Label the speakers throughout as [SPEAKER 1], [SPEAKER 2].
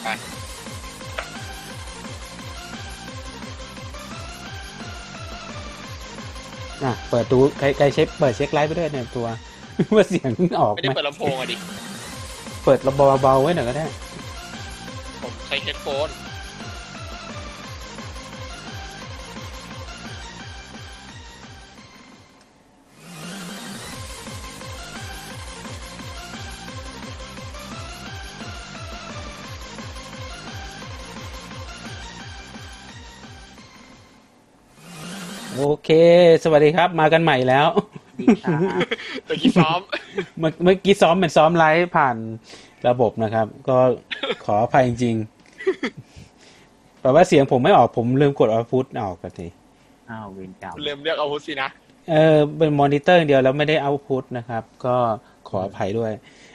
[SPEAKER 1] ไป
[SPEAKER 2] อ่ะเปิดดูใครใครเช็คเปิดเช็คไลฟ์ไปด้วยเนี่ยตัว ว่าเสียงออก
[SPEAKER 1] ไม่
[SPEAKER 2] ไห
[SPEAKER 1] ได้
[SPEAKER 2] ม
[SPEAKER 1] เปิดลำโพงอะดิ
[SPEAKER 2] เปิดระเบาเบาๆไว้หน่อยก็ได้
[SPEAKER 1] ผมใช้เฮดโฟน
[SPEAKER 2] โอเค สวัสดีครับ มากันใหม่แล้ว
[SPEAKER 3] ดีครับ
[SPEAKER 1] ตะกี้ซ้อม
[SPEAKER 2] เมื่อเมื่อกี้ซ้อมเป็นซ้อมไลฟ์ผ่านระบบนะครับ ก็ขออภัยจริงๆแปลว่า เสียงผมไม่ออกผมลืมกดออฟพุตออกกันที
[SPEAKER 3] อ้าวเวรกรรม
[SPEAKER 1] เริ่ม เลือกอาวุธสินะ
[SPEAKER 2] เออเป็นมอนิเตอร์อย่างเดียวแล้วไม่ได้เอาพุตนะครับ ก็ขออภัยด้วย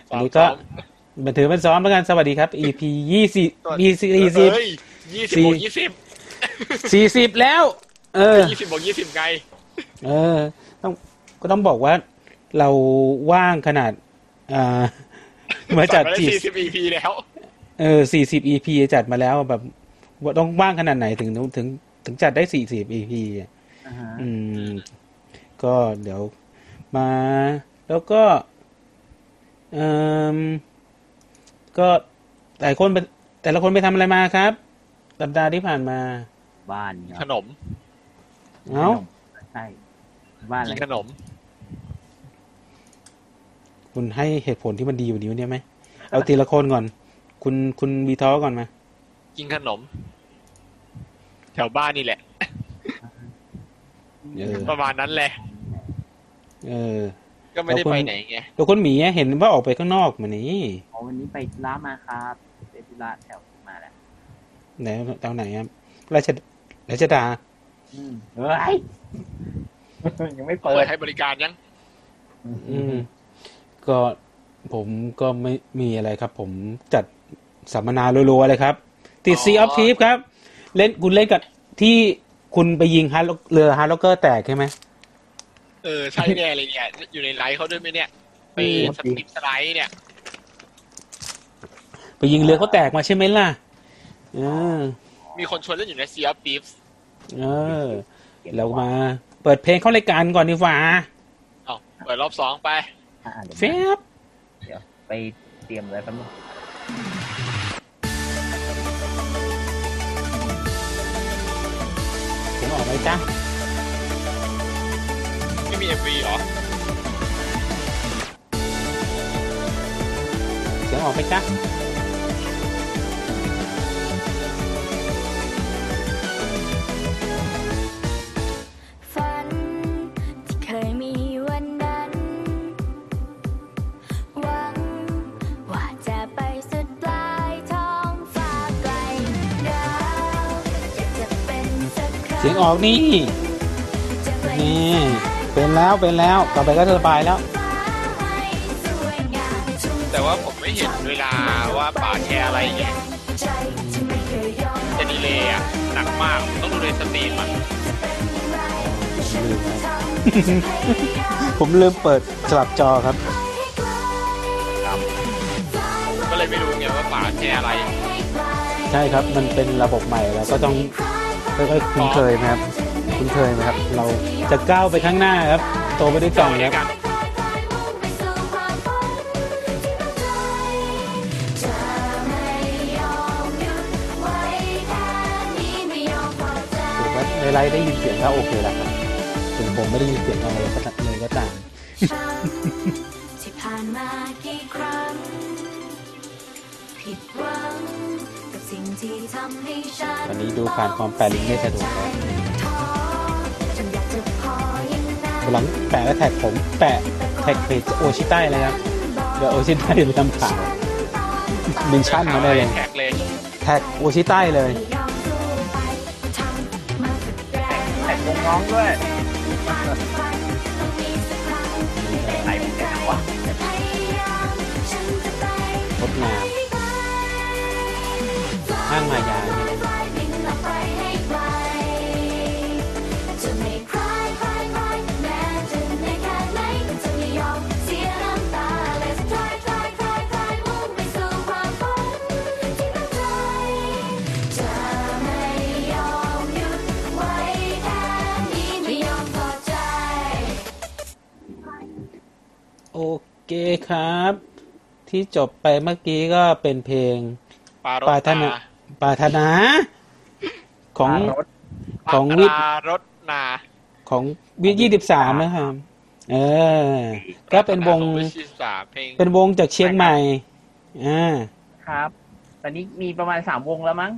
[SPEAKER 2] อันนี้ก็
[SPEAKER 1] ซ้อม
[SPEAKER 2] มันถือเป็นซ้อมแล้วกันสวัสดีครับ EP ยี่สิบ
[SPEAKER 1] ซ้อม
[SPEAKER 2] EP
[SPEAKER 1] เอ้
[SPEAKER 2] สี่สิบ
[SPEAKER 1] ยยี่สิบบวกยี่สิบ
[SPEAKER 2] สี่สี่สิบแล้ว เออ
[SPEAKER 1] ยี่สิบบวกยี่สิบไง
[SPEAKER 2] เออ ต้องก็ต้องบอกว่าเราว่างขนาด อ่า มาจัด
[SPEAKER 1] สอ
[SPEAKER 2] จี
[SPEAKER 1] ง
[SPEAKER 2] ส
[SPEAKER 1] ร้อยสี่สิบ EP แล้ว
[SPEAKER 2] เออ 40 EP จัดมาแล้วแบบว่าต้องว่างขนาดไหนถึงถึงถึงจัดได้ 40 EP อ่ะ
[SPEAKER 3] อ่าฮะ
[SPEAKER 2] อืม ก็เดี๋ยวมาแล้วก็เอมก็หลายคนไปแต่ละคนไปทำอะไรมาครับ สัปดาห์ที่ผ่านมา
[SPEAKER 3] บ้านค
[SPEAKER 1] ข
[SPEAKER 3] รับ
[SPEAKER 1] นม
[SPEAKER 2] เอ้า
[SPEAKER 3] ใช่บ้านอะไร
[SPEAKER 1] กินขนม
[SPEAKER 2] คุณให้เหตุผลที่มันดีกว่านี้วะเนี่ยไหม เอาทีละคนก่อน คุณคุณวีท้อก่อนมา
[SPEAKER 1] กินขนม แถวบ้านนี่แหละ
[SPEAKER 2] เออ
[SPEAKER 1] ประมาณนั้นแหละ
[SPEAKER 2] เออ
[SPEAKER 1] ก็ไม่ได้ไปไหนไง
[SPEAKER 2] แล้วคุณหมีอะเห็นว่าออกไปข้างนอกมานี่
[SPEAKER 3] อ๋อวันนี้ไปธุระมาครับไปธุระแถวมาแล้ว
[SPEAKER 2] ไหนแถวไหนครับราชดราชดา
[SPEAKER 3] อืมเฮ้ย ยังไม่เปิ
[SPEAKER 1] เปิ
[SPEAKER 3] ด
[SPEAKER 1] ดให้บริการยัง
[SPEAKER 2] อืมก็ผมก็ไม่มีอะไรครับ ผมจัดสัมมนารัวๆเลยครับ ติด
[SPEAKER 1] อ๋อ
[SPEAKER 2] ซีออฟทีฟครับ เล่นคุณเล่นกับที่คุณไปยิงฮาร์ดเรือฮาร์ดล็อกเกอร์แตกใช่ไหม
[SPEAKER 1] เออใช่แน่เลยเนี่ย อยู่ในไลฟ์เขาด้วยไหมเนี่ย ไปสกิปสไลด์เนี่ย
[SPEAKER 2] ไปยิงเรือเขาแตกมาใช่ไหมล่ะ เออ
[SPEAKER 1] มีคนชวนเล่นอยู่ใน Sea of Thieves
[SPEAKER 2] เออ เรามา เปิดเพลงเข้ารายการก่อนดีกว่า
[SPEAKER 1] เอาเปิดรอบสองไป
[SPEAKER 3] อ่าเดี๋ยว
[SPEAKER 2] แฟ
[SPEAKER 3] นะ
[SPEAKER 2] บ
[SPEAKER 3] เดี๋ยวไปเตรียมไว้แป๊บนึง
[SPEAKER 2] เสียงออกไหมจ๊ะ
[SPEAKER 1] ไม่มี MV เหรอ
[SPEAKER 2] เสียงออกไหมจ๊ะ
[SPEAKER 4] ฝันที่เคยมีวันนั้น หวังว่าจะไปสุดปลายท้องฟ้าไกลดาวอยากจะเป็นสักครั้ง
[SPEAKER 2] เสียงออกนี่
[SPEAKER 4] จะเป็น
[SPEAKER 2] นี่ เป็นแล้ว เป็นแล้ว ต่อไปก็สบายแล้ว
[SPEAKER 4] ฟ้าให้สวยงามชุ่ม
[SPEAKER 1] แต่ว่าผมไม่เห็นเวลาว่าป่าแชร์อะไรเนี่ย
[SPEAKER 4] ใจที่ไม่เคยยอม
[SPEAKER 1] จะดีเลยอ่ะ หนักมาก ต้องดูในสตรีมอ่ะ
[SPEAKER 2] ผมลืมเปิดสลับจอครับ
[SPEAKER 1] ก็เลยไม่รู้ไงว่าป่าแชร์อะไร
[SPEAKER 2] ใช่ครับ มันเป็นระบบใหม่แล้วก็ต้องค่อยๆคุ้นเคยนะครับ คุ้นเคยนะครับ เราจะก้าวไปข้างหน้าครับ โตไปด้วยกันครับ หรือว่าในไลฟ์ได้ยินเสียงก็โอเคแล้วครับถึงผมไม่ได้ยินเสียงอะไรก็ตามเลยก็ตาม
[SPEAKER 4] ที่ผ่านมากี่ครั้ง ผิดหวังกับสิ่งที่ทำให้ฉัน
[SPEAKER 2] ตอนนี้ดูผ่านความแปลลิงก์ไม่สะดวกแล้ว
[SPEAKER 4] ท้อจนอยากจะพออย่างนั้น
[SPEAKER 2] หลังแปะและแท็กผม แปะแท็กเพจโอชิใต้เลยครับ เดี๋ยวโอชิใต้ไปทำข่าว เมนชั่นมาได้เลย
[SPEAKER 1] แท็กเลย
[SPEAKER 2] แท็กโอชิใต้เลย
[SPEAKER 3] แต่งวงน้องด้วยไหนมันจะทำวะ
[SPEAKER 2] งดงามห้างมายาเนี่ย
[SPEAKER 4] ท
[SPEAKER 2] เคครับ ที่จบไปเมื่อกี้ก็เป็นเพลง
[SPEAKER 1] ปาร
[SPEAKER 2] ปรารถ
[SPEAKER 1] ถ
[SPEAKER 2] นา
[SPEAKER 1] นา
[SPEAKER 2] ปรารถนา ของ
[SPEAKER 3] รถ
[SPEAKER 2] ของวิทย์
[SPEAKER 1] ปารถนา
[SPEAKER 2] ของวิยี่สิบสามนะครับ เออ ก็เป็นวง
[SPEAKER 1] ปรารถนาขอวิทย์ที่สามเพลง
[SPEAKER 2] เป็นวงจากเชียงใหม่ อ่า
[SPEAKER 3] ครับ ตอนนี้มีประมาณสามวงแล้วมั้ง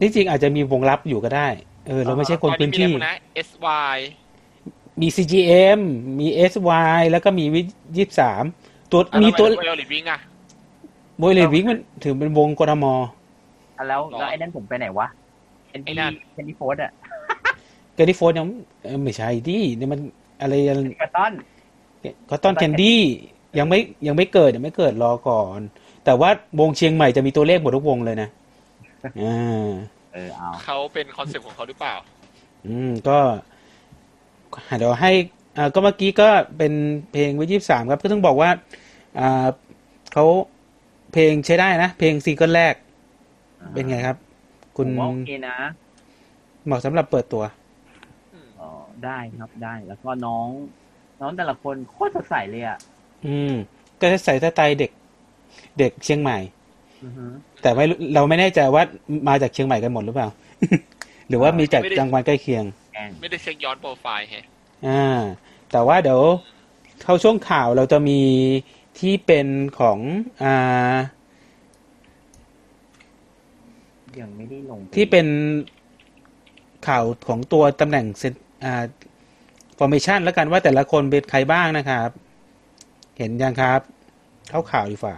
[SPEAKER 2] ที่จริงอาจจะมีวงลับอยู่ก็ได้ เออ เราไม่ใช่คนพื้น
[SPEAKER 1] ต
[SPEAKER 2] ที่
[SPEAKER 1] อมีอะไรบ้างนะ SY
[SPEAKER 2] มี CGM มี SY แล้วก็มีวิยี่สามตัว
[SPEAKER 1] อ่ะ
[SPEAKER 2] มีตัว
[SPEAKER 1] แล้ทำไเอลิวิงอ่ะ
[SPEAKER 2] บอยเลวิงมันถือเป็นวงกรมอ
[SPEAKER 3] อ่ะแล้ว
[SPEAKER 1] หรอ
[SPEAKER 3] แล้วไอ้นั่นผมไปไหนวะเอ็น
[SPEAKER 1] ไอ้
[SPEAKER 3] ที่
[SPEAKER 1] นั่น
[SPEAKER 3] เคนที่โฟสอะ
[SPEAKER 2] เกดิโฟนยังเอ่อไม่ใช่ดิเนี่ยมันอะไรยัง
[SPEAKER 3] กระต้อน
[SPEAKER 2] ก็ตอนแคนดี้ยังไม่ยังไม่เกิดยังไม่เกิดรอก่อน แต่ว่าวงเชียงใหม่จะมีตัวเลขหมดทุกวงเลย นะอ่า
[SPEAKER 3] เออเอา
[SPEAKER 1] เขาเป็นคอนเซ็ปต์ของเขาหรือเปล่า
[SPEAKER 2] อืมก็เดี๋ยวให้อ่าก็เมื่อกี้ก็เป็นเพลงวิยี่สามครับ ก็ต้องบอกว่าอ่าเขาเพลงใช้ได้นะ เพลงซิงเกิลแรกเป็นไงครับคุ
[SPEAKER 3] คุ
[SPEAKER 2] ณณ
[SPEAKER 3] ผมว่าโอเคนะ
[SPEAKER 2] เหมาะสำหรับเปิดตัว
[SPEAKER 3] เออได้ครับได้แล้วก็น้อง น้องแต่ละคนโคตรสดใสเลยอะ
[SPEAKER 2] อืม ก็จะใส่สไตล์เด็ก เด็กเชียงใหม่
[SPEAKER 3] อือฮึ
[SPEAKER 2] แต่ไม่รู้เราไม่แน่ใจว่ามาจากเชียงใหม่กันหมดหรือเปล่า หรือว่ามีจาก
[SPEAKER 1] ไม่ได้
[SPEAKER 2] จังหวัดใกล้เคียง
[SPEAKER 3] แอน
[SPEAKER 1] ไม่ได้เช็คย้อนโปรไฟล์แฮะ
[SPEAKER 2] อ่า แต่ว่าเดี๋ยวเข้าช่วงข่าวเราจะมีที่เป็นของอ่า
[SPEAKER 3] ยังไม่ได้ลงไ
[SPEAKER 2] ที่เป็นข่าวของตัวตำแหน่งเซนอ่า formation แล้วกันว่าแต่ละคนเป็นใครบ้างนะครับ เห็นยังครับ เข้าข่าวดีฝ่า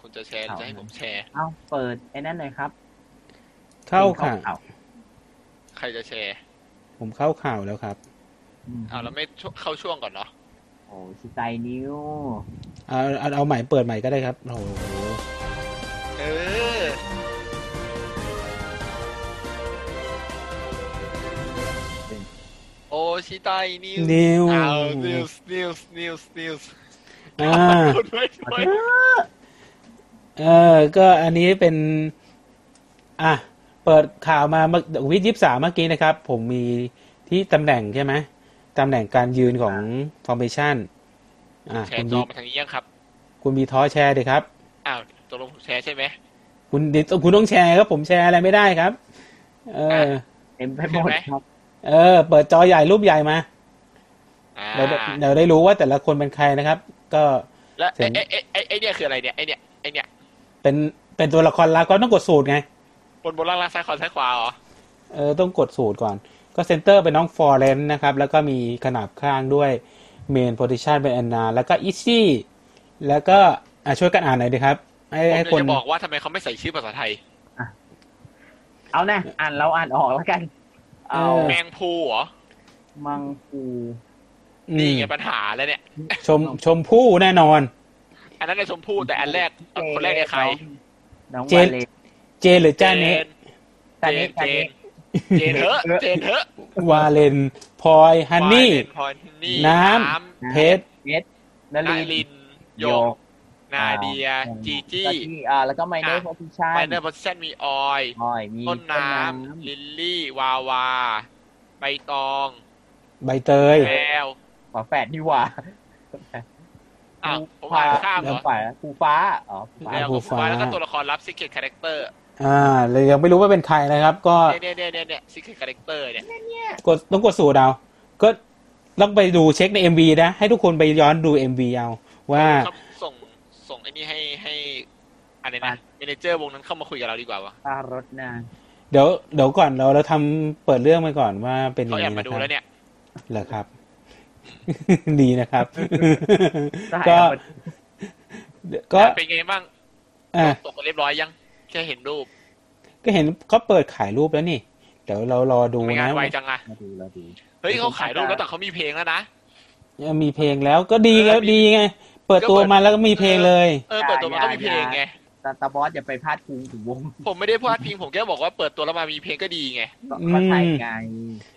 [SPEAKER 1] คุณจะแชร์หรือจะให้ผมแชร์
[SPEAKER 3] เอ้าเปิดไอ้นั่นหน่อยครับ
[SPEAKER 2] เข้าข่าว
[SPEAKER 3] เอา
[SPEAKER 1] ใครจะแชร์
[SPEAKER 2] ผมเข้าข่าวแล้วครับ
[SPEAKER 1] เอาวแล้วไม่ช่วงเข้าช่วงก่อนเนาะ
[SPEAKER 3] โอ้ชิไตนิ้ว
[SPEAKER 2] เอาเอาเอาใหม่เปิดใหม่ก็ได้ครับโอ้โห
[SPEAKER 1] เออ โอชิไตนิว
[SPEAKER 2] นิว
[SPEAKER 1] อ้าวนิวส์นิวส์นิวส์นิวส์
[SPEAKER 2] อ่า
[SPEAKER 1] คุณไม่ช่วย
[SPEAKER 2] เออ ก็อันนี้เป็น อ่ะ เปิดข่าวมาเมื่อวิทยิบสามเมื่อกี้นะครับ ผมมีที่ตำแหน่งใช่ไหมตำแหน่งการยืนของ formation อ่ะ
[SPEAKER 1] แช
[SPEAKER 2] คุ
[SPEAKER 1] ร์จ
[SPEAKER 2] ณมี
[SPEAKER 1] อมาทางนี้ยังครับ
[SPEAKER 2] คุณมีท้อแชร์เลยครับ
[SPEAKER 1] อ้าวตกลงผมแชร์ใช่ไหม
[SPEAKER 2] คุณเดี๋ยวคุณต้องแชร์ครับผมแชร์อะไรไม่ได้ครับ เออ
[SPEAKER 3] เต็มไปหมด
[SPEAKER 1] เห็นไหม
[SPEAKER 3] ครับ
[SPEAKER 2] เออ เปิดจอใหญ่รูปใหญ่มา
[SPEAKER 1] อ่า
[SPEAKER 2] เดี๋ยวได้เดี๋ยวได้รู้ว่าแต่ละคนเป็นใครนะครับ ก็
[SPEAKER 1] แล้วไอ้ไอ้ไอ้ไอ้ไอ้เนี่ยคืออะไรเนี่ยไอ้เนี่ยไอ้เนี่ย
[SPEAKER 2] เป็น เป็นตัวละครลับก็ต้องกดสูตรไง
[SPEAKER 1] บนบนล่างล่างซ้ายขวาซ้ายขวาเหรอ
[SPEAKER 2] เออต้องกดสูตรก่อน ก็เซนเตอร์เป็นน้องฟอร์เรนนะครับ แล้วก็มีขนาบข้างด้วยเมนโพ i ิชันเป็นแอนนา แล้วก็อีซี่แล้วก็อ่ะช่วยกันอ่านหน่อยดีครับให้
[SPEAKER 1] ผมอยา
[SPEAKER 2] ให้ค
[SPEAKER 1] ก
[SPEAKER 2] น
[SPEAKER 1] จะบอกว่าทำไมเขาไม่ใส่ชื่อภาษาไทย
[SPEAKER 3] เอานะอ่านเราอ่านออกแล้วกัน เอา
[SPEAKER 1] แมงพูเหรอ
[SPEAKER 3] มังคู
[SPEAKER 2] อืม
[SPEAKER 1] นี่ไงปัญหาแล้วเนี่ย
[SPEAKER 2] ชมชมพู่แน่นอน
[SPEAKER 1] อันนั้นในชมพู่แต่อันแรกคนแรกเนี่ยใคร
[SPEAKER 3] น้อง
[SPEAKER 2] เจ
[SPEAKER 3] วาน เลน
[SPEAKER 2] เจนหรือจ้าเน
[SPEAKER 1] น
[SPEAKER 3] ตาเนตตาเนต
[SPEAKER 1] เจนเถอะเจนเถอะ
[SPEAKER 2] วาเลนพลอยฮันนี่
[SPEAKER 1] วาเลพรนี่
[SPEAKER 2] น้
[SPEAKER 3] นะ
[SPEAKER 2] เพชร
[SPEAKER 3] เพชรน
[SPEAKER 1] นา
[SPEAKER 3] ลิ
[SPEAKER 1] ลิ
[SPEAKER 3] น
[SPEAKER 1] นโยกนาเดีย จีจี้
[SPEAKER 3] แล้วที่อ่าแล้วก็ไมเนอร์
[SPEAKER 1] อ่ะ
[SPEAKER 3] โพซิชัน
[SPEAKER 1] ไมเนอร์โพสชั่นมีออย
[SPEAKER 3] หอยมี
[SPEAKER 1] ต้นน้ำ ลิลลี่ วาวา ใบตอง
[SPEAKER 2] ใบเตย
[SPEAKER 1] แวว
[SPEAKER 3] ฝาแฝดนี่หว่า
[SPEAKER 1] อ้าวผมอ่านข้ามเหรอ
[SPEAKER 3] ฝาภูฟ้าอ๋อภูฟ้า
[SPEAKER 1] แววกับฟ้าแล้วก็ตัวละครรับซิกเก็ตคาแรคเตอร์
[SPEAKER 2] อ่าเลยยังไม่รู้ว่าเป็นใครนะครับ ก็
[SPEAKER 1] เนี่ยเนี่ยเนี่ยเนี่ยซิกเก็ตคาแรคเตอร์เนี่ย
[SPEAKER 2] กดต้องกดสูตรเอาก็ต้องไปดูเช็คใน MV นะ ให้ทุกคนไปย้อนดู MV เอาว่า
[SPEAKER 1] เขาส่งส่งไอ้นี่ให้ให้อะไรนะเมเนเจอร์วงนั้นเข้ามาคุยกับเราดีกว่าวะ
[SPEAKER 3] ตารถนา
[SPEAKER 2] เดี๋ยวเดี๋ยวก่อนเราเราทำเปิดเรื่องไปก่อนว่าเป็นยั
[SPEAKER 1] เขา
[SPEAKER 2] งไง
[SPEAKER 1] แอบ
[SPEAKER 2] นะ
[SPEAKER 1] มาดู
[SPEAKER 2] ครับ
[SPEAKER 1] แล้วเนี่ย
[SPEAKER 2] เหรอครับ ดีนะครับ ก็
[SPEAKER 3] ก็
[SPEAKER 2] ก็
[SPEAKER 1] เป็นไงบ้าง
[SPEAKER 2] อ่ะ
[SPEAKER 1] ตกกันเรียบร้อยยัง แค่เห็นรูป
[SPEAKER 2] ก็เห็นเขาเปิดขายรูปแล้วนี่ เดี๋ยวเรารอดู
[SPEAKER 1] ทำไมงา
[SPEAKER 2] นะ
[SPEAKER 1] นไวจังอะ
[SPEAKER 3] มาดูเราดู
[SPEAKER 1] เฮ้ยเขาขายรูปแล้วแต่เขามีเพลงแล้วนะ
[SPEAKER 2] มีเพลงแล้วก็ดีแล้วดีไง เปิดตัวมาแล้วก็มีเพลงเลย
[SPEAKER 1] เออเปิดตัวมันก็มีเพลงไง
[SPEAKER 3] ตาตาบอสอย่าไปพลาดคุงถึงวง
[SPEAKER 1] ผมไม่ได้พลาดพิงผมแค่บอกว่าเปิดตัวแล้วมามีเพลงก็ดีไง
[SPEAKER 3] ก็ใช่ไง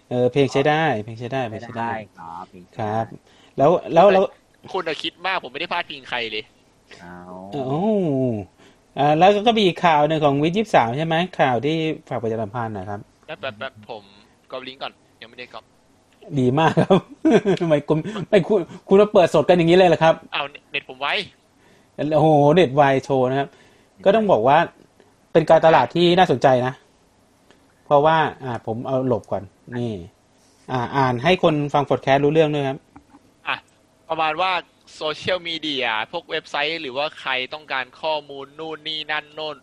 [SPEAKER 2] เออเพลงใช้ได้ เพลงใช้ได้เพล
[SPEAKER 3] ไม่
[SPEAKER 2] งใช้ได้
[SPEAKER 3] ได้ครับ
[SPEAKER 2] ครับ แล้วแล้วแล้ว
[SPEAKER 1] คุณอะคิดมากผมไม่ได้พลาดพิงใครเลย
[SPEAKER 3] เอา
[SPEAKER 2] โอ้อ่าแล้วก็มีอีกข่าวหนึ่งของวิทย์ยี่สามใช่ไหมข่าวที่ฝากประชาสัมพันธ์นะครับ
[SPEAKER 1] แล้วแบบแบบผมกอบลิงก์ก่อนยังไม่ได้กอบ
[SPEAKER 3] อ
[SPEAKER 2] ดีมากครับ ทำไมคุณไม่คุณคุณมาเปิดสดกันอย่างนี้เลยล่ะครับ
[SPEAKER 1] เอาเน็ตผมไว้
[SPEAKER 2] โอ้โหเน็ตไวโชว์นะครับ ก็ต้องบอกว่าเป็นการตลาดที่น่าสนใจนะ เพราะว่า อ่า ผมเอาหลบก่อน นี่ อ่า อ่านให้คนฟังพอดแคสต์รู้เรื่องด้วยครับ
[SPEAKER 1] อ่ะ ประมาณว่าโซเชียลมีเดียพวกเว็บไซต์หรือว่าใครต้องการข้อมูลนู่นนี่นั่นโน่น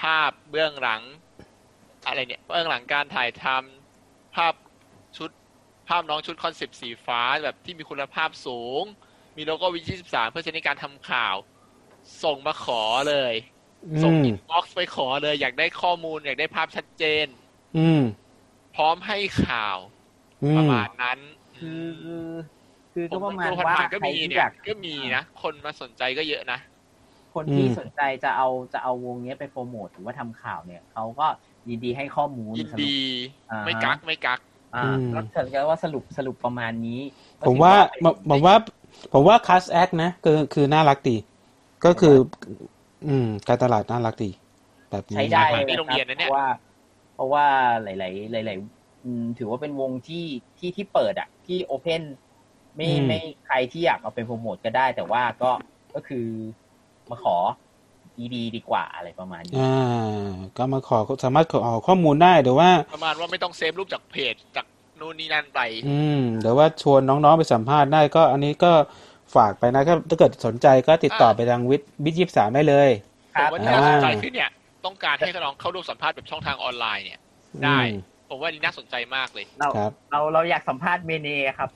[SPEAKER 1] ภาพเบื้องหลัง อะไรเนี่ย เบื้องหลังการถ่ายทำภาพชุด ภาพน้องชุดคอนเซปต์สีฟ้าแบบที่มีคุณภาพสูง มีโลโก้วิจีสิบสามเพื่อใช้ในการทำข่าว ส่งมาขอเลย
[SPEAKER 2] อื
[SPEAKER 1] ส่ง
[SPEAKER 2] ม
[SPEAKER 1] อินบ็อกซ์ไปขอเลย อยากได้ข้อมูล อยากได้ภาพชัดเจน
[SPEAKER 2] อืม
[SPEAKER 1] พร้อมให้ข่าว
[SPEAKER 2] อื
[SPEAKER 1] ประ
[SPEAKER 2] ม
[SPEAKER 1] มาณนั้น
[SPEAKER 3] คือคือคือ
[SPEAKER 1] ผ
[SPEAKER 3] ก็
[SPEAKER 1] ม
[SPEAKER 3] ประมาณ
[SPEAKER 1] ดู
[SPEAKER 3] ว่า
[SPEAKER 1] ผ่านๆก็
[SPEAKER 3] ใคร
[SPEAKER 1] มี
[SPEAKER 3] ที่
[SPEAKER 1] เนี่
[SPEAKER 3] อย ยาก
[SPEAKER 1] ก็มีนะ คนมาสนใจก็เยอะนะ
[SPEAKER 3] คนที่
[SPEAKER 2] อืม
[SPEAKER 3] สนใจจะเอาจะเอาวงเนี้ยไปโปรโมทหรือว่าทำข่าวเนี่ยเขาก็ยินดีให้ข้อมูล
[SPEAKER 1] ยิน
[SPEAKER 3] สรุป
[SPEAKER 1] ดี
[SPEAKER 3] อ่า
[SPEAKER 1] ไม่กักไม่กัก
[SPEAKER 3] อ่า
[SPEAKER 2] อืม
[SPEAKER 3] แล้วเธอก็ว่าสรุปสรุปประมาณนี้ก็
[SPEAKER 2] ผม
[SPEAKER 3] ถือ
[SPEAKER 2] ว่า
[SPEAKER 3] เป็น
[SPEAKER 2] ผมผมว่า ผมว่าคัสแอคนะคือคือน่ารักดี ก็คือ อืม การตลาดน่ารักดี แบบนี้
[SPEAKER 3] ใช้ได้
[SPEAKER 1] ใช่
[SPEAKER 3] เลย
[SPEAKER 1] นี่
[SPEAKER 3] นะ
[SPEAKER 1] โรงเรียนนะเนี่ย
[SPEAKER 3] เพราะว่า เพราะว่าหลาย ๆ หลาย ๆ อืมถือว่าเป็นวงที่ที่ที่เปิดอ่ะ ที่โอเพนไม่ไม่ใครที่อยากเอาไปโปรโมทก็ได้ แต่ว่าก็ก็คือมาขอดีๆดีกว่าอะไรประมาณนี้
[SPEAKER 2] อ่า ก็มาขอสามารถขอข้อมูลได้หรือว่า
[SPEAKER 1] ประมาณว่าไม่ต้องเซฟรูปจากเพจจากนู่นนี่นั่นไป
[SPEAKER 2] อืมเดี๋ยวว่าชวนน้องๆไปสัมภาษณ์ได้ก็อันนี้ก็ฝากไปนะครับถ้าเกิดสนใจก็ติดต่อ
[SPEAKER 1] อ่า
[SPEAKER 2] ไปทางวิทวิทยิบสามได้เลย
[SPEAKER 3] ค
[SPEAKER 1] ผม
[SPEAKER 3] รับ
[SPEAKER 1] ว่าที่น่าสน
[SPEAKER 2] อ่
[SPEAKER 1] ใจคือเนี่ยต้องการให้น้องเข้าร่วมสัมภาษณ์แบบช่องทางออนไลน์เนี่ย ได้
[SPEAKER 2] อืม
[SPEAKER 1] ผมว่านี่น่าสนใจมากเลย
[SPEAKER 3] เรา
[SPEAKER 2] ครับ
[SPEAKER 3] เราเราอยากสัมภาษณ์เมเน่ครับ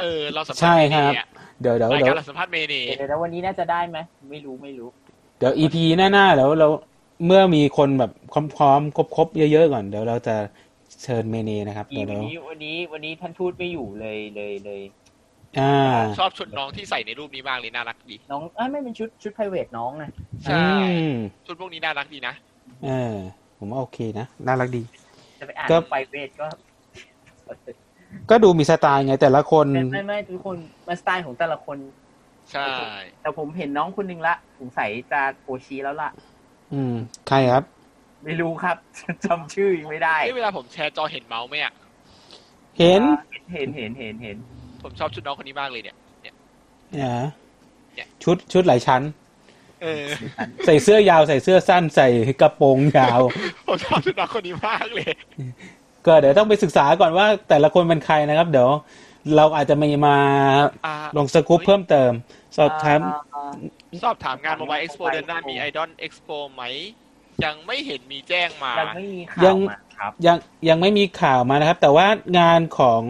[SPEAKER 1] เออ เราสัม
[SPEAKER 2] ใช่
[SPEAKER 1] ภาษณ์เม
[SPEAKER 2] ค
[SPEAKER 1] เน่
[SPEAKER 2] รับ
[SPEAKER 1] อะ
[SPEAKER 2] เดี๋ยวเดี๋ยว
[SPEAKER 1] รายกาย
[SPEAKER 2] เดี๋
[SPEAKER 1] ร
[SPEAKER 2] ว
[SPEAKER 1] เราสัมภาษณ์เมเน่
[SPEAKER 3] เดี๋ยวนะวันนี้น่าจะได้ไหมไม่รู้ไม่รู้
[SPEAKER 2] เดี๋ยวอีพีหน้าๆแล้วเราเมื่อมีคนแบบพร้อมๆครบๆเยอะๆก่อนเดี๋ยวเราจะเชิญเมเนนะครับ
[SPEAKER 3] อี
[SPEAKER 2] เดี๋ยว
[SPEAKER 3] วั
[SPEAKER 2] เรา
[SPEAKER 3] นนี้วันนี้วันนี้ท่านทูตไม่อยู่เลยเลยเลย
[SPEAKER 2] อ่า
[SPEAKER 1] ชอบชุดน้องที่ใส่ในรูปนี้มากเลยน่ารักดี
[SPEAKER 3] น้องเอ้ยไม่เป็นชุดชุด private น้องนะ
[SPEAKER 1] ใช่
[SPEAKER 2] อืม
[SPEAKER 1] ชุดพวกนี้น่ารักดีนะ
[SPEAKER 2] เออผมว่าโอเคนะ น่ารักดี
[SPEAKER 3] จะไปอ่าน
[SPEAKER 2] ก็
[SPEAKER 3] private ก็
[SPEAKER 2] ก็ดูมีสไตล์ไงแต่ละคน
[SPEAKER 3] ไม่ไม่ไม่ทุกคนมาสไตล์ของแต่ละคน
[SPEAKER 1] ใช่
[SPEAKER 3] แต่ผมเห็นน้องคนหนึงละสงสัยจะโอชีแล้วล่ะ
[SPEAKER 2] อืม ใครครับ
[SPEAKER 3] ไม่รู้ครับ จำชื่อยังไม่ได้
[SPEAKER 1] นี่เวลาผมแชร์จอเห็นเมาส์ไหมอ่ะ
[SPEAKER 2] เห็น
[SPEAKER 3] เห็นเห็นเห็นเห็น
[SPEAKER 1] ผมชอบชุดน้องคนนี้มากเลยเนี่ย
[SPEAKER 2] อ่าชุดชุดหลายชั้น
[SPEAKER 1] เออ
[SPEAKER 2] ใส่เสื้อยาวใส่เสื้อสั้นใส่กระโปรงยาว
[SPEAKER 1] ผมชอบชุดน้องคนนี้มากเลย
[SPEAKER 2] ก็เดี๋ยวต้องไปศึกษาก่อนว่าแต่ละคนเป็นใครนะครับ เดี๋ยวเราอาจจะมีมา
[SPEAKER 1] อ่า
[SPEAKER 2] ลงสกู๊ปเพิ่มเติม สอบถาม
[SPEAKER 3] อ่า
[SPEAKER 1] สอบถามงาน Mobile Expo เดือนหน้ามี Idol Expo ไหม ยังไม่เห็นมีแจ้งมา
[SPEAKER 3] ยังไม่มีข่าวมาครับ
[SPEAKER 2] ยังยังไม่มีข่าวมานะครับ แต่ว่างานของ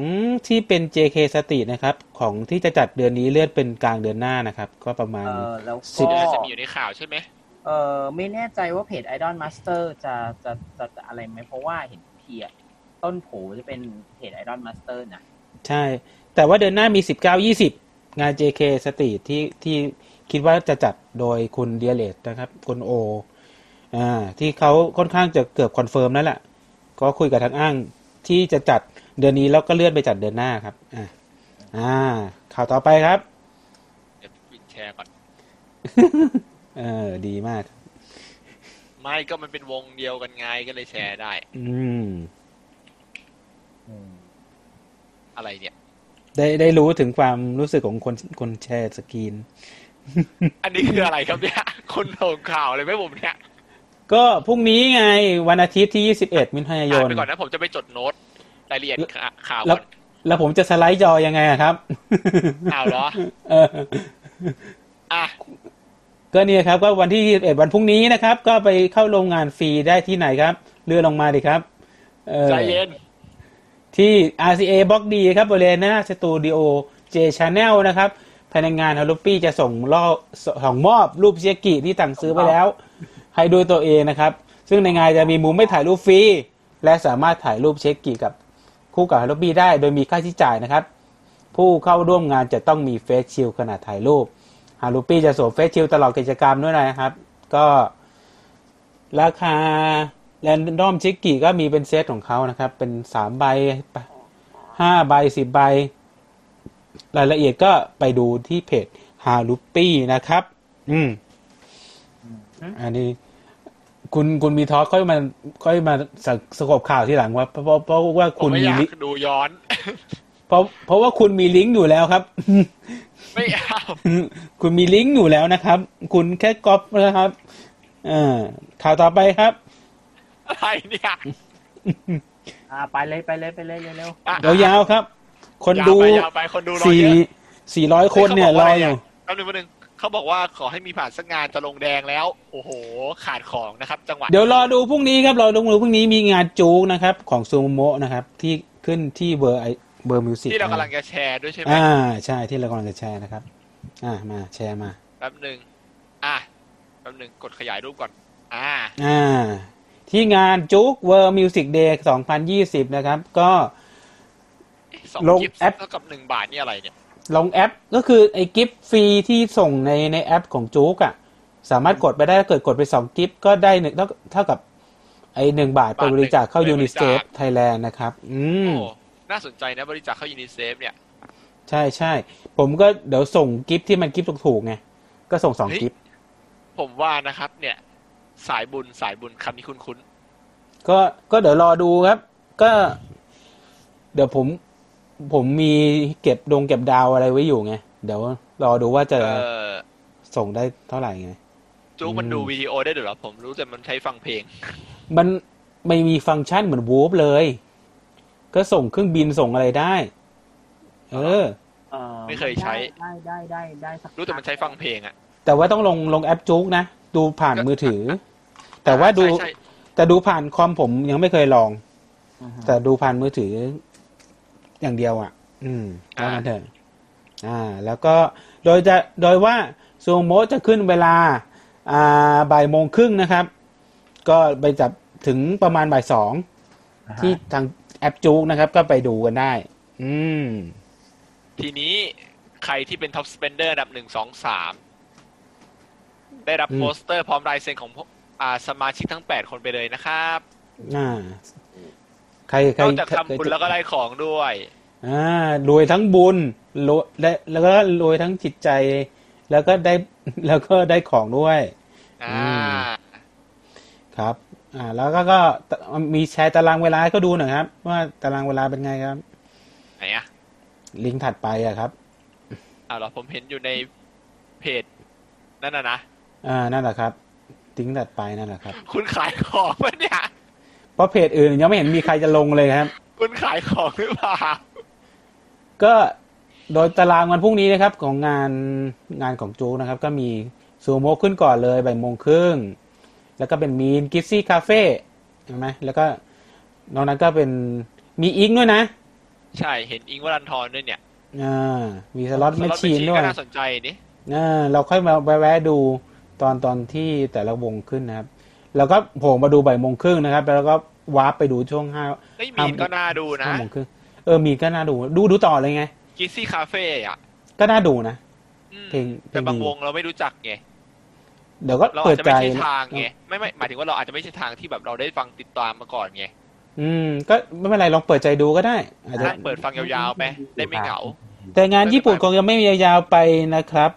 [SPEAKER 2] ที่เป็น JK s t r e e t นะครับ ของที่จะจัดเดือนนี้เลื่อนเป็นกลางเดือนหน้านะครับ ก็ประมา
[SPEAKER 3] เอ
[SPEAKER 2] ณ
[SPEAKER 3] อแล้ว
[SPEAKER 2] สิบ
[SPEAKER 3] ก็
[SPEAKER 1] เดี๋ยวจะมีอยู่ในข่าวใช่ไหม
[SPEAKER 3] เออไม่แน่ใจว่าเพจ Idol Master จะจะจะจะอะไรไหมเพราะว่าเห็นเพียต้นโผจะเป็นเพจ Idol Master นะ
[SPEAKER 2] ใช่ แต่ว่าเดือนหน้ามี 19 20 งาน JK s t r e e t ที่ที่คิดว่าจะจัดโดยคุณเดียเลตนะครับคุณโออ่าที่เขาค่อนข้างจะเกือบคอนเฟิร์มนั่นแหละ ก็คุยกับทางอ้างที่จะจัดเดือนนี้แล้วก็เลื่อนไปจัดเดือนหน้าครับ อ่าอ่า ข่าวต่อไปครับ
[SPEAKER 1] เดี๋ยวปิดแชร์ก่อน
[SPEAKER 2] เออ ดีมาก
[SPEAKER 1] ไม่ก็มันเป็นวงเดียวกันไงก็เลยแชร์ได้
[SPEAKER 2] อืม
[SPEAKER 3] อืม
[SPEAKER 1] อะไรเนี่ย
[SPEAKER 2] ได้ได้รู้ถึงความรู้สึกของคนคนแชร์สกรีน
[SPEAKER 1] อันนี้คืออะไรครับเนี่ย คนส่งข่าวเลยไหมผมเนี่ย
[SPEAKER 2] ก็พรุ่งนี้ไงวันอาทิตย์ที่ 21 มิถุนาย
[SPEAKER 1] อ่าน
[SPEAKER 2] น
[SPEAKER 1] ไปก่อนนะผมจะไปจดโน้ตรายละเอียดข่าข่าว
[SPEAKER 2] แล้
[SPEAKER 1] ก่
[SPEAKER 2] ว
[SPEAKER 1] อน
[SPEAKER 2] แล้วผมจะสไลด์จอยังไงอะ ครับ
[SPEAKER 1] ข่าวเหรอ
[SPEAKER 2] เออ
[SPEAKER 1] อ่ะ
[SPEAKER 2] ก็เนี่ยครับก็วันที่21วันพรุ่งนี้นะครับ ก็ไปเข้าโรงงานฟรีได้ที่ไหนครับ เลื่อนลงมาดิครับออ
[SPEAKER 1] ใจเย็น
[SPEAKER 2] ที่ RCA บล็อกดีครับบริเวณหน้าสตูดิโอ J Channel นะครับภายในงานฮารุปี้จะส่งรอบส่งมอบรูปเชียกิที่สั่งซื้อไปแล้ว ให้ดูตัวเองนะครับ ซึ่งในงานจะมีมุมไม่ถ่ายรูปฟรีและสามารถถ่ายรูปเช็คกีกับคู่กับฮารุปี้ได้ โดยมีค่าใช้จ่ายนะครับ ผู้เข้าร่วมงานจะต้องมีเฟซชิลขณะถ่ายรูป ฮารุปี้จะสวมเฟซชิลตลอดกิจกรรมด้วยนะครับ ก็ราคาแรนดอมชิกกี้ก็มีเป็นเซตของเขานะครับ เป็นสามใบห้าใบสิบใบ รายละเอียดก็ไปดูที่เพจฮารุปี้นะครับ อืม
[SPEAKER 3] อืม
[SPEAKER 2] อันนี้ คุณคุณมีทอล์คค่อยมาค่อยมาสะสกบข่าวที่หลังว่าเพราะเพราะเพราะว่า
[SPEAKER 1] ผ
[SPEAKER 2] คุ
[SPEAKER 1] ม
[SPEAKER 2] ณ
[SPEAKER 1] ไม่
[SPEAKER 2] มี
[SPEAKER 1] อยาก
[SPEAKER 2] ลิ
[SPEAKER 1] ดูย้อน
[SPEAKER 2] เพราะเพราะว่าคุณมีลิงก์อยู่แล้วครับ
[SPEAKER 1] ไม่เอา
[SPEAKER 2] คุณมีลิงก์อยู่แล้วนะครับ คุณแค่ก๊อปนะครับเอ่าข่าวต่อไปครับ
[SPEAKER 1] อะไรเนี่ยอ่ะ
[SPEAKER 3] อ่าไปเลยไปเลยไปเลยเร็ว
[SPEAKER 1] อ่ะ
[SPEAKER 2] ยาวๆครับ คนดู
[SPEAKER 1] ยาวไปยาวไปคนดูรอย
[SPEAKER 2] สี่
[SPEAKER 1] เยอะ
[SPEAKER 2] สี่ร้อยคนเนี่ยรออยู่
[SPEAKER 1] แป๊บนึงแป๊บนึงเขาบอกว่าขอให้มีผ่านสักงานจะลงแดงแล้ว โอ้โห ขาดของนะครับ จังหวะ
[SPEAKER 2] เดี๋ยวรอดูพรุ่งนี้ครับรอดูพรุ่งนี้มีงานจูงนะครับ ของซูโมะนะครับ ที่ขึ้นที่เบอร์ไอเบอร์มิวสิก
[SPEAKER 1] ที่เรากำลังจะแชร์ด้วยใช่ไหม
[SPEAKER 2] อ่าใช่ที่เรากำลังจะแชร์นะครับ อ่ามาแชร์มา
[SPEAKER 1] แป๊บนึงอ่ะแป๊บนึงกดขยายรูปก่อน อ่า
[SPEAKER 2] อ่าที่งานจุกเวิร์มิวสิกเดย์2020 นะครับ ก็
[SPEAKER 1] สอง
[SPEAKER 2] ลง
[SPEAKER 1] กิฟต์
[SPEAKER 2] แอป
[SPEAKER 1] เท่ากับหนึ่งบาทนี่อะไรเนี่ย
[SPEAKER 2] ลงแอปก็คือไอ้กิฟต์ฟรีที่ส่งในในแอปของจุกอะ่ะ สามารถกดไปได้ถ้าเกิดกดไป 2 กิฟต์ก็ได้หนึ่งเท่าเท่ากับไอ้หนึ่งบาทไป
[SPEAKER 1] บาทหนึ่ง
[SPEAKER 2] บริจาคเข้า
[SPEAKER 1] ไปบริ
[SPEAKER 2] ยู
[SPEAKER 1] จาค
[SPEAKER 2] นิเซฟไทยแลนด์นะครับ อืม
[SPEAKER 1] โอ้น่าสนใจนะบริจาคเข้ายูนิเซฟเนี่ย
[SPEAKER 2] ใช่ใช่ผมก็เดี๋ยวส่งกิฟต์ที่มันกิฟต์ถูกๆไง ก็ส่ง
[SPEAKER 1] เฮ้ย
[SPEAKER 2] 2กิฟต์
[SPEAKER 1] ผมว่านะครับ เนี่ย สายบุญสายบุญคำนี้คุ้นคุ้น
[SPEAKER 2] ก็ก็เดี๋ยวรอดูครับ ก็ เดี๋ยวผมผมมีเก็บดงเก็บดาวอะไรไว้อยู่ไง เดี๋ยวรอดูว่า
[SPEAKER 1] ๆ
[SPEAKER 2] จะ
[SPEAKER 1] เออ
[SPEAKER 2] ส่งได้เท่าไหร่ไง
[SPEAKER 1] จู๊กมันดูวิดีโอได้ด้วยเหรอผมรู้แต่มันใช้ฟังเพลง
[SPEAKER 2] มันไม่มีฟังก์ชันเหมือนวูฟเลย ก็ส่งเครื่องบินส่งอะไรได้ เออ
[SPEAKER 3] ๆเอ่อ
[SPEAKER 1] ไม่เคยใช้
[SPEAKER 3] ได้ได้ได้ได้ได้สัก
[SPEAKER 1] รู้แต่มันใช้ฟังเพลงอะ
[SPEAKER 2] แต่ว่าต้องลงลงแอปจุกนะ ดูผ่านมือถือ แต่ว่าดู
[SPEAKER 1] ใช่ใช่
[SPEAKER 2] แต่ดูผ่านคอมผมยังไม่เคยลอง
[SPEAKER 3] อือฮึ
[SPEAKER 2] แต่ดูผ่านมือถือ อย่างเดียวอ่ะ อืมก็มันเถอะอ่า แล้วก็โดยจะโดยว่าซูโมจะขึ้นเวลา อ่าบ่ายโมงครึ่งนะครับ ก็ไปจับถึงประมาณบ่ายสอง
[SPEAKER 3] อ่าฮะ
[SPEAKER 2] ที่ทางแอปจูกนะครับก็ไปดูกันได้ อืม
[SPEAKER 1] ทีนี้ใครที่เป็นท็อปสเปนเดอร์อันดับหนึ่งสองสามได้รับ
[SPEAKER 2] อืม
[SPEAKER 1] โปสเตอร์พร้อมลายเซ็นของพวกอ่าสมาชิกทั้งแปดคนไปเลยนะครับ
[SPEAKER 2] อ่า ใครใคร
[SPEAKER 1] นอกจาก
[SPEAKER 2] ใคร
[SPEAKER 1] ทำบุญแล้วก็ได้ของด้วย
[SPEAKER 2] อ่ารวยทั้งบุญรวยและแล้วก็รวยทั้งจิตใจ แล้วก็ได้ แล้วก็ได้ของด้วย
[SPEAKER 1] อ่า
[SPEAKER 2] ครับ อ่า แล้วก็ก็มีแชร์ตารางเวลาให้ก็ดูหน่อยครับ ว่าตารางเวลาเป็นไงครับ
[SPEAKER 1] ไหนอะ
[SPEAKER 2] ลิงก์ถัดไปอะครับ
[SPEAKER 1] เอาเหรอผมเห็นอยู่ในเพจนั่นน่ะนะ
[SPEAKER 2] อ่านั่นแหละครับลิงก์ถัดไปนั่นแหละครับ
[SPEAKER 1] คุณขายของปะเนี่ย
[SPEAKER 2] เพราะเพจอื่นยังไม่เห็นมีใครจะลงเลยครับ
[SPEAKER 1] คุณขายของหรือเปล่า
[SPEAKER 2] ก็โดยตารางวันพรุ่งนี้นะครับ ของงานงานของจูนะครับ ก็มีซูโมขึ้นก่อนเลยบ่ายโมงครึ่งแล้วก็เป็นมีนกิฟซี่คาเฟ่ใช่ไหมแล้วก็นอกนั้นก็เป็นมีอิงด้วยนะ
[SPEAKER 1] ใช่ เห็นอิงค์วรันทรด้วยเนี่ย
[SPEAKER 2] อ่ามีสล็อตแมชชีน
[SPEAKER 1] สล็อต
[SPEAKER 2] ด้
[SPEAKER 1] แม
[SPEAKER 2] วย
[SPEAKER 1] ก็น่าสนใจนี่
[SPEAKER 2] อ่าเราค่อยมาแวะดูตอนตอนที่แต่ละวงขึ้นนะครับ แล้วก็โผล่มาดูบ่ายโมงครึ่งนะครับ แล้วก็วาร์ปไปดูช่วงห้า
[SPEAKER 1] ไอ้ยมีน
[SPEAKER 2] ทำ
[SPEAKER 1] ก็น่าดูนะ
[SPEAKER 2] ห้าโมงครึ่งเออมีก็น่าดูดูดูต่อเลยไง
[SPEAKER 1] กิซี่คาเฟ่อะ
[SPEAKER 2] ก็น่าดูนะ
[SPEAKER 1] อืม
[SPEAKER 2] เพลงเพลงดี
[SPEAKER 1] แต่บางวงเราไม่รู้จักไง
[SPEAKER 2] เดี๋ยวก็
[SPEAKER 1] เรา
[SPEAKER 2] เปิ
[SPEAKER 1] อาจ
[SPEAKER 2] ด
[SPEAKER 1] จะ
[SPEAKER 2] ใจ
[SPEAKER 1] ไม่ใช่ทางไง ไม่ไม่หมายถึงว่าเราอาจจะไม่ใช่ทางที่แบบเราได้ฟังติดตามมาก่อนไง
[SPEAKER 2] อืม ก็ไม่เป็นไรลองเปิดใจดูก็ได้อาจจะ
[SPEAKER 1] ถ้าเปิดฟังยาวๆไปได้ไม่เหงา
[SPEAKER 2] แต่งานญี่ปุ่นคงยังไม่มียาวๆไปนะครับ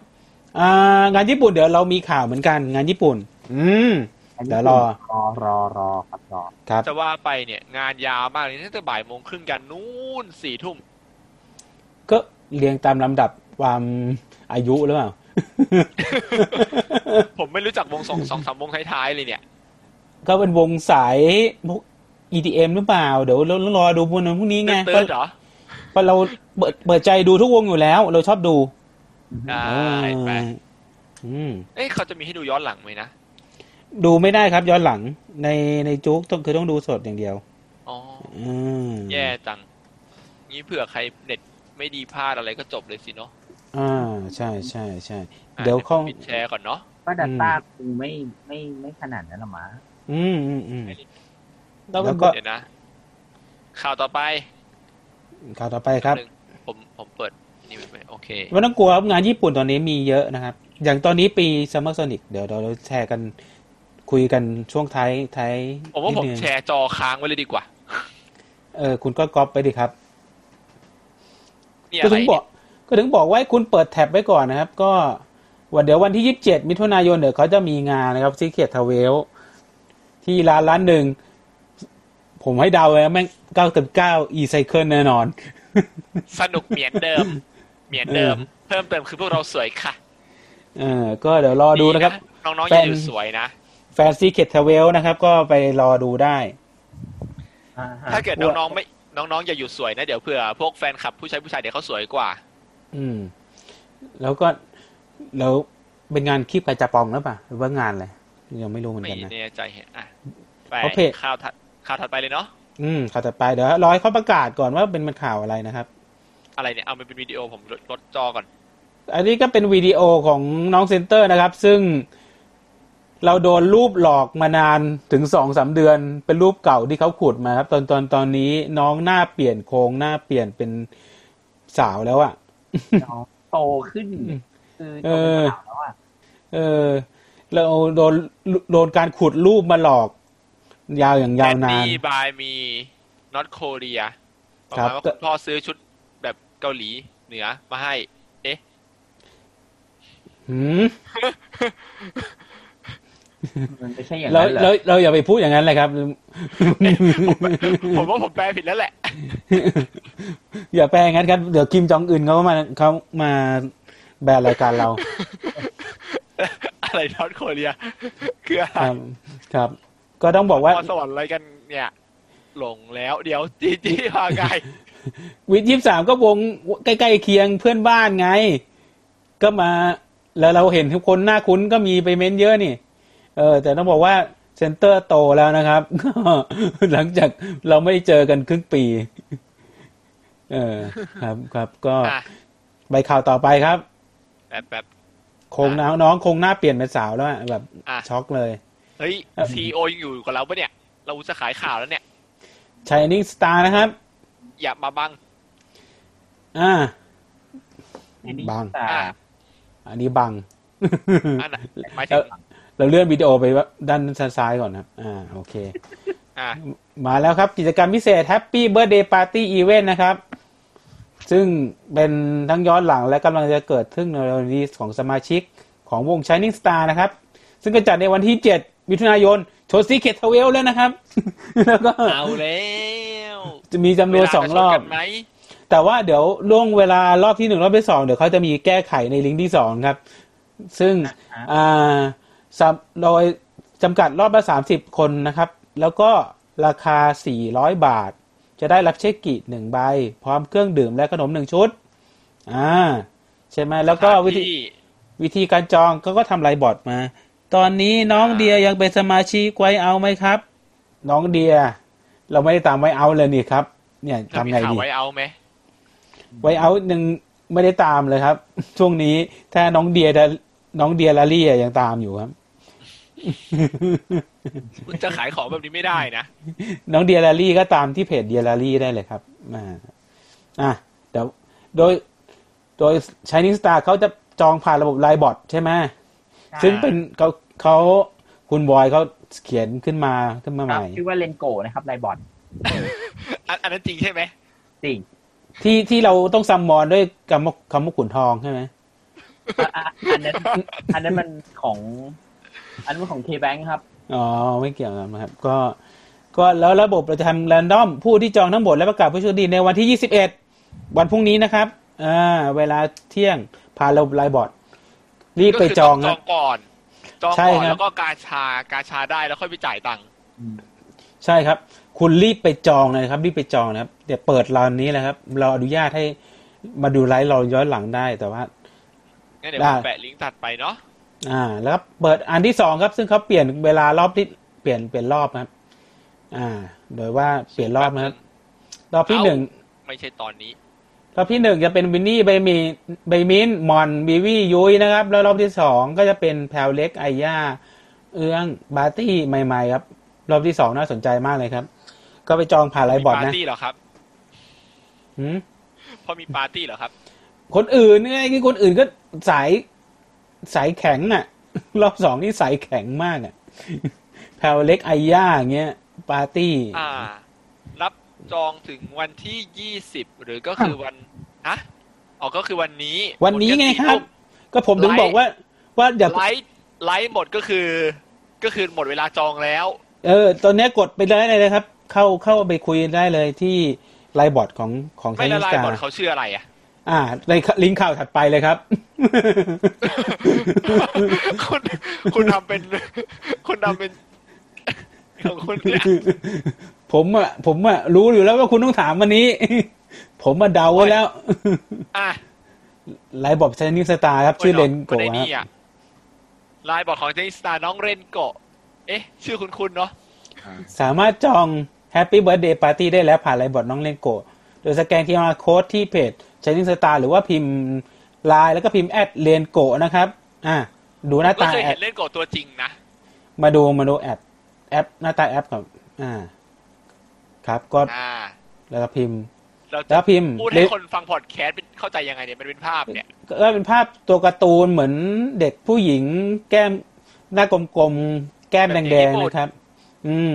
[SPEAKER 2] อ่างานญี่ปุ่นเดี๋ยวเรามีข่าวเหมือนกัน งานญี่ปุ่น อืม เดี๋ยวรอ
[SPEAKER 3] รอรอรอครับรอ
[SPEAKER 2] ครับ
[SPEAKER 1] จะว่าไปเนี่ย งานยาวมากเลยตั้งแต่บ่ายโมงครึ่งกันนู่นสี่ทุ่ม
[SPEAKER 2] ก็เรียงตามลำดับความอายุหรือ เปล่า
[SPEAKER 1] ผมไม่รู้จักวงสองสองสามวงท้ายๆเลยเนี่ย
[SPEAKER 2] ก็เป็นวงสายพวก EDM หรือเปล่า เดี๋ยวเรารอดูบนวันพรุ่งนี้ไง
[SPEAKER 1] เตื
[SPEAKER 2] เพ
[SPEAKER 1] อน
[SPEAKER 2] ราะ
[SPEAKER 1] ๆเหรอ
[SPEAKER 2] เพราะเราเปิดเปิดใจดูทุกวงอยู่แล้ว เราชอบดู
[SPEAKER 1] ได้ไป
[SPEAKER 2] อ่าอืม
[SPEAKER 1] เอ้ยเขาจะมีให้ดูย้อนหลังไหมนะ
[SPEAKER 2] ดูไม่ได้ครับย้อนหลังในในจุกต้องคือต้องดูสดอย่างเดียว
[SPEAKER 1] อ๋อ
[SPEAKER 2] อืม
[SPEAKER 1] แย่จัง งี้เผื่อใครเน็ตไม่ดีพลาดอะไรก็จบเลยสิเนาะ
[SPEAKER 2] อ่าใช่ใช่ใช่
[SPEAKER 1] อ่ะ
[SPEAKER 2] เดี๋ยวเขา
[SPEAKER 1] ปิดแชร์ก่อนเนาะ
[SPEAKER 3] ก็ดัตต้า
[SPEAKER 2] อืม
[SPEAKER 3] คงไม่ไม่ไม่ขนาดนั้นหรอมั้ง
[SPEAKER 2] อืมอืมอืม
[SPEAKER 1] แล้ว
[SPEAKER 2] แล้วก็
[SPEAKER 1] เดี๋ยวนะ ข่าวต่อไป
[SPEAKER 2] ข่าวต่อไปครับ
[SPEAKER 1] หนึ่งผมผมเปิด นี่ไม่โอเค
[SPEAKER 2] ไม่ต้องกลัวครับงานญี่ปุ่นตอนนี้มีเยอะนะครับ อย่างตอนนี้ปีซัมเมอร์โซนิกเดี๋ยวเราเราแชร์กันคุยกันช่วงท้ายท้าย
[SPEAKER 1] ผมว่าผม
[SPEAKER 2] นิดนึง
[SPEAKER 1] แชร์จอค้างไว้เลยดีกว่า
[SPEAKER 2] เออคุณก็ก๊อปไปดิครับ
[SPEAKER 1] นี่
[SPEAKER 2] ก็
[SPEAKER 1] อะไร
[SPEAKER 2] ถึงบ
[SPEAKER 1] เนี่
[SPEAKER 2] อ
[SPEAKER 1] ย
[SPEAKER 2] กก็ถึงบอกว่าให้คุณเปิดแท็บไว้ก่อนนะครับ ก็วันเดี๋ยววันที่ยี่สิบเจ็ดมิถุนายนเดี๋ยวเขาจะมีงานนะครับซีเคียทเวล ที่ร้านร้านหนึ่ง ผมให้เดาเลยนะแม่งเก้าเต็มเก้าอีไซเคิลแน่นอน
[SPEAKER 1] สนุกเหมือนเดิ ม เหมือนเดิม เพิ่มเติมคือพวกเราสวยค่ะ
[SPEAKER 2] เออก็เดี๋ยวรอดูนะครับ
[SPEAKER 1] น้องๆอย่าอยู่สวยนะ
[SPEAKER 2] แฟนซีเกตเทเวลนะครับ ก็ไปรอดูได้
[SPEAKER 3] อ่าฮะ
[SPEAKER 1] ถ้าเกิดน้องๆไม่น้องๆอย่าอยู่สวยนะเดี๋ยวเผื่อพวกแฟนคลับผู้ชายผู้ชายเดี๋ยวเขาสวยกว่า
[SPEAKER 2] อืม แล้วก็แล้วเป็นงานคลิปกระจับปองหรือเปล่าหรือว่างานอะไรยังไม่รู้เหมือน
[SPEAKER 1] ไม่
[SPEAKER 2] กันนะ
[SPEAKER 1] แน่ใจแฮะอ่ะไป
[SPEAKER 2] โอเค
[SPEAKER 1] ข่าวถัดข่าวถัดไปเลยเนาะ
[SPEAKER 2] อืมข่าวต่อไปเดี๋ยวรอให้เขาประกาศก่อนว่าเป็นมันข่าวอะไรนะครับ
[SPEAKER 1] อะไรเนี่ยเอามันเป็นวิดีโอผมลดลดจอก่อน
[SPEAKER 2] อันนี้ก็เป็นวิดีโอของน้องเซนเตอร์นะครับ ซึ่งเราโดนรูปหลอกมานานถึงสองสามเดือน เป็นรูปเก่าที่เขาขุดมาครับ ตอนตอนตอนนี้น้องหน้าเปลี่ยนโครงหน้าเปลี่ยนเป็นสาวแล้วอะ
[SPEAKER 3] น้องโตขึ้น คือโต
[SPEAKER 2] เอ
[SPEAKER 3] เป็น
[SPEAKER 2] อ
[SPEAKER 3] สาวแล้วอ่ะ
[SPEAKER 2] เออ เราโดนโดนการขุดรูปมาหลอก ยาวอย่างยาวนาน
[SPEAKER 1] Daddy by me not Korea ประ
[SPEAKER 2] ครั
[SPEAKER 1] มา
[SPEAKER 2] บ
[SPEAKER 1] ณว่าคุณพ่อซื้อชุดแบบเกาหลีเหนือมา ให้ เอ๊ะ
[SPEAKER 2] หืม
[SPEAKER 3] มันไม่ใช่อย่าง
[SPEAKER 2] เรา
[SPEAKER 3] นั้นเหร
[SPEAKER 2] เรา
[SPEAKER 3] อ
[SPEAKER 2] เราอย่าไปพูดอย่างนั้นเลยครับ
[SPEAKER 1] ผมผมว่าผมแปลผิดแล้วแหละ
[SPEAKER 2] อย่าแปลอย่างนั้นครับ เดี๋ยวคิมจองอึนเขามาเขามาแบนรายการเรา
[SPEAKER 1] อะไร not Korea คืออะ
[SPEAKER 2] ค
[SPEAKER 1] ไร
[SPEAKER 2] รับครับ ก็ต้องบอกว่า
[SPEAKER 1] พอสวรรค์อะไรกันเนี่ย หลงแล้วเดี๋ยว จีจีพาไกล
[SPEAKER 2] วิทยี่สามก็วงใกล้ๆเคียงเพื่อนบ้านไง ก็มา แล้วเราเห็นทุกคนหน้าคุ้นก็มีไปเม้นเยอะนี่ เออ แต่ต้องบอกว่าเซนเตอร์โตแล้วนะครับ หลังจากเราไม่ได้เจอกันครึ่งปี เออ ครับครับก็
[SPEAKER 1] อ่ะ
[SPEAKER 2] ใบข่าวต่อไปครับ
[SPEAKER 1] แป๊บแป๊บ
[SPEAKER 2] โครงน้าน้องโครงหน้าเปลี่ยนเป็นสาวแล้วอะแบบ
[SPEAKER 1] อ่ะ
[SPEAKER 2] ช็อกเลย
[SPEAKER 1] เฮ้ย
[SPEAKER 2] เอ่อ
[SPEAKER 1] ซีโอยังอยู่กับเราปะเนี่ย เราจะขายข่าวแล้วเนี่ย
[SPEAKER 2] ชายนิ่งสตาร์นะครับ
[SPEAKER 1] อย่ามาบัง
[SPEAKER 2] อ่า
[SPEAKER 3] อันนี้
[SPEAKER 2] บาง
[SPEAKER 3] ตา
[SPEAKER 1] อ่ะ
[SPEAKER 2] อันนี้บัง
[SPEAKER 1] อันน่ะหมายถึง
[SPEAKER 2] เราเลื่อนวิดีโอไปด้านซ้ายๆก่อนนะครับ อ่า โอเค
[SPEAKER 1] อ่ะ
[SPEAKER 2] มาแล้วครับกิจกรรมพิเศษ Happy Birthday Party Event นะครับ ซึ่งเป็นทั้งย้อนหลังและกำลังจะเกิดขึ้นในเร็วๆนี้ของสมาชิกของวง Shining Star นะครับ ซึ่งก็จัดในวันที่ 7 มิถุนายน โชว์ซีเคทเวลแล้วนะครับ แล้วก็
[SPEAKER 1] เอาแล้ว
[SPEAKER 2] จะมีจำนวน
[SPEAKER 1] เวลา
[SPEAKER 2] สอง
[SPEAKER 1] จะช
[SPEAKER 2] รอบ
[SPEAKER 1] กันไหม
[SPEAKER 2] แต่ว่าเดี๋ยวล่วงเวลารอบที่หนึ่งรอบที่สองเดี๋ยวเขาจะมีแก้ไขในลิงก์ที่สองครับ ซึ่ง
[SPEAKER 3] อ่ะ
[SPEAKER 2] อ่าสามโดยจำกัดรอบละสามสิบคนนะครับ แล้วก็ราคาสี่ร้อยบาท จะได้รับเช็คกิหนึ่งใบ พร้อมเครื่องดื่มและขนมหนึ่งชุด อ่า ใช่ไหมแล้วก็วิธี
[SPEAKER 1] ที่
[SPEAKER 2] วิธีการจองก็ก็ทำไลน์บอร์ดมา ตอนนี้น้อง
[SPEAKER 1] อ่า
[SPEAKER 2] เดียยังเป็นสมาชิกไว้เอาไหมครับ น้องเดีย เราไม่ได้ตามไว้เอาเลยนี่ครับ เนี่ย
[SPEAKER 1] เรา
[SPEAKER 2] ทำ
[SPEAKER 1] มี
[SPEAKER 2] ไง
[SPEAKER 1] ข่าว
[SPEAKER 2] ดี
[SPEAKER 1] ไว้เอาไหม
[SPEAKER 2] ไวเอายังไม่ได้ตามเลยครับ ช่วงนี้ถ้าน้องเดียดาน้องเดียลาลี่อะยังตามอยู่ครับ
[SPEAKER 1] คุณจะขายของแบบนี้ไม่ได้นะ
[SPEAKER 2] น้องเดียลาลี่ก็ตามที่เพจเดียลาลี่ได้เลยครับอ่าอ่ะเดี๋ยวโดยโดยชายนิสตาเขาจะจองผ่านระบบไลน์บอทใช่ไหมซึ่งเป็นเขาเขาคุณบอยเขาเขียนขึ้นมาขึ้นมา
[SPEAKER 3] ค
[SPEAKER 2] ให
[SPEAKER 3] รับ
[SPEAKER 2] ม่
[SPEAKER 3] ชื่อว่าเลนโกะนะครับไลบอด
[SPEAKER 1] อันอันนั้นจริงใช่ไหม
[SPEAKER 3] จริง
[SPEAKER 2] ที่ที่เราต้องซัมมอนด้วยคำว่าคำว่าขุนทองใช่ไหม
[SPEAKER 3] อ่ะอ่ะอันนั้นอันนั้นมันของ อันนั้นมันของเคแบงครับ
[SPEAKER 2] อ๋อ ไม่เกี่ยวกันนะครับ ก็ก็แล้วระบบเราจะทำแรนดอมผู้ที่จองทั้งหมดและประกาศผู้โชคดีในวันที่ 21 วันพรุ่งนี้นะครับอ่าเวลาเที่ยงผ่านระบบไลน์บอทรีบไปจอง
[SPEAKER 1] ก็คืต้จ
[SPEAKER 2] นะ
[SPEAKER 1] องก่อน จอง
[SPEAKER 2] ใช่
[SPEAKER 1] ก่อน
[SPEAKER 2] ครับ
[SPEAKER 1] แล้วก็กาชากาชาได้แล้วค่อยไปจ่ายตังค์
[SPEAKER 2] ใช่ครับ คุณรีบไปจองเลยครับ รีบไปจองนะครับ เดี๋ยวเปิดร้านนี้แหละครับ เราอนุญาตให้มาดูไลฟ์เราย้อนหลังได้แต่ว่า
[SPEAKER 1] งั้นเดี๋ยวผม
[SPEAKER 2] ได้
[SPEAKER 1] แปะลิงก์ตัดไปเนาะ
[SPEAKER 2] อ่า แล้วก็เปิดอันที่สองครับ ซึ่งเขาเปลี่ยนเวลารอบที่เปลี่ยนเปลี่ยนรอบนะครับ อ่า โดยว่าเปลี่ยนรอบนะครับ รอบที่หนึ่ง
[SPEAKER 1] ไม่ใช่ตอนนี้
[SPEAKER 2] รอบที่หนึ่งจะเป็นวินนี่ใบมีใบมินท์มอนบีวี่ยุ้ยนะครับ แล้วรอบที่สองก็จะเป็นแพลวเล็กไอย่าเอื้องบาร์ตี้ใหม่ๆครับ รอบที่สองน่าสนใจมากเลยครับ ก็ไปจองผ่านไล
[SPEAKER 1] มี
[SPEAKER 2] น์บอร์ด
[SPEAKER 1] ปาร์
[SPEAKER 2] นะ
[SPEAKER 1] ตี้เหรอครับ
[SPEAKER 2] หืม
[SPEAKER 1] พอมีปาร์ตี้เหรอครับ
[SPEAKER 2] คนอื่นไงคือคนอื่นก็สายสายแข็งอะ รอบสองนี่สายแข็งมากอะแพลวเล็กไอย่าอย่างเงี้ยปาร์ตี้
[SPEAKER 1] อ่า รับจองถึงวันที่ยี่สิบหรือก็คือวันฮะอ๋อก็คือวันนี้
[SPEAKER 2] วันนี้ไงครับ
[SPEAKER 1] หมด
[SPEAKER 2] ก็ผมถึงบอกว่า ว่าอ
[SPEAKER 1] ยั
[SPEAKER 2] ย่า
[SPEAKER 1] งไลฟ์ไลฟ์หมดก็คือ ก็คือหมดเวลาจองแล้ว
[SPEAKER 2] เออ ตอนนี้กดไปได้เลยนะครับ เข้าเข้าไปคุยได้เลยที่ ไลน์บอร์ดของของไท
[SPEAKER 1] ไม่ละ
[SPEAKER 2] นิส
[SPEAKER 1] ลาย
[SPEAKER 2] ตา
[SPEAKER 1] บอดเขาชื่ออะไรอ่ะ
[SPEAKER 2] อ่าในลิงก์ข่าวถัดไปเลยครับ
[SPEAKER 1] คุณคุณทำเป็น คุณทำเป็นของคุณเนี่ย
[SPEAKER 2] ผมอะผมอะรู้อยู่แล้วว่าคุณต้องถามวันนี้ ผมมาเดาไว้แล้ว
[SPEAKER 1] อ่ะ
[SPEAKER 2] ไลน์บอร์ดไทนิสตาครับ ชื่อเลน
[SPEAKER 1] คไอ้
[SPEAKER 2] โกะ
[SPEAKER 1] นี่
[SPEAKER 2] ครับ
[SPEAKER 1] อ่ะลายบอดของเจนิสตาน้องเรนโกะเอ๊ะ ชื่อคุณคุณเนาะ
[SPEAKER 2] สามารถจองแฮปปี้เบิร์ดเดย์ปาร์ตี้ได้แล้วผ่านไลน์บอร์ดน้องเลนโกะโดยสแกนที่มาโค้ดที่เพจไทนิสตาหรือว่าพิมพ์ไลน์แล้วก็พิมพ์แอดเลนโกะนะครับ อ่า ดูหน้า
[SPEAKER 1] ก็
[SPEAKER 2] ตา
[SPEAKER 1] เคย
[SPEAKER 2] แอ
[SPEAKER 1] เห็
[SPEAKER 2] ด
[SPEAKER 1] นเล่นโกะตัวจริงนะ
[SPEAKER 2] มาดูมาดูแอปแอปหน้าตาแอปครับอ่า ครับก็
[SPEAKER 1] อ่า
[SPEAKER 2] แล้วก็พิมพ์
[SPEAKER 1] เรา
[SPEAKER 2] แล้
[SPEAKER 1] จะ
[SPEAKER 2] วพิมพ์
[SPEAKER 1] พูดให้คนฟังพอดแคสต์เป็นเข้าใจยังไงเนี่ยมันเป็นภาพเนี่ย
[SPEAKER 2] ก็เป็นภาพตัวการ์ตูนเหมือนเด็กผู้หญิงแก้มหน้ากลมๆ แก้มแดงๆนะครับ อืม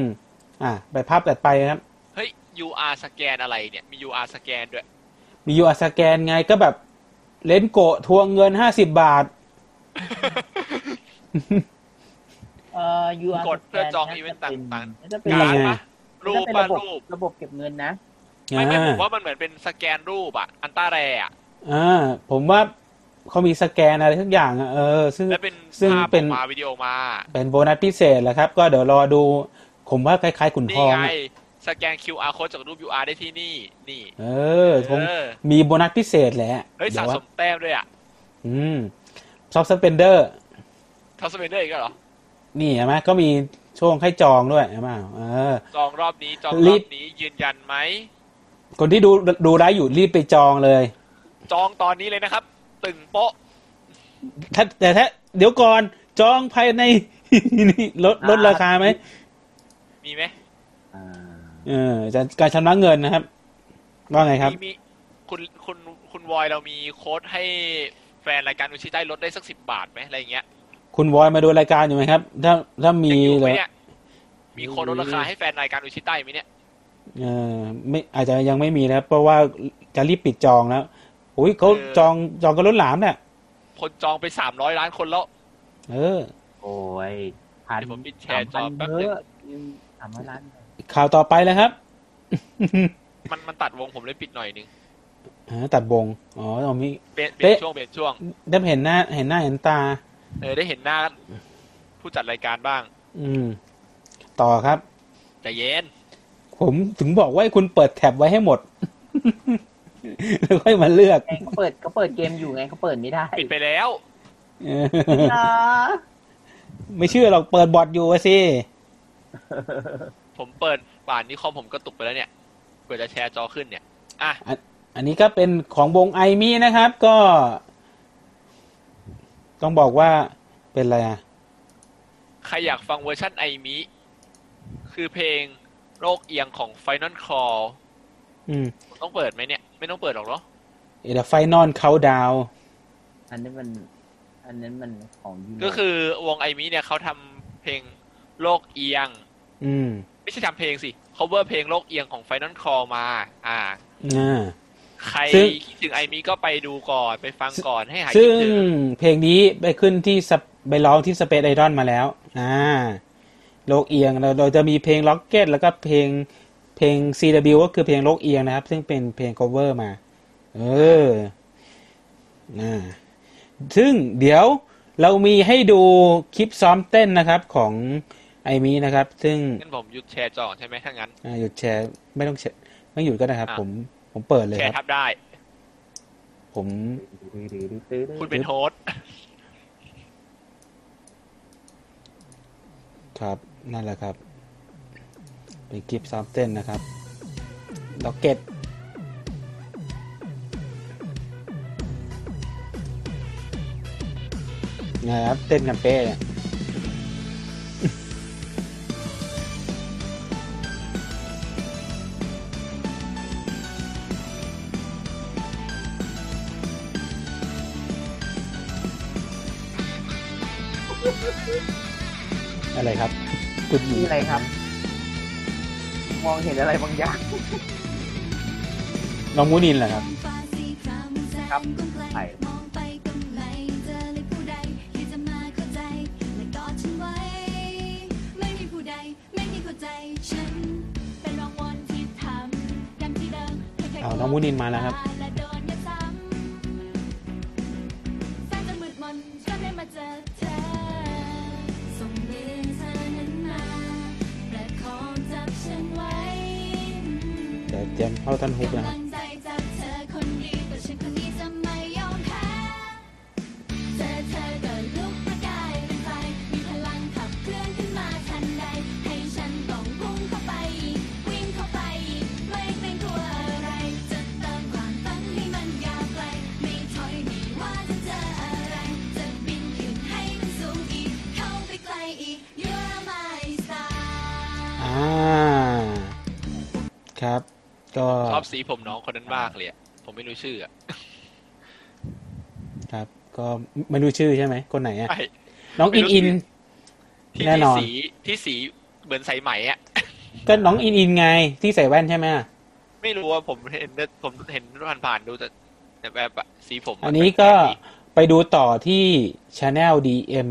[SPEAKER 2] อ่า ไปภาพต่อไปนะครับ
[SPEAKER 1] เฮ้ย UR สแกนอะไรเนี่ยมี UR สแกนด้วย
[SPEAKER 2] มียูอาสแกนไงก็แบบเลนโกะทวงเงินห้าสิบบาท
[SPEAKER 3] เอ่อ UR
[SPEAKER 1] กดเพื่อจอง
[SPEAKER 3] สแก
[SPEAKER 1] event
[SPEAKER 3] น่าจะป็
[SPEAKER 1] ต่าง
[SPEAKER 3] น่จะเป็น
[SPEAKER 2] ยั
[SPEAKER 1] กาง ร
[SPEAKER 2] ไง
[SPEAKER 1] ปะรูป
[SPEAKER 3] น่าจะเป็น
[SPEAKER 1] ปะ
[SPEAKER 3] ระบบ
[SPEAKER 1] รูป
[SPEAKER 3] ระบบเก็บเงินนะ
[SPEAKER 1] ไม่ไม่
[SPEAKER 2] อ่า
[SPEAKER 1] ผมว่ามันเหมือนเป็นสแกนรูปอะอันต้าแรอะ
[SPEAKER 2] อ่า ผมว่าเขามีสแกนอะไรทุกอย่างอะเออ ซึ่ง
[SPEAKER 1] และเป็น
[SPEAKER 2] ซึ่ง
[SPEAKER 1] ภาพ
[SPEAKER 2] เป็
[SPEAKER 1] อน อกมาวิดีโอมา
[SPEAKER 2] เป็นโบนัสพิเศษแหละครับ ก็เดี๋ยวรอดู ผมว่าคล้ายๆขุนท
[SPEAKER 1] นี่
[SPEAKER 2] อง
[SPEAKER 1] ไง
[SPEAKER 2] อะ
[SPEAKER 1] สแกน QR โค้ดจากรูป UR ได้ที่นี่ นี่
[SPEAKER 2] เออคง
[SPEAKER 1] เออ
[SPEAKER 2] มีโบนัสพิเศษแหละ
[SPEAKER 1] เฮ้ย
[SPEAKER 2] ดี๋
[SPEAKER 1] สะ
[SPEAKER 2] วว่า
[SPEAKER 1] สมแต้มด้วยอ่ะ
[SPEAKER 2] อืมซอฟต์สเปนเดอร์
[SPEAKER 1] ทัสเปนเดอร์อีกแล้วเหรอ
[SPEAKER 2] นี่เห็นไหมก็มีช่วงให้จองด้วยเห็นไหมเออ
[SPEAKER 1] จองรอบนี้ จองร
[SPEAKER 2] รี
[SPEAKER 1] อบบ นี้ยืนยันไหม
[SPEAKER 2] คนที่ดูดูไลฟ์อยู่รีบไปจองเลย
[SPEAKER 1] จองตอนนี้เลยนะครับ ตึงโป๊ะ
[SPEAKER 2] ถ้าแต่ถ้าเดี๋ยวก่อนจองภายใน นี่ลดลดราคาไหม
[SPEAKER 1] มีไหม
[SPEAKER 2] เออจะการชำระเงินนะครับ ว่าไงครับ
[SPEAKER 1] มีมีคุณคุณคุณวอยเรามีโค้ดให้แฟนรายการอุชิใต้ลดได้สักสิบบาทไหมอะไรอย่างเงี้ย
[SPEAKER 2] คุณวอยมาดูรายการอยู่ไหมครับ ถ้าถ้ามี
[SPEAKER 1] ยังอยู่
[SPEAKER 2] เล
[SPEAKER 1] ไหม
[SPEAKER 2] ย
[SPEAKER 1] เนี่ยมีโค้ดลดราคาให้แฟนรายการอุชิใต้ไหมเนี่ย
[SPEAKER 2] เออไม่อาจจะยังไม่มีนะครับ เพราะว่าจะรีบปิดจองแล้วอุ้ยเขา
[SPEAKER 1] เออ
[SPEAKER 2] จองจองกันล้นหลามเนี่ย
[SPEAKER 1] คนจองไปสามร้อยล้านคนแล้ว
[SPEAKER 2] เออ
[SPEAKER 3] โอ้ยพัน
[SPEAKER 1] เดี๋ยวผมปิดแชร์จอแป๊บนึง
[SPEAKER 3] เยอะสามพันล้านเลย
[SPEAKER 2] ข่าวต่อไปแล้วครับ
[SPEAKER 1] มันมันตัดวงผมเลยปิดหน่อยนึง
[SPEAKER 2] อ่าตัดวงอ๋อเอามี
[SPEAKER 1] เปลี่ยนเปลี่ยน
[SPEAKER 2] เป๊ะ
[SPEAKER 1] ช่วงเปลี่ยนช่วง
[SPEAKER 2] ได้เห็นหน้า เห็นหน้าเห็นตา
[SPEAKER 1] เออได้เห็นหน้า ผู้จัดรายการบ้าง
[SPEAKER 2] อืม ต่อครับ
[SPEAKER 1] ใจเย็น
[SPEAKER 2] ผมถึงบอกว่าให้คุณเปิดแท็บไว้ให้หมด แล้วค่อยมาเลือก
[SPEAKER 3] ไงเขาเปิดเขาเปิดเกมอยู่ไงเขาเปิดไม่ได้
[SPEAKER 1] ปิดไปแล้ว
[SPEAKER 2] เออ
[SPEAKER 3] อ่า
[SPEAKER 2] ไม่เชื่อหรอกเปิดบอร์ดอยู่อะสิ
[SPEAKER 1] ผมเปิดป่านนี้คอมผมกระตุกไปแล้วเนี่ยกว่าจะแชร์จอขึ้นเนี่ย อ่ะ
[SPEAKER 2] อันนี้ก็เป็นของวงไอมี่นะครับ ก็ ต้องบอกว่าเป็นอะไรอ่ะ
[SPEAKER 1] ใครอยากฟังเวอร์ชั่นไอมิคือเพลงโลกเอียงของ Final Call
[SPEAKER 2] อืม
[SPEAKER 1] ผมต้องเปิดไหมเนี่ย ไม่ต้องเปิดหรอกเนาะ
[SPEAKER 2] เอเดไฟนอนเขาดาว
[SPEAKER 3] อันนั้นมัน อันนั้นมันของยูโร
[SPEAKER 1] ก็คือวงไอมิเนี่ยเขาทำเพลงโลกเอียง
[SPEAKER 2] อืม
[SPEAKER 1] ไม่ใช่ทำเพลงสิ cover เพลงโลกเอียงของ Final Call มา อ่า
[SPEAKER 2] อ่า
[SPEAKER 1] ใคร
[SPEAKER 2] ซึ่ง
[SPEAKER 1] คิดถึงไอมิก็ไปดูก่อนไปฟังก่อนให้หายคิด
[SPEAKER 2] ซึ่ง
[SPEAKER 1] ถึง
[SPEAKER 2] เพลงนี้ไปขึ้นที่สเปไปร้องที่สเปซไอดอนมาแล้ว อ่า โลกเอียงเราเราจะมีเพลงล็อกเก็ตแล้วก็เพลงเพลง CW ก็คือเพลงโลกเอียงนะครับ ซึ่งเป็นเพลง cover มา เออนะซึ่งเดี๋ยวเรามีให้ดูคลิปซ้อมเต้นนะครับของไอมีนะครับ ซึ่ง
[SPEAKER 1] งั้นผมหยุดแชร์จอก่อนใช่ไหมถ้างั้น
[SPEAKER 2] อ่าหยุดแชร์ไม่ต้องแชร์ไม่หยุดก็ได้ครับ
[SPEAKER 1] อ่ะ
[SPEAKER 2] ผมผมเปิดเลย
[SPEAKER 1] แชร์
[SPEAKER 2] ครั
[SPEAKER 1] ทั
[SPEAKER 2] บ
[SPEAKER 1] บได้
[SPEAKER 2] ผม
[SPEAKER 1] คุณเป็นโฮสต์
[SPEAKER 2] ครับ นั่นแหละครับ เป็นคลิปซ้อมเต้นนะครับล็อกเก็ตนะครับ เต้นกันเป๊ะเนี่ยอะไรครับคุณหญิง
[SPEAKER 3] นี่อะไรครับ มองเห็นอะไรบางอย่าง
[SPEAKER 2] น้องมูนินเหรอครับ
[SPEAKER 4] ครับ
[SPEAKER 3] ใช่
[SPEAKER 4] มองไปกำไรเจอเลยผู้ใดที่จะมาเข้าใจและกอดฉันไว้ ไม่มีผู้ใด ไม่มีเข้าใจฉัน เป็นรางวัลที่ทำดังที่เดิม
[SPEAKER 2] น้องมุนินมาแล้วครับ
[SPEAKER 4] ส่งมือเธอนั้นมาประคองจับฉันไว้
[SPEAKER 2] เดี๋ยวเตรียมเข้าท่อนฮุกนะครับ
[SPEAKER 4] กำลังใจจากเธอคนดีแต่ฉันคนนี้จะไม่ยอมแพ้เจอเธอก็ลุกประกายเป็นไฟ มีพลังขับเคลื่อนขึ้นมาทันใด ให้ฉันต้องพุ่งเข้าไปอีกวิ่งเข้าไปอีกไม่เกรงกลัวอะไร จะเติมความฝันให้มันยาวไกล ไม่ถอยไม่ว่าจะเจออะไร จะบินขึ้นให้มันสูงอีก เข้าไปไกลอีก You're my star
[SPEAKER 2] อ่า ครับ ก็
[SPEAKER 1] ชอบสีผมน้องคนนั้นมากเลยอะผมไม่รู้ชื่ออะ
[SPEAKER 2] ครับ ก็ไม่รู้ชื่อใช่ไหม คนไหนอะ
[SPEAKER 1] ไอ้
[SPEAKER 2] น้องอินอิน
[SPEAKER 1] ที่
[SPEAKER 2] แน่
[SPEAKER 1] ที่
[SPEAKER 2] นอน
[SPEAKER 1] สีที่สีเหมือนสายไหมอะ
[SPEAKER 2] ก็น้องอินอินไงที่ใส่แว่นใช่ไหม
[SPEAKER 1] ไม่รู้ว่าผมเห็นผมเห็นผ่านๆดูแต่แต่แบบอะสีผมมั
[SPEAKER 2] อันนี้ก็ไปดูต่อที่ Channel DM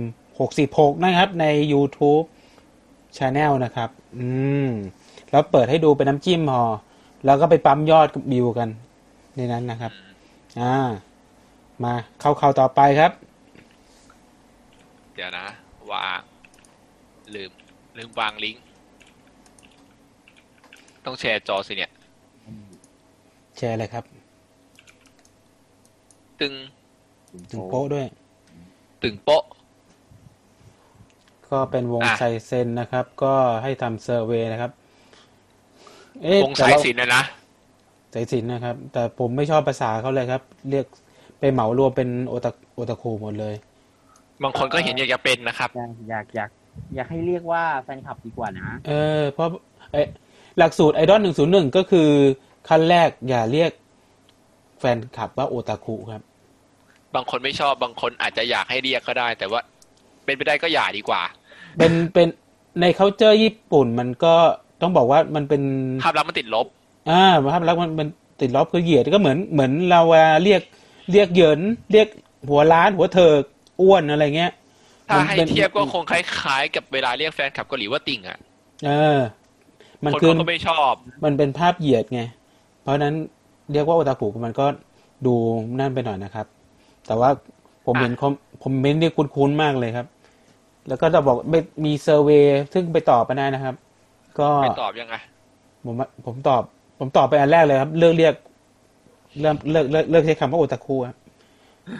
[SPEAKER 2] 66 นะครับ ใน YouTube Channel นะครับ อืม แล้วเปิดให้ดูเป็นน้ำจิ้มพอแล้วก็ไปปั๊มยอดวิวกัน ในนั้นนะครับ อ่า มาเข้าข่าวต่อไปครับ
[SPEAKER 1] เดี๋ยวนะวางลืม ลืมวางลิงก์ต้องแชร์จอสิเนี่ย
[SPEAKER 2] แชร์เลยครับ
[SPEAKER 1] ตึง
[SPEAKER 2] ถึงโป๊ะด้วย
[SPEAKER 1] ตึงโป๊ะ
[SPEAKER 2] ก็เป็นวง
[SPEAKER 1] อ่ะ
[SPEAKER 2] ไซเซนนะครับ ก็ให้ทำเซอร์เวย์นะครับ เอ๊ะ
[SPEAKER 1] วง
[SPEAKER 2] แต่
[SPEAKER 1] สาย
[SPEAKER 2] เรา
[SPEAKER 1] สินนะนะ
[SPEAKER 2] สายสินนะครับ แต่ผมไม่ชอบภาษาเขาเลยครับ เรียกไปเหมารวมเป็นโอตาโอตาคูหมดเลย
[SPEAKER 1] บางคนก็เห็นอยากจะเป็นนะครับ
[SPEAKER 3] อยากอยากอยากอยากให้เรียกว่าแฟนคลับดีกว่านะ
[SPEAKER 2] เออ เพราะเอ๊ะหลักสูตรไอดอลหนึ่งศูนย์หนึ่งก็คือ ขั้นแรกอย่าเรียกแฟนคลับว่าโอตาคุครับ
[SPEAKER 1] บางคนไม่ชอบ บางคนอาจจะอยากให้เรียกก็ได้ แต่ว่าเป็นไปได้ก็อย่าดีกว่า
[SPEAKER 2] เป็นเป็นใน c u เจอร์ญี่ปุ่นมันก็ต้องบอกว่ามันเป็น
[SPEAKER 1] ภาพลักษณ์มันติดลบ
[SPEAKER 2] อ่าภาพลักษณ์มันมันติดลบคือเหยียดก็เหมือนเหมือนเราเวลาเรียกเรียกเหยินเรียกหัวล้านหัวเถิกอ้วนอะไรเงี้ย
[SPEAKER 1] ถ้า
[SPEAKER 2] มัน
[SPEAKER 1] ให้
[SPEAKER 2] ป็น
[SPEAKER 1] เทียบก็คงคล้ายๆ กับเวลาเรียกแฟนคลับเกาหลีว่าติ่งอ่ะ
[SPEAKER 2] เออ มัน
[SPEAKER 1] คน
[SPEAKER 2] คือ
[SPEAKER 1] เขาก็ไม่ชอบ
[SPEAKER 2] มันเป็นภาพเหยียดไง เพราะฉะนั้นเรียกว่าโอตาคุมันก็ดูนั่นไปหน่อยนะครับ แต่ว่าผม
[SPEAKER 1] อ่ะ
[SPEAKER 2] เห็นคอมคอมเมนต์เนี่ยคุ้นๆมากเลยครับ แล้วก็จะบอกไม่มีเซอร์เวย์ซึ่งไปตอบมาได้นะครับ ก็
[SPEAKER 1] ไปตอบยังไง
[SPEAKER 2] ผมว่าผมตอบ ผมตอบไปอันแรกเลยครับ เลิกเรียกเริ่มเลิกเลิกเลิกใช้คำว่าโอตาคุครับ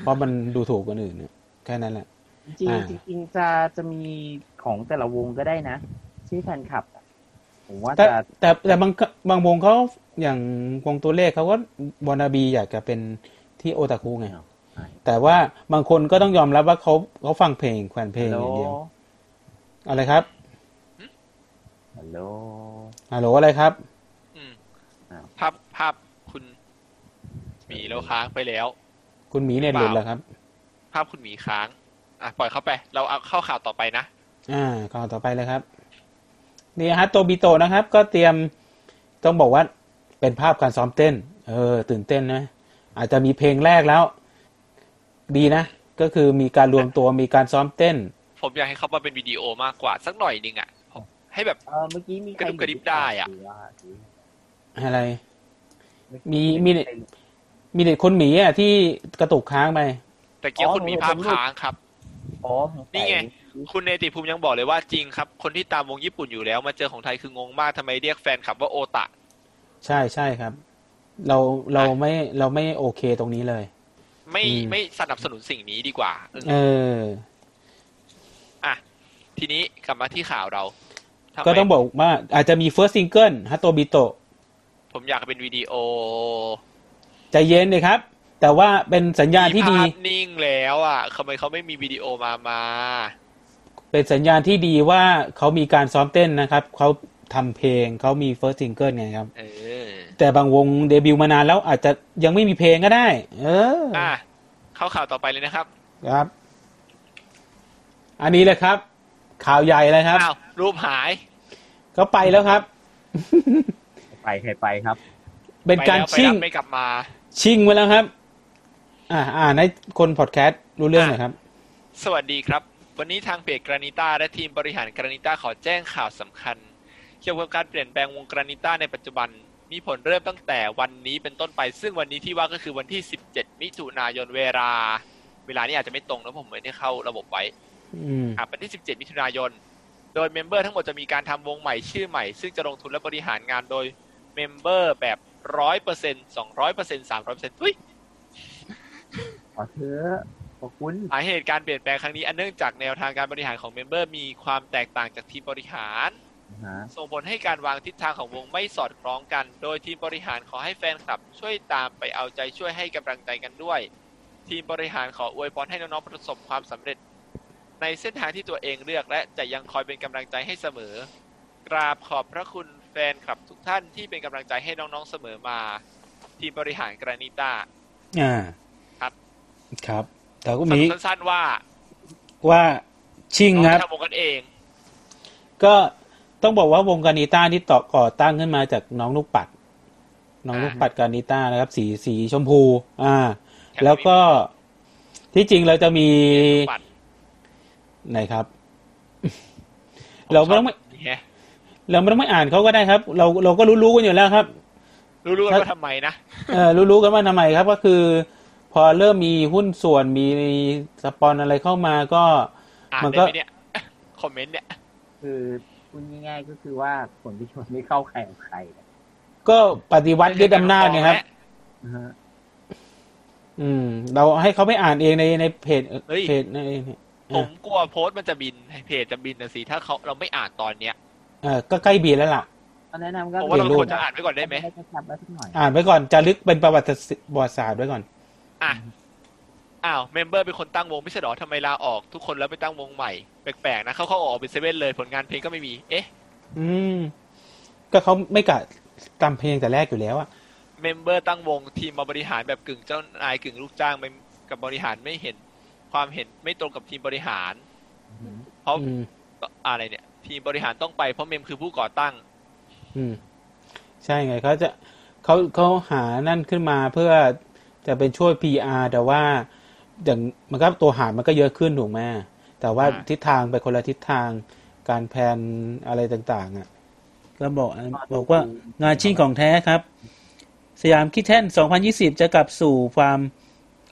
[SPEAKER 2] เพราะมันดูถูกคนอื่นเนี่ยแค่นั้นแหละ
[SPEAKER 3] จริง
[SPEAKER 2] อ่า
[SPEAKER 3] ๆจริงๆจะจะมีของแต่ละวงก็ได้นะชื่อแฟนคลับอะผมว่า
[SPEAKER 2] แต่
[SPEAKER 3] จะ
[SPEAKER 2] แต่แต่บางบางวงเขาอย่างวงตัวเลขเขาก็วานาบีอยากจะเป็นที่โอตาคุไงแต่ว่าบางคนก็ต้องยอมรับว่าเขาเขาฟังเพลงแขวนเพลง
[SPEAKER 3] ฮัลโหล
[SPEAKER 2] อย่างเดียวอะไรครับ
[SPEAKER 3] ฮัลโหล
[SPEAKER 2] ฮัลโหลอะไรครับ
[SPEAKER 1] อืม
[SPEAKER 3] อ้าว
[SPEAKER 1] ภาพภาพคุณหมีแล้วค้างไปแล้ว
[SPEAKER 2] คุณหมีเน็ตหลุดแล้วครับ
[SPEAKER 1] ภาพคุณหมีค้าง อ่ะปล่อยเข้าไป เราเอาเข้าข่าวต่อไปนะ
[SPEAKER 2] อ่าข่าวต่อไปเลยครับนี่ฮะโตบิโตะนะครับ ก็เตรียมต้องบอกว่าเป็นภาพการซ้อมเต้น เออ ตื่นเต้นนะ อาจจะมีเพลงแรกแล้ว ดีนะ ก็คือมีการรวมตัวมีการซ้อมเต้น
[SPEAKER 1] ผมอยากให้เขามาเป็นวิดีโอมากกว่า สักหน่อยหนึงอ่ะผมให้แบบ
[SPEAKER 3] เออเมื่อกี้มีใค
[SPEAKER 1] ก
[SPEAKER 3] ร
[SPEAKER 1] ระดุกกระดิบได้อะ
[SPEAKER 3] หรือว่าหรือ
[SPEAKER 2] อะไร
[SPEAKER 3] เอ
[SPEAKER 2] มี
[SPEAKER 3] กี้
[SPEAKER 2] มี
[SPEAKER 3] ใครหลุด
[SPEAKER 2] มีเด็กคนหมีอ่ะที่กระตุกค้างไป
[SPEAKER 1] แต่เกี้ยว
[SPEAKER 3] อ๋อ
[SPEAKER 1] คุณหมี
[SPEAKER 3] ผม
[SPEAKER 1] ภาพ
[SPEAKER 3] ผมรู้
[SPEAKER 1] ค้างครับ
[SPEAKER 3] อ๋อผมใส่
[SPEAKER 1] นี่ไง คุณเนติภูมิยังบอกเลยว่าจริงครับ คนที่ตามวงญี่ปุ่นอยู่แล้วมาเจอของไทยคืองงมากทำไมเรียกแฟนคลับว่าโอตะ
[SPEAKER 2] ใช่ใช่ครับ เราเราไม่เราไม่โอเคตรงนี้เลย
[SPEAKER 1] ไม่
[SPEAKER 2] อืม
[SPEAKER 1] ไม่สนับสนุนสิ่งนี้ดีกว่าเออ
[SPEAKER 2] เออ
[SPEAKER 1] อ่ะ ทีนี้กลับมาที่ข่าวเราทำไม
[SPEAKER 2] ก็ต้องบอกว่า อาจจะมีเฟิร์สซิงเกิลฮัตโตบิโตะ
[SPEAKER 1] ผมอยากเป็นวิดีโอ
[SPEAKER 2] ใจเย็นเลยครับ แต่ว่าเป็นสัญญาณที่ดี
[SPEAKER 1] ภาพนิ่งแล้วอ่ะทำไมเขาไม่มีวิดีโอมามา
[SPEAKER 2] เป็นสัญญาณที่ดีว่าเขามีการซ้อมเต้นนะครับ เขาทำเพลงเขามีเฟิร์สซิงเกิลไงครับ
[SPEAKER 1] เออ
[SPEAKER 2] แต่บางวงเดบิวต์มานานแล้วอาจจะยังไม่มีเพลงก็ได้ เออ
[SPEAKER 1] อ่ะ เข้าข่าวต่อไปเลยนะครับ
[SPEAKER 2] ครับ อันนี้เลยครับ ข่าวใหญ่เลยครับ
[SPEAKER 1] อ้าวรูปหาย
[SPEAKER 2] เขาไปแล้วครับ
[SPEAKER 3] ไปใครไปครับ
[SPEAKER 2] เป็นการ
[SPEAKER 1] ไแล้ว
[SPEAKER 2] ชิ่ง
[SPEAKER 1] ไปรับไม่กลับมา
[SPEAKER 2] ชิ่งไปแล้วครับ อ่าอ่านให้คนพอดแคสต์รู้เรื่องหน่อยครับ
[SPEAKER 1] สวัสดีครับ วันนี้ทางเพจกรานิต้าและทีมบริหารกรานิต้าขอแจ้งข่าวสำคัญ เกี่ยวกับการเปลี่ยนแปลงวงกรานิต้าในปัจจุบัน มีผลเริ่มตั้งแต่วันนี้เป็นต้นไป ซึ่งวันนี้ที่ว่าก็คือวันที่ 17 มิถุนายนเวลา เวลานี้อาจจะไม่ตรงนะผมไม่ได้เข้าระบบไว้
[SPEAKER 2] อืม
[SPEAKER 1] ครับวันที่ 17 มิถุนายน โดยเมมเบอร์ทั้งหมดจะมีการทำวงใหม่ชื่อใหม่ ซึ่งจะลงทุนและบริหารงานโดยเมมเบอร์แบบ 100% 200% 300%อุ้ย
[SPEAKER 3] ขอเถอะขอบคุณ
[SPEAKER 1] สาเหตุการเปลี่ยนแปลงครั้งนี้อันเนื่องจากแนวทางการบริหารของเมมเบอร์มีความแตกต่างจากทีมบริหาร ส่งผลให้การวางทิศทางของวงไม่สอดคล้องกัน โดยทีมบริหารขอให้แฟนคลับ ช่วยตามไปเอาใจช่วยให้กำลังใจกันด้วย ทีมบริหารขออวยพรให้น้องๆประสบความสำเร็จ ในเส้นทางที่ตัวเองเลือกและจะยังคอยเป็นกำลังใจให้เสมอ กราบขอบพระคุณแฟนคลับทุกท่านที่เป็นกำลังใจให้น้องๆเสมอมา ทีมบริหารกรานิต้า
[SPEAKER 2] อ่า
[SPEAKER 1] ครับ
[SPEAKER 2] ครับ แต่ก็
[SPEAKER 1] ส
[SPEAKER 2] มี
[SPEAKER 1] รุปสั้นๆว่า
[SPEAKER 2] ว่าชิงครับ
[SPEAKER 1] ทำวงกันเอง
[SPEAKER 2] ก็ต้องบอกว่าวงการนิต้านี่ต่อก่อตั้งขึ้นมาจากน้องลูกปัด น้องลูกปัดการนิต้านะครับ สีสีชมพู อ่า แล้วก็ที่จริงเราจะมี
[SPEAKER 1] ปัด
[SPEAKER 2] ไหนครับ เราไม่ต้องไม่
[SPEAKER 1] เนี่ย
[SPEAKER 2] เราไม่ต้องไม่อ่านเขาก็ได้ครับ เราเราก็รู้ๆกันอยู่แล้วครับ
[SPEAKER 1] รู้ๆแล้วว่าทำไมนะ
[SPEAKER 2] เออรู้ๆกันว่าทำไมครับก็คือ พอเริ่มมีหุ้นส่วนมีสปอนอะไรเข้ามาก็
[SPEAKER 1] อ่าน
[SPEAKER 2] มันก็
[SPEAKER 1] ได้ไหมเนี่ย คอมเมนต์เนี่ย
[SPEAKER 3] คือพูดง่ายๆก็คือว่าผลประโยชน์ไม่เข้าใครออกใครนะ
[SPEAKER 2] ก็ปฏิวัติยึดอำนาจเนี่ยครับ
[SPEAKER 3] นะฮะ
[SPEAKER 2] อืม เราให้เขาไปอ่านเองในในเพจ
[SPEAKER 1] เฮ้ย
[SPEAKER 2] เพจในเนี่ย
[SPEAKER 1] ผมกลัวโพสต์มันจะบินให้เพจจะบินนะสิ ถ้าเขาเราไม่อ่านตอนเนี้ย
[SPEAKER 2] เออก็ใกล้บีแล้วล่ะ
[SPEAKER 3] ตอนแนะนำก็
[SPEAKER 1] ผมว่าเรา
[SPEAKER 2] เปลี่ยนรูป
[SPEAKER 1] ควรจะอ่านไว้ก่อนได้ไหม
[SPEAKER 3] ได้กระชับแล้วสักหน่อย
[SPEAKER 2] อ่านไว้ก่อนจะลึกเป็นประวัติศประวัติศาสตร์ไว้ก่อน
[SPEAKER 1] อ่ะอ้าวเมมเบอร์เป็นคนตั้งวงไม่ใช่เหรอทำไมลาออกทุกคนแล้วไปตั้งวงใหม่ แปลกๆนะเขาเข้าออกเป็นเซเว่นเลยผลงานเพลงก็ไม่มี เอ๊ะ
[SPEAKER 2] อืม ก็เขาไม่กะตามเพลงแต่แรกอยู่แล้วอะ
[SPEAKER 1] เมมเบอร์ตั้งวงทีมมาบริหารแบบกึ่งเจ้านายกึ่งลูกจ้างไม่กับบริหารไม่เห็นความเห็นไม่ตรงกับทีมบริหาร
[SPEAKER 3] อืม
[SPEAKER 1] เพราะ
[SPEAKER 2] อืม
[SPEAKER 1] อะไรเนี่ย ทีมบริหารต้องไปเพราะเมมคือผู้ก่อตั้ง
[SPEAKER 2] อืม ใช่ไงเขาจะเขาเขาหานั่นขึ้นมาเพื่อจะเป็นช่วย PR แต่ว่าอย่างมันก็ตัวหารมันก็เยอะขึ้นถูกไหมแต่ว่า
[SPEAKER 1] อ่า
[SPEAKER 2] ทิศทางไปคนละทิศทางการแพลนอะไรต่างๆ อ่ะ ก็บอกบอกว่างานชิ้นของแท้ครับ สยามคิดแท่น 2020 จะกลับสู่ความ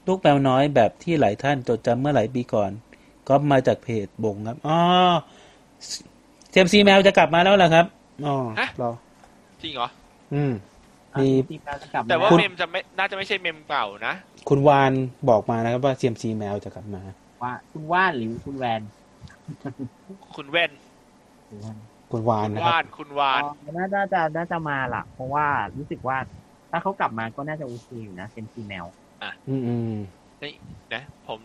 [SPEAKER 2] ลูกแมวน้อยแบบที่หลายท่านจดจำเมื่อหลายปีก่อน ก็มาจากเพจบงครับอ๋อเซมซีแมวจะกลับมาแล้วเหรอครับอ๋อ
[SPEAKER 1] ฮะ
[SPEAKER 2] รอ
[SPEAKER 1] จริงเหรอ
[SPEAKER 2] อืม
[SPEAKER 3] อ่ะ
[SPEAKER 2] มี
[SPEAKER 3] ทีมงานจะกลับม
[SPEAKER 1] แต่ว่า
[SPEAKER 2] คุณ
[SPEAKER 1] เมมจะไม่น่าจะไม่ใช่เมมเก่านะ
[SPEAKER 2] คุณวานบอกมานะครับว่า CMC แมวจะกลับมา
[SPEAKER 3] ว่าคุณว่านหรือคุณแวน
[SPEAKER 1] คุณแว่น
[SPEAKER 2] คุณวาน
[SPEAKER 1] คุณ
[SPEAKER 2] นะครับ
[SPEAKER 1] วานคุณวาน
[SPEAKER 3] อ๋อน่าน่าจะน่าจะมาล่ะ เพราะว่ารู้สึกว่า ถ้าเขากลับมาก็น่าจะโอเคอยู่นะเป็นทีมแมว
[SPEAKER 2] อืมอืม
[SPEAKER 1] นะผม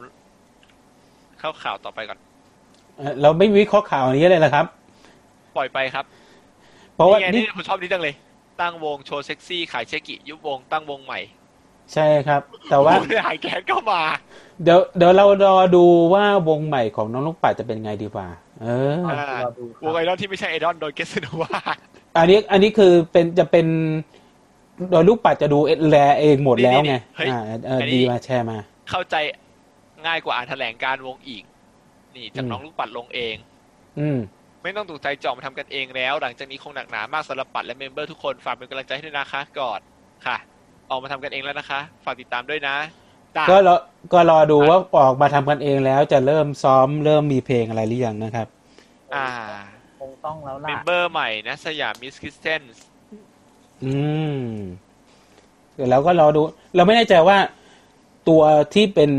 [SPEAKER 1] เข้าข่าวต่อไปก่อน
[SPEAKER 2] เอ่อเราไม่วิเคราะห์ข่าวนี้เลยละครับ
[SPEAKER 1] ปล่อยไปครับ
[SPEAKER 2] เพราะว่า
[SPEAKER 1] นี่ไง
[SPEAKER 2] นี่
[SPEAKER 1] นี่ผมชอบนี้จังเลย ตั้งวงโชว์เซ็กซี่ ขายเชกิยุบวงตั้งวงใหม่
[SPEAKER 2] ใช่ครับ แต่ว่า
[SPEAKER 1] ผู้บริหารแกนก็มา
[SPEAKER 2] เดี๋ยวเดี๋ยวเรารอดูว่าวงใหม่ของน้องลูกป่าจะเป็นไงดีกว่า เออ
[SPEAKER 1] อ่า
[SPEAKER 3] เราดูครั
[SPEAKER 1] วง
[SPEAKER 3] บ
[SPEAKER 1] ไอดอลที่ไม่ใช่ไอดอลโดยเกสโนวา
[SPEAKER 2] อันนี้อันนี้คือเป็นจะเป็นโดยลูกป่าจะดูแลเองหมดแล้วไงอ่าเออดีมาแชร์มา
[SPEAKER 1] เข้าใจง่ายกว่าอ่านแถลงการวงอีก นี่จากน้องลูกปัดลงเอง
[SPEAKER 2] อืม
[SPEAKER 1] ไม่ต้องถูกใจจ่อมาทำกันเองแล้ว หลังจากนี้คงหนักหนามากสำหรับปัดและเมมเบอร์ทุกคนฝากเป็นกำลังใจให้ด้วยนะคะกอดค่ะ ออกมาทำกันเองแล้วนะคะ ฝากติดตามด้วยนะจ้า
[SPEAKER 2] ก็รอก็รอดูว่าออกมาทำกันเองแล้วจะเริ่มซ้อมเริ่มมีเพลงอะไรหรือยังนะครับ
[SPEAKER 1] อ่า
[SPEAKER 3] คงต้องแล้ว
[SPEAKER 1] เม
[SPEAKER 3] ล่ะ
[SPEAKER 1] มเบอร์ใหม่นะสยามมิสคิสเทน
[SPEAKER 2] อืมเดี๋ยวเราก็รอดู เราไม่แน่ใจว่าตัวที่เป็น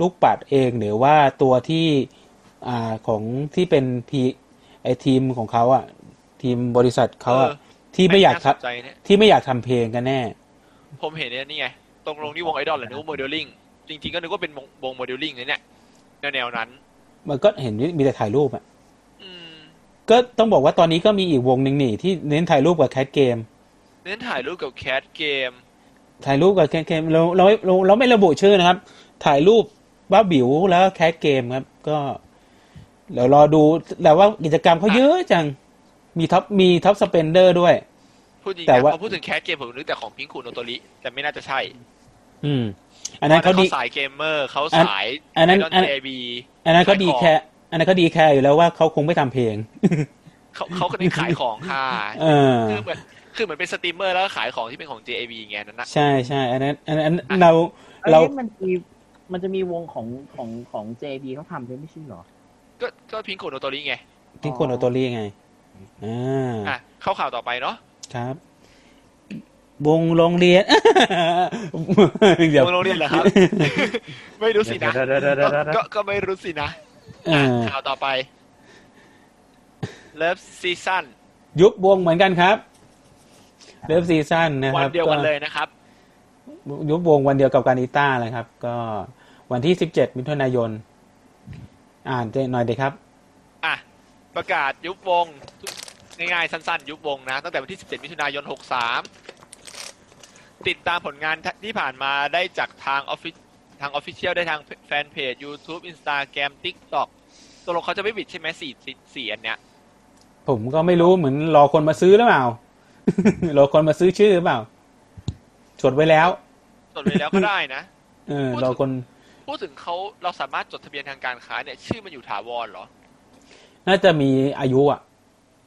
[SPEAKER 2] ลูกปัดเองหรือว่าตัวที่อ่าของที่เป็นพีไอทีมของเขาอะทีมบริษัทเขาอะ
[SPEAKER 1] เออ
[SPEAKER 2] ที่ไม่อยากท
[SPEAKER 1] น่สนใจเนี่ย
[SPEAKER 2] ำที่ไม่อยากทำเพลงกันแน่
[SPEAKER 1] ผมเห็นเนี่ยนี่ไง ตรงลงที่วงไอดอลแหละนึกว่าโมเดลลิ่ง จริง ๆ ก็นึกว่าเป็นวงวงโมเดลลิ่งเลยเนี่ยแนวแนวๆนั้น
[SPEAKER 2] มันก็เห็นมีแต่ถ่ายรูปอะ
[SPEAKER 1] อืม
[SPEAKER 2] ก็ต้องบอกว่าตอนนี้ก็มีอีกวงหนึ่งนี่ที่เน้นถ่ายรูปกับแคทเกม
[SPEAKER 1] เน้นถ่ายรูปกับแคทเกม
[SPEAKER 2] ถ่ายรูปกับแคทเกมเราเราไม่เราเราไม่ระบุชื่อนะครับ ถ่ายรูปว่าบิวแล้วก็แคทเกมครับก็เดี๋ยวรอดูแต่ว่ากิจกรรมเขาเยอะจัง มีท็อปมีท็อปสเปนเดอร์ด้วย
[SPEAKER 1] พูดจริง
[SPEAKER 2] แต่
[SPEAKER 1] นะ
[SPEAKER 2] ว่า
[SPEAKER 1] พอพูดถึงแคทเกมผมนึกแต่ของพิงคูโนโตริแต่ไม่น่าจะใช่
[SPEAKER 2] อืม อันนั้นเขาดี
[SPEAKER 1] สายเกมเมอร์เขาสาย
[SPEAKER 2] อันนั้นอัน
[SPEAKER 1] เอบี
[SPEAKER 2] อันนั้นเขาดี
[SPEAKER 1] ขายของ
[SPEAKER 2] แค่อันนั้นเขาดีแค่อยู่แล้วว่าเขาคงไม่ทำเพลง
[SPEAKER 1] เขาเขาคนนี้ขายของค่ะ
[SPEAKER 2] เออ
[SPEAKER 1] คือเหมือน คือเหมือนเป็นสตรีมเมอร์แล้วก็ขายของที่เป็นของ JAB ไงนั่นนะ
[SPEAKER 2] ใช่ใช่อันนั้นอันนั้นเราเรา
[SPEAKER 3] อ้ยมันมีมันจะมีวงของของของ JB เขาทำด้วยไม่ใช่เหรอ
[SPEAKER 1] ก็ก็พิงโกโนโตริไง
[SPEAKER 2] ทิ้งคนเอาตัวเรียกไง อ่า
[SPEAKER 1] อ่ะ เข้าข่าวต่อไปเนาะ
[SPEAKER 2] ครับ วงโรงเรียน เดี๋ยว
[SPEAKER 1] วงโรงเรียนเหรอครับ ไม่รู้สินะ
[SPEAKER 5] เดี๋ยวเดี๋ยวเดี๋ยวเดี๋ยวเดี๋ยว
[SPEAKER 1] ก็ก็ไม่รู้สินะ
[SPEAKER 2] อ่า
[SPEAKER 1] ข่าวต่อไป เลิฟซีซั่น
[SPEAKER 2] ยุบวงเหมือนกันครับ เลิฟซีซั่นนะค
[SPEAKER 1] วัน
[SPEAKER 2] รับ
[SPEAKER 1] เดียวกันเลยนะครับ
[SPEAKER 2] ก็ยุบวงวันเดียวกับการิต้าเลยครับ ก็วันที่สิบเจ็ดมิถุนายน อ่านหน่อยเดีครับ
[SPEAKER 1] อ่ะ ประกาศยุบวง ง่ายๆ สั้นๆ ยุบวงนะ ตั้งแต่วันที่ 17 มิถุนายน 63 ติดตามผลงานที่ผ่านมาได้จากทางออฟฟิศทางออฟฟิเชียลได้ทางแฟนเพจ YouTube Instagram TikTok ตกลงเขาจะไม่บิดใช่ไหมสี่สี่สี่อันเนี้ย
[SPEAKER 2] ผมก็ไม่รู้เหมือนรอคนมาซื้อหรือเปล่า รอคนมาซื้อชื่อหรือเปล่าจดไว้แล้ว
[SPEAKER 1] จดไว้แล้วก็ได้ นะ
[SPEAKER 2] เออรอคน
[SPEAKER 1] พูดถึงเขาเราสามารถจดทะเบียนทางการค้าเนี่ย ชื่อมันอยู่ถาวรเหรอ
[SPEAKER 2] น่าจะมีอายุอะ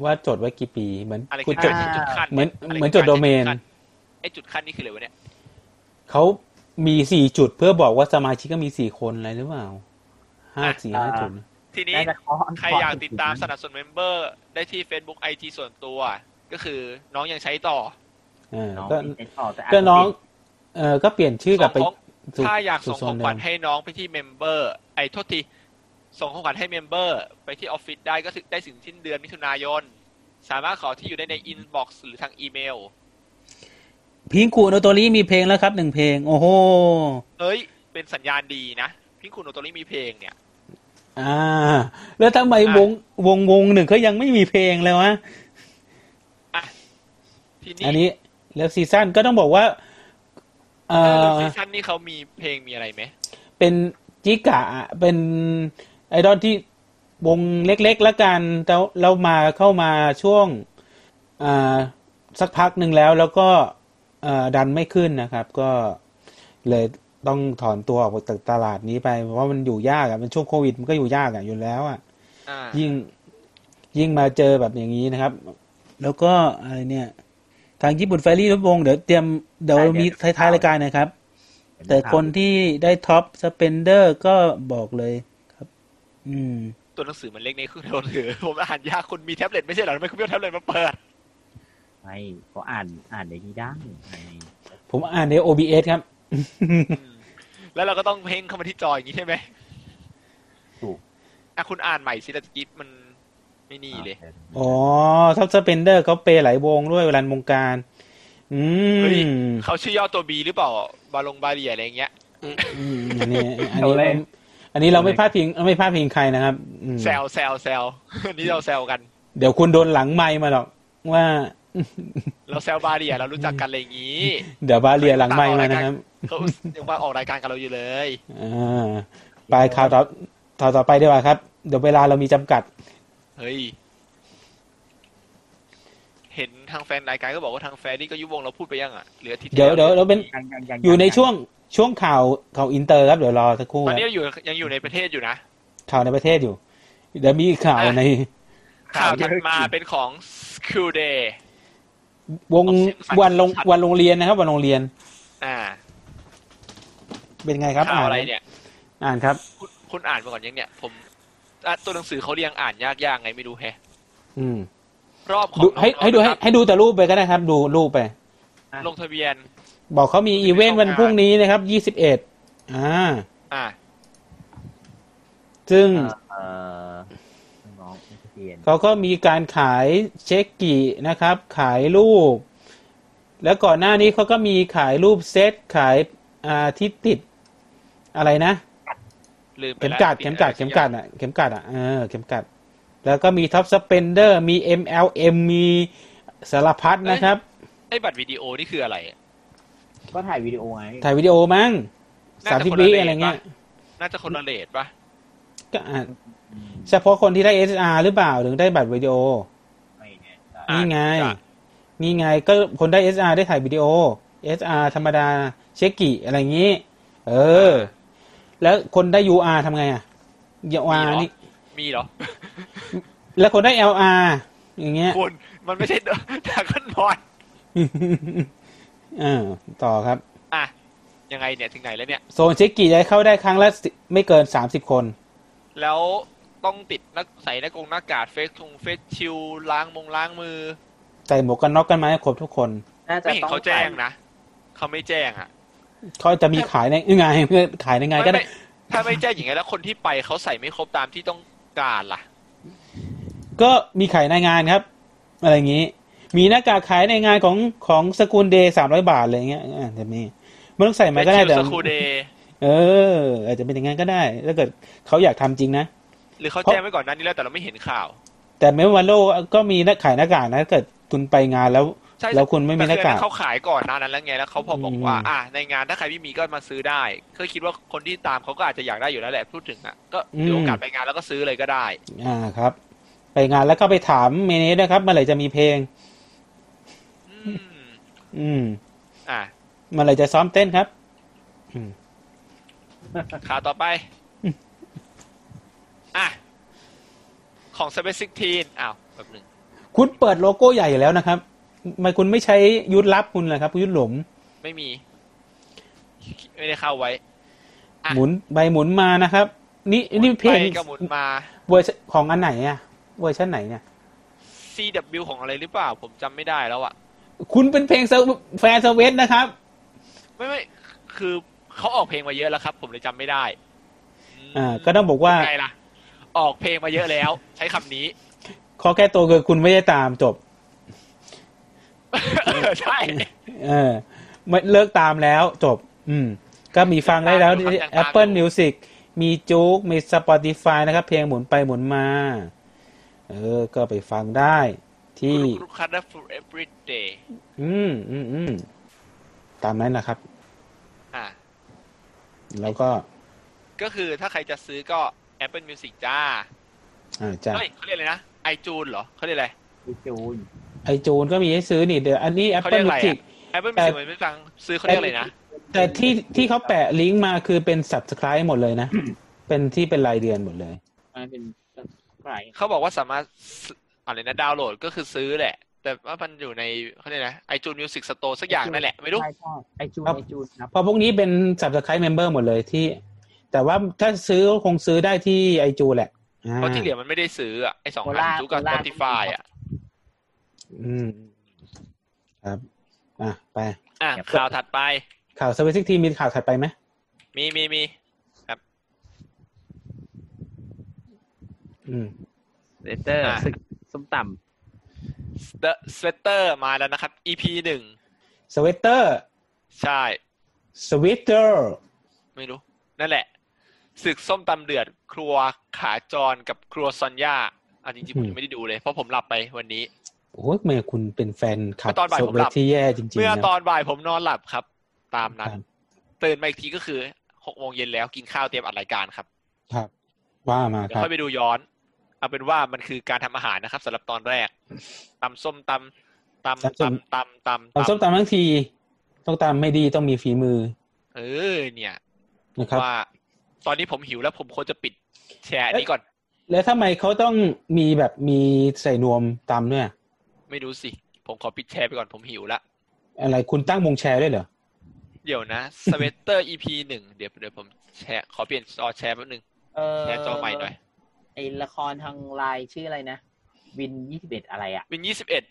[SPEAKER 2] ว่าจดไว้กี่ปีเหมือน
[SPEAKER 1] อะไรคื
[SPEAKER 2] กู
[SPEAKER 1] อ
[SPEAKER 2] จด
[SPEAKER 1] การจุดคัน
[SPEAKER 2] เหมือน
[SPEAKER 1] ยะไร
[SPEAKER 2] เหมือนจดโดเมน
[SPEAKER 1] ไอ้จุดคันนี่คืออะไรวะเนี่ย
[SPEAKER 2] เขามีสี่จุดเพื่อบอกว่าสมาชิกก็มีสี่คนอะไรหรือเปล่าห้า
[SPEAKER 1] อ่ะ
[SPEAKER 2] สี่
[SPEAKER 3] อ่า
[SPEAKER 2] ห้าจุด
[SPEAKER 1] ทีนี้
[SPEAKER 3] น่าจะเคาะ
[SPEAKER 1] ใครอยากติดตามสนับสนุนเมมเบอร์ได้ที่ Facebook IG ส่วนตัว ก็คือน้องยังใช้ต่อ
[SPEAKER 2] เออ
[SPEAKER 3] น้อง
[SPEAKER 2] ก็
[SPEAKER 3] ติดต่อแต่าจ
[SPEAKER 2] ก็
[SPEAKER 3] จะ
[SPEAKER 2] น้อง เออก็เปลี่ยนชื่อกลับไป
[SPEAKER 1] ส่งของ
[SPEAKER 2] สู่
[SPEAKER 1] ถ้าอยากส่งของขวัญ
[SPEAKER 2] สู่โซนเดิม
[SPEAKER 1] ให้น้องไปที่เมมเบอร์ไอ้โทษที ส่งของขวัญให้เมมเบอร์ ไปที่ออฟฟิศได้ก็ถึงได้ถึงสิ้นเดือนมิถุนายน สามารถขอที่อยู่ได้ในอินบ็อกซ์หรือทางอีเมล
[SPEAKER 2] พิงคูโนโตรี่มีเพลงแล้วครับหนึ่งเพลง โอ้โห
[SPEAKER 1] เอ้ย เป็นสัญญาณดีนะพี่คุณโอโตริมีเพลงเนี่ย
[SPEAKER 2] อ่า แล้วทำไม
[SPEAKER 1] อ่ะ
[SPEAKER 2] วงวงวงหนึ่งเขายังไม่มีเพลงเลยวะ
[SPEAKER 1] ที
[SPEAKER 2] อัน
[SPEAKER 1] นี้
[SPEAKER 2] นี้แล้วซีซั่นก็ต้องบอกว่า เอ
[SPEAKER 1] เออ
[SPEAKER 2] อ
[SPEAKER 1] ซีซั่นนี้เขามีเพลงมีอะไรไหม
[SPEAKER 2] เป็นจิกะอะเป็นไอดอลที่วงเล็กๆแล้วกันแล้วเรามาเข้ามาช่วงอ่าสักพักหนึ่งแล้วแล้วก็เอ่อดันไม่ขึ้นนะครับ ก็เลยต้องถอนตัวออกจากตลาดนี้ไปเพราะว่ามันอยู่ยากอะมันช่วงโควิด มันก็อยู่ยากอะอยู่แล้วอะ
[SPEAKER 1] อ่า
[SPEAKER 2] ยิ่งยิ่งมาเจอแบบอย่างนี้นะครับ แล้วก็อะไรเนี่ย ทางญี่ปุ่นไฟรี่ทุบวงเดี๋ยวเตรียมเดี๋ยวมีท้ายๆรายการนะครับ แต่คนที่ได้ท็อปสเปนเดอร์ก็บอกเลยครับ อืม
[SPEAKER 1] ตัวหนังสือมันเล็กในเครื่องโทรถือ ผมอ่านยากคุณมีแท็บเล็ตไม่ใช่เหรอทำไมคุณไม่เอาแท็บเล็ตมาเปิด
[SPEAKER 3] ไม่เขาอ่านอ่านในนี้ได้ใน
[SPEAKER 2] ผมอ่านใน OBS ครับ
[SPEAKER 1] แล้วเราก็ต้องเพ่งเข้ามาที่จออย่างนี้ใช่ไหม
[SPEAKER 3] ถูก
[SPEAKER 1] อ่ะคุณอ่านใหม่สิแล้วตะกี้มันไม่นี่เลย
[SPEAKER 2] อ๋อท็อปสเปนเดอร์เขาเปย์หลายวงด้วยเวลาวงการ อื
[SPEAKER 1] เฮ้ย
[SPEAKER 2] ม
[SPEAKER 1] เขาชื่อย่อตัวบีหรือเปล่า บาลงบาเลียอะไรอย่างเงี้ย
[SPEAKER 2] อืมอันนี้อันนี้ผมอันนี้เราไม่พลาดพิงไม่พลาดพิงใครนะครับอืม
[SPEAKER 1] แซวแซวแซว อันนี่เราแซวกัน
[SPEAKER 2] เดี๋ยวคุณโดนหลังไมค์มาหรอกว่า
[SPEAKER 1] เราแซวบาเลียเรารู้จักกันอะไรอย่างนี้
[SPEAKER 2] เดี๋ยวบาเรียหลังไมค์มานะครับ
[SPEAKER 1] เขายังมาออกรายการกับเราอยู่เลย
[SPEAKER 2] อาไปข่าวต่อข่าวต่อไปดีกว่าครับ เดี๋ยวเวลาเรามีจำกัด
[SPEAKER 1] เฮ้ย เห็นทางแฟนรายการก็บอกว่าทางแฟนนี่ก็ยุบวงเราพูดไปยังอ่ะเหลืออาที่
[SPEAKER 2] เดี๋ยวเดี๋ยวเราเป็น
[SPEAKER 3] ยังยังยัง
[SPEAKER 2] อยู่ในช่วงช่วงข่าวข่าวอินเตอร์ครับเดี๋ยวรอสักครู่
[SPEAKER 1] ต
[SPEAKER 2] ค
[SPEAKER 1] อน
[SPEAKER 2] รับ
[SPEAKER 1] นี้เราอยู่ยังอยู่ในประเทศอยู่นะ
[SPEAKER 2] ข่าวในประเทศอยู่ เดี๋ยวมีอีกข่าว
[SPEAKER 1] อ่ะ
[SPEAKER 2] ใน
[SPEAKER 1] ข่าวถัดมาเป็นของ School Day
[SPEAKER 2] วงวันโรงวันโรงเรียนนะครับ วันโรงเรียน
[SPEAKER 1] อ่า
[SPEAKER 2] เป็นไงครับ
[SPEAKER 1] ข่าว
[SPEAKER 2] อ่าน
[SPEAKER 1] อะไรเนี่ย
[SPEAKER 2] อ่านครับ
[SPEAKER 1] คุณคุณอ่านมาก่อนยังเนี่ยผมอ่ะตัวหนังสือเขาเรียงอ่านยากๆไงไม่รู้แฮะ
[SPEAKER 2] อืม
[SPEAKER 1] รอบของ
[SPEAKER 2] ดูให้
[SPEAKER 1] น้องๆ
[SPEAKER 2] ให้ดูให้
[SPEAKER 1] นะครับ
[SPEAKER 2] ให้ดูแต่รูปไปก็ได้ครับ ดูรูปไป
[SPEAKER 1] ลงทะเบียน
[SPEAKER 2] บอกเขามีอีเวนต์วันพรุ่งนี้นะครับยี่สิบเอ็ดอ่า
[SPEAKER 1] อ่า
[SPEAKER 2] ซึ่ง
[SPEAKER 3] เอ่อเอ่อน้องนักเรียน
[SPEAKER 2] เขาก็มีการขายเช็กกินะครับ ขายรูป แล้วก่อนหน้านี้เขาก็มีขายรูปเซตขายอ่าที่ติดอะไรนะ
[SPEAKER 1] ลืมไป
[SPEAKER 2] เข็ม
[SPEAKER 1] แล้ว
[SPEAKER 2] กัดเข็มกัดเข็มกัดอ่ะเข็มกัดอ่ะเออเข็มกัด แล้วก็มีท็อปสเปนเดอร์มี MLM มีสารพัดนะครับ
[SPEAKER 1] ไอ้บัตรวิดีโอนี่คืออะไรอ่ะ
[SPEAKER 3] ก็ถ่ายวิดีโอไง
[SPEAKER 2] ถ่ายวิดีโอมั้ง
[SPEAKER 1] น่า
[SPEAKER 2] สาม
[SPEAKER 1] จะ
[SPEAKER 2] สิบ
[SPEAKER 1] คนละ
[SPEAKER 2] วิ
[SPEAKER 1] เลน
[SPEAKER 2] อะไรเงี้ย
[SPEAKER 1] ปะ น่าจะคนละเลทปะ
[SPEAKER 2] ก็อาจเฉพาะคนที่ได้ SR หรือเปล่าถึงได้บัตรวิดีโอ
[SPEAKER 3] ไม่แน่ใจ
[SPEAKER 1] อ่ะ
[SPEAKER 2] นี่ไง
[SPEAKER 1] จะ
[SPEAKER 2] นี่ไงก็คนได้ SR ได้ถ่ายวิดีโอ SR ธรรมดาเชคกิอะไรอย่างนี้ เออ แล้วคนได้ UR ทำไงอ่ะ UR นี่
[SPEAKER 1] มีเหรอ
[SPEAKER 2] แล้วคนได้ LR อย่างเงี้ย
[SPEAKER 1] คุณมันไม่ใช่ดากอนบอล
[SPEAKER 2] อ่าต่อครับ
[SPEAKER 1] อ่ะยังไงเนี่ยถึงไหนแล้วเนี่ย
[SPEAKER 2] โซนเช็กกี้จะเข้าได้ครั้งละสิไม่เกินสามสิบคน
[SPEAKER 1] แล้วต้องติดหนักใส่หน้ากงหน้ากากเฟซทงเฟซชิลล้างมงล้างมือ
[SPEAKER 2] ใส่หมวกกันน็อกกันไหมาให้ครบทุกคน
[SPEAKER 3] น่าจะ
[SPEAKER 1] ไม่เห็น
[SPEAKER 3] ต้อง
[SPEAKER 1] เขาแจ้งนะเขาไม่แจ้งอ่ะ
[SPEAKER 2] เขาจะมีขายในงานขายในงานก็ได้
[SPEAKER 1] ม่ม่ถ้าไม่แจ้งอย่างไงแล้วคนที่ไปเขาใส่ไม่ครบตามที่ต้องการล่ะ
[SPEAKER 2] ก็มีขายในงานครับ อะไรอย่างนี้ มีหน้ากากขายในงานของของสกุลเดย์สามร้อยบาทอะไรอย่างเงี้ยอ่าแบบนี้ไม่ต้องใส่มาก็ได้
[SPEAKER 1] Fetch
[SPEAKER 2] แต่
[SPEAKER 1] you School Day
[SPEAKER 2] เออ อาจจะเป็นอย่างนั้นก็ได้ถ้าเกิดเขาอยากทำจริงนะ
[SPEAKER 1] หรือเขา
[SPEAKER 2] เพราะ
[SPEAKER 1] แจ้งไว้ก่อนหนั้นนี้แล้วแต่เราไม่เห็นข่าว
[SPEAKER 2] แต่เมวันโลก็มีหน้าขายหน้ากากนะถ้าเกิดคุณไปงานแล้ว
[SPEAKER 1] ใช่
[SPEAKER 2] แล้วคุณไม่มีห
[SPEAKER 1] แต่คือก
[SPEAKER 2] น้าา
[SPEAKER 1] อั
[SPEAKER 2] ก
[SPEAKER 1] เขาขายก่อนหนานั้นแล้วไงแล้วเขาพอบอก
[SPEAKER 2] อืม
[SPEAKER 1] ว่า อ่ะในงานถ้าใครไม่มีก็มาซื้อได้ก็คิดว่าคนที่ตามเขาก็อาจจะอยากได้อยู่แล้วแหละพูดถึงอ่ะก็ถือโอกาสไปงานแล้วก็ซื้อเลยก็ได้
[SPEAKER 2] อ่าครับ ไปงานแล้วก็ไปถามเมเนสนะครับเมื่อไหร่จะมีเพลง
[SPEAKER 1] อืม
[SPEAKER 2] อืม
[SPEAKER 1] อ่ะ
[SPEAKER 2] เมื่อไหร่จะซ้อมเต้นครับ อืม
[SPEAKER 1] ข่าวต่อ ไป
[SPEAKER 2] อืม
[SPEAKER 1] อ่ะของ s p a c e 16อ้าวแบบหนึ่ง
[SPEAKER 2] คุณเปิดโลโก้ใหญ่อยู่แล้วนะครับทำไมคุณไม่ใช้ยุทธลับคุณล่ะครับยุทธหลม
[SPEAKER 1] ไม่มี ไม่ได้เข้าไว้ อ่ะ
[SPEAKER 2] หมุนใบหมุนมานะครับ นี่นี่เพลง
[SPEAKER 1] ไปก็หมุนมา
[SPEAKER 2] เวอร์ชันของอันไหนอะเวอร์ชันไหนเนี่ย
[SPEAKER 1] CW ของอะไรหรือเปล่า ผมจำไม่ได้แล้วอะ
[SPEAKER 2] คุณเป็นเพลงเซอร์แฟนเซอร์เวสนะครับ
[SPEAKER 1] ไม่ไม่คือเขาออกเพลงมาเยอะแล้วครับ ผมเลยจำไม่ได้ม
[SPEAKER 2] อ่า ก็ต้องบอกว่า
[SPEAKER 1] ไงล่ะ ออกเพลงมาเยอะแล้ว ใช้คำนี้
[SPEAKER 2] ขอแก้ตัวคือคุณไม่ได้ตามจบ
[SPEAKER 1] ใช่
[SPEAKER 2] เออไม่เลิกตามแล้วจบ อืม ก็มีฟังได้แล้วที่ Apple Music มีจุกมี Spotify นะครับ เพลงหมุนไปหมุนมา เออ ก็ไปฟังได้ที่
[SPEAKER 1] ลูกค้า for every day
[SPEAKER 2] อืมอืมอืมตามนั้นนะครับ
[SPEAKER 1] อ่า
[SPEAKER 2] แล้วก็
[SPEAKER 1] ก็คือถ้าใครจะซื้อก็ Apple Music จ้า
[SPEAKER 2] อ่าจ้ะ
[SPEAKER 1] เฮ้ยเขาเรียกอะไรนะไอจูนเหรอเขาเรียกอะไร
[SPEAKER 3] ไปจูน
[SPEAKER 2] ไอจูนก็มีให้ซื้อนี่เดี๋ยวอันนี้
[SPEAKER 1] เขาเรียก
[SPEAKER 2] Apple
[SPEAKER 1] อะไร
[SPEAKER 2] Music
[SPEAKER 1] แอปเปิลมิวสิกเหมือนไม่ฟังซื้อเขาเรียกอะไรนะ
[SPEAKER 2] แต่ที่ที่เขาแปะลิงก์มาคือเป็น subscribe หมดเลยนะ เป็นที่เป็นรายเดือนหมดเลย
[SPEAKER 3] มันเป็นใคร
[SPEAKER 1] เขาบอกว่าสามารถซื้ออะไรนะดาวน์โหลดก็คือซื้อแหละ แต่ว่ามันอยู่ในเขาเรียกนะไอจูนมิวสิกสโตร์สักอย่างนั่นแหละ ไม่รู้
[SPEAKER 3] ใช่ใช่ไอจู
[SPEAKER 2] ค
[SPEAKER 3] น
[SPEAKER 2] รับ
[SPEAKER 3] ไอจูนครับ
[SPEAKER 2] เพอพวกนี้เป็น subscribe member หมดเลยที่ แต่ว่าถ้าซื้อก็คงซื้อได้ที่ไอจูแหละอ่า
[SPEAKER 1] เพราะที่เหลือมันไม่ได้ซื้ออะไอสองอันจูกับ Spotify อ่ะ
[SPEAKER 2] อืมครับอ่ะไป
[SPEAKER 1] อ่ะข่าวถัดไป
[SPEAKER 2] ข่าวสวิซิกทีมีข่าวถัดไปไหม
[SPEAKER 1] มีมีมี
[SPEAKER 2] อืม
[SPEAKER 3] เลเตอร์สึกส้มต่ำ
[SPEAKER 1] The Sweater มาแล้วนะครับ EP หนึ่ง
[SPEAKER 2] สเวตเตอร์
[SPEAKER 1] ใช่
[SPEAKER 2] สวิตเตอร์
[SPEAKER 1] ไม่รู้ นั่นแหละศึกส้มตำเดือด ครัวขาจรกับครัวซอนย่าอ่ะจริงๆผมยังไม่ได้ดูเลยเพราะผมหลับไปวันนี้
[SPEAKER 2] โอ้ยแม่คุณเป็นแฟนขับ
[SPEAKER 1] เมื่อตอนบ่าย
[SPEAKER 2] ส
[SPEAKER 1] ผม
[SPEAKER 2] เว
[SPEAKER 1] หลั
[SPEAKER 2] ต
[SPEAKER 1] บ
[SPEAKER 2] ที่แย่จริงๆ
[SPEAKER 1] เมื่อ
[SPEAKER 2] นะ
[SPEAKER 1] ตอนบ่ายผมนอนหลับครับ ตามนั้น
[SPEAKER 2] ครับ
[SPEAKER 1] ตื่นมาอีกทีก็คือหกโมงเย็นแล้วกินข้าวเตรียมอัดรายการครับ
[SPEAKER 2] ครับ ว่ามา
[SPEAKER 1] เดี๋ย
[SPEAKER 2] คว รับ
[SPEAKER 1] ค่อยไปดูย้อน เอาเป็นว่ามันคือการทำอาหารนะครับสำหรับตอนแรกตำส้มตำตำ
[SPEAKER 2] ตำส้ม
[SPEAKER 1] ตำตำตำ
[SPEAKER 2] ตำส้ม
[SPEAKER 1] ตำ
[SPEAKER 2] ตำทั้งที ต้องตำไม่ดีต้องมีฝีมือ
[SPEAKER 1] เออเนี่ย
[SPEAKER 2] นะครับ
[SPEAKER 1] ว่า ตอนนี้ผมหิวแล้วผมควรจะปิดแชร์อันนี้ก่อน
[SPEAKER 2] แล้วทำไมเขาต้องมีแบบมีใส่นวมตำด้วยอะ
[SPEAKER 1] ไม่รู้สิ ผมขอปิดแชร์ไปก่อนผมหิวละ
[SPEAKER 2] อะไรคุณตั้งวงแชร์ด้วยเหรอ
[SPEAKER 1] เดี๋ยวนะสเวตเตอร์ EP หนึ่งเดี๋ยวเดี๋ยวผมแชร์ขอเปลี่ยนจอแชร์แป๊บนึง
[SPEAKER 3] เออ
[SPEAKER 1] แชร์จอใหม่หน่อย
[SPEAKER 3] ไอละครทางไลน์ชื่ออะไรนะ วินยี่สิบเอ็ดอะไรอ่ะ
[SPEAKER 1] วินยี่สิบเอ็ด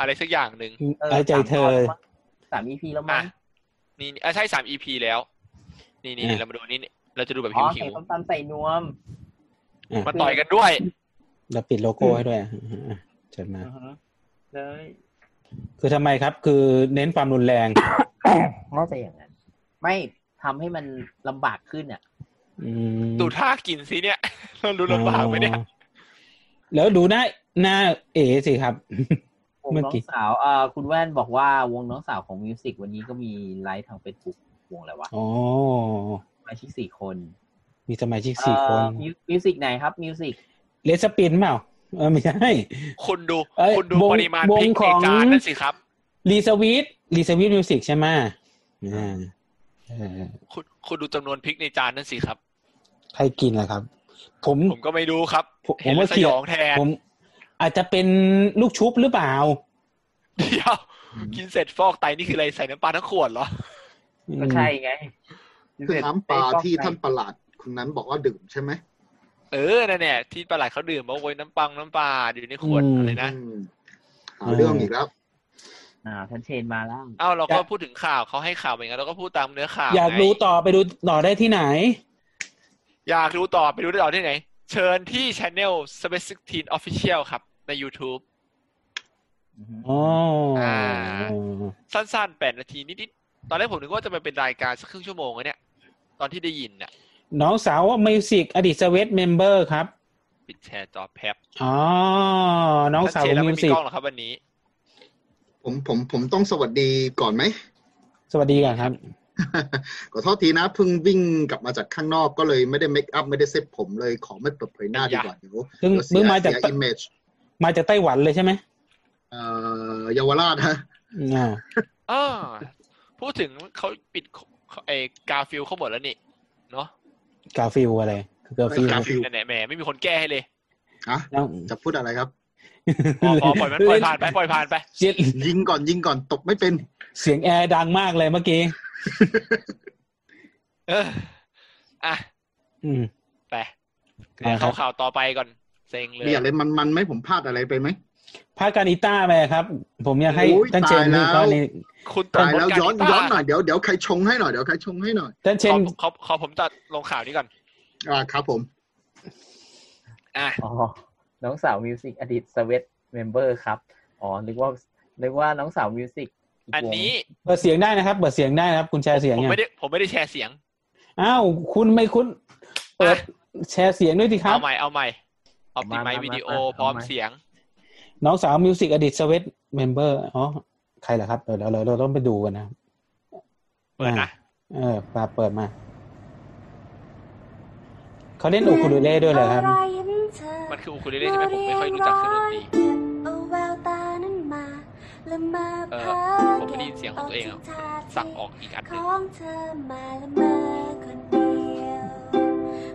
[SPEAKER 1] อะไรสักอย่างหนึ่ง
[SPEAKER 3] เออ
[SPEAKER 2] เอาใจเธอ
[SPEAKER 3] สามอีพีแล้ว
[SPEAKER 1] อ่ะ
[SPEAKER 3] มั้ง
[SPEAKER 1] นี่อ่ะใช่สาม EP แล้ว นี่นี่
[SPEAKER 2] อ่ะ
[SPEAKER 1] เรามาดูนี่นี่เราจะดูแบบ
[SPEAKER 3] อ๋
[SPEAKER 1] หิ
[SPEAKER 3] อ
[SPEAKER 1] ว
[SPEAKER 3] ใส่
[SPEAKER 1] หิว
[SPEAKER 3] ส้มตำใส่นวม
[SPEAKER 2] อ่ะ
[SPEAKER 1] มาต่อยกันด้วย
[SPEAKER 2] เราปิดโลโก้ให้ด้วยอ่ะอ่ะจัดมา
[SPEAKER 3] อือฮะเลย
[SPEAKER 2] คือทำไมครับ คือเน้นความรุนแรง
[SPEAKER 3] น่าจะอย่างนั้น ไม่ทำให้มันลำบากขึ้นอ่ะ
[SPEAKER 2] อืม
[SPEAKER 1] ดูท่ากินสิเนี่ย เราดูลำบากไหมเนี่ย
[SPEAKER 2] อ๋อแล้วดูหน้าหน้าเอสิครับ
[SPEAKER 3] วง
[SPEAKER 2] เมื่อ
[SPEAKER 3] น้อง
[SPEAKER 2] กี้
[SPEAKER 3] สาวเอ่อคุณแว่นบอกว่าวงน้องสาวของมิวสิกวันนี้ก็มีไลฟ์ทางเฟซบุ๊กวงอะไรวะ
[SPEAKER 2] อ๋อ
[SPEAKER 3] สมาชิกสี่คน
[SPEAKER 2] มีสมาชิกสี่คน
[SPEAKER 3] มิวสิกไหนครับมิวสิก
[SPEAKER 2] เลสปินเปล่าเออไม่ใช่
[SPEAKER 1] คุณดู
[SPEAKER 2] เอ้ย
[SPEAKER 1] คุณดู
[SPEAKER 2] วง
[SPEAKER 1] ปริมาณ
[SPEAKER 2] วง
[SPEAKER 1] พริก
[SPEAKER 2] ข
[SPEAKER 1] ใน
[SPEAKER 2] อง
[SPEAKER 1] จานนั่นสิครับ
[SPEAKER 2] รีสวีทรีสวีทมิวสิกใช่ไหมอ่าเออ
[SPEAKER 1] คุณคุณดูจำนวนพริกในจานนั่นสิครับ
[SPEAKER 2] ใครกินล่ะครับ ผม
[SPEAKER 1] ผมก็ไม่รู้ครับ
[SPEAKER 2] ผม
[SPEAKER 1] เห็นแล้ว
[SPEAKER 2] ว่า
[SPEAKER 1] ส
[SPEAKER 2] เขียน
[SPEAKER 1] ยองแทน
[SPEAKER 2] ผมอาจจะเป็นลูกชุบหรือเปล่า
[SPEAKER 1] เดี๋ยว กินเสร็จฟอกไตนี่คืออะไรใส่น้ำปลาทั้งขวดเหรอ
[SPEAKER 3] ก็ใช่ไง
[SPEAKER 5] คือน้ำปลาที่ท่านประหลาดคนนั้นบอกว่าดื่มใช่ไหม
[SPEAKER 1] เออนั่นเนี่ยที่ประหลัดเขาดื่มมาโวยน้ำปังน้ำปลาอยู่ในขวด
[SPEAKER 2] อืม
[SPEAKER 1] อะไรนะ
[SPEAKER 5] อืมหาเรื่องอีกแล้ว
[SPEAKER 3] อ่าท่านเชนมาแล้ว
[SPEAKER 1] เอ้าเราก็พูดถึงข่าวเขาให้ข่าวเป็นไงเราก็พูดตามเนื้อข่าว
[SPEAKER 2] อยาก
[SPEAKER 1] ไง
[SPEAKER 2] รู้ต่อไปดูต่อได้ที่ไหน
[SPEAKER 1] อยากรู้ต่อไปดูได้ต่อที่ไหน เชิญที่ Channel Space 16 Official ครับ ใน YouTube
[SPEAKER 2] อ๋ออา
[SPEAKER 1] สั้นๆ 8 นาทีนิดๆ ตอนแรกผมนึกว่าจะไปเป็นรายการสักครึ่งชั่วโมงอะเนี่ย ตอนที่ได้ยินน่ะ
[SPEAKER 2] น้องสาวมิวสิกอดีตสเวทเมมเบอร์ครับ
[SPEAKER 1] ปิดแชร์จอแพ็บ
[SPEAKER 2] อ๋อ น้องสาว
[SPEAKER 1] ชัดเจนแล้ว
[SPEAKER 2] มิ
[SPEAKER 1] ไม่
[SPEAKER 2] ว
[SPEAKER 1] มี
[SPEAKER 2] สิ
[SPEAKER 1] ก
[SPEAKER 2] ก
[SPEAKER 1] ล้องหรอกครับวันนี้
[SPEAKER 5] ผมผมผมต้องสวัสดีก่อนไหม
[SPEAKER 2] สวัสดีก่อนครับ
[SPEAKER 5] ขอโทษทีนะเพิ่งวิ่งกลับมาจากข้างนอกก็เลยไม่ได้เมคอัพไม่ได้เซ็ตผมเลยขอไม่เปิดเผยหน้าดีกว่าเดี๋ยว
[SPEAKER 2] เพิ่งเพิ่งมาจาก
[SPEAKER 5] อิมเมจ
[SPEAKER 2] มาจากไต้หวันเลยใช่ไหม
[SPEAKER 5] เอ่อเยาวราชฮะ
[SPEAKER 2] อ่า
[SPEAKER 1] อาพูดถึงเขาปิดเขาไอ้กาฟิลเขาหมดแล้วนี่เนาะ
[SPEAKER 2] กาฟิลอะไรคือกาฟิล
[SPEAKER 5] กาฟิล
[SPEAKER 1] แหน่แหมไม่มีคนแก้ให้เลย
[SPEAKER 5] ฮะ
[SPEAKER 2] แล้ว
[SPEAKER 5] จะพูดอะไรครับ
[SPEAKER 1] พอพ อปล่อยมันปล่อยผ่านไปปล่อยผ่านไป
[SPEAKER 2] เสียง
[SPEAKER 5] ยิงก่อนยิงก่อนตกไม่เป็น
[SPEAKER 2] เสียงแอร์ดังมากเลยเมื่อกี้
[SPEAKER 1] เอออ่ะ
[SPEAKER 2] อืม
[SPEAKER 1] ไปเดี๋ยว
[SPEAKER 2] ครั
[SPEAKER 1] เข้า
[SPEAKER 2] บ
[SPEAKER 1] ข่าวต่อไปก่อนเซ็งเลย
[SPEAKER 5] มีอะไรมันมันๆไหมผมพลาดอะไรไปไหม
[SPEAKER 2] พาคการิต้าไปครับ ผมอยากให้
[SPEAKER 5] โอ้ย
[SPEAKER 2] ท่านเชน
[SPEAKER 5] ตายแล้
[SPEAKER 2] วิเค
[SPEAKER 5] ว
[SPEAKER 2] ราะห์นี่
[SPEAKER 1] คุณ
[SPEAKER 5] ตายแล้ว
[SPEAKER 1] ผลกร
[SPEAKER 5] ย้อน
[SPEAKER 1] ติดตาม
[SPEAKER 5] ย้อนหน่อยเดี๋ยวเดี๋ยวใครชงให้หน่อยเดี๋ยวใครชงให้หน่อย
[SPEAKER 2] ท่านเช
[SPEAKER 1] ขอน ขอขอผมตัดลงข่าวนี้ก่อน
[SPEAKER 5] อ่าครับผม
[SPEAKER 1] อ่ะ
[SPEAKER 3] อ๋อ น้องสาวมิวสิกอดีตสวีทเมมเบอร์ครับ อ๋อ นึกว่า นึกว่าน้องสาวมิวสิกกวง
[SPEAKER 1] อันนี้
[SPEAKER 2] เปิดเสียงได้นะครับ เปิดเสียงได้นะครับ คุณแชร์เสียง
[SPEAKER 1] ผม
[SPEAKER 2] เนี่ย
[SPEAKER 1] ไม่ได้ผมไม่ได้แชร์เสียง
[SPEAKER 2] อ้าว คุณไม่คุณเปิดแชร์เสียงด้วยสิครับ
[SPEAKER 1] เอาใหม่เอาใหม่ออปติไมวิดีโอพร้อมเสียง
[SPEAKER 2] น้องสาวมิวสิกอดีตสวีทเมมเบอร์ อ๋อ ใครล่ะครับ เดี๋ยวเราเราเราต้องไปดูกันนะครับ
[SPEAKER 1] เปิดนะ
[SPEAKER 2] เออมาเปิดมา เขาเล่นอูคูเลเล่ด้วยเหรอครับ
[SPEAKER 1] มันคืออูคูเลเล่ใช่ไหมผมไม่ค่อยรู้จักเครื่องดนตรี
[SPEAKER 4] เอาแววตานั้นมาแล้วมา
[SPEAKER 1] เออ
[SPEAKER 4] พา
[SPEAKER 1] ผมไม่ได้ยิ
[SPEAKER 4] เก็บ
[SPEAKER 1] นเสียงของตัวเองอะ
[SPEAKER 4] กจากท่า
[SPEAKER 1] สั่ง
[SPEAKER 4] ที่
[SPEAKER 1] ออกอีกอันห
[SPEAKER 4] ข
[SPEAKER 1] นึ่ง
[SPEAKER 4] องเธอมาละเมอคนเดียว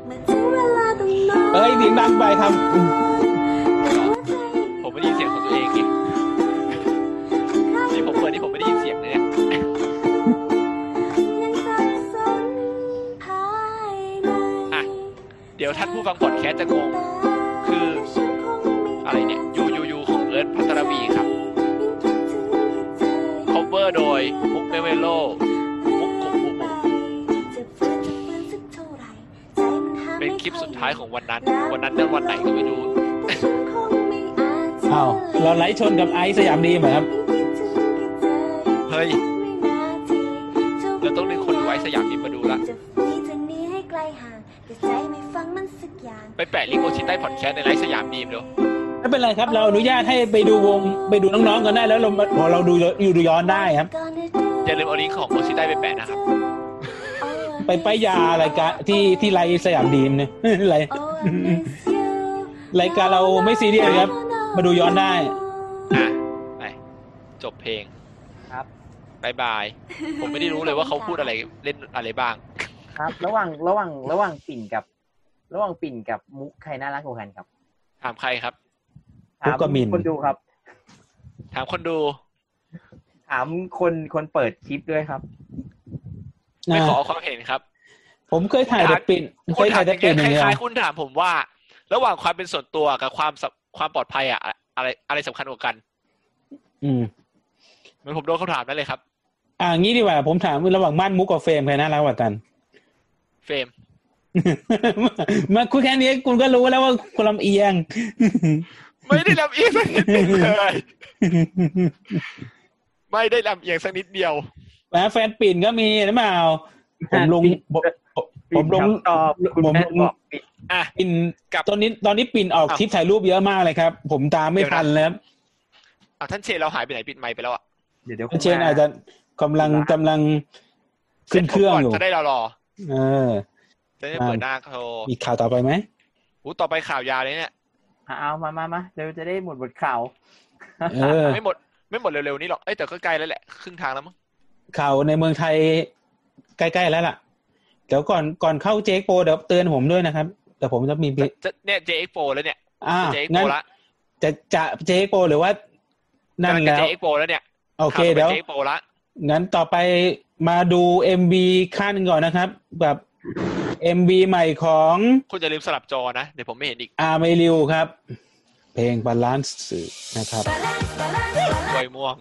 [SPEAKER 4] เมื่อถึงเวลาต้องนอน
[SPEAKER 2] เอ้ยเสียงดังไปครับ
[SPEAKER 4] แต่
[SPEAKER 1] ผม
[SPEAKER 4] ว่าใจ
[SPEAKER 1] ไม่ได้ยินเสียงของตัวเองไง นี่ผมเปิดนี่ผมไม่ได้ยินเสียงเลยเนี่ย
[SPEAKER 4] ยังสับสนภายใน
[SPEAKER 1] เดี๋ยวท่านผู้ฟังพอดแคสต์จะงง คือ
[SPEAKER 4] ฉันคงม่าจ
[SPEAKER 1] อะไรเนี่ยยูยูยูของเอิร์ธพัทรวีครับ
[SPEAKER 4] ยังคิด
[SPEAKER 1] cover
[SPEAKER 4] ถึงเธออยู่
[SPEAKER 1] โดยมุกเมเวโล มุกกุกกุกกุก
[SPEAKER 4] จะฝืนจะฝืนสักเท่าไหร่ใจมันหาไม่
[SPEAKER 1] เป็นคลิปสุดท้ายของวันนั้น วันนั้นเป็นวันไหนก็ไม่รู้
[SPEAKER 4] แต่ฉันคงไม่อาจจะ
[SPEAKER 2] อ้าว เราไลฟ์ชนกับไอซ์สยามดีมเหรอครับ
[SPEAKER 4] ยังคิดถึงเธออยู่
[SPEAKER 1] เฮ้ย เราต้องดึงคนดูไว้สยามนิมมาดูละ
[SPEAKER 4] จะหนีจะหนีให้ไกลห่างแต่ใจไม่ฟังมันสักอย่าง
[SPEAKER 1] ไปแปะลิงก์โอชิใต้พอดแคสต์ในไลฟ์สยามดีมเดี๋ยว
[SPEAKER 2] ไม่เป็นไรครับ เราอนุญาตให้ไปดูวงไปดูน้องๆกันได้แล้วเราพอเราดูอยู่ดูย้อนได้ครับ
[SPEAKER 4] ก่อนจะดู
[SPEAKER 1] อย่าลืมเอาลิงก์ของโอชิใต้ไปแปะนะครับ
[SPEAKER 2] ไปป้ายยารายการที่ที่ไลฟ์สยามดีมเนี่ย ไลฟ์
[SPEAKER 4] โอ้ I miss you
[SPEAKER 2] รายการเราไม่ซีเรียสครับมาดูย้อนได้
[SPEAKER 1] อ่ะ ไป จบเพลง
[SPEAKER 3] ครับ
[SPEAKER 1] บายบาย ผมไม่ได้รู้เลยว่าเขาพูดอะไรเล่นอะไรบ้าง
[SPEAKER 3] ครับ ระหว่าง ระหว่าง ระหว่างปิ่นกับ ระหว่างปิ่นกับมุกใครน่ารักกว่ากันครับ
[SPEAKER 1] ถามใครครับ
[SPEAKER 3] ถา
[SPEAKER 2] มุกกับมิ่น
[SPEAKER 3] คนดูครับ
[SPEAKER 1] ถามคนดู
[SPEAKER 3] ถามคนคนเปิดคลิปด้วยครับ
[SPEAKER 1] ไม่
[SPEAKER 2] อ่า
[SPEAKER 1] ขอความเห็นครับ
[SPEAKER 2] ผมเคยถ่ายแต่ปิดเค
[SPEAKER 1] คุณ
[SPEAKER 2] ย
[SPEAKER 1] ถาอ
[SPEAKER 2] ถ่าม ยแต่
[SPEAKER 1] ย่าง
[SPEAKER 2] ปิ
[SPEAKER 1] เงี้ย
[SPEAKER 2] ด
[SPEAKER 1] ค
[SPEAKER 2] อย่างเดีย
[SPEAKER 1] ว ล้ายๆคุณถามผมว่า ระหว่างความเป็นส่วนตัวกับความสับความปลอดภัยอะอะอะไรอะไรสำคัญกว่ากัน
[SPEAKER 2] อืม
[SPEAKER 1] เหมือนผมโดนคำถามนั่นเลยครับ
[SPEAKER 2] อ่างี้ดีกว่าผมถามระหว่างม่านมุกกับเฟรมใครน่ารักกว่ากัน
[SPEAKER 1] เฟรม
[SPEAKER 2] มาคุยแค่นี้คุณก็รู้แล้วว่าคุณลำเอียง
[SPEAKER 1] ไม่ได้ลำเอียงสักนิดเดียวเลยไม่ได้ลำเอียงสักนิดเดียว
[SPEAKER 2] นะแฟนปิ่นก็มีหรือเปล่าผมลง
[SPEAKER 3] ปิ่น
[SPEAKER 2] ผมผมลง
[SPEAKER 3] ปิ่นครับตอบคุณ
[SPEAKER 2] ผม
[SPEAKER 3] แม่
[SPEAKER 2] ลง
[SPEAKER 3] บอกปิด
[SPEAKER 1] อ่ะ
[SPEAKER 2] ปิ่น
[SPEAKER 1] กับ
[SPEAKER 2] ตอนนี้ตอนนี้ปิ่นออกทริปถ่ายรูปเยอะมากเลยครับ ผมตามไม่ทันแล้ว
[SPEAKER 1] เอาท่านเชนเราหายไปไหนปิดไมค์ไปแล้วอ่ะ
[SPEAKER 3] เดี๋ยวเดี๋ยว
[SPEAKER 2] เชนอาจจะกำลังกำลังขึ้นเครื่อง
[SPEAKER 1] สจผมก่
[SPEAKER 2] อยู่
[SPEAKER 1] จะได้รอรอ
[SPEAKER 2] เออ
[SPEAKER 1] ๆจะได้เปิดหน้าโทร
[SPEAKER 2] มีข่าวต่อไปไหม
[SPEAKER 1] อู้ต่อไปข่าวยาวเลยเนี่ย
[SPEAKER 3] เอามามามาเดี๋ยวจะได้หมดบทข่าว
[SPEAKER 2] เออ
[SPEAKER 1] ไม่หมด ไม่หมดเร็วๆนี้หรอกเอ้ยแต่ก็ใกล้แล้วแหละครึ่งทางแล้วมั้ง
[SPEAKER 2] ข่าวในเมืองไทยใกล้ๆแล้วล่ะ เดี๋ยวก่อนก่อนเข้าเจ p โปเดี๋ยวเตือนผมด้วยนะครับ แต่ผมจะมีพิ
[SPEAKER 1] จะเนี่ย JX4 แล้วเนี่ย
[SPEAKER 2] อ่า
[SPEAKER 1] JX4
[SPEAKER 2] งั้น
[SPEAKER 1] ละ
[SPEAKER 2] จะจะเจ p โปหรือว่า นั่น
[SPEAKER 1] กำลังจะ
[SPEAKER 2] แล้ว
[SPEAKER 1] JX4 แล้วเนี่ย
[SPEAKER 2] โอเคเดี๋ยว
[SPEAKER 1] ข้าไปโปรละ
[SPEAKER 2] งั้นต่อไปมาดู MB ขั้นหนึ่งก่อนนะครับ แบบ MB ใหม่ของ
[SPEAKER 1] คุณจะลืมสลับจอนะ เดี๋ยวผมไม่เห็นอีก
[SPEAKER 2] อาร์เมลิวครับ เพลงบาลานซ์นะครับ
[SPEAKER 1] กวยม่วง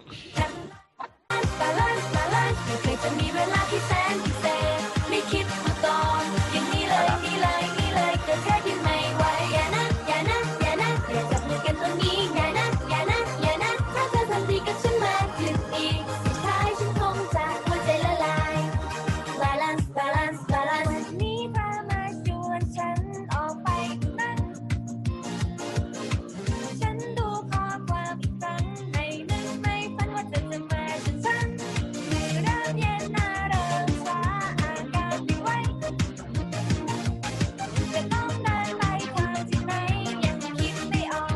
[SPEAKER 4] บาลานซ์บาลานซ์ไม่เคยจะมีเวลาที่แสนพิเศษไม่คิดมาก่อนอย่างนี้เลยนี่เลยนี่เลยเกิดแค่ที่ไม่ไหวอย่านะอย่านะอย่านะอย่าจับมือกันตรงนี้อย่านะอย่านะอย่านะถ้าเธอทำดีกับฉันมากขึ้นอีกสุดท้ายฉันคงจะหัวใจละลาย บาลานซ์บาลานซ์บาลานซ์วันนี้พามาชวนฉันออกไปนั่ง ฉันดูข้อความอีกครั้งในนึกไม่ฝันว่าเธอจะมาจนฉันมือเริ่มเย็นหน้าเริ่มชาอาการไม่ไหวจะต้องเดินไปทางที่ไหนยังคิดไม่ออก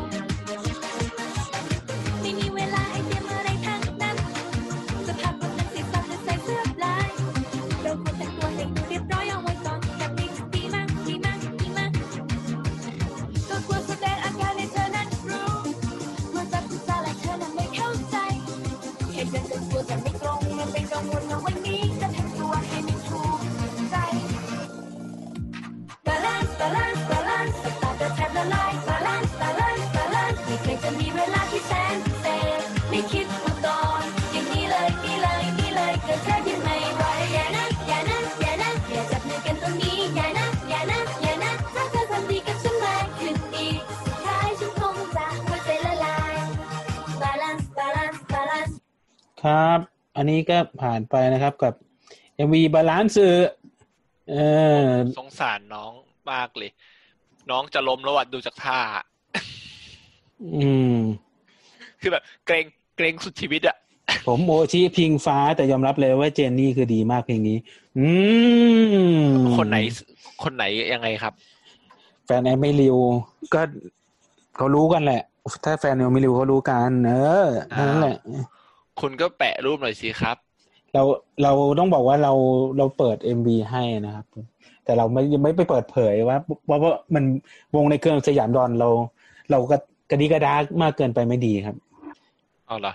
[SPEAKER 4] ไม่มีเวลาให้เตรียมอะไรทั้งนั้น จะพักวันนั้นสิซ้ำจะใส่เสื้อลายเราควรแต่งตัวให้ดูเรียบร้อยเอาไว้ก่อนแบบนี้ดีมากดีมากดีมาก ก็ควรแสดงอาการให้เธอนั้นรู้ว่าจับคุณตาและเธอนั้นไม่เข้าใจแค่จะเป็นตัวแต่ไม่ตรงมันเป็นกังวลว่าวันนี้จะทำตัวให้ไม่ถูกใจ บาลานซ์บาลานซ์บาลานซ์สตาร์ทแทบละลายบาลานซ์บาลานซ์บาลานซ์ไม่เคยจะมีเวลาที่แสนพิเศษไม่คิดมาก่อนอย่างนี้เลยนี่เลยนี่เลยเกิดแค่ที่ไม่ไหวอย่านะอย่านะอย่านะอย่าจับมือกันตรงนี้อย่านะอย่านะอย่านะถ้าเธอทำดีกับฉันมากขึ้นอีกสุดท้ายฉันคงจะหัวใจละลายบาลานซ์บาลานซ์บาลานซ์
[SPEAKER 2] ครับ อันนี้ก็ผ่านไปนะครับกับ MV บาลานซ์เออ
[SPEAKER 1] สงสารน้องมากเลย น้องจะล้มแล้วอะดูจากท่า
[SPEAKER 2] อืม
[SPEAKER 1] คือแบบเกรงเกรงสุดชีวิตอะ
[SPEAKER 2] ผมโอชิพิงฟ้าแต่ยอมรับเลยว่าเจนนี่คือดีมากเพลงนี้ อืม
[SPEAKER 1] คนไหนคนไหนยังไงครับ
[SPEAKER 2] แฟนแอมไม่ริวก็เขารู้กันแหละ ถ้าแฟนแอมไม่ริวเขารู้กัน เออเท่านั้นแหละ
[SPEAKER 1] คุณก็แปะรูปหน่อยสิครับ
[SPEAKER 2] เราเราต้องบอกว่าเราเราเปิดเอ็มบีให้นะครับ แต่เราไม่ยังไม่ไปเปิดเผยว่าว่าว่ามันวงในเครื่องสยามดอนเรา เราก็กระดิกระดากมากเกินไปไม่ดีครับ
[SPEAKER 1] เอาล่ะ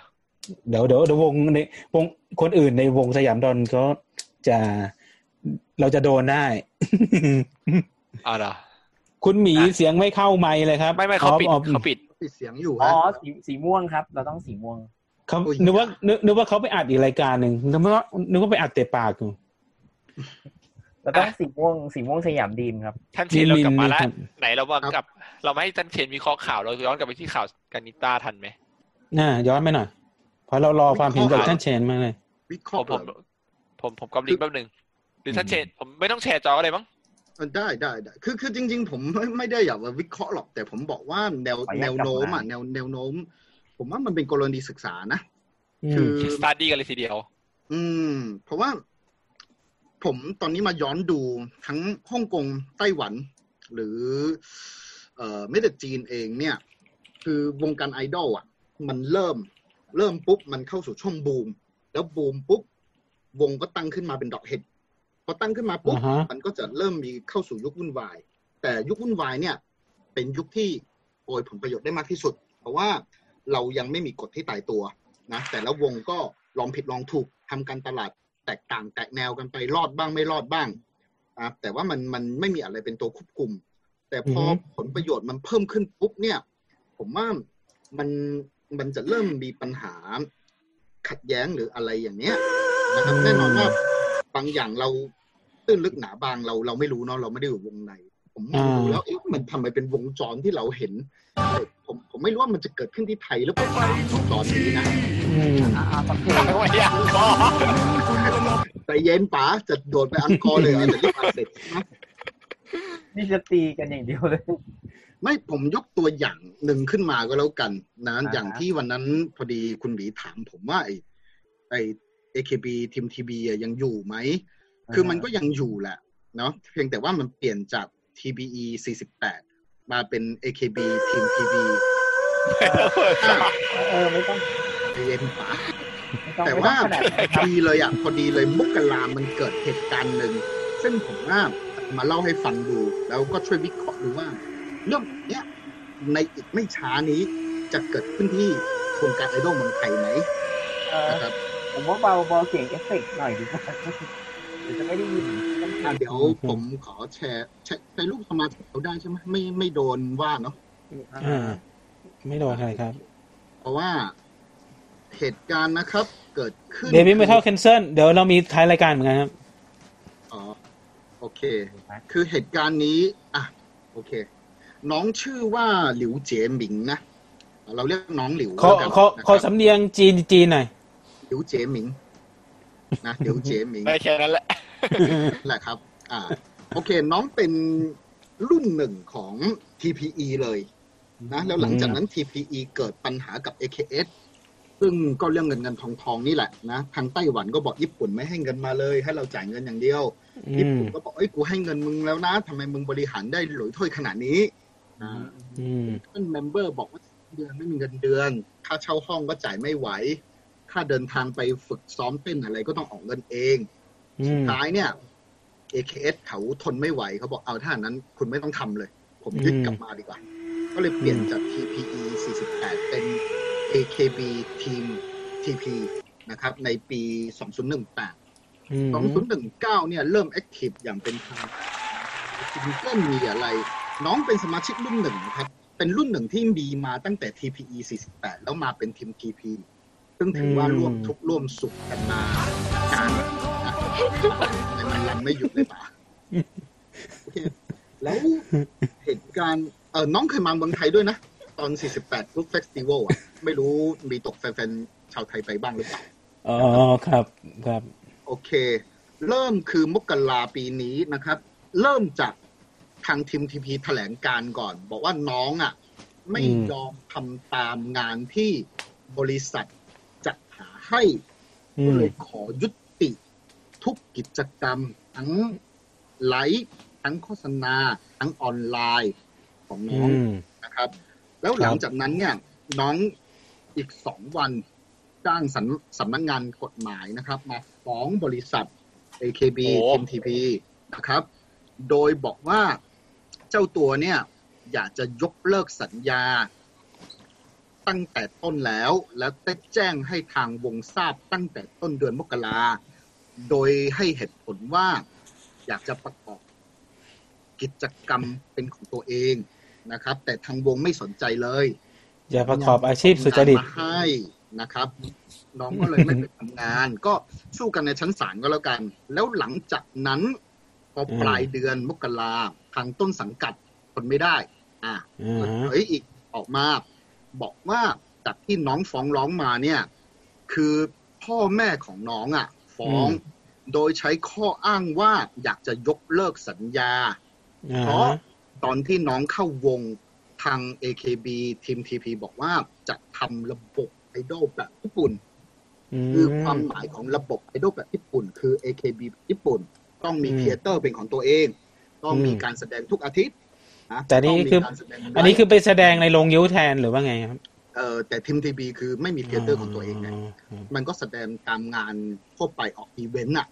[SPEAKER 2] เดี๋ยวเดี๋ยวเดี๋ยววงในวงคนอื่นในวงสยามดอนก็จะเราจะโดนได้
[SPEAKER 1] เอาล่ะ
[SPEAKER 2] คุณหมีเสียงไม่เข้าไมค์เลยครับ
[SPEAKER 1] ไม่ไม่เขาปิด
[SPEAKER 2] ออฟออฟ
[SPEAKER 1] เขาปิด
[SPEAKER 5] ปิดเสียงอยู่
[SPEAKER 3] อ๋อ
[SPEAKER 5] ฮะ
[SPEAKER 3] สีสีม่วงครับ เราต้องสีม่วง
[SPEAKER 2] เขา
[SPEAKER 5] อุ๊ย
[SPEAKER 2] นึกว่านึกนึกว่าเขาไปอัดอีกรายการหนึ่งนึกว่านึกว่าไปอัดเตะปากอยู่
[SPEAKER 3] เราต้อง
[SPEAKER 1] อ่ะ
[SPEAKER 3] สีม่วง สีม่วงสยามดีมครับ
[SPEAKER 1] ท่านเชนเรากลับมาละ
[SPEAKER 2] ครับ
[SPEAKER 1] ไหนเรามา
[SPEAKER 5] ครับ
[SPEAKER 1] กลับ เราไม่ให้ท่านเชนวิเคราะห์ข่าวเราย้อนกลับไปที่ข่าวกานิต้าทันไหม
[SPEAKER 2] น่าย้อนไปหน่อยเพราะเรารอความเห็นจากท่านเชนมากเลย
[SPEAKER 5] วิเค
[SPEAKER 1] ผม
[SPEAKER 5] ราะห์
[SPEAKER 1] ผม
[SPEAKER 5] เหรอ
[SPEAKER 1] ผมผมกำลังแป๊บหนึ่งหรือท่านเชนผมไม่ต้องแชร์จออะไรมั้ง
[SPEAKER 5] เออได้ได้ได้คือคือจริง ๆ ผมไม่ไม่ได้อยากว่าวิเคราะห์หรอกแต่ผมบอกว่าแนว
[SPEAKER 3] ขออนุญาต
[SPEAKER 5] แนวโน้ม
[SPEAKER 3] กลับ
[SPEAKER 5] อ่ะ
[SPEAKER 3] มา
[SPEAKER 5] แนวแนวโน้ม ผมว่ามันเป็นกรณีศึกษานะ
[SPEAKER 2] อื
[SPEAKER 5] คื
[SPEAKER 2] ม
[SPEAKER 5] อ
[SPEAKER 1] สตาร์ดี้กันเลยทีเดียว
[SPEAKER 5] อืม เพราะว่าผมตอนนี้มาย้อนดูทั้งฮ่องกงไต้หวัน หรือ เอ่อไม่แต่จีนเองเนี่ย คือวงการไอดอลอ่ะ มันเริ่ม เริ่มปุ๊บ มันเข้าสู่ช่วงบูม แล้วบูมปุ๊บ วงก็ตั้งขึ้นมาเป็นดอกเห็ดพอตั้งขึ้นมาปุ๊บ
[SPEAKER 2] อ่าฮะ
[SPEAKER 5] มันก็จะเริ่มมีเข้าสู่ยุควุ่นวาย แต่ยุควุ่นวายเนี่ย เป็นยุคที่โอยผลประโยชน์ได้มากที่สุด เพราะว่าเรายังไม่มีกฎที่ตายตัวนะแต่ละวงก็ลองผิดลองถูกทำการตลาดแตกต่างแตกแนวกันไปรอดบ้างไม่รอดบ้างนะแต่ว่ามันมันไม่มีอะไรเป็นตัวควบคุม แต่พอ
[SPEAKER 2] อฮึ
[SPEAKER 5] ผลประโยชน์มันเพิ่มขึ้นปุ๊บเนี่ย ผมว่ามันมันจะเริ่มมีปัญหาขัดแย้งหรืออะไรอย่างเนี้ยนะครับแน่นอนว่าบางอย่างเราตื้นลึกหนาบางเราเราไม่รู้เนาะเราไม่ได้อยู่วงใน ผมมองดูแล้วเอ๊ะมันทำไมเป็นวงจรที่เราเห็น ผมผมไม่รู้ว่ามันจะเกิดขึ้นที่ไทยหรือเปล่าวงจรนี้นะ
[SPEAKER 2] อืม
[SPEAKER 5] ใจเย็นป๋าจะโดดไปอังกอร์เลยเหรอจะรีบอ่านเสร็จนะ
[SPEAKER 3] นี่จะตีกันอย่างเดียวเลย
[SPEAKER 5] ไม่ผมยกตัวอย่างหนึ่งขึ้นมาก็แล้วกันนะ
[SPEAKER 3] อ่าฮะ
[SPEAKER 5] อย่างที่วันนั้นพอดีคุณหมีถามผมว่าไอ้ไอ้ AKB ทีมทีบียังอยู่ไหม คือมันก็ยังอยู่แหละเนาะเพียงแต่ว่ามันเปลี่ยนจาก TBE 48 มาเป็น AKB ทีม TB
[SPEAKER 3] เออไม่ต้อง
[SPEAKER 5] ใจเย็นป๋า
[SPEAKER 3] ไม่ต้อง
[SPEAKER 5] แต่
[SPEAKER 3] ไม่
[SPEAKER 5] ว่า
[SPEAKER 3] องขนาดนั้น
[SPEAKER 5] พอดีเลยอ่ะพอดีเลยมุกกลามันเกิดเหตุการณ์หนึ่งซึ่งผมว่ามาเล่าให้ฟังดู แล้วก็ช่วยวิเคราะห์ดูว่า เรื่องเนี้ยในอีกไม่ช้านี้จะเกิดขึ้นที่วงการไอดอลเมืองไทยไหม
[SPEAKER 3] ออ
[SPEAKER 5] นะครับ
[SPEAKER 3] ผมว่าเบาเบาเสียงเอฟเฟกต์หน่อยดีกว่าเดี๋ยวจะไม่ได้ยิน
[SPEAKER 5] อ่ะเดี๋ยวผมขอแชร์แชร์ในรูปสมาชิกเราได้ใช่ไหมไม่ไม่โดนว่าเนาะ
[SPEAKER 2] อ่า ไม่โดนอะไรครับ
[SPEAKER 5] เพราะว่าเหตุการณ์นะครับ เกิดขึ้น
[SPEAKER 2] เดวิดไม่เท่าแคนเซิลเดี๋ยวเรามีท้ายรายการเหมือนกันครับ
[SPEAKER 5] อ๋อโอเค คือเหตุการณ์นี้ อ่ะ โอเค น้องชื่อว่าหลิวเจ๋หมิงนะ เราเรียกน้องหลิว
[SPEAKER 2] ขอ
[SPEAKER 5] แล้วกัน
[SPEAKER 2] ขอ
[SPEAKER 5] นะครับ
[SPEAKER 2] ขอสำเนียงจีนจีนหน่อย
[SPEAKER 5] หลิวเจ๋หมิงนะหลิวเจ๋หมิง
[SPEAKER 1] ได้แค่นั้นแหละ
[SPEAKER 5] แหละครับ อ่า โอเค น้องเป็นรุ่นหนึ่งของ TPE เลยนะ แล้วหลังจากนั้น TPE เกิดปัญหากับ AKS ซึ่งก็เรื่องเงินเงินทองทองนี่แหละนะ ทางไต้หวันก็บอกญี่ปุ่นไม่ให้เงินมาเลย ให้เราจ่ายเงินอย่างเดียว
[SPEAKER 2] อื
[SPEAKER 5] ญี่
[SPEAKER 2] ม
[SPEAKER 5] ปุ่นก็บอกเอ้ย กูให้เงินมึงแล้วนะ ทำไมมึงบริหารได้หลวยถ้วยขนาดนี้อ่า
[SPEAKER 2] อืม
[SPEAKER 5] ท่านเมมเบอร์บอกว่าเดือนไม่มีเงินเดือน ค่าเช่าห้องก็จ่ายไม่ไหว ค่าเดินทางไปฝึกซ้อมเต้นอะไรก็ต้องออกเงินเอง
[SPEAKER 2] อื
[SPEAKER 5] สุด
[SPEAKER 2] ม
[SPEAKER 5] ท้ายเนี่ย AKS เขาทนไม่ไหวเขาบอกเอาถ้าอย่างนั้นคุณไม่ต้องทำเลย ผมยึด
[SPEAKER 2] อืม
[SPEAKER 5] กลับมาดีกว่า ก็เลยเปลี่ยนจาก TPE 48 เป็น AKB Team TP นะครับ ในปี 2018
[SPEAKER 2] อืม
[SPEAKER 5] 2019 เนี่ย เริ่มแอคทีฟอย่างเป็นทางการซิงเกิลมีอะไร น้องเป็นสมาชิกรุ่นหนึ่งนะครับ เป็นรุ่นหนึ่งที่มีมาตั้งแต่ TPE 48 แล้วมาเป็นทีม TP ซึ่งถือว่า
[SPEAKER 2] อืม
[SPEAKER 5] ร่วมทุกข์ร่วมสุขกันมาน านแต่มันรันไม่หยุดเลยป่ะโอเค แล้วเหตุการณ์เออน้องเคยมาเมืองไทยด้วยนะ ตอน 48 Group Festival อ่ะ ไม่รู้มีตกแฟนๆชาวไทยไปบ้างหรือเปล่า
[SPEAKER 2] อ๋อครับครับ
[SPEAKER 5] โอเค เริ่มคือมกราปีนี้นะครับ เริ่มจากทางทีมทีพีแถลงการก่อน บอกว่าน้องอะ่ะ ไม่
[SPEAKER 2] อืม
[SPEAKER 5] ยอมทำตามงานที่บริษัทจัดหาให้
[SPEAKER 2] อื
[SPEAKER 5] ก็
[SPEAKER 2] ม
[SPEAKER 5] เลยขอยุติทุกกิจกรรม ทั้งไลฟ์ทั้งโฆษณา ทั้งออนไลน์ของน้
[SPEAKER 2] อื
[SPEAKER 5] อง
[SPEAKER 2] ม
[SPEAKER 5] นะครับแล้วหลังจากนั้นเนี่ยน้องอีกสองวันจ้างสำสำนักงานกฎหมายนะครับ มาฟ้องบริษัท AKB
[SPEAKER 1] โอ้
[SPEAKER 5] TMTP นะครับ โดยบอกว่าเจ้าตัวเนี่ยอยากจะยกเลิกสัญญา ตั้งแต่ต้นแล้ว และได้แจ้งให้ทางวงทราบตั้งแต่ต้นเดือนมกราโดยให้เหตุผลว่าอยากจะประกอบกิจกรรมเป็นของตัวเองนะครับ แต่ทางวงไม่สนใจเลย
[SPEAKER 2] อย่าประกอบอาชีพสุจริต
[SPEAKER 5] ทำงานมาให้นะครับ น้องก็เลยไม่ไปทำงาน ก็สู้กันในชั้นศาลก็แล้วกัน แล้วหลังจากนั้นพออ
[SPEAKER 2] ม
[SPEAKER 5] ปลายเดือนมกราทางต้นสังกัดทนไม่ได้ อ่ะ
[SPEAKER 2] อ่าฮะ
[SPEAKER 5] เฮ้ยอีกออกมา บอกว่าจากที่น้องฟ้องร้องมาเนี่ย คือพ่อแม่ของน้องอ่ะ ฟ้องโดยใช้ข้ออ้างว่าอยากจะยกเลิกสัญญา
[SPEAKER 2] อ่าฮะ
[SPEAKER 5] เพราะตอนที่น้องเข้าวงทาง AKB ทีม TP บอกว่าจะทำระบบไอดอลแบบญี่ปุ่น
[SPEAKER 2] อืม
[SPEAKER 5] คือความหมายของระบบไอดอลแบบญี่ปุ่น คือ AKB ญี่ปุ่น ต้องมี
[SPEAKER 2] อืม
[SPEAKER 5] เทเตอร์เป็นของตัวเอง ต้องมี
[SPEAKER 2] อืม
[SPEAKER 5] การแสดงทุกอาทิตย์ะ
[SPEAKER 2] แต่นี่
[SPEAKER 5] งมี
[SPEAKER 2] คือ
[SPEAKER 5] การแสดง
[SPEAKER 2] อันนี้คือไปแสดงในโรงยิ้วแทนหรือว่าไงครับ
[SPEAKER 5] เออแต่ทีม TP คือไม่มีเทเตอร์ของตัวเองไงมันก็แสดงตามงานทั่วไปออกอีเวนต์อะ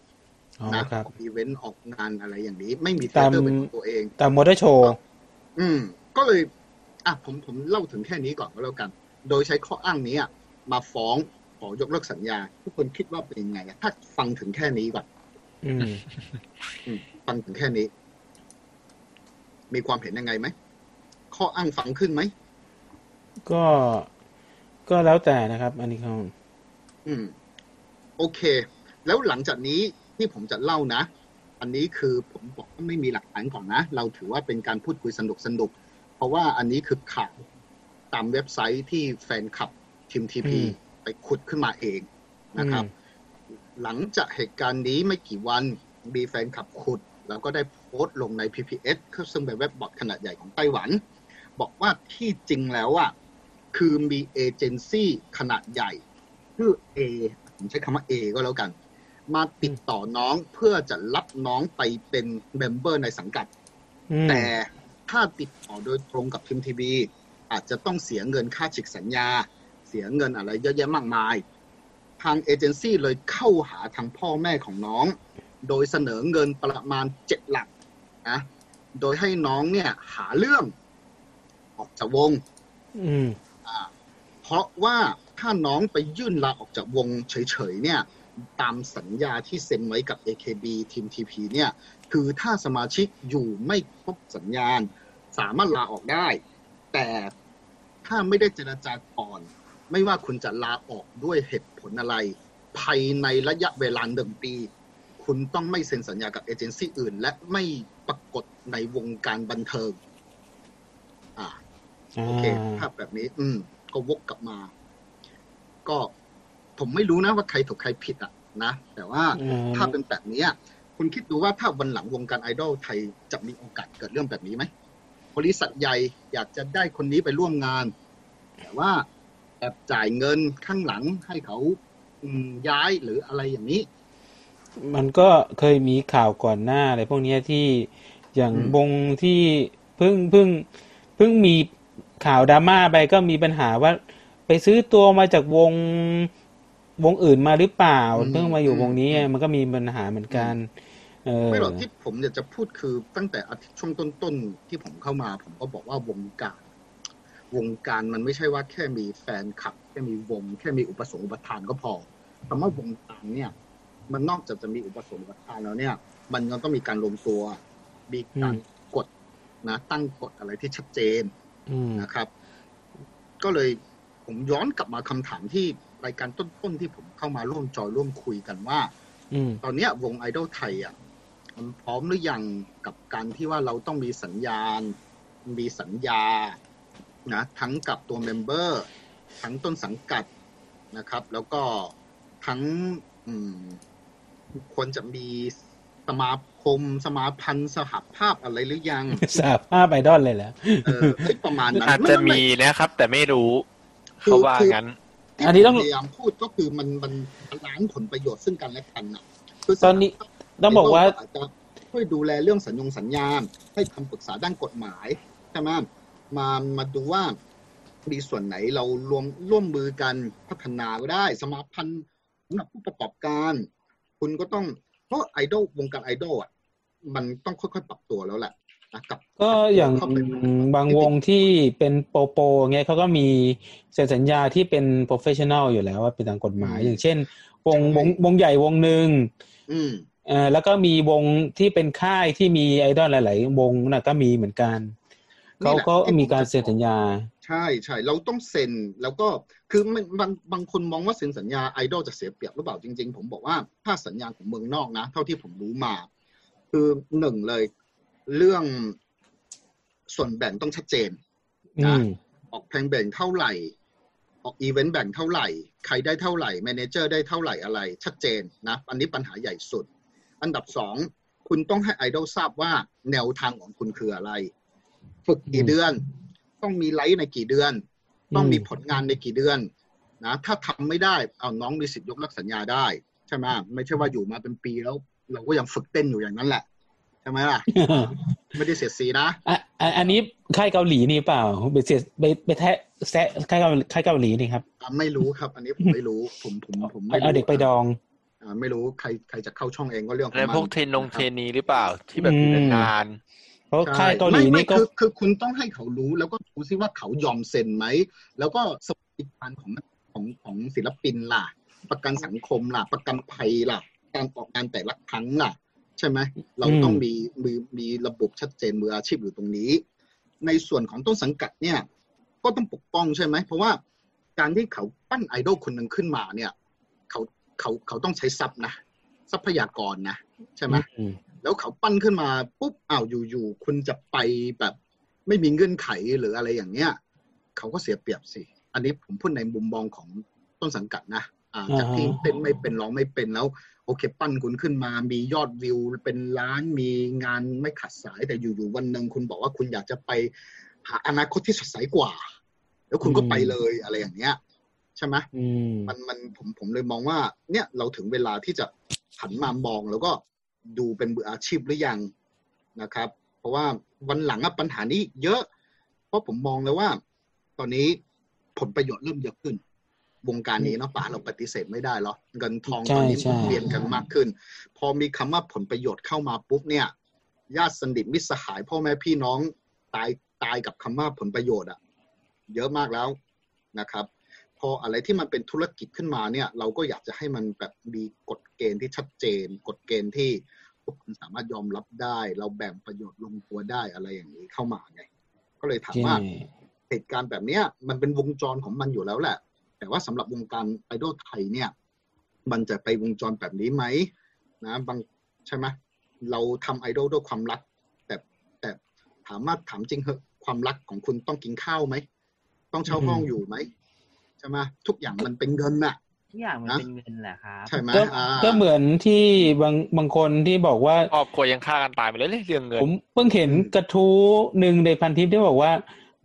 [SPEAKER 2] อ๋อ
[SPEAKER 5] นะครับ ออกอีเวนต์ออกงานอะไรอย่างนี้ ไม่มีเท
[SPEAKER 2] ตาม
[SPEAKER 5] เตอร์เป็นของตัวเอง
[SPEAKER 2] ตามมอเตอร์โชว์
[SPEAKER 5] อืม ก็เลย อ่ะผมผมเล่าถึงแค่นี้ก่อนก็แล้วกัน โดยใช้ข้ออ้างนี้อ่ะมาฟ้องขอยกเลิกสัญญา ทุกคนคิดว่าเป็นยังไงอ่ะถ้าฟังถึงแค่นี้ก่อน
[SPEAKER 2] อืม
[SPEAKER 5] อืม ฟังถึงแค่นี้ มีความเห็นยังไงไหมข้ออ้างฟังขึ้นไหม
[SPEAKER 2] ก็ ก็แล้วแต่นะครับ อันนี้เขา
[SPEAKER 5] อืม โอเค แล้วหลังจากนี้ที่ผมจะเล่านะ อันนี้คือผมบอกว่าไม่มีหลักฐานก่อนนะ เราถือว่าเป็นการพูดคุยสนุกสนุกๆเพราะว่าอันนี้คือข่าวตามเว็บไซต์ที่แฟนคลับทีมทีพีไปขุดขึ้นมาเอง
[SPEAKER 2] นะ
[SPEAKER 5] นะครับ หลังจากเหตุการณ์นี้ไม่กี่วันมีแฟนขับขุด แล้วก็ได้โพสต์ลงใน PPS ซึ่งเป็นเว็บบอร์ดขนาดใหญ่ของไต้หวัน บอกว่าที่จริงแล้วอ่ะคือมีเอเจนซี่ขนาดใหญ่ ชื่อ A ผมใช้คำว่า A ก็แล้วกัน มาติดต่อน้องเพื่อจะรับน้องไปเป็นเมมเบอร์ในสังกัด แต่ถ้าติดต่อโดยตรงกับทีมทีวีอาจจะต้องเสียเงินค่าฉีกสัญญา เสียเงินอะไรเยอะแยะมากมาย ทางเอเจนซี่เลยเข้าหาทางพ่อแม่ของน้อง โดยเสนอเงินประมาณเจ็ดหลักนะโดยให้น้องเนี่ยหาเรื่องออกจากวง
[SPEAKER 2] อืม
[SPEAKER 5] เพราะว่า ถ้าน้องไปยื่นลาออกจากวงเฉยๆเนี่ย ตามสัญญาที่เซ็นไว้กับ AKB ทีม TP เนี่ย คือถ้าสมาชิกอยู่ไม่ครบสัญญาณ สามารถลาออกได้ แต่ถ้าไม่ได้เจรจาก่อน ไม่ว่าคุณจะลาออกด้วยเหตุผลอะไร ภายในระยะเวลาหนึ่งปี คุณต้องไม่เซ็นสัญญากับเอเจนซี่อื่น และไม่ปรากฏในวงการบันเทิง อ่า
[SPEAKER 2] อ่า
[SPEAKER 5] โอเคภาพแบบนี้ อืม ก็วกกลับมา ก็ผมไม่รู้นะว่าใครถูกใครผิดอ่ะนะ แต่ว่า
[SPEAKER 2] อืม
[SPEAKER 5] ถ้าเป็นแบบนี้อะคุณคิดดูว่าถ้าวันหลังวงการไอดอลไทยจะมีโอกาสเกิดเรื่องแบบนี้ไหมบริษัทใหญ่อยากจะได้คนนี้ไปร่วมงาน แต่ว่าแอบจ่ายเงินข้างหลังให้เขาอืมย้ายหรืออะไรอย่างนี้
[SPEAKER 2] มันก็เคยมีข่าวก่อนหน้าอะไรพวกเนี้ยที่อย่าง
[SPEAKER 5] อืม
[SPEAKER 2] วงที่เพิ่งเพิ่งเพิ่งมีข่าวดราม่าไปก็มีปัญหาว่า ไปซื้อตัวมาจากวงวงอื่นมาหรือเปล่า
[SPEAKER 5] อืม
[SPEAKER 2] เพิ่งมาอยู่วงนี้
[SPEAKER 5] อืม
[SPEAKER 2] มันก็มีปัญหาเหมือนกันเออ
[SPEAKER 5] ไม่หรอกที่ผมอยากจะพูดคือตั้งแต่อาทิตย์ช่วงต้นๆ ที่ผมเข้ามา ผมก็บอกว่าวงการ วงการมันไม่ใช่ว่าแค่มีแฟนคลับ แค่มีวง แค่มีอุปสงค์อุปทานก็พอคำว่าวงการเนี่ย มันนอกจากจะมีอุปสงค์อุปทานแล้วเนี่ย มันยังต้องมีการรวมตัว มีการ
[SPEAKER 2] อืม
[SPEAKER 5] กฎนะ ตั้งกฎอะไรที่ชัดเจน
[SPEAKER 2] อืม
[SPEAKER 5] นะครับ ก็เลยผมย้อนกลับมาคำถามที่รายการต้นๆที่ผมเข้ามาร่วมจอยร่วมคุยกันว่า
[SPEAKER 2] อืม
[SPEAKER 5] ตอนเนี้ยวงไอดอลไทยอ่ะมันพร้อมหรือยังกับการที่ว่าเราต้องมีสัญญาณ มีสัญญานะทั้งกับตัวเมมเบอร์ ทั้งต้นสังกัดนะครับ แล้วก็ทั้งอืมควรจะมีสมาคม สมาพันธ์สหภาพอะไรหรือยัง
[SPEAKER 2] สาภาพไอดอลเลยแล้ว
[SPEAKER 5] เออเอ้ยประมาณนั้น
[SPEAKER 1] อาจจะมีนะครับ แต่ไม่รู้ เขาว่างั้น
[SPEAKER 5] ที่
[SPEAKER 2] อันนี้ต้อง
[SPEAKER 5] ผมพยายามพูดก็คือมันมันล้างผลประโยชน์ซึ่งกันและกันอ่ะคืส
[SPEAKER 2] ต
[SPEAKER 5] ถา
[SPEAKER 2] อนนี้ต้องบอกว่า
[SPEAKER 5] ไดลอาจจะช่วยดูแลเรื่องสัญญงสัญญาณ ให้คำปรึกษาด้านกฎหมายใช่ไหมมามาดูว่ามีส่วนไหนเรารวมร่วมมือกันพัฒนาก็ได้ สมาพันธ์สำหรับผู้ประกอบการ คุณก็ต้องเพราะไอดอลวงการไอดอลอ่ะมันต้องค่อยๆปรับตัวแล้วแหละนะกับ
[SPEAKER 2] ก็อย่าง
[SPEAKER 5] เข้ไป
[SPEAKER 2] บางวงที่เป็นโปรโปรเงี้ยเขาก็มีเซ็นสัญญาที่เป็นโปรเฟชชั่นอลอยู่แล้วว่าเป็นทางกฎหมาย อย่างเช่น วงวงวงใหญ่วงหนึ่ง
[SPEAKER 5] อืม
[SPEAKER 2] เอ่อแล้วก็มีวงที่เป็นค่ายที่มีไอดอลหลาย ๆ วงน่ะก็มีเหมือนกัน
[SPEAKER 5] นี่
[SPEAKER 2] เขา
[SPEAKER 5] แหละ
[SPEAKER 2] ก็
[SPEAKER 5] ที่ผม
[SPEAKER 2] มีการ
[SPEAKER 5] จะ
[SPEAKER 2] เซ็นสัญญา
[SPEAKER 5] ใช่ใช่เราต้องเซ็นแล้วก็คือมันบางบางคนมองว่าเซ็นสัญญาไอดอลจะเสียเปรียบหรือเปล่าจริง ๆ ผมบอกว่าถ้าสัญญาของเมืองนอกนะ เท่าที่ผมรู้มา คือหนึ่งเลย เรื่องส่วนแบ่งต้องชัดเจน
[SPEAKER 2] อืม
[SPEAKER 5] ออกเพลงแบ่งเท่าไหร่ ออกอีเวนต์แบ่งเท่าไหร่ ใครได้เท่าไหร่แมเนเจอร์ได้เท่าไหร่อะไร ชัดเจนนะอันนี้ปัญหาใหญ่สุด อันดับสองคุณต้องให้ไอดอลทราบว่าแนวทางของคุณคืออะไร ฝึกกี่
[SPEAKER 2] อืม
[SPEAKER 5] เดือน ต้องมีไลฟ์ในกี่เดือน ต้อง
[SPEAKER 2] อืม
[SPEAKER 5] มีผลงานในกี่เดือนนะถ้าทำไม่ได้เอาน้องมีสิทธิ์ยกเลิกสัญญาได้ใช่ไหมไม่ใช่ว่าอยู่มาเป็นปีแล้ว เราก็ยังฝึกเต้นอยู่อย่างนั้นแหละใช่ไหมล่ะ ไม่ได้เสียดสีนะ
[SPEAKER 2] อ่ะ อ่ะอันนี้ค่ายเกาหลีนี่เปล่าไปเสียไปไปแทะแซะค่ายเกาหลีค่ายเกาหลีนี่ครับ
[SPEAKER 5] อ่ะไม่รู้ครับ อันนี้ผมไม่รู้ ผมผมผมไม่รู้
[SPEAKER 2] เอาเด็กไปดอง
[SPEAKER 5] อ่ะไม่รู้ใครใครจะเข้าช่องเองก็เรื่องของ
[SPEAKER 1] แล้ว
[SPEAKER 5] มัน
[SPEAKER 1] พวกเทรนนง
[SPEAKER 5] ะ
[SPEAKER 1] เท
[SPEAKER 5] ค
[SPEAKER 1] ร
[SPEAKER 5] รับ
[SPEAKER 1] นนีหรือเปล่าที่แบบอยู่นาน
[SPEAKER 2] เพราะ
[SPEAKER 5] ใช่
[SPEAKER 2] ค่ายเกาหลี
[SPEAKER 5] ไม่
[SPEAKER 2] นี่ก็
[SPEAKER 5] ไม่คือคือคุณต้องให้เขารู้แล้วก็ดูซิว่าเขายอมเซ็นไหม แล้วก็สวัสดิการของของของศิลปินล่ะ ประกันสังคมล่ะ ประกันภัยล่ะ การออกงานแต่ละครั้งล่ะ ใช่ไหมเราต้องมีมีมีระบบชัดเจนมืออาชีพอยู่ตรงนี้ ในส่วนของต้นสังกัดเนี่ย ก็ต้องปกป้องใช่ไหม เพราะว่าการที่เขาปั้นไอดอลคนหนึ่งขึ้นมาเนี่ย เขาเขาเขาต้องใช้ทรัพย์นะทรัพยากรนะใช่ไหม
[SPEAKER 2] อืม
[SPEAKER 5] แล้วเขาปั้นขึ้นมาปุ๊บอ้าวอยู่ๆคุณจะไปแบบ ไม่มีเงื่อนไขหรืออะไรอย่างเงี้ยเขาก็เสียเปรียบสิ อันนี้ผมพูดในมุมมองของต้นสังกัดนะอ่า
[SPEAKER 2] อ่าฮะ
[SPEAKER 5] จากที่เต้นไม่เป็นร้องไม่เป็นแล้ว โอเค ปั้นคุณขึ้นมา มียอดวิวเป็นล้านมีงานไม่ขาดสายแต่อยู่ๆวันหนึ่งคุณบอกว่าคุณอยากจะไปหาอนาคตที่สดใสกว่า แล้วคุณก็ไปเลยอะไรอย่างเงี้ย ใช่ไหม
[SPEAKER 2] อืม
[SPEAKER 5] มันมันผมผมเลยมองว่า เนี่ยเราถึงเวลาที่จะหันมามองแล้วก็ดูเป็นมืออาชีพหรือยังนะครับ เพราะว่าวันหลังอะปัญหานี้เยอะ เพราะผมมองเลยว่า ตอนนี้ผลประโยชน์เริ่มเยอะขึ้น วงการนี้เนาะป๋าเราปฏิเสธไม่ได้หรอกเงินทอง
[SPEAKER 2] ใช่
[SPEAKER 5] ตอนนี้
[SPEAKER 2] ใช่
[SPEAKER 5] เปลี่ยนกันมากขึ้น พอมีคำว่าผลประโยชน์เข้ามาปุ๊บเนี่ยญาติสนิทมิตรสหายพ่อแม่พี่น้องตายตายกับคำว่าผลประโยชน์อะเยอะมากแล้วนะครับ พ ออะไรที่มันเป็นธุรกิจขึ้นมาเนี่ย เราก็อยากจะให้มันแบบมีกฎเกณฑ์ที่ชัดเจน กฎเกณฑ์ที่ทุกคนสามารถยอมรับได้ เราแบ่งประโยชน์ลงตัวได้อะไรอย่างนี้เข้ามาไง ก็เลยถาม
[SPEAKER 2] ใช่
[SPEAKER 5] ว่า เหตุการณ์แบบเนี้ยมันเป็นวงจรของมันอยู่แล้วแหละ แต่ว่าสำหรับวงการไอดอลไทยเนี่ย มันจะไปวงจรแบบนี้ไหมนะบางใช่ไหมเราทำไอดอลด้วยความรัก แต่แต่ถามว่าถามจริงเหอะความรักของคุณต้องกินข้าวไหม ต้องเช่าห้องอยู่ไหมใช่ไหมทุกอย่างมันเป็นเงินน่ะ
[SPEAKER 3] ทุกอย่างมัน
[SPEAKER 5] นะ
[SPEAKER 3] เป็นเงินแหละครับ
[SPEAKER 5] ใช่ไหม
[SPEAKER 2] ก็
[SPEAKER 5] อ่า
[SPEAKER 2] ก็เหมือนที่บางบางคนที่บอกว่า
[SPEAKER 1] ครอบครัวยังฆ่ากันตายไปเลยเรื่องเงิน
[SPEAKER 2] ผมเพิ่งเห็นกระทู้หนึ่งในพันทิปที่บอกว่า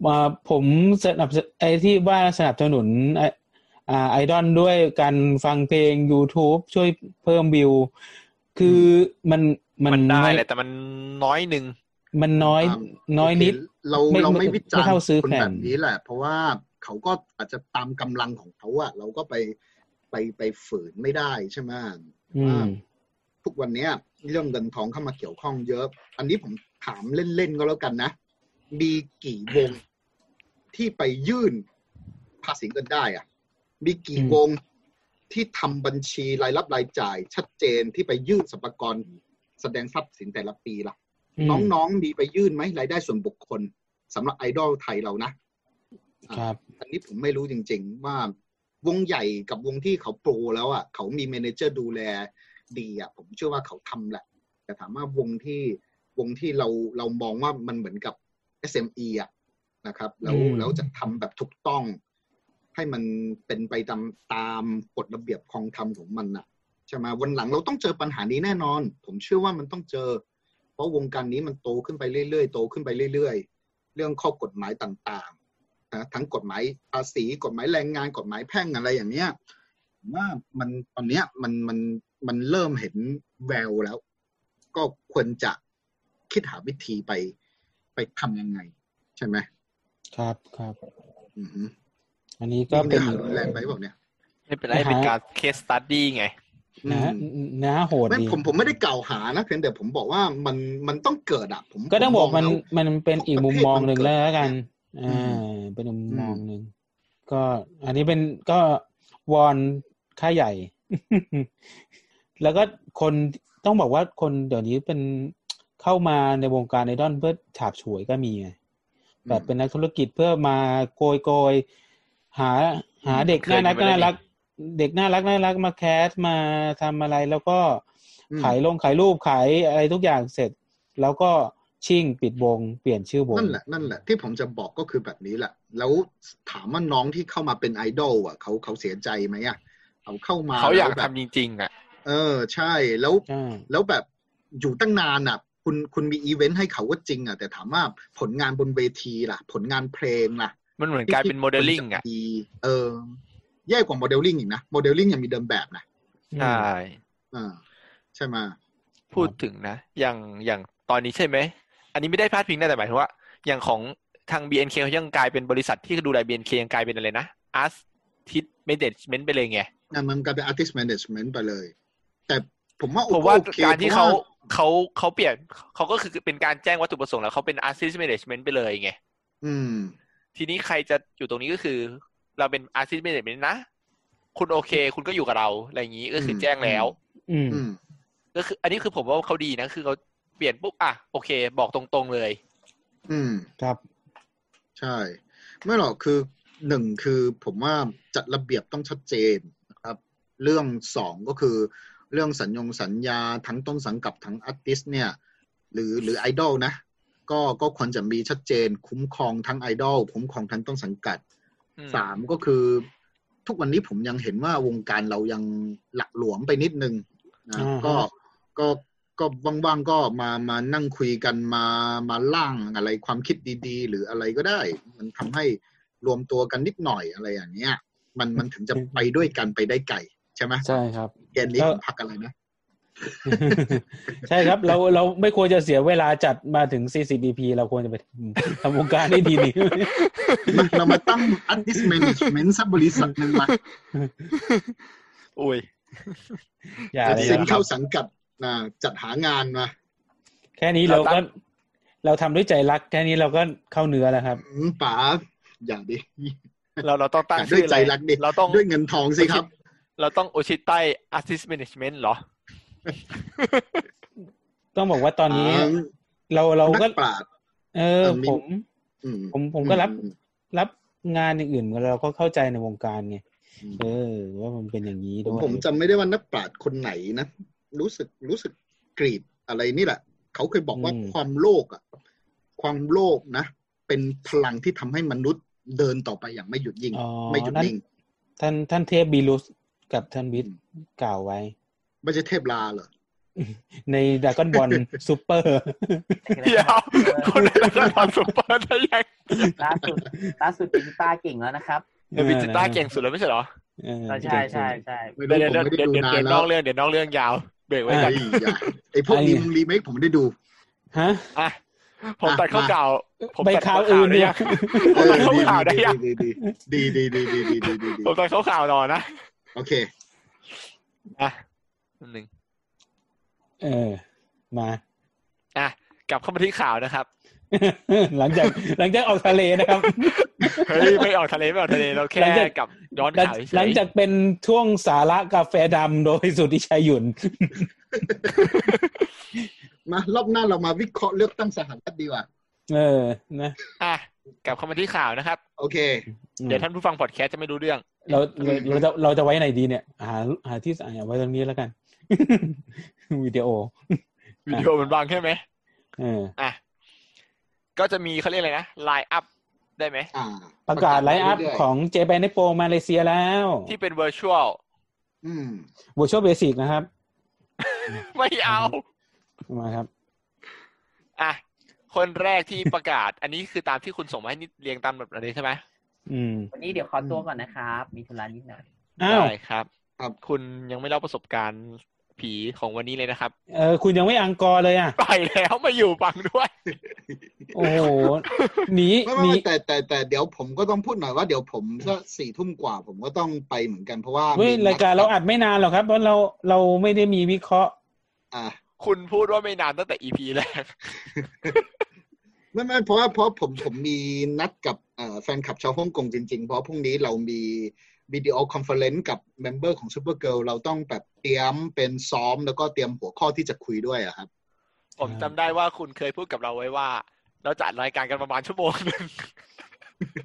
[SPEAKER 2] อ่าผมสนับสไอ้ที่ว่าสนับสนุนไอ้อ่าไอดอลด้วยการฟังเพลง YouTube ช่วยเพิ่มวิว คือมันมัน
[SPEAKER 1] มันได้
[SPEAKER 2] ไม่
[SPEAKER 1] แหละแต่มันน้อยหนึ่ง
[SPEAKER 2] มันน้อยน้อยนิด
[SPEAKER 5] เรา
[SPEAKER 2] ไม่
[SPEAKER 5] เราไม่
[SPEAKER 2] ไม่
[SPEAKER 5] วิจาร
[SPEAKER 2] ไม่เท่า
[SPEAKER 5] ณ์
[SPEAKER 2] ซื้อ
[SPEAKER 5] คน
[SPEAKER 2] แผ่น
[SPEAKER 5] แบบนี้แหละ เพราะว่าเขาก็อาจจะตามกำลังของเขาอะเราก็ไปไปไปฝืนไม่ได้ใช่ไหม
[SPEAKER 2] อืม
[SPEAKER 5] ทุกวันเนี้ยเรื่องเงินทองเข้ามาเกี่ยวข้องเยอะ อันนี้ผมถามเล่น ๆ ก็แล้วกันนะ มีกี่วงที่ไปยื่นภาษีเงินได้อะมีกี่
[SPEAKER 2] อืม
[SPEAKER 5] วงที่ทำบัญชีรายรับรายจ่าย ชัดเจนที่ไปยื่นสรรพากรแสดงทรัพย์สินแต่ละปีล่ะ
[SPEAKER 2] ม
[SPEAKER 5] น้องๆมีไปยื่นไหมรายได้ส่วนบุคคลสำหรับไอดอลไทยเรานะ
[SPEAKER 2] ครับ
[SPEAKER 5] อันนี้ผมไม่รู้จริง ๆ ว่าวงใหญ่กับวงที่เขาโปรแล้วอ่ะเขามีเมเนเจอร์ดูแลดีอ่ะผมเชื่อว่าเขาทำแหละ แต่ถามว่าวงที่วงที่เราเรามองว่ามันเหมือนกับ SME อ่ะนะครับแล้ว
[SPEAKER 2] อืม
[SPEAKER 5] แล้วจะทำแบบถูกต้อง ให้มันเป็นไปตามตามกฎระเบียบคองธรรมของมันอ่ะใช่ไหมวันหลังเราต้องเจอปัญหานี้แน่นอน ผมเชื่อว่ามันต้องเจอ เพราะวงการนี้มันโตขึ้นไปเรื่อยๆโตขึ้นไปเรื่อยๆ เรื่องข้อกฎหมายต่างๆนะทั้งกฎหมายภาษีกฎหมายแรงงานกฎหมายแพ่งอะไรอย่างเนี้ยผมว่ามันตอนเนี้ยมันมันมันเริ่มเห็นแววแล้ว ก็ควรจะคิดหาวิธีไป ไปทำยังไง ใช่ไหม
[SPEAKER 2] ครับครับ
[SPEAKER 5] อือฮึ
[SPEAKER 2] อันนี้ก็เป็
[SPEAKER 5] เนื้อน หารุนแรงไปเปล่าเนี่ย
[SPEAKER 1] ไม่เป็นไร
[SPEAKER 2] นะฮะ
[SPEAKER 1] เป็นการเคสตัดดี้ไง
[SPEAKER 5] อื
[SPEAKER 2] นะ
[SPEAKER 5] ม
[SPEAKER 2] ฮะนะฮะโหด
[SPEAKER 5] ไม่
[SPEAKER 2] ดี
[SPEAKER 5] ผมผมไม่ได้กล่าวหานะเพียงแต่ผมบอกว่ามันมันต้องเกิดอ่ะ ผม
[SPEAKER 2] ก็ต้องบอก
[SPEAKER 5] ผ
[SPEAKER 2] มัน
[SPEAKER 5] แล้ว
[SPEAKER 2] มันเป็นอีกมุมมองหนึ่งแล้วแล้วกัน
[SPEAKER 5] อื
[SPEAKER 2] อ่
[SPEAKER 5] ม
[SPEAKER 2] าเป็นอีกมุมมองหนึ่งก็อันนี้เป็นก็วอนค่าใหญ่ แล้วก็คนต้องบอกว่าคนเดี๋ยวนี้เป็นเข้ามาในวงการไอดอลเพื่อฉาบฉวยก็มีไงแบบเป็นนักธุรกิจเพื่อมาโกยโกยหาหาเด็ก
[SPEAKER 1] เคย
[SPEAKER 2] น่ารัก
[SPEAKER 1] มีมาแล้ว
[SPEAKER 2] น่ารัก เด็กน่ารักน่ารักมาแคสมาทำอะไรแล้วก็
[SPEAKER 5] อืม
[SPEAKER 2] ขายลงขายรูปขายอะไรทุกอย่างเสร็จ แล้วก็ชิ่งปิดวงเปลี่ยนชื่อวง
[SPEAKER 5] นั่นแหละนั่นแหละที่ผมจะบอกก็คือแบบนี้แหละ แล้วถามว่าน้องที่เข้ามาเป็นไอดอลอ่ะเขาเขาเสียใจไหมอ่ะเขาเข้ามา
[SPEAKER 1] เขาอยาก
[SPEAKER 5] แล้วแบบ
[SPEAKER 1] ทำจริงๆอ่ะ
[SPEAKER 5] เออใช่แล้ว
[SPEAKER 2] ใช่
[SPEAKER 5] แล้วแบบอยู่ตั้งนานอ่ะ คุณคุณมีอีเวนต์ให้เขาก็จริงอ่ะแต่ถามว่าผลงานบนเวทีล่ะ ผลงานเพลงล่ะ
[SPEAKER 1] มันเหมือนกลายเป็นโมเดลลิ่งอ่ะ
[SPEAKER 5] ดีเออแย่กว่าโมเดลลิ่งอีกนะโมเดลลิ่งยังมีเดิมแบบนะ
[SPEAKER 1] ใช่
[SPEAKER 5] อ่าใช่ไหมย
[SPEAKER 1] พูดถึงนะ อย่างอย่างตอนนี้ใช่ไหม อันนี้ไม่ได้พลาดพิงนะแต่หมายถึงว่า อย่างของทาง BNK เขายังกลายเป็นบริษัทที่ดูแล BNK ยังกลายเป็นอะไรนะ Artist Management ไปเลยไง
[SPEAKER 5] นั่นมันกลายเป็น artist management ไปเลย แต่ผมว่า
[SPEAKER 1] ผมว่า
[SPEAKER 5] โอค
[SPEAKER 1] การที่
[SPEAKER 5] พะ
[SPEAKER 1] เขา
[SPEAKER 5] ว่
[SPEAKER 1] เขาเขาเปลี่ยนเขาก็คือเป็นการแจ้งวัตถุประสงค์แล้วเขาเป็น Artist Management ไปเลยไง
[SPEAKER 5] อืม
[SPEAKER 1] ทีนี้ใครจะอยู่ตรงนี้ก็คือ เราเป็น Artist Management นะ คุณโอเค คุณก็อยู่กับเราอะไรอย่างนี้ก็คือแจ้งแล้ว
[SPEAKER 2] อืม
[SPEAKER 5] อืม
[SPEAKER 1] ก็คือ อันนี้คือผมว่าเขาดีนะ คือเขาเปลี่ยนปุ๊บอ่ะโอเค บอกตรงๆเลย
[SPEAKER 5] อืม
[SPEAKER 2] ครับ
[SPEAKER 5] ใช่ ไม่หรอกคือหนึ่งคือผมว่าจัดระเบียบต้องชัดเจนนะครับ เรื่องสองก็คือ เรื่องสัญญงสัญญาทั้งต้นสังกัดทั้งอาร์ติสเนี่ย หรือหรือไอดอลนะ ก็ก็ควรจะมีชัดเจน คุ้มครองทั้งไอดอลคุ้มครองทั้งต้นสังกัด
[SPEAKER 1] อืม
[SPEAKER 5] สามก็คือ ทุกวันนี้ผมยังเห็นว่าวงการเรายังหลักหลวมไปนิดนึงนะก็ก็ก็ว่างๆก็มามานั่งคุยกันมามาล่างอะไรความคิดดีๆ หรืออะไรก็ได้ มันทำให้รวมตัวกันนิดหน่อยอะไรอย่างเงี้ย มันมันถึงจะไปด้วยกันไปได้ไกลใช่ไหม
[SPEAKER 2] ใช่ครับ
[SPEAKER 5] เกณฑ์นี้ผมพักอะไรนะ
[SPEAKER 2] ใช่ครับเรา เราไม่ควรจะเสียเวลาจัดมาถึง CCBP เราควรจะไปทำวงการได้ดีนี้
[SPEAKER 5] มาเรามาตั้ง artist management สักบริษัทหนึ่งมา
[SPEAKER 1] อุ้ย
[SPEAKER 2] อย่า
[SPEAKER 1] แต่
[SPEAKER 2] เลย
[SPEAKER 1] สิ่
[SPEAKER 5] เซ็น
[SPEAKER 1] ง
[SPEAKER 2] ค
[SPEAKER 5] เข้า
[SPEAKER 2] รับ
[SPEAKER 5] สังกัดนะจัดหางานมา
[SPEAKER 2] แค่นี้เราก็เราทำด้วยใจรัก แค่นี้เราก็เข้าเนื้อแล้วครับ
[SPEAKER 5] อืมป๋าอย่าดิ
[SPEAKER 1] เราเราต้องตั้ง
[SPEAKER 5] แต่ด้
[SPEAKER 1] ชื่
[SPEAKER 5] วย
[SPEAKER 1] ออะ
[SPEAKER 5] ใจ
[SPEAKER 1] ไร
[SPEAKER 5] รักเด็ก
[SPEAKER 1] เราต้อง
[SPEAKER 5] ด้วยเงินทองสิครับ
[SPEAKER 1] เราต้องอุชิตใต้ artist management เหรอ
[SPEAKER 2] ต้องบอกว่าตอนนี้เราเรา
[SPEAKER 5] นั
[SPEAKER 2] ก็
[SPEAKER 5] ปราชญ์
[SPEAKER 2] เออ
[SPEAKER 5] เออมี
[SPEAKER 2] ผม
[SPEAKER 5] อื
[SPEAKER 2] ผมผมก็รับ
[SPEAKER 5] อืม
[SPEAKER 2] รับงานอย่างอื่นเหมือนเราก็เข้าใจในวงการไง
[SPEAKER 5] อืม
[SPEAKER 2] เออ ว่ามันเป็นอย่างนี้
[SPEAKER 5] ผม
[SPEAKER 2] ด้วย
[SPEAKER 5] ผมจำไม่ได้ว่านักปราชญ์คนไหนนะ รู้สึกรู้สึกกรีดอะไรนี่แหละ เขาเคยบอกว่าความโลภอะความโลภนะ เป็นพลังที่ทำให้มนุษย์เดินต่อไปอย่างไม่หยุดยิง
[SPEAKER 2] อ๋อ
[SPEAKER 5] ไม่หยุด
[SPEAKER 2] นั้น
[SPEAKER 5] นิ่ง
[SPEAKER 2] ท่านท่านเทพบีลุสกับท่านวิทย์กล่าวไว้
[SPEAKER 5] ไม่ใช่เทพลาเหรอ
[SPEAKER 2] ในดากอนบอ ลซูเปอร์
[SPEAKER 1] เดี๋ยวคุณได้รับความสุขเปิดได้ยัง
[SPEAKER 3] ล่าสุดล่าสุดจินตาเก่งแล้วนะครับ
[SPEAKER 1] เดี๋ยววิจิต้าเก่งสุดแล้วไม่ใช่เหรอ
[SPEAKER 2] เออ
[SPEAKER 3] ใช่ใช่ใช่
[SPEAKER 5] ไม่
[SPEAKER 1] เดี๋ยว
[SPEAKER 5] รู้
[SPEAKER 1] เดี๋ย
[SPEAKER 5] ผ
[SPEAKER 1] ว
[SPEAKER 5] ม
[SPEAKER 1] เดี๋ยว
[SPEAKER 5] ไม่ได้
[SPEAKER 1] เดี๋ยวเดี๋ยวนเดี๋ยวน
[SPEAKER 5] ดูานแล้
[SPEAKER 1] อ
[SPEAKER 5] ว
[SPEAKER 1] กเรื่องเดี๋ยวนอกเรื่องยาวเบรกไว้ก่
[SPEAKER 5] ไอ้
[SPEAKER 1] อน
[SPEAKER 5] ยอย่าไอ้พวกนี้มึงรีเมคผมไม่ได้ดู
[SPEAKER 2] ฮะ
[SPEAKER 1] อ่ะผมตัดข้าวเก่าผม
[SPEAKER 2] ใบ
[SPEAKER 1] ตัด
[SPEAKER 2] ข่า
[SPEAKER 1] ข้าว ว
[SPEAKER 2] อื่
[SPEAKER 1] อื่
[SPEAKER 2] น
[SPEAKER 1] นได้
[SPEAKER 2] เนี่ย
[SPEAKER 1] ยัง ผมตัดข้าวข่าวได้ยัง
[SPEAKER 5] ดีดีดีดีดีดีดีดีดีดี
[SPEAKER 1] ผมตัดข้าวข่าวต่อนะ
[SPEAKER 5] โอเค
[SPEAKER 1] อ่ะหนึ่ง
[SPEAKER 2] เออ มา
[SPEAKER 1] อ่ะกลับเข้ามาที่ข่าวนะครับ
[SPEAKER 2] หลังจากหลังจากออกทะเลนะครับ
[SPEAKER 1] เฮ้ยไม่ออกทะเลไม่ออกทะเลเราแค่
[SPEAKER 2] หลังจาก
[SPEAKER 1] กลับย้อน
[SPEAKER 2] หลัง
[SPEAKER 1] ข่าวเฉ
[SPEAKER 2] หลัง
[SPEAKER 1] ย
[SPEAKER 2] จากเป็นช่วงสาระกาแฟดำโดยสุทธิชัยหยุ่น
[SPEAKER 5] มารอบหน้าเรามาวิเคราะห์เลือกตั้งสหรัฐดีกว่า
[SPEAKER 2] เออ นะ
[SPEAKER 1] ๆอ่ะกลับเข้ามาที่ข่าวนะครับ
[SPEAKER 5] โอเค
[SPEAKER 1] เดี๋ยวท่านผู้ฟังพอดแคสต์จะไม่รู้เรื่อง
[SPEAKER 2] เราเราเราจะเราจะไว้ไหนดีเนี่ย หาหาที่อ่าไว้ตรงนี้แล้วกัน วิดีโอ
[SPEAKER 1] วิดีโอมันบางใช่ไหม
[SPEAKER 2] เออ
[SPEAKER 1] อ่ะก็จะมีเขาเรียกอะไรนะไลน์อัพได้ไหม
[SPEAKER 5] อ่า
[SPEAKER 2] ประกาศไลฟ์อัพ
[SPEAKER 5] เยๆ
[SPEAKER 2] ของเจแปนในโปมาเลเซียแล้ว
[SPEAKER 1] ที่เป็นเวอร์ชวล
[SPEAKER 5] อืม
[SPEAKER 2] บ i ช l เบสิกนะครับ
[SPEAKER 1] ไม่เอา
[SPEAKER 2] มาครับ
[SPEAKER 1] อ่ะ คนแรกที่ประกาศ อันนี้คือตามที่คุณส่งมาให้นี่เรียงตามแบบนี้ใช่ไหม
[SPEAKER 2] อืม
[SPEAKER 3] วันนี้เดี๋ยวขอตัวก่อนนะครับ มีธุระนิดหน่อย
[SPEAKER 2] อ้าว
[SPEAKER 1] ได้ครับ
[SPEAKER 5] ครับ
[SPEAKER 1] คุณยังไม่เล่าประสบการณ์ผีของวันนี้เลยนะครับ
[SPEAKER 2] เออ คุณยังไม่อังกอร์เลยอ่ะ
[SPEAKER 1] ไปแล้วมาอยู่ฟังด้วย
[SPEAKER 2] โอ้โห หนี
[SPEAKER 5] ไม่
[SPEAKER 2] ห
[SPEAKER 5] ไม่
[SPEAKER 2] นี
[SPEAKER 5] ไม่แต่แต่แต่เดี๋ยวผมก็ต้องพูดหน่อยว่าเดี๋ยวผมก็สี่ทุ่มกว่า ผมก็ต้องไปเหมือนกันเพราะว่า
[SPEAKER 2] เฮ้ย
[SPEAKER 5] มีนัด
[SPEAKER 2] รายการเราอัดไม่นานหรอกครับ เพราะเราเราไม่ได้มีวิเคราะห์
[SPEAKER 5] อ่า
[SPEAKER 1] คุณพูดว่าไม่นานตั้งแต่ EP แรก
[SPEAKER 5] ไม่ไม่เพราะว่าเพราะผมผมมีนัดกับเอ่อแฟนคลับชาวฮ่องกงจริง ๆ เพราะพรุ่งนี้เรามีวิดีโอคอนเฟอเรนซ์กับเมมเบอร์ของซูเปอร์เกิลเราต้องแบบเตรียมเป็นซ้อมแล้วก็เตรียมหัวข้อที่จะคุยด้วยอะครับ
[SPEAKER 1] ผม
[SPEAKER 2] อ่า
[SPEAKER 1] จำได้ว่าคุณเคยพูดกับเราไว้ว่า เราจะอัดรายการกันประมาณชั่วโมงหนึ่ง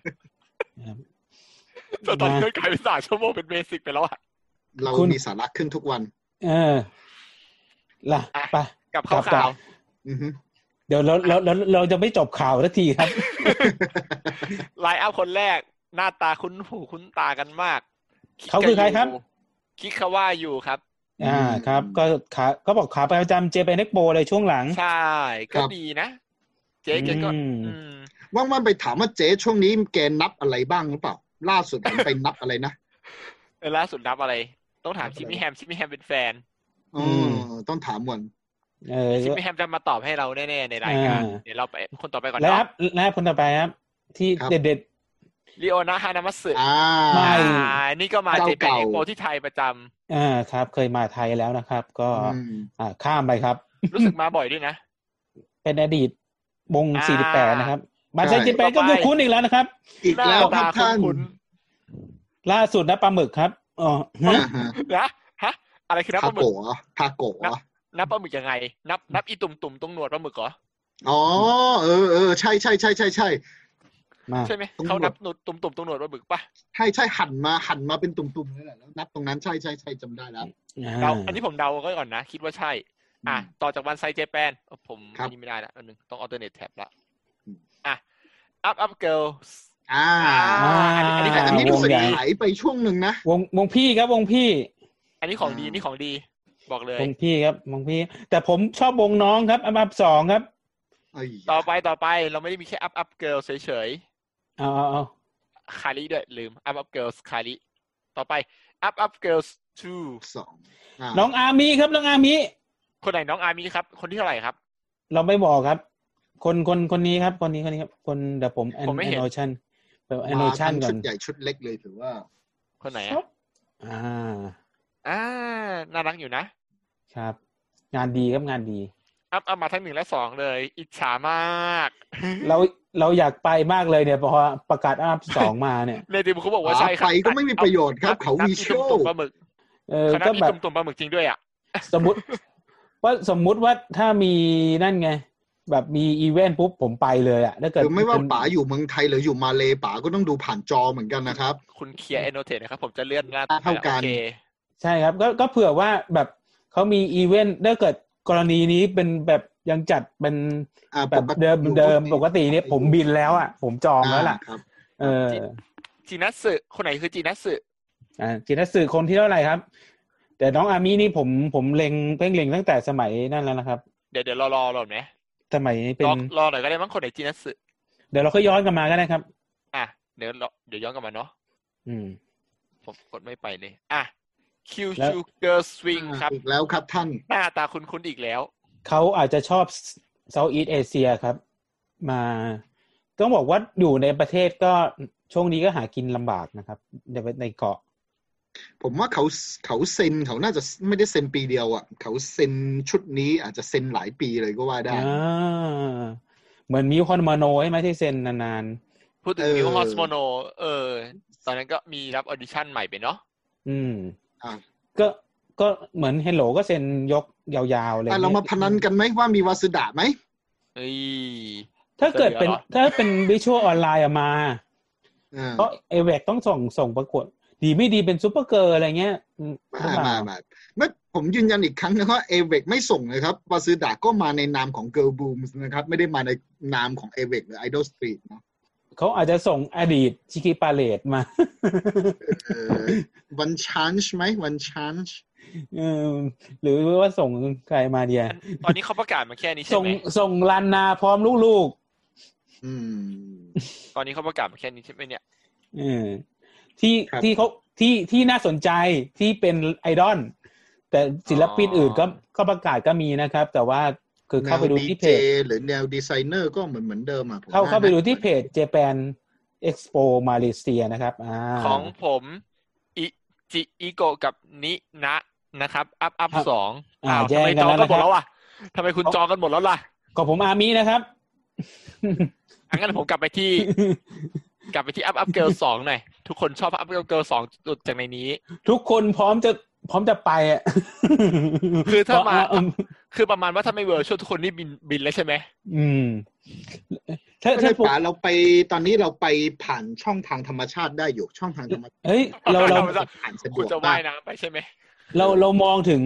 [SPEAKER 2] นะครับ
[SPEAKER 1] แต่ตอนนี้ก็กลายเป็นสามชั่วโมงเป็นเบสิกไปแล้วอะ
[SPEAKER 5] เรา
[SPEAKER 2] คุณ
[SPEAKER 5] มีสาระขึ้นทุกวัน
[SPEAKER 2] เออ ล่ะ
[SPEAKER 1] อ่ะ
[SPEAKER 2] ไป
[SPEAKER 1] กลับเข้า
[SPEAKER 2] ครับ
[SPEAKER 1] ข่าว
[SPEAKER 5] อือฮึ
[SPEAKER 2] เดี๋ยวเราเราเราเราจะไม่จบข่าวสักทีครับ
[SPEAKER 1] ไลน์อัพคนแรกหน้าตาคุ้นหูคุ้นตากันมาก
[SPEAKER 2] เขาคือใครครับ
[SPEAKER 1] คิกคาว่าอยู่ครับ
[SPEAKER 2] อ่าครับ ก็ขาก็บอกขาประจำเจแปนเอ็กโปเลยช่วงหลัง
[SPEAKER 1] ใช่ ก็ดีนะ เจ๊แกก็
[SPEAKER 2] อืม
[SPEAKER 1] อืม
[SPEAKER 5] ว่างๆไปถามว่าเจ๊ช่วงนี้แกนับอะไรบ้างหรือเปล่า ล่าสุดผมไปนับอะไรนะ
[SPEAKER 1] เออล่าสุดนับอะไร ต้องถามชิมมี่แฮมชิมมี่แฮมเป็นแฟน
[SPEAKER 5] อืมต้องถามก่อน
[SPEAKER 2] เออ
[SPEAKER 1] ชิมมี่แฮมจะมาตอบให้เราแน่ๆในรายการ
[SPEAKER 2] อ่า
[SPEAKER 1] เดี๋ยวเราไปคนต่อไปก่อน
[SPEAKER 2] แล้วค
[SPEAKER 1] นะ
[SPEAKER 2] รับแล้วคนต่อไปครับ ที่
[SPEAKER 5] ครับ
[SPEAKER 2] เด็ด
[SPEAKER 1] ลีโอนาฮานามัสสึ
[SPEAKER 5] อ่า
[SPEAKER 2] ไม่
[SPEAKER 1] อ่านี่ก็มา
[SPEAKER 5] เจ้า
[SPEAKER 1] เจเป็น
[SPEAKER 5] เก่า
[SPEAKER 1] เอ็กโปที่ไทยประจำ
[SPEAKER 2] ๆอ่าครับ เคยมาไทยแล้วนะครับ ก็
[SPEAKER 5] อืม
[SPEAKER 2] อ่าข้ามไปครับ
[SPEAKER 1] รู้สึกมาบ่อยด้วยนะ
[SPEAKER 2] เป็นอดีตวง
[SPEAKER 1] อ่า
[SPEAKER 2] 48 นะครับมาใช้
[SPEAKER 5] ใช่
[SPEAKER 2] เจแปนก็คือคุ้นอีกแล้วนะครับ
[SPEAKER 5] อีกแล้ว
[SPEAKER 1] ห
[SPEAKER 5] ครั
[SPEAKER 1] น้า
[SPEAKER 5] บ
[SPEAKER 1] ตา
[SPEAKER 5] ท่าน
[SPEAKER 1] คุ้น
[SPEAKER 2] ล่าสุดนะปลาหมึกครับอ๋อฮะ
[SPEAKER 5] อ่าฮะ
[SPEAKER 1] ๆนะฮะ อะไรคือนับป
[SPEAKER 5] ทา
[SPEAKER 1] ลาหมึ
[SPEAKER 5] โก
[SPEAKER 1] ก
[SPEAKER 5] ะทาโกะ
[SPEAKER 1] นับปลาหมึกยังไง นับนับอีตุ่มตุ่มๆตรงหนวดปลาหมึกเหรอ
[SPEAKER 5] อ๋อเออเออใช่ใช่ใช่ใช่ใช่
[SPEAKER 2] มา
[SPEAKER 1] ใช่ไหม
[SPEAKER 5] ตรงหนวด
[SPEAKER 1] เขานับหนวดตุ่มตุ่มๆตรงหนวดปลาหมึกปะ
[SPEAKER 5] ใช่ใช่หั่นมาหั่นมาเป็นตุ่มๆนี่แหละแล้วนับตรงนั้นใช่ใช่ใช่จำได้แล้ว
[SPEAKER 1] เดาอันนี้ผมเดาก็ก่อนนะ คิดว่าใช่ อ่ะต่อจากวันไซเจแปนผม
[SPEAKER 5] ครั
[SPEAKER 1] อั
[SPEAKER 5] บ
[SPEAKER 1] นนี้ไม่ได้ละอันนึงต้องอัลเทอร์เนทแท็บละ
[SPEAKER 5] อืม
[SPEAKER 1] อ่ะอัพอัพเกิล
[SPEAKER 5] อ่า
[SPEAKER 1] อ่าอันนี้
[SPEAKER 5] แต่อันนี้
[SPEAKER 1] ข
[SPEAKER 5] รู้
[SPEAKER 1] อง
[SPEAKER 5] สึก
[SPEAKER 1] ดี
[SPEAKER 5] หายไปช่วงหนึ่งนะ
[SPEAKER 2] วงวงพี่ครับวงพี่
[SPEAKER 1] อันนี้ของดี
[SPEAKER 5] อ่า
[SPEAKER 1] อันนี่ของดี บอกเลยว
[SPEAKER 2] งพี่ครับวงพี่ แต่ผมชอบวงน้องครับอันดับสองครับ
[SPEAKER 5] เอ้ย
[SPEAKER 1] ต่อไปต่อไปเราไม่ได้มีแค่อัพอัพเกิลเฉย
[SPEAKER 2] เอาเอาเอา
[SPEAKER 1] ๆคาริด้วยลืมอัพอัพเกิลคาริต่อไปอัพอัพเกิลทู
[SPEAKER 5] สองอ่า
[SPEAKER 2] น้องอามีครับน้องอามี
[SPEAKER 1] คนไหนน้องอาร์มีครับ คนที่เท่าไหร่ครับ
[SPEAKER 2] เราไม่บอกครับ คนคนคนนี้ครับ คนนี้คนนี้ครับ คนเดี๋ยวผมแอน
[SPEAKER 1] ผมไม่เห็น
[SPEAKER 2] โนชันแบบแอนโน
[SPEAKER 5] มา
[SPEAKER 2] ชัน
[SPEAKER 5] ทั้
[SPEAKER 2] ก่อ
[SPEAKER 5] งชุ
[SPEAKER 2] น
[SPEAKER 5] ดใหญ่ชุดเล็กเลยถือว่า
[SPEAKER 1] คนไหน
[SPEAKER 2] ครั
[SPEAKER 1] อ่ะ
[SPEAKER 2] บอ่า
[SPEAKER 1] อ่าน่ารักอยู่นะครับ
[SPEAKER 2] งานดีครับงานดี
[SPEAKER 1] อัพอัพมาทั้งหนึ่งและสองเลย อิจฉามาก
[SPEAKER 2] เรา เราอยากไปมากเลยเนี่ยพอประกาศอัพสองมาเนี่ย
[SPEAKER 1] เนติบุเขาบอกว่าใช่ครับ
[SPEAKER 5] ไปก็ไม่มีประโยชน์ครับ เขาวีโช
[SPEAKER 1] ตุ่มปลาหมึก
[SPEAKER 2] เออ
[SPEAKER 1] คณะ
[SPEAKER 2] ก็
[SPEAKER 1] มี
[SPEAKER 2] แบบ
[SPEAKER 1] ตุ่มๆปลาหมึก จริงด้วยอ่ะ
[SPEAKER 2] สมมติ ว่าสมมุติว่าถ้ามีนั่นไง แบบมีอีเวนต์ปุ๊บผมไปเลยอะถ้าเกิด
[SPEAKER 5] คือไม่ว่า
[SPEAKER 2] เป็น
[SPEAKER 5] ป๋าอยู่เมืองไทยหรืออยู่มาเลป๋าก็ต้องดูผ่านจอเหมือนกันนะครับ
[SPEAKER 1] คุณเคลียร์เอโนเทนะครับ ผมจะเลื่อนหน้า
[SPEAKER 5] เท่ากัน
[SPEAKER 1] โอค
[SPEAKER 2] ใช่ครับก็ก็เผื่อว่าแบบเขามีอีเวนต์ถ้าเกิดกรณีนี้เป็นแบบยังจัดเป็น
[SPEAKER 5] อ่า
[SPEAKER 2] แบบเดิมเดิมปกติเนี่ยผมบินแล้วอะผมจองแล้วล่ะ
[SPEAKER 5] อ่าครับ
[SPEAKER 2] เออ
[SPEAKER 1] จีนัสสึคนไหนคือจีนัสสึ
[SPEAKER 2] อ่าจิตรสื่อคนที่เท่าไหร่ครับ แต่น้องอามี่นี่ผมผมเล็งเพ่งเล็งตั้งแต่สมัยนั่นแล้วนะครับ
[SPEAKER 1] เดี๋ยวเดี๋ยวรอรอรอไหม
[SPEAKER 2] สมัยเป็
[SPEAKER 1] ร
[SPEAKER 2] น
[SPEAKER 1] อรอหน่อยก็ได้มั้งคนไหนจีนัสสึ
[SPEAKER 2] เดี๋ยวเราก็ย้อนกลับมาก็ได้ครับ
[SPEAKER 1] อ่ะเดี๋ยวรอเดี๋ยวย้อนกลับมาเนาะ
[SPEAKER 2] อืม
[SPEAKER 1] ผมกดไม่ไปเลย อ่ะคิว
[SPEAKER 2] แล้ว
[SPEAKER 1] ชูเกอร์สวิงครับ
[SPEAKER 5] อีกแล้วครับท่าน
[SPEAKER 1] หน้าตาคุ้นคุ้นๆอีกแล้ว
[SPEAKER 2] เขาอาจจะชอบเซาท์อีสเอเชียครับ มาต้องบอกว่าอยู่ในประเทศก็ช่วงนี้ก็หากินลำบากนะครับ ในในเกาะ
[SPEAKER 5] ผมว่าเขาเขาเซ็นเขาน่าจะไม่ได้เซ็นปีเดียวอ่ะเขาเซ็นชุดนี้อาจจะเซ็นหลายปีเลยก็ว่าได้
[SPEAKER 2] อ่า เหมือนมิวคอนมาโนใช่ไหมที่เซ็นนาน
[SPEAKER 1] พูดถึง
[SPEAKER 5] เออ
[SPEAKER 1] มิวฮอสโมโน เออ ตอนนั้นก็มีรับออดิชั่นใหม่ไปเนาะ
[SPEAKER 2] ๆ อืม
[SPEAKER 5] อ่ะ
[SPEAKER 2] ก็ก็เหมือนเฮลโลก็เซ็นยกยาวๆเลย
[SPEAKER 5] อ่ะเรามาพนันกันไหมว่ามีวาสุดะไหม
[SPEAKER 1] เฮ้ย
[SPEAKER 2] ถ้าเกิดเป็น
[SPEAKER 1] เดี๋ยวเหรอ
[SPEAKER 2] ถ้าเป็นวิชวลออนไลน์มา
[SPEAKER 5] อ่า
[SPEAKER 2] เพราะเอเวกต้องส่งส่งประกวด ดีไม่ดีเป็นซูเปอร์เกิร์ลอะไรเงี้ยอืมหรือ
[SPEAKER 5] มา
[SPEAKER 2] เปล่
[SPEAKER 5] มามาไม่ผมยืนยันอีกครั้งนะว่าเอเวกไม่ส่งเลยครับวาสุดะก็มาในนามของเกิ l ลบูมนะครับ ไม่ได้มาในนามของเอเวกหรือไอดอลสตรีทนะ
[SPEAKER 2] เขาอาจจะส่งอดีตชิคิปาเลตมา
[SPEAKER 5] เอ อวันชันช์ไหมวันชันช์
[SPEAKER 2] เออหรือว่าส่งใครมาเดีย
[SPEAKER 1] ตอนนี้เขาประกาศมาแค่นี้ใช่
[SPEAKER 2] ส่ง
[SPEAKER 1] ไหม
[SPEAKER 2] ส่งลันนาพร้อมลูก
[SPEAKER 5] อืม
[SPEAKER 1] ตอนนี้เขาประกาศมาแค่นี้ใช่ไหมเนี่ย
[SPEAKER 2] ๆเออที่
[SPEAKER 5] ครับ
[SPEAKER 2] ที่เขาที่ที่น่าสนใจที่เป็นไอดอลแต่ศิลปิน
[SPEAKER 1] อ๋ออื่
[SPEAKER 2] อื่นก็ก็ประกาศก็มีนะครับ แต่ว่าคือเข้าไปดูที่เพจ
[SPEAKER 5] แนว DJ หรือแนวดีไซเนอร์ก็เหมือนเหมือนเดิมอ่ะผม
[SPEAKER 2] เข้า
[SPEAKER 5] ว่
[SPEAKER 2] เข้าไป
[SPEAKER 5] นะ
[SPEAKER 2] ดูที่เพจ Japan Expo Malaysia นะครับอ่า
[SPEAKER 1] ของผมอิจิอิโกะกับนินะนะครับ อัพอัพสอง
[SPEAKER 2] า
[SPEAKER 1] อ้าว
[SPEAKER 2] แย่
[SPEAKER 1] ทำ
[SPEAKER 2] ง
[SPEAKER 1] ไม
[SPEAKER 2] กัน
[SPEAKER 1] จองกันหมด
[SPEAKER 2] แล้วนะครับ
[SPEAKER 1] แล้วอ่ะทำไมคุณจองกันหมดแล้วล่ะ
[SPEAKER 2] ของผมอามีนะครับ
[SPEAKER 1] อ่ะงั้นผมกลับไปที่ กลับไปที่อัพอัพเกิลสองหน่อย ทุกคนชอบอัพเกิลสองจุดจากในนี้
[SPEAKER 2] ทุกคนพร้อมจะพร้อมจะไปอ่ะ
[SPEAKER 1] คือถ้ามา
[SPEAKER 2] เพระว่
[SPEAKER 1] คือประมาณว่าถ้าไม่เวิร์ชวลทุกคนนี่บินบินแล้วใช่ไหม
[SPEAKER 2] อืมถ้า
[SPEAKER 5] ไม่
[SPEAKER 2] ถ้า
[SPEAKER 5] ได้ป่าเราไปตอนนี้เราไปผ่านช่องทางธรรมชาติได้อยู่ช่องทางธรรมชาติ
[SPEAKER 2] เฮ้ยเราเรา
[SPEAKER 5] ผ่านสะด
[SPEAKER 1] คุ
[SPEAKER 5] ว
[SPEAKER 1] ณ
[SPEAKER 5] ก
[SPEAKER 1] จะ
[SPEAKER 5] มาก
[SPEAKER 1] ว่ายน้ำไปใช่ไหม
[SPEAKER 2] เราเรามองถึง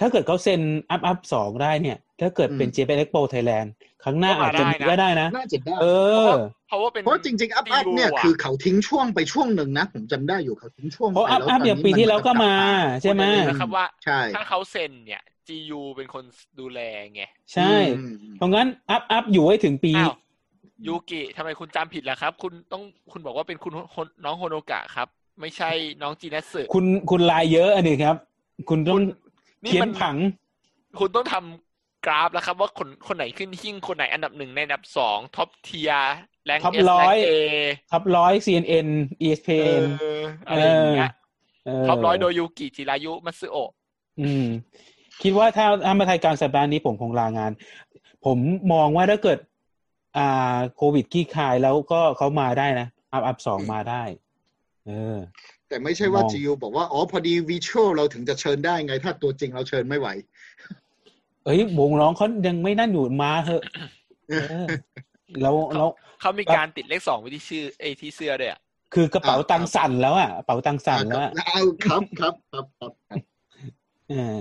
[SPEAKER 2] ถ้าเกิดเขาเซ็นอัพอัพสองได้เนี่ย ถ้าเกิดเป็น j p e n Expo Thailand ครั้งหน้า
[SPEAKER 1] ก็
[SPEAKER 2] อา
[SPEAKER 1] มา
[SPEAKER 2] จจะ
[SPEAKER 1] ได้นะ
[SPEAKER 2] ก็ได้นะ
[SPEAKER 5] น่าจะได้
[SPEAKER 2] เออ
[SPEAKER 1] เพราะว่าเป็น
[SPEAKER 5] เพราะจริง ๆ อัพอัพเนี่ย
[SPEAKER 1] ดีละ
[SPEAKER 5] คือเขาทิ้งช่วงไปช่วงหนึ่งนะ ผมจำได้อยู่เขาทิ้งช่วง
[SPEAKER 2] เพราะ
[SPEAKER 5] ไป
[SPEAKER 2] อัพ
[SPEAKER 5] แล้ว
[SPEAKER 2] อัพ
[SPEAKER 5] ตน
[SPEAKER 2] อย่าง
[SPEAKER 5] นี้
[SPEAKER 2] ปีที่แล้วก็มา
[SPEAKER 1] พู
[SPEAKER 2] ใช่
[SPEAKER 1] ด
[SPEAKER 2] ไหม
[SPEAKER 1] อย่างนี้นะครับว่า
[SPEAKER 5] ใช่
[SPEAKER 1] ถ้าเขาเซ็นเนี่ย GU เป็นคนดูแลไง
[SPEAKER 2] ใช่
[SPEAKER 5] อืม
[SPEAKER 2] เพราะงั้นอัพอัพอยู่ให้ถึงปี
[SPEAKER 1] อ้าว ยูกิทำไมคุณจำผิดล่ะครับ คุณต้องคุณบอกว่าเป็นคุณคนน้องโฮโนกะครับ ไม่ใช่น้องจีนัสสึ
[SPEAKER 2] คุณคุณลายเยอะอันนี้ครับ คุณต้อง
[SPEAKER 1] คุณ
[SPEAKER 2] เขียนผัง
[SPEAKER 1] คุณต้องทำกราฟแล้วครับ ว่าคนคนไหนขึ้นหิ้งคนไหนอันดับหนึ่งในอันดับสองท็อปเทียแรง
[SPEAKER 2] Top
[SPEAKER 1] เอสแรง
[SPEAKER 2] 100
[SPEAKER 1] เอ
[SPEAKER 2] ทับร้อย CNN ESPN
[SPEAKER 1] อะไรอย่างเงี้ย
[SPEAKER 2] เ
[SPEAKER 1] ท็อปร้อยโดยยูกิจิรายุมัตสึโอะ
[SPEAKER 2] อืม คิดว่าถ้าถ้ามาไทยกลางสัปดาห์นี้ผมคงลางาน ผมมองว่าถ้าเกิด อ่าโควิดขี้คายแล้วก็เขามาได้นะ อัพอัพสองมาได้ เออ
[SPEAKER 5] แต่ไม่ใช่ว่าม
[SPEAKER 2] อง
[SPEAKER 5] จิวบอกว่า อ๋อ พอดีวิชวลเราถึงจะเชิญได้ไง ถ้าตัวจริงเราเชิญไม่ไหว
[SPEAKER 2] เอ้ยวงร้องเขายังไม่นั่นอยู่มาเถอะเออแล้วแล้ว
[SPEAKER 1] เขามีการติดเลขสองไว้ที่ชื่อเอยที่เสื้อด้วยอะ
[SPEAKER 2] คือกระเป๋าตังค์สั่นแล้วอ่ะกระเป๋าตังค์สั่นแล้วอะ
[SPEAKER 5] เอาครับครับครับครับครับ
[SPEAKER 2] เออ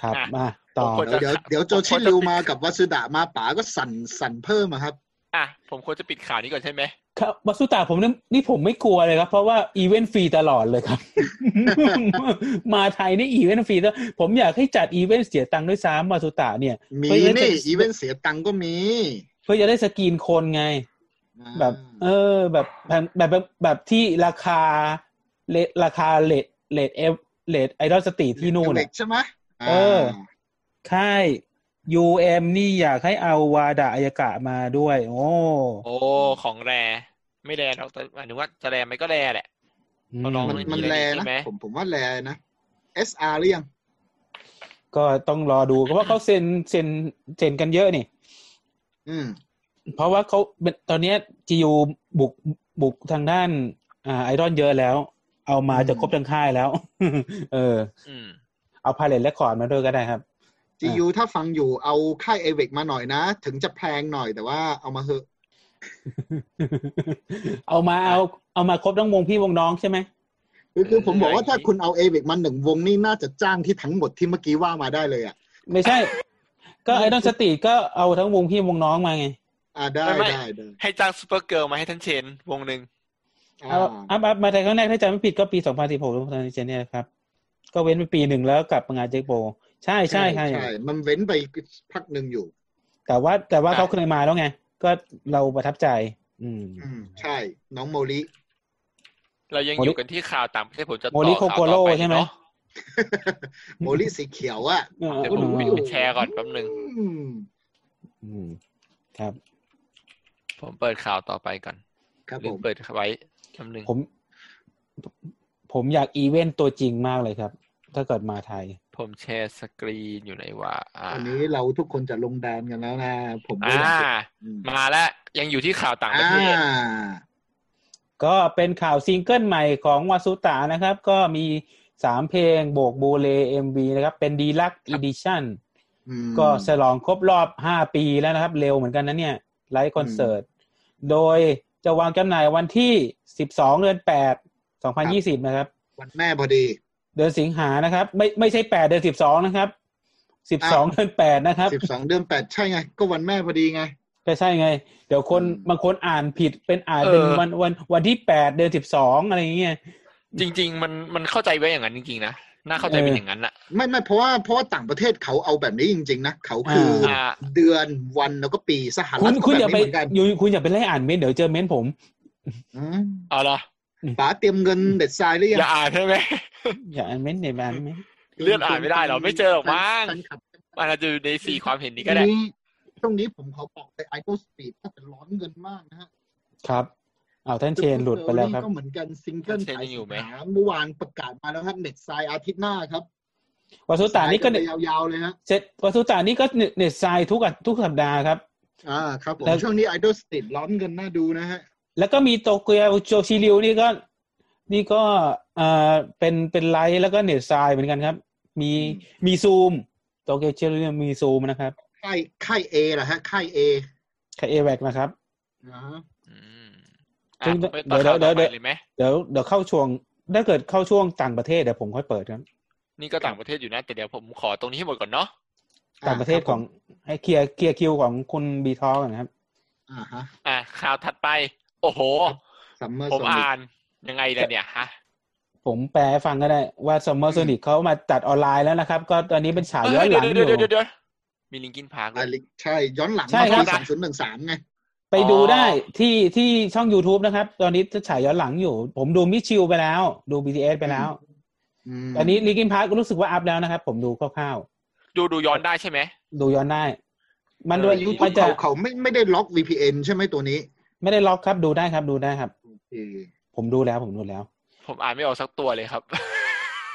[SPEAKER 2] ครับมาต่อ
[SPEAKER 1] ผมควรจะ
[SPEAKER 5] เดี๋ยวเดี๋ยวโจชิริวมากับวัสดะมาป๋าก็สั่นสั่นเพิ่มอะครับ
[SPEAKER 1] อ่ะผมควรจะปิดข่าวนี้ก่อนใช่ไหม
[SPEAKER 2] ครับวัสสุตาผมนี่นี่ผมไม่กลัวเลยครับ เพราะว่าอีเวนต์ฟรีตลอดเลยครับ มาไทยนี่อีเวนต์ฟรีตลอดผมอยากให้จัดอีเวนต์เสียตังค์ด้วยซ้ำวัสสุตาเนี่ย
[SPEAKER 5] มี
[SPEAKER 2] เพราะฉะนั้น
[SPEAKER 5] นี่
[SPEAKER 2] จะ
[SPEAKER 5] อีเวนต์เสียตังค์ก็มี
[SPEAKER 2] เพื่อจะได้สกรีนคนไง แบบ เออ แบบแบบแบบแบบแบบที่ราคาเลทราคาเลทเลทเอฟเลทไอดอลสตรีที่นู่น
[SPEAKER 5] เด็
[SPEAKER 2] อะ
[SPEAKER 5] กใช่ไหม
[SPEAKER 2] เออ ค่าย UM นี่อยากให้เอาวาดะอายากะมาด้วย โอ้
[SPEAKER 1] โอ้ของแรไม่แรหรอกแต่หมายถึงว่าจะแรไหมก็แรแหละ เอาน้อง
[SPEAKER 5] มัน
[SPEAKER 1] ไม่มี
[SPEAKER 5] มัน
[SPEAKER 1] อะไร
[SPEAKER 5] แล
[SPEAKER 1] ใช่
[SPEAKER 5] นะ
[SPEAKER 1] ไหม
[SPEAKER 5] ผมผมว่าแลนะ SR หรือยัง
[SPEAKER 2] ก็ต้องรอดูเพราะว่าเขาเซ็นเซ็นเซ็นกันเยอะนี่
[SPEAKER 5] อืม
[SPEAKER 2] เพราะว่าเขาตอนเนี้จียูบุกบุกทางด้านอ่าไอรอนเยอะแล้ว เอามาจะครบทั้งค่ายแล้ว เออ
[SPEAKER 1] อืม
[SPEAKER 2] เอาพาเลตและคอร์ดมาด้วยก็ได้ครับ
[SPEAKER 5] จียูถ้าฟังอยู่เอาค่ายเอเวกมาหน่อยนะ ถึงจะแพงหน่อยแต่ว่าเอามาเหอะ
[SPEAKER 2] เอามาเอาเอามาครบทั้งวงพี่วงน้องใช่ไหม
[SPEAKER 5] คือคือผมบอกว่า
[SPEAKER 1] เออ
[SPEAKER 5] ถ้าคุณเอาเอเวกมาหนึ่งวงนี่น่าจะจ้างที่ทั้งหมดที่เมื่อกี้ว่ามาได้เลยอ่ะ
[SPEAKER 2] ไม่ใช่ ก็ไอรอนสตีก็เอาทั้งวงพี่วงน้องมาไง
[SPEAKER 5] อ่าได้
[SPEAKER 1] ไม่ไม่
[SPEAKER 5] ได้ได้
[SPEAKER 1] ให้จ้างซูเปอร์เกิร์ลมาให้ท่านเชนวงหนึ่ง
[SPEAKER 5] อ่า
[SPEAKER 2] เอาอัพอัพมาไทยครั้งแรกถ้าจำไม่ผิดก็ปี 2016หรือ2017เนี่ยครับ ก็เว้นไปปีหนึ่งแล้วกลับมางานเจคโปใช่ใช่ใช่
[SPEAKER 5] ใช่มันเว้นไปพักหนึ่งอยู่
[SPEAKER 2] แต่ว่าแต่ว่าเขาเคยมาแล้วไง ก็เราประทับใจ อืม
[SPEAKER 5] อืมใช่ น้องโมลิ
[SPEAKER 1] เรายัง
[SPEAKER 2] โมริ
[SPEAKER 1] อยู่กันที่ข่าวต่างประเทศผมจะต่อ
[SPEAKER 2] โมริโคโกโร่
[SPEAKER 1] ข่าวต่อป
[SPEAKER 2] ใช่ไหม
[SPEAKER 1] เนาะ
[SPEAKER 5] โมลิสีเขียวอ่ะ
[SPEAKER 2] เออ
[SPEAKER 1] เดี๋ยวผม
[SPEAKER 5] โอ้
[SPEAKER 1] ปิด
[SPEAKER 5] โห
[SPEAKER 1] ไปแชร์ก่อนแป๊บหนึ่ง
[SPEAKER 5] อืม
[SPEAKER 2] อืมครับ
[SPEAKER 1] ผมเปิดข่าวต่อไปก่อน
[SPEAKER 5] ครับ
[SPEAKER 1] ลื
[SPEAKER 5] ผม ม
[SPEAKER 1] เปิดไว้แป๊บหนึ่ง
[SPEAKER 2] ผม ผมอยากอีเวนต์ตัวจริงมากเลยครับ ถ้าเกิดมาไทย
[SPEAKER 1] ผมแชร์สกรีนอยู่ไหนวะอ่า
[SPEAKER 5] วันนี้เราทุกคนจะลงแดนกันแล้วนะ ผม
[SPEAKER 1] อ่า
[SPEAKER 5] อืม
[SPEAKER 1] มาแล้วยังอยู่ที่ข่าวต่างประ
[SPEAKER 5] อ่า
[SPEAKER 1] เทศ
[SPEAKER 2] ก็เป็นข่าวซิงเกิลใหม่ของวาสุตานะครับ ก็มีสามเพลงโบกโบเลเอ็มวีนะครับ เป็นดีลักอีดิชั่น
[SPEAKER 5] อืม
[SPEAKER 2] ก็ฉลองครบรอบ 5 ปีแล้วนะครับ เร็วเหมือนกันนะเนี่ยไลฟ์คอนเสิร์ต โดยจะวางจำหน่ายวันที่ 12 เดือน 8 2020 นะครับ
[SPEAKER 5] วันแม่พอดี
[SPEAKER 2] เดือนสิงหานะครับ ไม่ไม่ใช่ 8 เดือน 12 นะครับ 12 เดือน 8 นะครับ
[SPEAKER 5] สิบสองเดือนแปดใช่ไง ก็วันแม่พอดีไง
[SPEAKER 2] ก็ใช่ไง เดี๋ยวคน
[SPEAKER 5] อืม
[SPEAKER 2] บางคนอ่านผิดเป็นอ่านเป็น
[SPEAKER 1] เออ
[SPEAKER 2] วันวันวันที่ 8 เดือน 12 อะไรอย่างเงี้ย
[SPEAKER 1] จริง ๆ มันมันเข้าใจไว้อย่างนั้นจริงๆนะน่าเข้าใจเป็นอย่างนั้นแหละ
[SPEAKER 5] ไม่ไม่เพราะว่าเพราะว่าต่างประเทศเขาเอาแบบนี้จริง ๆ นะเขาคือ
[SPEAKER 1] อ่า
[SPEAKER 5] เดือนวันแล้วก็ปีสห
[SPEAKER 2] คุ
[SPEAKER 5] รั
[SPEAKER 2] ณ
[SPEAKER 5] ฐ
[SPEAKER 2] คุณอ
[SPEAKER 5] ก็แบ
[SPEAKER 2] ย่า
[SPEAKER 5] บ
[SPEAKER 2] ไป
[SPEAKER 5] นี้เหมือนกัน
[SPEAKER 2] อยู่คุณอย่าไปไล่อ่านเม้นท์เดี๋ยวเจอเม้นท์ผม
[SPEAKER 5] อืม
[SPEAKER 1] เอาละ
[SPEAKER 5] ป๋าเตรียมเงินเบ็ดทรายหรือ
[SPEAKER 1] อ
[SPEAKER 5] ยั
[SPEAKER 1] ย่าง อ่านใช่ไหม
[SPEAKER 2] อย่าอ่านเม้นท์เดี๋ยวอ่านเม้นท์
[SPEAKER 1] เลื่อนอ่านไม่ได้หรอไม่เจอหรอกมั้ง
[SPEAKER 5] แฟนคลับ
[SPEAKER 1] มันอาจจะอยู่ในสี่ความเห็นนี้ก็ได้
[SPEAKER 5] นี้ตรงนี้ผมขอบอกไปไอโ s สปีดถ้าเป็นร้อนเงินมากนะฮะ
[SPEAKER 2] ครับเอาท่านเชนหลุดไปแล้วครับ
[SPEAKER 5] ก็เหมือนกันซิงเกิล
[SPEAKER 1] เชนยังอยู่ไหม
[SPEAKER 5] ขายสินค้าเมื่อวานประกาศมาแล้วครับเน็ตไซอาทิตย์หน้าครับ
[SPEAKER 2] วาสุตานี่ก็
[SPEAKER 5] สยไปยาวๆเลยฮะ
[SPEAKER 2] เสร็จวัสุตานี่ก็เน็ตไซด์ทุกอาทุกสัปดาห์ครับ
[SPEAKER 5] อ่าครับผม
[SPEAKER 2] แล้ว
[SPEAKER 5] ช่วงนี้ไอดอลสต e ี t ร้อนเงินน่าดูนะฮะ
[SPEAKER 2] แล้วก็มีโตเกียวโจชิริวนี่ก็ นี่ก็เอ่อเป็นเป็นไลฟ์แล้วก็เน็ตไซด์เหมือนกันครับ มี
[SPEAKER 5] อื
[SPEAKER 2] มีซูมโตเกียวโจชิริวมีซูมนะครับ
[SPEAKER 5] ค่ายค่ายเอล่ะฮะค่ายเอ
[SPEAKER 2] คเอแวกนะครับ
[SPEAKER 5] นะฮะ
[SPEAKER 1] อืมอ่ะไปต่อ
[SPEAKER 2] เดี๋
[SPEAKER 1] ข่า
[SPEAKER 2] ยว ว
[SPEAKER 1] ต่อ
[SPEAKER 2] เดี๋
[SPEAKER 1] ไป
[SPEAKER 2] ยว
[SPEAKER 1] เลยไหม
[SPEAKER 2] เดี๋ยวเดี๋ยวเข้าช่วงถ้าเกิดเข้าช่วงต่างประเทศเดี๋ยวผมค่อยเปิดครับ
[SPEAKER 1] นี่ก็ต่างประเทศอยู่นะ แต่เดี๋ยวผมขอตรงนี้ให้หมดก่อนเนาะ
[SPEAKER 2] ต่างประเทศของให้เคลียร์เคลียร์คิวของคุณบีทอก่อนครับ
[SPEAKER 5] อ่าฮะ
[SPEAKER 1] อ่ะข่าวถัดไป โอ้โห
[SPEAKER 5] ซัมเมอร์
[SPEAKER 1] ผม
[SPEAKER 5] โซนิ
[SPEAKER 1] อ่านยังไงล่ะเนี่ยฮะ
[SPEAKER 2] ผมแปลให้ฟังก็ได้ว่าซัมเมอร์โซนิกเขามาจัดออนไลน์แล้วนะครับ ก็ตอนนี้เป็นฉายย้อนหลังอ
[SPEAKER 1] เดี๋ยว
[SPEAKER 2] ยู่
[SPEAKER 1] เดี๋ยวเดี๋ยวเดี๋ยวมีลิงกินพาร์คด้วย
[SPEAKER 5] ใช่ย้อนหลัง
[SPEAKER 2] ใช่
[SPEAKER 5] มา
[SPEAKER 2] ครับ
[SPEAKER 5] ปีสองศูนย์หนึ่งสามไง
[SPEAKER 2] ไปดู
[SPEAKER 1] อ๋อ
[SPEAKER 2] ได้ที่ที่ช่อง YouTube นะครับ ตอนนี้จะฉายย้อนหลังอยู่ ผมดูมิชิวไปแล้ว ดู BTS ไปแล้ว
[SPEAKER 5] ม
[SPEAKER 2] ตอนนี้ลิกินพาร์ครู้สึกว่าอัพแล้วนะครับ ผมดูคร่าว
[SPEAKER 1] ดูดูย้อนได้ใช่ไหม
[SPEAKER 2] ๆ ดูย้อนได้ มัน
[SPEAKER 1] เออ
[SPEAKER 2] ด้วย
[SPEAKER 5] ยูทู
[SPEAKER 2] มั
[SPEAKER 5] บ
[SPEAKER 2] นจะ
[SPEAKER 5] เขาเขาไม่ไม่ได้ล็อก VPN ใช่ไหมตัวนี้
[SPEAKER 2] ไม่ได้ล็อกครับดูได้ครับดูได้ครับ
[SPEAKER 5] โอเค
[SPEAKER 2] ผมดูแล้วผมดูแล้ว
[SPEAKER 1] ผมอ่านไม่ออกสักตัวเลยครับ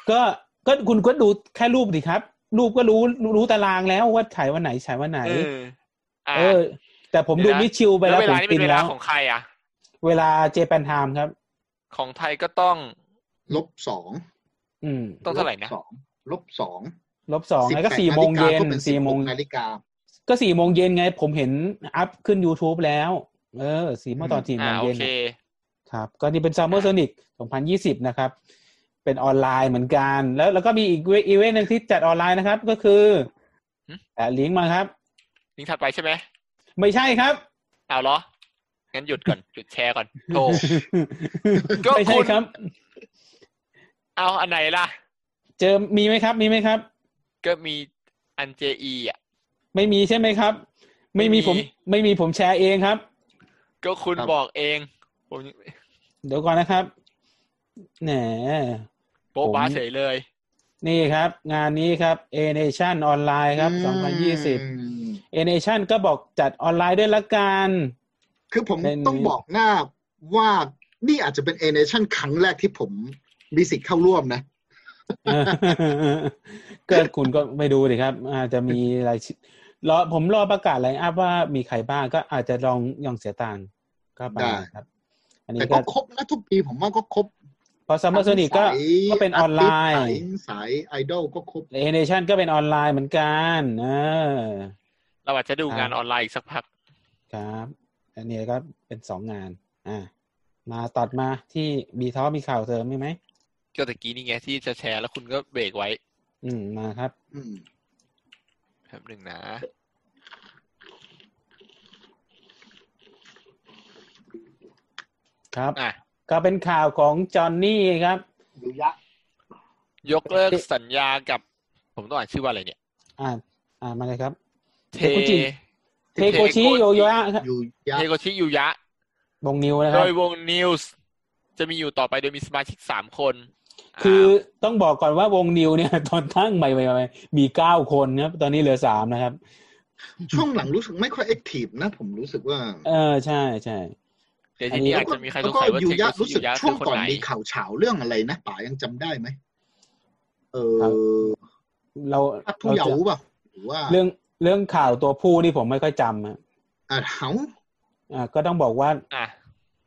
[SPEAKER 2] ก็ก็คุณก็ดูแค่รูปดิครับ รูปก็รู้รู้ตารางแล้วว่าฉายวันไหนฉายวันไหน
[SPEAKER 1] เอออ่ะ
[SPEAKER 2] เออ แต่ผมดู
[SPEAKER 1] เดี๋ยวนะ
[SPEAKER 2] มิชิวไป
[SPEAKER 1] แล้
[SPEAKER 2] แล้วว
[SPEAKER 1] เว
[SPEAKER 2] ผ
[SPEAKER 1] ลาม นี่
[SPEAKER 2] ติ
[SPEAKER 1] เป็นนเวลา
[SPEAKER 2] แล้ว
[SPEAKER 1] ของใครอ่ะ
[SPEAKER 2] เวลาเจแปนไทม์ครับ
[SPEAKER 1] ของไทยก็ต้อง
[SPEAKER 5] ลบสอง
[SPEAKER 2] อืม
[SPEAKER 1] ต้องเท่าไหร่นะ
[SPEAKER 5] ลบสองลบสอง
[SPEAKER 2] ลบสองแล้วก็สี่โมง
[SPEAKER 5] 18
[SPEAKER 2] เย็น
[SPEAKER 5] ก็ป็
[SPEAKER 2] สี่โมง
[SPEAKER 5] 16นาฬิกา
[SPEAKER 2] ก็สี่โมงเย็นไง ผมเห็นอัพขึ้น YouTube แล้ว เออสี่โมงตอนสี่โม
[SPEAKER 1] อ่าง โอ
[SPEAKER 2] เย็น
[SPEAKER 1] เค
[SPEAKER 2] ครับ ก็นี่เป็น Summer Sonic 2020 นะครับ เป็นออนไลน์เหมือนกัน แล้วแล้วก็มีอีกอีเวนต์หนึ่งที่จัดออนไลน์นะครับ ก็คือ
[SPEAKER 1] หึ
[SPEAKER 2] แปะลิงก์มาครับ
[SPEAKER 1] ลิงก์ถัดไปใช่ไหม
[SPEAKER 2] ไม่ใช่ครับ
[SPEAKER 1] เอาเหรอ งั้นหยุดก่อน หยุดแชร์ก่อนโถ ก็
[SPEAKER 2] ไม่ใช่
[SPEAKER 1] คุณ
[SPEAKER 2] ครับ
[SPEAKER 1] เอาอันไหนล่ะ
[SPEAKER 2] เจอมีไหมครับ มีไหมครับ
[SPEAKER 1] ก็มีอันเจีอ่ะ
[SPEAKER 2] ไม่มีใช่ไหมครับ ไม่มี
[SPEAKER 1] ไม่มี
[SPEAKER 2] ผม ไม่มีผมแชร์เองครับ
[SPEAKER 1] ก็คุณ
[SPEAKER 5] ครับ
[SPEAKER 1] บอกเองผมยัง
[SPEAKER 2] เดี๋ยวก่อนนะครับแหม
[SPEAKER 1] โป๊ะบ้า
[SPEAKER 2] ผม
[SPEAKER 1] เฉยเลย
[SPEAKER 2] นี่ครับ งานนี้ครับ A Nation ออนไลน์ครับ 2020
[SPEAKER 5] อืม
[SPEAKER 2] เอเนชั่นก็บอกจัดออนไลน์ด้วยละกัน
[SPEAKER 5] คือผม
[SPEAKER 2] เป็น
[SPEAKER 5] ต้องบอกหน้าว่านี่อาจจะเป็นเอเนชั่นครั้งแรกที่ผมมีสิทธิ์เข้าร่วมนะ
[SPEAKER 2] เออเกิดคุณก็ไม่ดูดิครับ อาจจะมีรายชื่อ รอผมรอประกาศไลน์อัพว่ามีใครบ้างก็อาจจะลองยองเสียตังค์ก็ไป
[SPEAKER 5] ได้
[SPEAKER 2] ครับ อัน
[SPEAKER 5] แต่
[SPEAKER 2] นี้
[SPEAKER 5] ก็
[SPEAKER 2] ก็
[SPEAKER 5] ครบนะทุกปีผมว่าก็ครบ
[SPEAKER 2] พอซัมเมอร์โซนิกก็
[SPEAKER 5] สาย
[SPEAKER 2] ก็เป็นออนไลน์
[SPEAKER 5] สายสายไอดอลก็ครบ
[SPEAKER 2] เอเนชั่นก็เป็นออนไลน์เหมือนกันเออ
[SPEAKER 1] เราอาจจะดูงาน
[SPEAKER 2] ครับ
[SPEAKER 1] ออนไลน์อีกสักพัก
[SPEAKER 2] ครับ อันนี้ก็เป็นสองงาน อ่า มาตัดมาที่บีท้อมีข่าวเสริมมีไหม
[SPEAKER 1] ก็ตะกี้นี่ไงที่จะแชร์แล้วคุณก็เบรกไว้
[SPEAKER 2] อืม มาครับ
[SPEAKER 5] อืม
[SPEAKER 1] แป๊บหนึ่งนะ
[SPEAKER 2] ครับ
[SPEAKER 1] อ่ะ
[SPEAKER 2] ก็เป็นข่าวของจอห์นนี่ครับ
[SPEAKER 5] ดูยะ
[SPEAKER 1] ยกเลิกสัญญากับ ผมต้องอ่านชื่อว่าอะไรเนี่ย
[SPEAKER 2] อ่า อ่ามาเลยครับ
[SPEAKER 1] เท
[SPEAKER 2] เทโกจิ เทโกชิโยโยะครับ
[SPEAKER 5] อยู่ยะ
[SPEAKER 1] เทโกชิยูยะ
[SPEAKER 2] วงนิวนะค
[SPEAKER 1] โด
[SPEAKER 2] รับ
[SPEAKER 1] ยวงนิวส์จะมีอยู่ต่อไปโดยมีสมาชิกสามคน
[SPEAKER 2] คือา ต้องบอกก่อนว่าวงนิวเนี่ย ตอนตั้งใหม่ๆมีเก้าคนครับ ตอนนี้เหลือสามนะครับ
[SPEAKER 5] ช่วงหลังรู้สึกไม่ค่อยแอคทีฟนะผมรู้สึกว่า
[SPEAKER 2] เออ ใช่ใช่
[SPEAKER 1] เดี๋ยวทีนี้
[SPEAKER 2] อันนี้
[SPEAKER 1] อาจจะมีใครส
[SPEAKER 5] แล้ว
[SPEAKER 1] ง
[SPEAKER 5] ก็
[SPEAKER 1] สัยว่า
[SPEAKER 5] ยู
[SPEAKER 1] เทโก
[SPEAKER 5] ยะ
[SPEAKER 1] ชิ
[SPEAKER 5] รู้สึ
[SPEAKER 1] ยู
[SPEAKER 5] ก
[SPEAKER 1] ยะ
[SPEAKER 5] ช่
[SPEAKER 1] คื
[SPEAKER 5] วง
[SPEAKER 1] อคน
[SPEAKER 5] ก่อน
[SPEAKER 1] ไหน
[SPEAKER 5] มีข่าวเฉาเรื่องอะไรนะป๋ายังจำได้ไหมเอ
[SPEAKER 2] ครับ
[SPEAKER 5] อ
[SPEAKER 2] เรา
[SPEAKER 5] พักผู้เยาว์ป่ะหรือว่า
[SPEAKER 2] เรื่องเรื่องข่าวตัวผู้นี่ผมไม่ค่อยจำอะ
[SPEAKER 5] อ่าเขา
[SPEAKER 2] อ่า ก็ต้องบอกว่า
[SPEAKER 1] อ่ะ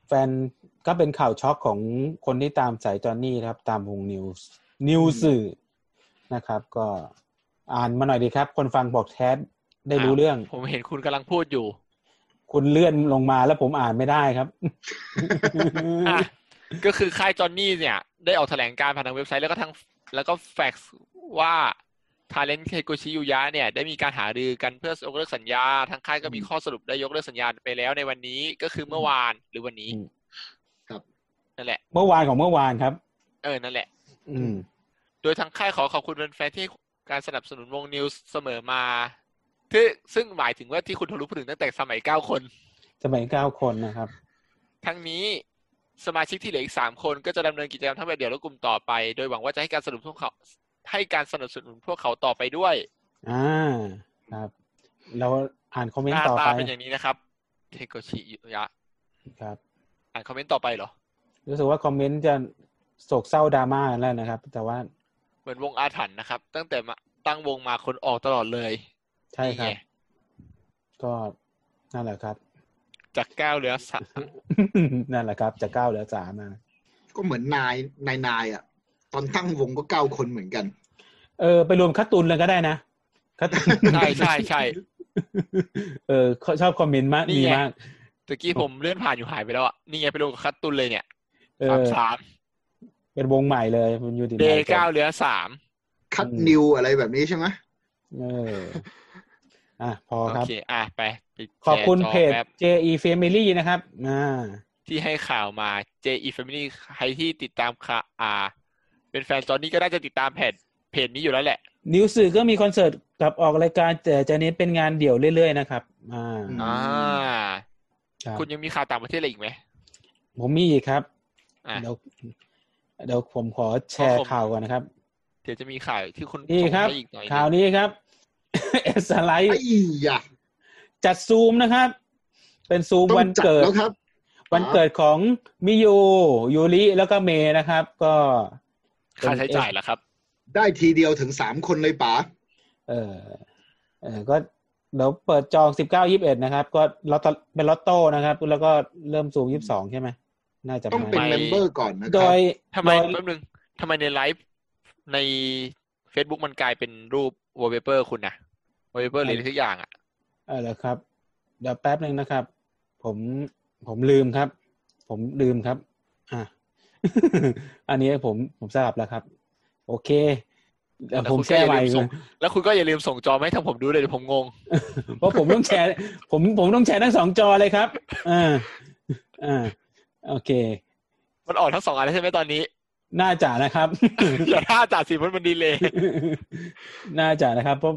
[SPEAKER 2] แฟนก็เป็นข่าวช็อกของคนที่ตามสายจอห์นนี่นะครับ ตามวงนิวส์นิวสื่อนะครับ ก็อ่านมาหน่อยดีครับ คนฟังบอกแทสได้รู้
[SPEAKER 1] อ้าว
[SPEAKER 2] เรื่อง
[SPEAKER 1] ผมเห็นคุณกำลังพูดอยู่
[SPEAKER 2] คุณเลื่อนลงมาแล้วผมอ่านไม่ได้ครับ
[SPEAKER 1] อ่ะ ก็คือค่ายจอห์นนี่เนี่ย ได้ออกแถลงการณ์ผ่านทางเว็บไซต์แล้วก็ทางแล้วก็แฟกซ์ว่าทาเลนเทโกชิยูยะเนี่ย ได้มีการหารือกันเพื่อยกเลิกสัญญา ทางค่ายก็มีข้อสรุปได้ยกเลิกสัญญาไปแล้วในวันนี้ก็คือเมื่อวานหรือวันนี้
[SPEAKER 2] อืม
[SPEAKER 5] ครับ
[SPEAKER 1] นั่นแหละ
[SPEAKER 2] เมื่อวานของเมื่อวานครับ
[SPEAKER 1] เออนั่นแหละ
[SPEAKER 2] อืม
[SPEAKER 1] โดยทางค่ายขอขอบคุณแฟนๆที่ให้การสนับสนุนวงนิวส์เสมอมาที่ซึ่งหมายถึงว่าที่คุณทะลุพูดถึงตั้งแต่สมัยเก้าคน
[SPEAKER 2] สมัยเก้าคนนะครับ
[SPEAKER 1] ทั้งนี้สมาชิกที่เหลืออีกสามคนก็จะดำเนินกิจกรรมทั้งแบบเดี่ยวและกลุ่มต่อไป โดยหวังว่าจะให้การสนับสนุนพวกเขาให้การสนับสนุนพวกเขาต่อไปด้วย
[SPEAKER 2] อ่า ครับ เราอ่านคอมเม
[SPEAKER 1] ห
[SPEAKER 2] นต์
[SPEAKER 1] น้า
[SPEAKER 2] ต่อ
[SPEAKER 1] ตา
[SPEAKER 2] ไป
[SPEAKER 1] เป็นอย่างนี้นะครับ เทโกชิยุยะ
[SPEAKER 2] ครับ
[SPEAKER 1] อ่านคอมเมนต์ต่อไปเหรอ
[SPEAKER 2] รู้สึกว่าคอมเมนต์จะโศกเศร้าดราม่ากันแล้วนะครับ แต่ว่า
[SPEAKER 1] เหมือนวงอาถรรพ์นะครับ ตั้งแต่มาตั้งวงมาคนออกตลอดเลย
[SPEAKER 2] ใช่ครั
[SPEAKER 1] นี่
[SPEAKER 2] บ
[SPEAKER 1] ไง
[SPEAKER 2] ก็นั่นแหละครับ
[SPEAKER 1] จากเก้าเหลือสาม
[SPEAKER 2] นั่นแหละครับจากเก้าเหลือสามนะ
[SPEAKER 5] ก็เหมือนนายนายนายอ่ะ ตอนตั้งวงก็เก้าคนเหมือนกัน
[SPEAKER 2] เออไปรวมคัตตุนเลยก็ได้นะคัตตุน
[SPEAKER 1] ใช่ใช่ใช่
[SPEAKER 2] เออเขาชอบคอมเมนต์มาก
[SPEAKER 1] นี่
[SPEAKER 2] ดี
[SPEAKER 1] ไง
[SPEAKER 2] มาก
[SPEAKER 1] ตะกี้ผมเลื่อนผ่านอยู่หายไปแล้วอ่ะ นี่ไงไปลงกับคัตตุนเลยเนี่ย
[SPEAKER 2] เอ
[SPEAKER 1] สาม
[SPEAKER 2] อ
[SPEAKER 1] สาม
[SPEAKER 2] เป็นวงใหม่เลยมันอยู่ดี
[SPEAKER 1] เดย์เก้าเหลือสาม
[SPEAKER 5] คัดนิวอะไรแบบนี้ใช่ไหม
[SPEAKER 2] เอออ่ะพอ
[SPEAKER 1] โอ
[SPEAKER 2] ครับ
[SPEAKER 1] เค อ่ะไปปิดแชร์
[SPEAKER 2] ขอบคุณ
[SPEAKER 1] จ
[SPEAKER 2] เพจ
[SPEAKER 1] แป๊บ
[SPEAKER 2] JE Family นะครับอ่า
[SPEAKER 1] ที่ให้ข่าวมา JE Family ใครที่ติดตามค่ะ อ่า เป็นแฟนจอห์นนี่ก็น่าจะติดตามเพจเพจนี้อยู่แล้วแหละ
[SPEAKER 2] นิวสื่อก็มีคอนเสิร์ตกับออกรายการแต่จะเน้นเป็นงานเดี่ยวเรื่อยๆนะครับอ่า
[SPEAKER 1] อ่า
[SPEAKER 2] ครับ
[SPEAKER 1] คุณยังมีข่าวต่างประเทศอะไรอีกไหม
[SPEAKER 2] ผมมีอีกครับ
[SPEAKER 1] อ่ะ
[SPEAKER 2] เดี๋ยวเดี๋ยวผมขอแช
[SPEAKER 1] ข
[SPEAKER 2] ร์
[SPEAKER 1] อบคุณ
[SPEAKER 2] ข่าวก่อนนะครับ
[SPEAKER 1] เดี๋ยวจะมีข่าวที่คุณ
[SPEAKER 2] นี่
[SPEAKER 1] ส่ง
[SPEAKER 2] ครับ
[SPEAKER 1] ให้อีกหน่อย
[SPEAKER 2] ข่าวนี้ครับ เอสไลท์
[SPEAKER 5] ไอ้ยะ
[SPEAKER 2] จัดซูมนะครับ เป็นซูม
[SPEAKER 5] ต้อ
[SPEAKER 2] วั
[SPEAKER 5] ง
[SPEAKER 2] น
[SPEAKER 5] จัด
[SPEAKER 2] เกิด
[SPEAKER 5] แล้วครับ
[SPEAKER 2] วันเกิดของมิยูยูริแล้วก็เมย์นะครับ ก็
[SPEAKER 1] ค่าใช้จ่ายแล้วครับ
[SPEAKER 5] ได้ทีเดียวถึงสามคนเลยป๋า
[SPEAKER 2] เออเออก็เดี๋ยวเปิดจองสิบเก้ายิบเอ็ดนะครับ ก็ลอตเตอเป็นลอตโต้นะครับ แล้วก็เริ่มซูมยี่สิบสองใช่ไหมน่าจะ
[SPEAKER 5] ต้องเป็น
[SPEAKER 2] มา
[SPEAKER 5] เมมเบอร์ก่อนนะค
[SPEAKER 2] โด
[SPEAKER 5] รับ
[SPEAKER 2] ย
[SPEAKER 1] ทำไม
[SPEAKER 2] โดย
[SPEAKER 1] แป๊บนึงทำไมในไลฟ์ใน Facebook มันกลายเป็นรูปวอลเปเปอร์คุณนะวอลเปเปอร์หรืออะไรทุกอย่างอ่ะ
[SPEAKER 2] เออเหรอครับ เดี๋ยวแป๊บหนึ่งนะครับ ผมผมลืมครับ ผมลืมครับ อ่ะ อันนี้ผมผมทราบแล้วครับ โอเคเดี๋ยว
[SPEAKER 1] แต่
[SPEAKER 2] ผม
[SPEAKER 1] คุณก็
[SPEAKER 2] แก้
[SPEAKER 1] อย่า
[SPEAKER 2] ใหม่
[SPEAKER 1] ลืมส่ง แล้วคุณก็อย่าลืมส่งจอมาให้ทางผมดูเลยเดี๋ยวผมงง
[SPEAKER 2] เพราะผมต้องแชร์ ผมผมต้องแชร์ทั้งสองจอเลยครับ อ่า อ่า โอเค
[SPEAKER 1] มันออกทั้งสองอันแล้วใช่ไหมตอน นี้
[SPEAKER 2] น่าจะนะครับ
[SPEAKER 1] อย่าท่าจ่าสิมันมันดีเลย
[SPEAKER 2] น่าจะนะครับ เพราะ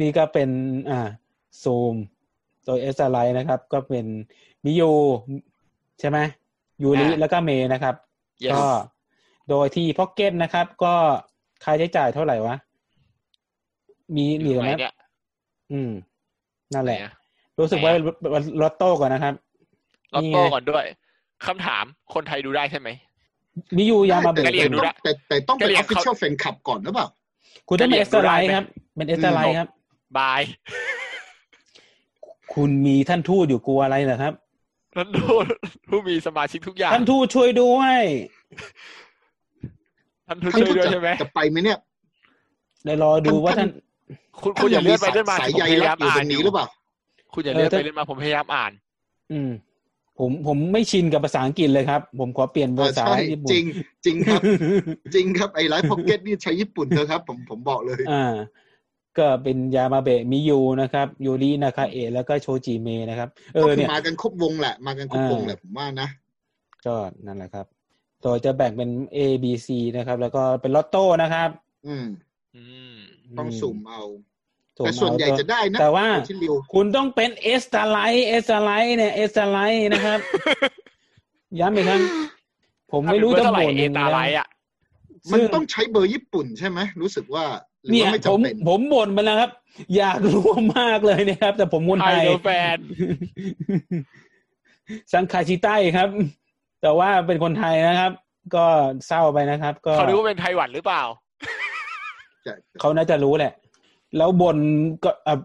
[SPEAKER 2] นี่ก็เป็น อ่า ซูม ตัวเอสไลนะครับ ก็เป็นมิโยใช่ไหมยูริ
[SPEAKER 1] อ่า
[SPEAKER 2] แล้วก็เมย์นะครับ
[SPEAKER 1] Yes
[SPEAKER 2] ก็โดยที่พ็อกเก็ตนะครับ ก็ค่าใช้จ่ายเท่าไหร่วะ มีมี
[SPEAKER 1] อยู่
[SPEAKER 2] ไห
[SPEAKER 1] ไห
[SPEAKER 2] ม
[SPEAKER 1] นเนี่ย
[SPEAKER 2] อืม นั่นแหละ
[SPEAKER 1] ไหนอะ
[SPEAKER 2] รู้สึกว่า
[SPEAKER 1] ไหน
[SPEAKER 2] วันลอตโต้ก่อนนะครับ
[SPEAKER 1] ลอตโต้
[SPEAKER 2] นี่ไง
[SPEAKER 1] ก่อนด้วยคำถามคนไทยดูได้ใช่ไหม
[SPEAKER 2] มิยูยามาเบะ
[SPEAKER 5] แต่
[SPEAKER 1] กะเหรี่ยงดูได้
[SPEAKER 5] แต่แต่ต้องเป็น
[SPEAKER 1] กะเห
[SPEAKER 5] อ
[SPEAKER 1] รี่
[SPEAKER 5] อย
[SPEAKER 1] ง
[SPEAKER 5] ฟฟิ
[SPEAKER 1] เขา
[SPEAKER 5] เชียลแฟนคลับก่อนหรือเปล่า
[SPEAKER 2] คุณต้องเป็น
[SPEAKER 1] กะเหรี่ย
[SPEAKER 2] เอ็ก
[SPEAKER 1] ง
[SPEAKER 2] ซ์ไล
[SPEAKER 1] ดูได้ไหม
[SPEAKER 2] ครับ เป็นเอ็กซ์ไล
[SPEAKER 5] อืม
[SPEAKER 2] ครับ
[SPEAKER 1] บาย
[SPEAKER 2] คุณมีท่านทูตอยู่กลัวอะไรเหรอครับ
[SPEAKER 1] นั่นโดนผู้มีสมาชิกทุกอย่าง
[SPEAKER 2] ท่านทูตช่วยด้วย
[SPEAKER 1] ท่านทูต
[SPEAKER 5] ท่าน
[SPEAKER 1] ช่วย
[SPEAKER 5] ทูต
[SPEAKER 1] ด้วย
[SPEAKER 5] จะ
[SPEAKER 1] ใช่ไหม
[SPEAKER 5] จะไปไหมเนี่ย
[SPEAKER 2] ได้รอดูว่าท่าน
[SPEAKER 1] คุณคุณอย่าเลื่อนไปเลื่อนมา
[SPEAKER 5] สาย
[SPEAKER 1] ผม
[SPEAKER 5] ใย
[SPEAKER 1] พยา
[SPEAKER 5] รั
[SPEAKER 1] ยา
[SPEAKER 5] ด
[SPEAKER 1] ม
[SPEAKER 5] อยู่
[SPEAKER 1] อ่าน
[SPEAKER 5] ตรง
[SPEAKER 1] อ
[SPEAKER 5] นี้
[SPEAKER 1] ยู่
[SPEAKER 5] หรือเปล่า
[SPEAKER 1] คุณอย่าเลื่อน
[SPEAKER 2] เออ
[SPEAKER 1] ไป
[SPEAKER 2] ถ้า
[SPEAKER 1] เลื่อนมาผมพยายามอ่าน
[SPEAKER 2] อืม ผมผมไม่ชินกับภาษาอังกฤษเลยครับ ผมขอเปลี่ยน
[SPEAKER 5] เอ
[SPEAKER 2] ภา
[SPEAKER 5] อ
[SPEAKER 2] ษา
[SPEAKER 5] ใช่
[SPEAKER 2] ญี่ปุ่น
[SPEAKER 5] จริง จริงครับ จริงครับ ไอ้ไลฟ์พ็อกเก็ตนี่ใช้ญี่ปุ่นเถอะครับ ผมผมบอกเลย
[SPEAKER 2] อ่า ก็เป็นยามาเบะมิยูนะครับโยรินาคาเอะแล้วก็โชจิเมะนะครับ เอ
[SPEAKER 5] ก็
[SPEAKER 2] อ
[SPEAKER 5] คื
[SPEAKER 2] เนี่
[SPEAKER 5] อย มากันครบวงแหละ มากันครบวง
[SPEAKER 2] อ่า
[SPEAKER 5] แหละผมว่านะ
[SPEAKER 2] ก็นั่นแหละครับโดยจะแบ่งเป็น A B C นะครับ แล้วก็เป็นลอตโต้นะครับ
[SPEAKER 5] อืม
[SPEAKER 1] อืม
[SPEAKER 5] ต้องสุ่มเอา
[SPEAKER 2] สุ่ม
[SPEAKER 5] แต่ส่วนใหญ่
[SPEAKER 2] เอา
[SPEAKER 5] จะได้นะ
[SPEAKER 2] แต่ว่า
[SPEAKER 5] ที่ริว
[SPEAKER 2] คุณต้องเป็นเอสตาไลท์เอสตาไลท์เนี่ยเอสตาไลท์นะครับ ย้ำอีกครั้งผมไม่รู้จะ
[SPEAKER 1] ถ้าเป็นเบอร์เท่าไหร่
[SPEAKER 2] บ่น
[SPEAKER 1] เอ
[SPEAKER 2] ยังไง
[SPEAKER 1] ตาไลท์อ่ะ
[SPEAKER 5] มัน
[SPEAKER 2] ซึ่ง
[SPEAKER 5] ต้องใช้เบอร์ญี่ปุ่นใช่ไหมรู้สึกว่าหรือ
[SPEAKER 2] เนี่ย
[SPEAKER 5] ว่าไม่
[SPEAKER 2] ผม
[SPEAKER 5] จำเป็น
[SPEAKER 2] ผมบ่นไปแล้วครับ อยากรู้มากเลยนะครับ แต่ผมคน
[SPEAKER 1] ไท
[SPEAKER 2] ไท
[SPEAKER 1] ย
[SPEAKER 2] ย
[SPEAKER 1] เดอะแฟน
[SPEAKER 2] สังคาชิไต้ครับ แต่ว่าเป็นคนไทยนะครับ ก็เศร้าไปนะครับ ก็
[SPEAKER 1] เขาดูว่าเป็นไทยหวันหรือเปล่า
[SPEAKER 2] เขาน่าจะรู้แหละ แล้วบนก็อ่ะ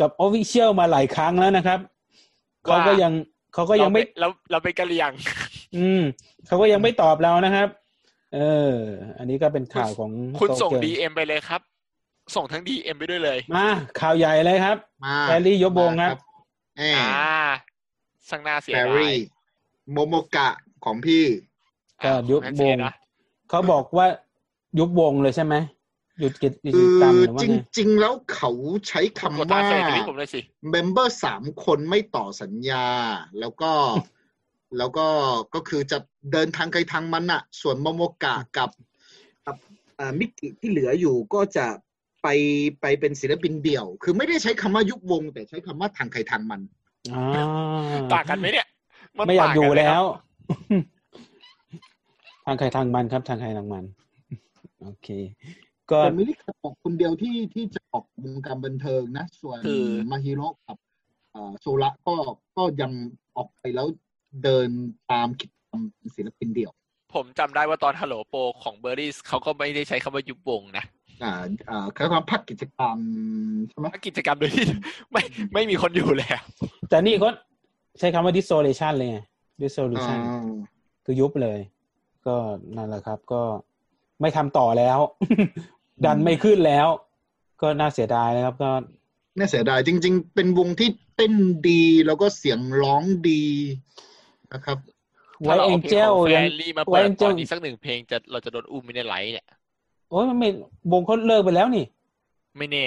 [SPEAKER 2] กับออฟฟิเชียลมาหลายครั้งแล้วนะครับ
[SPEAKER 1] ว่า
[SPEAKER 2] เขาก็ยังเขาก็ยังไม่
[SPEAKER 1] เราเป็นเราเราเป็นกะเหรี่ยง
[SPEAKER 2] อืม เขาก็ยังไม่ตอบเรานะครับ เออ อันนี้ก็เป็นข่าวของ
[SPEAKER 1] คุณส่ง
[SPEAKER 2] โตเกียว
[SPEAKER 1] ดีเอ็มไปเลยครับ ส่งทั้งดีเอ็มไปด้วยเลย
[SPEAKER 2] มาข่าวใหญ่เลยครับ
[SPEAKER 5] มา
[SPEAKER 2] แพรรี่ยบวงครับ
[SPEAKER 5] แอน
[SPEAKER 1] อ่าสังนาเสีย
[SPEAKER 5] แพร
[SPEAKER 1] ดาย
[SPEAKER 5] รี่โมโมกะของพี่
[SPEAKER 2] ก็ยก
[SPEAKER 1] อ่ะ
[SPEAKER 2] วง
[SPEAKER 1] นะ
[SPEAKER 2] เขาบอกว่ายุบวงเลยใช่ไหมหยุดกิจ
[SPEAKER 5] คื
[SPEAKER 2] กิจ
[SPEAKER 5] อก
[SPEAKER 2] รรมหรือว่า
[SPEAKER 5] จ
[SPEAKER 2] ไง
[SPEAKER 5] ริง ๆ แล้วเขาใช้คำ
[SPEAKER 1] กดตา
[SPEAKER 5] ว่า
[SPEAKER 1] มใส่กับที่ผมเลยสิ
[SPEAKER 5] เมมเบอร์สามคนไม่ต่อสัญญา แล้วก็ แล้วก็ก็คือจะเดินทางใครทางมันอะส่วนโมโมกะกับกับอ่ามิกิที่เหลืออยู่ก็จะไปไปเป็นศิลปินเดี่ยว คือไม่ได้ใช้คำว่ายุบวง แต่ใช้คำว่าทางใครทางมัน
[SPEAKER 2] อ่า
[SPEAKER 1] ต่างกันไหมเนี่ยน
[SPEAKER 2] ไม่อยาก
[SPEAKER 1] ต่ง
[SPEAKER 2] อยู่
[SPEAKER 1] นไหม
[SPEAKER 2] แล้
[SPEAKER 1] คว รับ
[SPEAKER 2] ทางใครทางมันครับ ทางใครทางมัน โอเค ก็
[SPEAKER 5] แต่มิลิคาบอกคนเดียวที่ที่จะออกวงการบันเทิงนะ ส่วน
[SPEAKER 1] คือ
[SPEAKER 5] มาฮิโร่กับอ่าโซระก็ก็ยังออกไปแล้วเดินตามกิจกรรมเป็นศิลปินเดี่ยว
[SPEAKER 1] ผมจำได้ว่าตอนฮัลโหลโปรของเบอร์รี่เขาก็ไม่ได้ใช้คำว่ายุบวงนะ
[SPEAKER 5] อ่าอ่าคือความพักกิจกรรมใช่ไหม
[SPEAKER 1] เพราะกิจกรรมโดยที่ ไม่ไม่มีคนอยู่แล้ว
[SPEAKER 2] แต่นี่เขาใช้คำว่า dissolution เลยไง dissolution คือยุบเลย ก็นั่นแหละครับ ก็ไม่ทำต่อแล้ว ดันไม่ขึ้นแล้ว ก็น่าเสียดายนะครับ ก็
[SPEAKER 5] น่าเสียดายจริง ๆ เป็นวงที่เต้นดีแล้วก็เสียงร้องดีนะครับ
[SPEAKER 2] ไว
[SPEAKER 1] ถ้าเรา
[SPEAKER 2] เอ็
[SPEAKER 1] เอา
[SPEAKER 2] น
[SPEAKER 1] เพ
[SPEAKER 2] เจ
[SPEAKER 1] ลง
[SPEAKER 2] ล
[SPEAKER 1] ของแฟ
[SPEAKER 2] ยัง
[SPEAKER 1] นลี่มา
[SPEAKER 2] ไว้
[SPEAKER 1] เปิดตอน
[SPEAKER 2] Angel
[SPEAKER 1] อีกสักหนึ่งเพลงจะเราจะโดนอุ้มไม่ได้ไลท์เนี่ย
[SPEAKER 2] โอ้ยมันไม่วงเขาเลิกไปแล้วนี่
[SPEAKER 1] ไม่แน่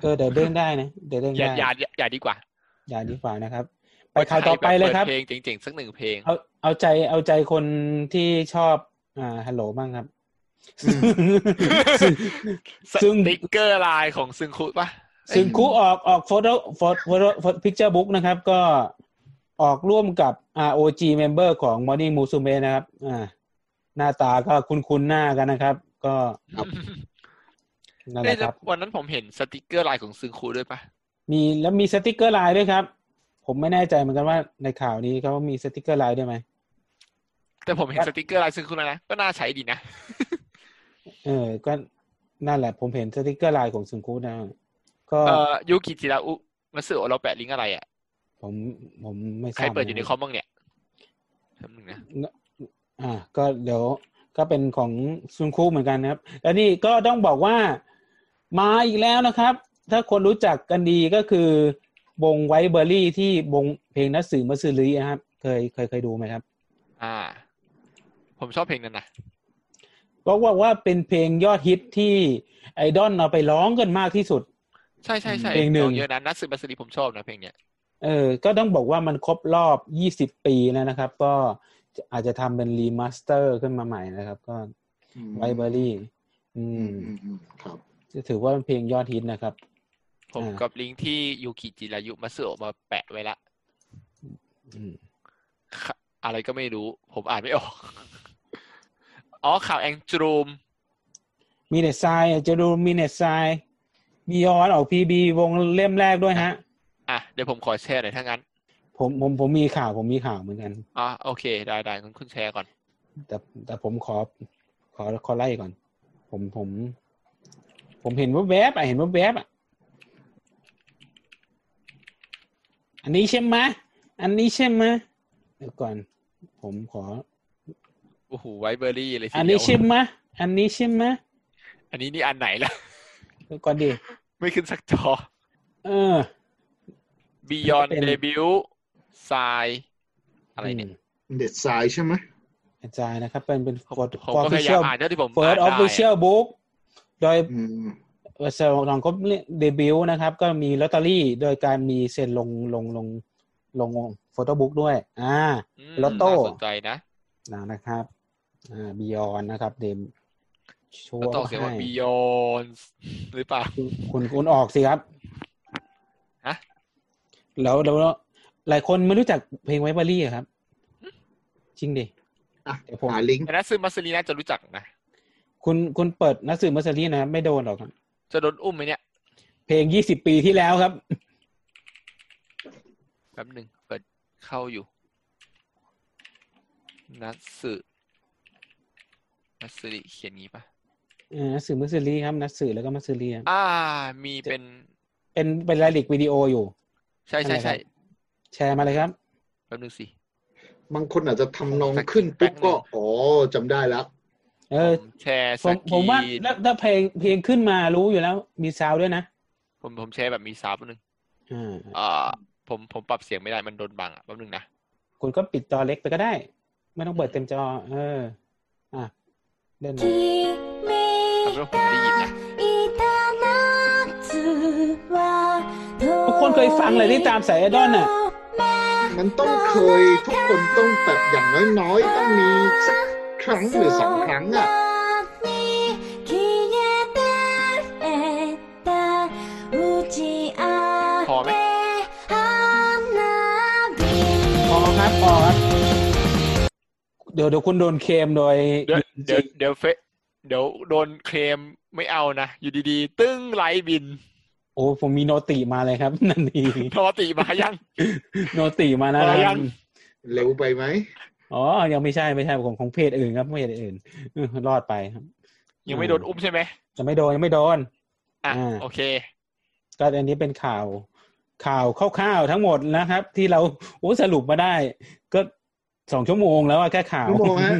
[SPEAKER 2] เออเดี๋ยวเด้งได้นะเดี๋ยวเด้ง
[SPEAKER 1] อย่า
[SPEAKER 2] ได้
[SPEAKER 1] อย่าอย่าอย่าดีกว่า
[SPEAKER 2] อย่าดีกว่านะครับ ไปข่าวต่อไปเลยครับ
[SPEAKER 1] ปิดเพลงเจ๋งๆสักหนึ่งเพลง
[SPEAKER 2] เอาเอาใจเอาใจคนที่ชอบ อ่าฮัลโหลบ้างครับ
[SPEAKER 5] อืม
[SPEAKER 1] ส
[SPEAKER 2] ซึ่ง
[SPEAKER 1] ติ๊กเกอร์ลายของซึงคุปะ
[SPEAKER 2] ซึ่งคูออกออกโฟโต้โฟโต้พิกเจอร์บุ๊กนะครับ ก็ออกร่วมกับ ROG member ของ Morning Musume นะครับ อ่า หน้าตาก็คุ้นๆหน้ากันนะครับ ก็
[SPEAKER 5] ครับ
[SPEAKER 2] นั่นแห
[SPEAKER 1] เอ้ย
[SPEAKER 2] ละค
[SPEAKER 1] แล้
[SPEAKER 2] รั
[SPEAKER 1] ว
[SPEAKER 2] บ
[SPEAKER 1] วันนั้นผมเห็นสติ๊กเกอร์ลายของซึงคุด้วยปะ
[SPEAKER 2] มีแล้วมีสติกเกอร์ลายด้วยครับ ผมไม่แน่ใจเหมือนกันว่าในข่าวนี้เขามีสติกเกอร์ลายด้วยไหม
[SPEAKER 1] แต่ผมเห็นสติ๊กเกอร์ลายซึงคุแล้วนะก็น่าใช้ดีนะ
[SPEAKER 2] เออ ก็นั่นแหละ ผมเห็นสติกเกอร์ลายของซึงคูนะ ก็
[SPEAKER 1] เอ่อยูกิจิระอุมาสึโอเราแปะลิงก์อะไรอ่ะ
[SPEAKER 2] ผมผมไม่ท
[SPEAKER 1] ใค
[SPEAKER 2] ราร บ
[SPEAKER 1] เปิดอยู่ใน
[SPEAKER 2] ะ
[SPEAKER 1] คอมบ้างเนี่ยแป๊บนึงนะ
[SPEAKER 2] อ่า ก็เดี๋ยวก็เป็นของซุนคูเหมือนกันนะครับ แล้วนี่ก็ต้องบอกว่ามาอีกแล้วนะครับ ถ้าคนรู้จักกันดีก็คือ วงไวเบอร์รี่ที่วงเพลงนักสื่อมาซือลีนะครับ เคยเคยเคยดูไหมครับ
[SPEAKER 1] อ่า ผมชอบเพลงนั้นนะ
[SPEAKER 2] บอกว่าว่าเป็นเพลงยอดฮิตที่ไอดอลเอาไปร้องกันมากที่สุด
[SPEAKER 1] ใช่ใช่ใช่
[SPEAKER 2] เพลงหนึ่ง
[SPEAKER 1] เยอะนะนัทสึบัสรีผมชอบนะเพลงเนี้ย
[SPEAKER 2] เออ ก็ต้องบอกว่ามันครบรอบ 20 ปีแล้วนะครับ ก็อาจจะทำเป็นรีมาสเตอร์ขึ้นมาใหม่นะครับ ก็ไวเบอร์รี่อื
[SPEAKER 5] อืม
[SPEAKER 2] ม
[SPEAKER 5] อืมอืมครับ
[SPEAKER 2] จะถือว่าเป็นเพลงยอดฮิตนะครับ
[SPEAKER 1] ผม
[SPEAKER 2] อ่า
[SPEAKER 1] กับลิงก์ที่ยูกิจิรายุมาสึโอมาแปะไว้ละ
[SPEAKER 2] อืม
[SPEAKER 1] ค่ะอะไรก็ไม่รู้ ผมอ่านไม่ออก อ๋อข่าวแองจรูม
[SPEAKER 2] มีเนตไซจะดูมีเนตไซบีออนออกพีบีวงเล่มแรกด้วยฮะ
[SPEAKER 1] อ่ะเดี๋ยวผมขอแชร์หน่อยถ้างั้น
[SPEAKER 2] ผมผมผมมีข่าวผมมีข่าวเหมือนกัน
[SPEAKER 1] อ่ะโอเค ได้ได้คุณคุณแชร์ก่อน
[SPEAKER 2] แต่แต่ผมขอขอขอไล่ก่อน ผมผม ผมเห็นว่าแวบๆอ่ะเห็นว่าแวบๆอ่ะ อันนี้ใช่ไหมอันนี้ใช่ไหมเดี๋ยวก่อน ผมขอ
[SPEAKER 1] โอ้โหไวเบอร์รี่เลยที
[SPEAKER 2] อัน
[SPEAKER 1] เดี
[SPEAKER 2] นี้
[SPEAKER 1] ยว
[SPEAKER 2] ใช่ไหมอันนี้ใช่ไหม
[SPEAKER 1] อันนี้นี่อันไหนล่ะ
[SPEAKER 2] เดี๋ยวก่อนดิ
[SPEAKER 1] ไม่ขึ้นสักจอ
[SPEAKER 2] เออ
[SPEAKER 1] Beyond
[SPEAKER 2] เป็น
[SPEAKER 1] Debut ทรายอะไรเนี่ย
[SPEAKER 2] ม
[SPEAKER 5] เด็ดสายใช่ไหม
[SPEAKER 2] อาจารย์นะครับ เป็นเป็น
[SPEAKER 1] ผม
[SPEAKER 2] for
[SPEAKER 1] ผมก็พยายาม
[SPEAKER 2] official
[SPEAKER 1] อ่านเท่าที่ผม
[SPEAKER 2] first
[SPEAKER 1] อ่านได้
[SPEAKER 2] official book โดย
[SPEAKER 5] อืม
[SPEAKER 2] เออเซลล์ลองก็เดบิวต์นะครับ ก็มีลอตเตอรี่โดยการมีเซ็นลงลงลงลงโฟโต้บุ๊กด้วย อ่า
[SPEAKER 1] ม
[SPEAKER 2] ลอตโต้
[SPEAKER 1] น่าสนใจนะ
[SPEAKER 2] นะนะครับ อ่าบิยอนนะครับ เดมชัว
[SPEAKER 1] ลอต
[SPEAKER 2] ร์
[SPEAKER 1] โต้เสียงว่า
[SPEAKER 2] ให้
[SPEAKER 1] Beyond หรือเปล่า
[SPEAKER 2] คุณคุณคุณออกสิครับ
[SPEAKER 1] ฮะ
[SPEAKER 2] แล้วแล้วหลายคนไม่รู้จักเพลงไวเบอรี่ครับ จริงดิ
[SPEAKER 5] อ่ะ
[SPEAKER 2] เดี๋ยวผม
[SPEAKER 5] หาลิงก์
[SPEAKER 1] แต่นัซึมาสรีน่าจะรู้จักนะ
[SPEAKER 2] คุณคุณเปิดหนักสือมาซารีนะครับ ไม่โดนหรอกครับ
[SPEAKER 1] จะโดนอุ้มไหมเนี่ย
[SPEAKER 2] เพลงยี่สิบปีที่แล้วครับ
[SPEAKER 1] แป๊บหนึ่งเปิดเข้าอยู่ นัสึนัสริเขียนงี้ปะ
[SPEAKER 2] เออหนักสือมาซารีครับหนักสือแล้วก็มาซารีครับ
[SPEAKER 1] อ่า มีเป็น
[SPEAKER 2] เป็นเป็นรายละเอียดวิดีโออยู่
[SPEAKER 1] ใช่ใช่ใช่
[SPEAKER 2] แชร์มาเลยครับ
[SPEAKER 1] แป๊บหนึงสิ
[SPEAKER 5] บางคนอาจจะทำนองขึ้นปุ๊บก็ อ๋อจำได้แล้ว
[SPEAKER 2] เออ
[SPEAKER 1] ผมแชร์
[SPEAKER 2] ผ
[SPEAKER 1] ส
[SPEAKER 2] ม
[SPEAKER 1] กรีน
[SPEAKER 2] ผมว่าแล้วถ้าเพลงเพลงขึ้นมารู้อยู่แล้ว มีซาวด์ด้วยนะ
[SPEAKER 1] ผมผมแชร์แบบมีซับนึง
[SPEAKER 2] อ่า
[SPEAKER 1] อ่าผมผมปรับเสียงไม่ได้มันโดนบังอ่ะแป๊บหนึงนะ
[SPEAKER 2] คุณก็ปิดจอเล็กไปก็ได้ ไม่ต้องเปิดเต็มจอ เออ อ่ะเล่นหน่อย
[SPEAKER 1] ทำให้ผมได้ยินนะ
[SPEAKER 2] ทุกคนเคยฟังเลยที่ตามสายไอดอลน่ะ
[SPEAKER 5] มันต้องเคยทุกคนต้องแบบอย่างน้อยๆ ต้องมีสักครั้งหรือสองครั้งอ่ะ
[SPEAKER 1] พอไหม
[SPEAKER 2] ออกครับออกครับ เดี๋ยวเดี๋ยวคุณโดนเคมโดย
[SPEAKER 1] เดี๋ยวเดี๋ยวเดี๋ยวเฟะเดี๋ยวโดนเคลมไม่เอานะ อยู่ดีๆ ตึ้งไลฟ์บิน
[SPEAKER 2] โอ้ผมมีโนติมาเลยครับ นันที
[SPEAKER 1] ปกติมายัง
[SPEAKER 2] โนติมานะค
[SPEAKER 1] มายั
[SPEAKER 2] รับ
[SPEAKER 1] ง
[SPEAKER 5] เร็วไปไหม
[SPEAKER 2] อ๋อ ยังไม่ใช่ไม่ใช่ของของเพจอื่นครับเพจอื่นอืมรอดไปครับ
[SPEAKER 1] ยังไม่โดนอุ้มใช่ไหม
[SPEAKER 2] จะไม่โดนยังไม่โดน
[SPEAKER 1] อ่ะ
[SPEAKER 2] อ่า
[SPEAKER 1] โอเค
[SPEAKER 2] ก็อันนี้เป็นข่าว ข่าวคร่าวๆทั้งหมดนะครับ ที่เราโอ้สรุปมาได้ ก็สองชั่วโมงแล้วอะแค่ข่าว
[SPEAKER 5] ชั่วโมงฮะ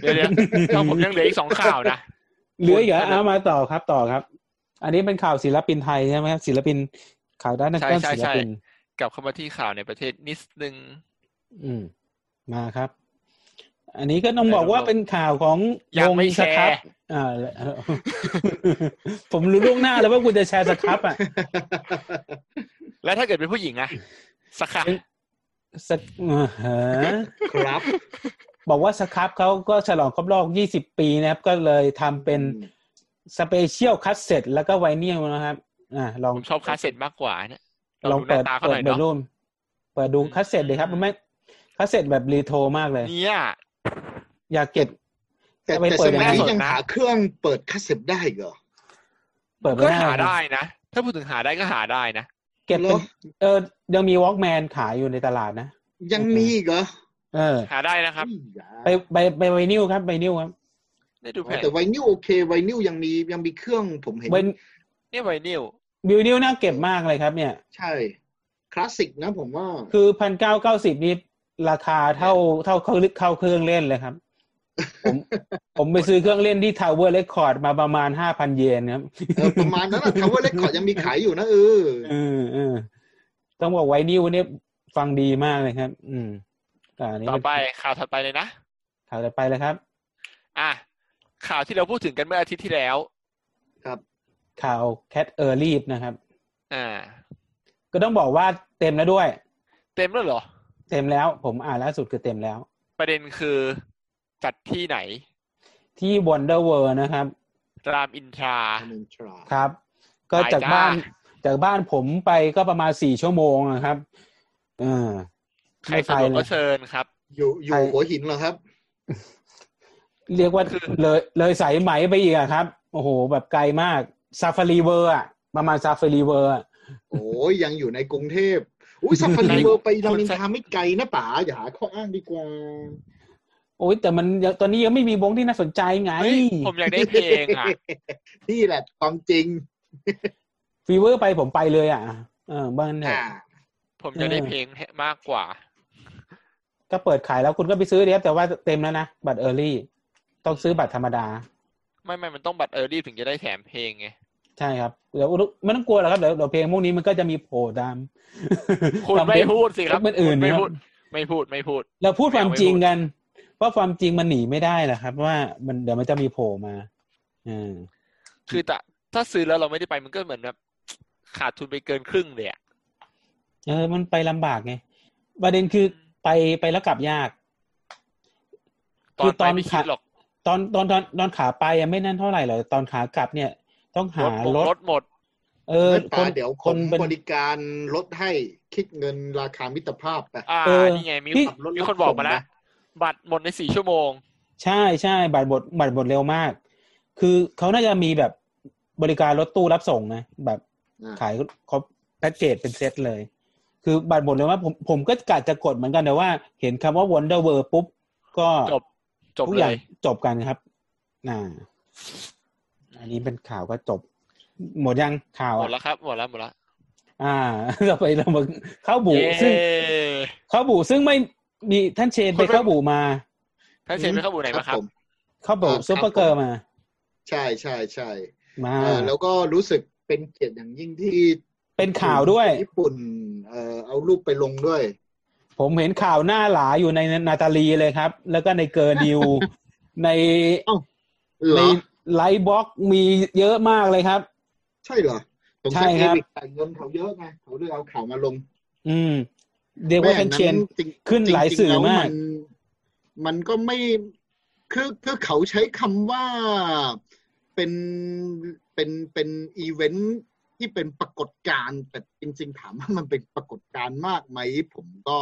[SPEAKER 1] เดี๋ยวเดี๋ยวเราผมยังเหลืออีกสองข่าวนะ
[SPEAKER 2] เหลืออีกเหรอเอามาต่อครับต่อครับ อันนี้เป็นข่าวศิลปินไทยใช่ไหมครับศิลปินข่าวด้านนัก
[SPEAKER 1] ใช่
[SPEAKER 2] ด้าน
[SPEAKER 1] ใช่
[SPEAKER 2] ศิล
[SPEAKER 1] ใช่
[SPEAKER 2] ปิน
[SPEAKER 1] กลับเข้ามาที่ข่าวในประเทศนิดนึง
[SPEAKER 2] อืม มาครับ อันนี้ก็ต้องบอกว่าเป็นข่าวของ
[SPEAKER 1] ยังไม่
[SPEAKER 2] วสครับ
[SPEAKER 1] แชร์
[SPEAKER 2] อ่า แล้ว ผมรู้ล่วงหน้าแล้วว่าคุณจะแชร์สครับอ่ะ
[SPEAKER 1] แล้วถ้าเกิดเป็นผู้หญิงอะสักค่ะ
[SPEAKER 2] สกอ่าฮะ
[SPEAKER 5] ครับ
[SPEAKER 2] บอกว่าสครับเขาก็ฉลองครบรอบ 20 ปีนะครับ ก็เลยทำเป็นสเปเชียลคัสเซ็ตแล้วก็ไวเนียลนะครับ อ่าลอ
[SPEAKER 1] ผ
[SPEAKER 2] ง
[SPEAKER 1] มชอบคาสเซ็ตมากกว่าเนี่ยเรา
[SPEAKER 2] ลอง
[SPEAKER 1] ดูห
[SPEAKER 2] เปิ
[SPEAKER 1] น้า
[SPEAKER 2] ด
[SPEAKER 1] ตาเขา
[SPEAKER 2] เปิ
[SPEAKER 1] ห
[SPEAKER 2] ด
[SPEAKER 1] น่อย
[SPEAKER 2] เปิด
[SPEAKER 1] เนาะ
[SPEAKER 2] รูปเปิดดูคัสเซ็ตเลยครับ
[SPEAKER 1] อืม
[SPEAKER 2] มันไม่คัสเซ็ตแบบรีโทรมากเลย
[SPEAKER 1] เนี่ย
[SPEAKER 2] อยากเก็บ
[SPEAKER 5] แต่
[SPEAKER 2] เอาไป
[SPEAKER 5] แต่
[SPEAKER 2] เปิ
[SPEAKER 5] ส
[SPEAKER 2] ด
[SPEAKER 5] มัยนี้
[SPEAKER 1] ในหน้าสดนะ
[SPEAKER 5] ยังหาเครื่องเปิดคาสเซ็ตได้อีกเหรอ
[SPEAKER 2] เปิด
[SPEAKER 1] ก็
[SPEAKER 2] ไว้
[SPEAKER 1] หา
[SPEAKER 2] ได้
[SPEAKER 1] ได้นะ ถ้าพูดถึงหาได้ก็หาได้นะ
[SPEAKER 2] เก็บ
[SPEAKER 5] เหร
[SPEAKER 2] เป็น
[SPEAKER 5] อ
[SPEAKER 2] เออยังมีวอล์กแมนขายอยู่ในตลาดนะ
[SPEAKER 5] ยังมีอีกเหรอ
[SPEAKER 2] เออ
[SPEAKER 1] หาได้นะครับ
[SPEAKER 5] อีหยา
[SPEAKER 2] ไปไปไปไวนิวครับไวนิวครับ
[SPEAKER 1] ได้ดูแผ่น
[SPEAKER 5] แต่ไวนิวโอเคไวนิวยังมียังมีเครื่องผมเห็น
[SPEAKER 2] ไว
[SPEAKER 1] เนี่ยไวนิว
[SPEAKER 2] วิวนิวน่าเก็บมากเลยครับ เนี่ย
[SPEAKER 5] ใช่ คลาสสิกนะผมว่า
[SPEAKER 2] คือพันเก้าเก้าสิบนี่ราคาเท่าเท่าเครื่องเข้าเครื่องเล่นเลยครับ ผมผมไปซื้อเครื่องเล่นที่ Tower Record มาประมาณห้าพันเยนครับ
[SPEAKER 5] เออประมาณนั้นนะทาวเวอร์เรคคอร์ดยังมีขายอยู่นะเออ
[SPEAKER 2] เออเออต้องบอกไว้นิวเนี่ยฟังดีมากเลยครับ อืมแต่อันนี้
[SPEAKER 1] ต่อ
[SPEAKER 2] เป็น
[SPEAKER 1] ไปข่าวถัดไปเลยนะ
[SPEAKER 2] ข่าวต่อไปเลยครับ
[SPEAKER 1] อ่ะ ข่าวที่เราพูดถึงกันเมื่ออาทิตย์ที่แล้ว
[SPEAKER 2] ข่าว Cat e r l e a นะครับ
[SPEAKER 1] อ่า
[SPEAKER 2] ก็ต้องบอกว่าเต็มแล้วด้วย
[SPEAKER 1] เต็มแล้วเหรอ
[SPEAKER 2] เต็มแล้ว ผมอ่านล่าสุดคือเต็มแล้ว
[SPEAKER 1] ประเด็นคือจัดที่ไหน
[SPEAKER 2] ที่ Wonder World นะครับ
[SPEAKER 1] รามอินทรา
[SPEAKER 2] ครับ ก็
[SPEAKER 1] ไป
[SPEAKER 2] จาก
[SPEAKER 1] จ้า
[SPEAKER 2] บ้านจากบ้านผมไปก็ประมาณสี่ชั่วโมงอะครับเออ
[SPEAKER 1] ใครสะดวกก็เชิญครับ
[SPEAKER 5] อยู่อยู่หัวหินเหรอครับ
[SPEAKER 2] เรียกว่า
[SPEAKER 1] คือ
[SPEAKER 2] เลยเลยสายไหมไปอีกอะครับ โอ้โห แบบไกลมากซาฟารีเวอร์อะประมาณซาฟารีเวอร์อะ
[SPEAKER 5] โอ้ยยังอยู่ในกรุงเทพ อุ้ยสัปปะเลอไปรามอินทราไม่ไกลนะป๋าอย่าหาข้ออ้างดีกว่า
[SPEAKER 2] โอ้ยแต่มันยังตอนนี้ยังไม่มีวงที่น่าสนใจไง
[SPEAKER 1] เฮ้ยผมอยากได้เพลงอ่ะ
[SPEAKER 5] นี่แหละความจริง
[SPEAKER 2] ฟีเวอร์ไปผมไปเลยอะเออบ้านเนี่ย
[SPEAKER 5] อ่า
[SPEAKER 1] ผมจะได้
[SPEAKER 2] เออ
[SPEAKER 1] เพลงให้มากกว่า
[SPEAKER 2] ก็เปิดขายแล้วคุณก็ไปซื้อเดียบแต่ว่าเต็มแล้วนะบัตรเออร์ลี่ ต้องซื้อบัตรธรรมดา
[SPEAKER 1] ไม่ไม่มันต้องบัตรเออร์ลี่ถึงจะได้แถมเพลงไง
[SPEAKER 2] ใช่ครับเดี๋ยวไม่ต้องกลัวหรอกครับเดี๋ยวเดี๋ยวเพลงพวกนี้มันก็จะมีโผล่ตาม
[SPEAKER 1] คุณ
[SPEAKER 2] ตาม
[SPEAKER 1] ไม่
[SPEAKER 2] เพลง
[SPEAKER 1] พูดสิครับ
[SPEAKER 2] แล้วมันอื่น
[SPEAKER 1] คุณไม่
[SPEAKER 2] ครับ
[SPEAKER 1] พูด ไม่พูดไม่พูด
[SPEAKER 2] เราพูดความจริง
[SPEAKER 1] ไม่เอาไว้
[SPEAKER 2] กันเพราะความจริงมันหนีไม่ได้แหละครับ ว่ามันเดี๋ยวมันจะมีโผล่มาอืม
[SPEAKER 1] คือแต่ถ้าซื้อแล้วเราไม่ได้ไปมันก็เหมือนแบบขาดทุนไปเกินครึ่งเลยอะ
[SPEAKER 2] เออมันไปลำบากไงประเด็นคือไปไปแล้วกลับยาก
[SPEAKER 1] ตอ
[SPEAKER 2] คื
[SPEAKER 1] น
[SPEAKER 2] อต
[SPEAKER 1] ไป
[SPEAKER 2] อน
[SPEAKER 1] ไม่
[SPEAKER 2] ขา
[SPEAKER 1] คิดหรอก
[SPEAKER 2] ตอนตอนตอนตอนขาไปอะไม่นั่นเท่าไหร่หรอกตอนขากลับเนี่ย ต้องหาร
[SPEAKER 1] ถหมดร
[SPEAKER 2] รถ
[SPEAKER 1] ถหมด
[SPEAKER 2] เออ
[SPEAKER 5] ไม่
[SPEAKER 2] ค
[SPEAKER 5] ป่าน เดี๋ยวผ
[SPEAKER 2] ค
[SPEAKER 5] ม
[SPEAKER 2] นเป็น
[SPEAKER 5] บริการลดให้คิดเงินราคามิตรภาพไป
[SPEAKER 1] อ่า
[SPEAKER 2] เออ
[SPEAKER 1] นี่ไงมี
[SPEAKER 2] พี่
[SPEAKER 5] ขับรถ
[SPEAKER 1] มีคนบอกมา
[SPEAKER 5] รับส่
[SPEAKER 1] แล้ว
[SPEAKER 5] งนะ
[SPEAKER 1] บัตรหมดในสี่ชั่วโมง
[SPEAKER 2] ใช่ใช่บัตรบดบัตรบดเร็วมาก คือเขาน่าจะมีแบบบริการรถตู้รับส่งนะแบบ
[SPEAKER 5] อ่า
[SPEAKER 2] ขายเขาแพ็กเกจเป็นเซตเลย คือบัตรบดเร็วมากผมผมก็กะจะกดเหมือนกันแต่ว่า เห็นคำว่า Wonder World ปุ๊บ ก็
[SPEAKER 1] จบ จบ
[SPEAKER 2] ทุกอ
[SPEAKER 1] เล
[SPEAKER 2] ย่าง
[SPEAKER 1] ย
[SPEAKER 2] จบกันครับน่าอันนี้เป็นข่าวก็จบ หมดยังข่าว
[SPEAKER 1] หม
[SPEAKER 2] อะ
[SPEAKER 1] ดแล้วครับหมดแล้วหมดแล้ว
[SPEAKER 2] อ่า เราไปเรามาเข้าบู
[SPEAKER 1] เย้
[SPEAKER 2] ซึ่งเข้าบูซึ่งไม่มีท่านเชนไปเข้าบูมา
[SPEAKER 1] ท่านเชนไปเข้าบูไหนมาครับ
[SPEAKER 5] ผม
[SPEAKER 2] เข้าบู
[SPEAKER 5] อ่า
[SPEAKER 2] ซุปเปอร์
[SPEAKER 5] ครั
[SPEAKER 2] เกิ
[SPEAKER 5] บผม
[SPEAKER 2] ร์มา
[SPEAKER 5] ใช่ใช่ใช่
[SPEAKER 2] มา
[SPEAKER 5] เออแล้วก็รู้สึกเป็นเกียรติอย่างยิ่งที่
[SPEAKER 2] เป็นข่าวด้วย
[SPEAKER 5] ญี่ปุ่นเอ่อเอารูปไปลงด้วย
[SPEAKER 2] ผมเห็นข่าวหน้าหลาอยู่ในนาตาลีเลยครับ แล้วก็ในเกอร์ดิว ใน
[SPEAKER 5] เอ้า เหร
[SPEAKER 2] ใน
[SPEAKER 5] อ
[SPEAKER 2] ไลฟ์บล็อกมีเยอะมากเลยครับ
[SPEAKER 5] ใช่เหรอสง
[SPEAKER 2] ใช่
[SPEAKER 5] สัย
[SPEAKER 2] ค
[SPEAKER 5] เอ
[SPEAKER 2] รับ
[SPEAKER 5] ริกแต่เงินเขาเยอะไงเขาเลยเอาข่าวมาลง
[SPEAKER 2] อืม เรียกว่าเป็นเชน
[SPEAKER 5] ไม่อย่างจริง
[SPEAKER 2] ขึ้นหลายสื่อมาก
[SPEAKER 5] จริงๆแล้วนมันก็ไม่คือคือเขาใช้คำว่าเป็นเป็นเป็นอีเวนท์ที่เป็นปรากฏการณ์แต่จริง ๆ ถามว่ามันเป็นปรากฏการณ์มากไหม ผมก็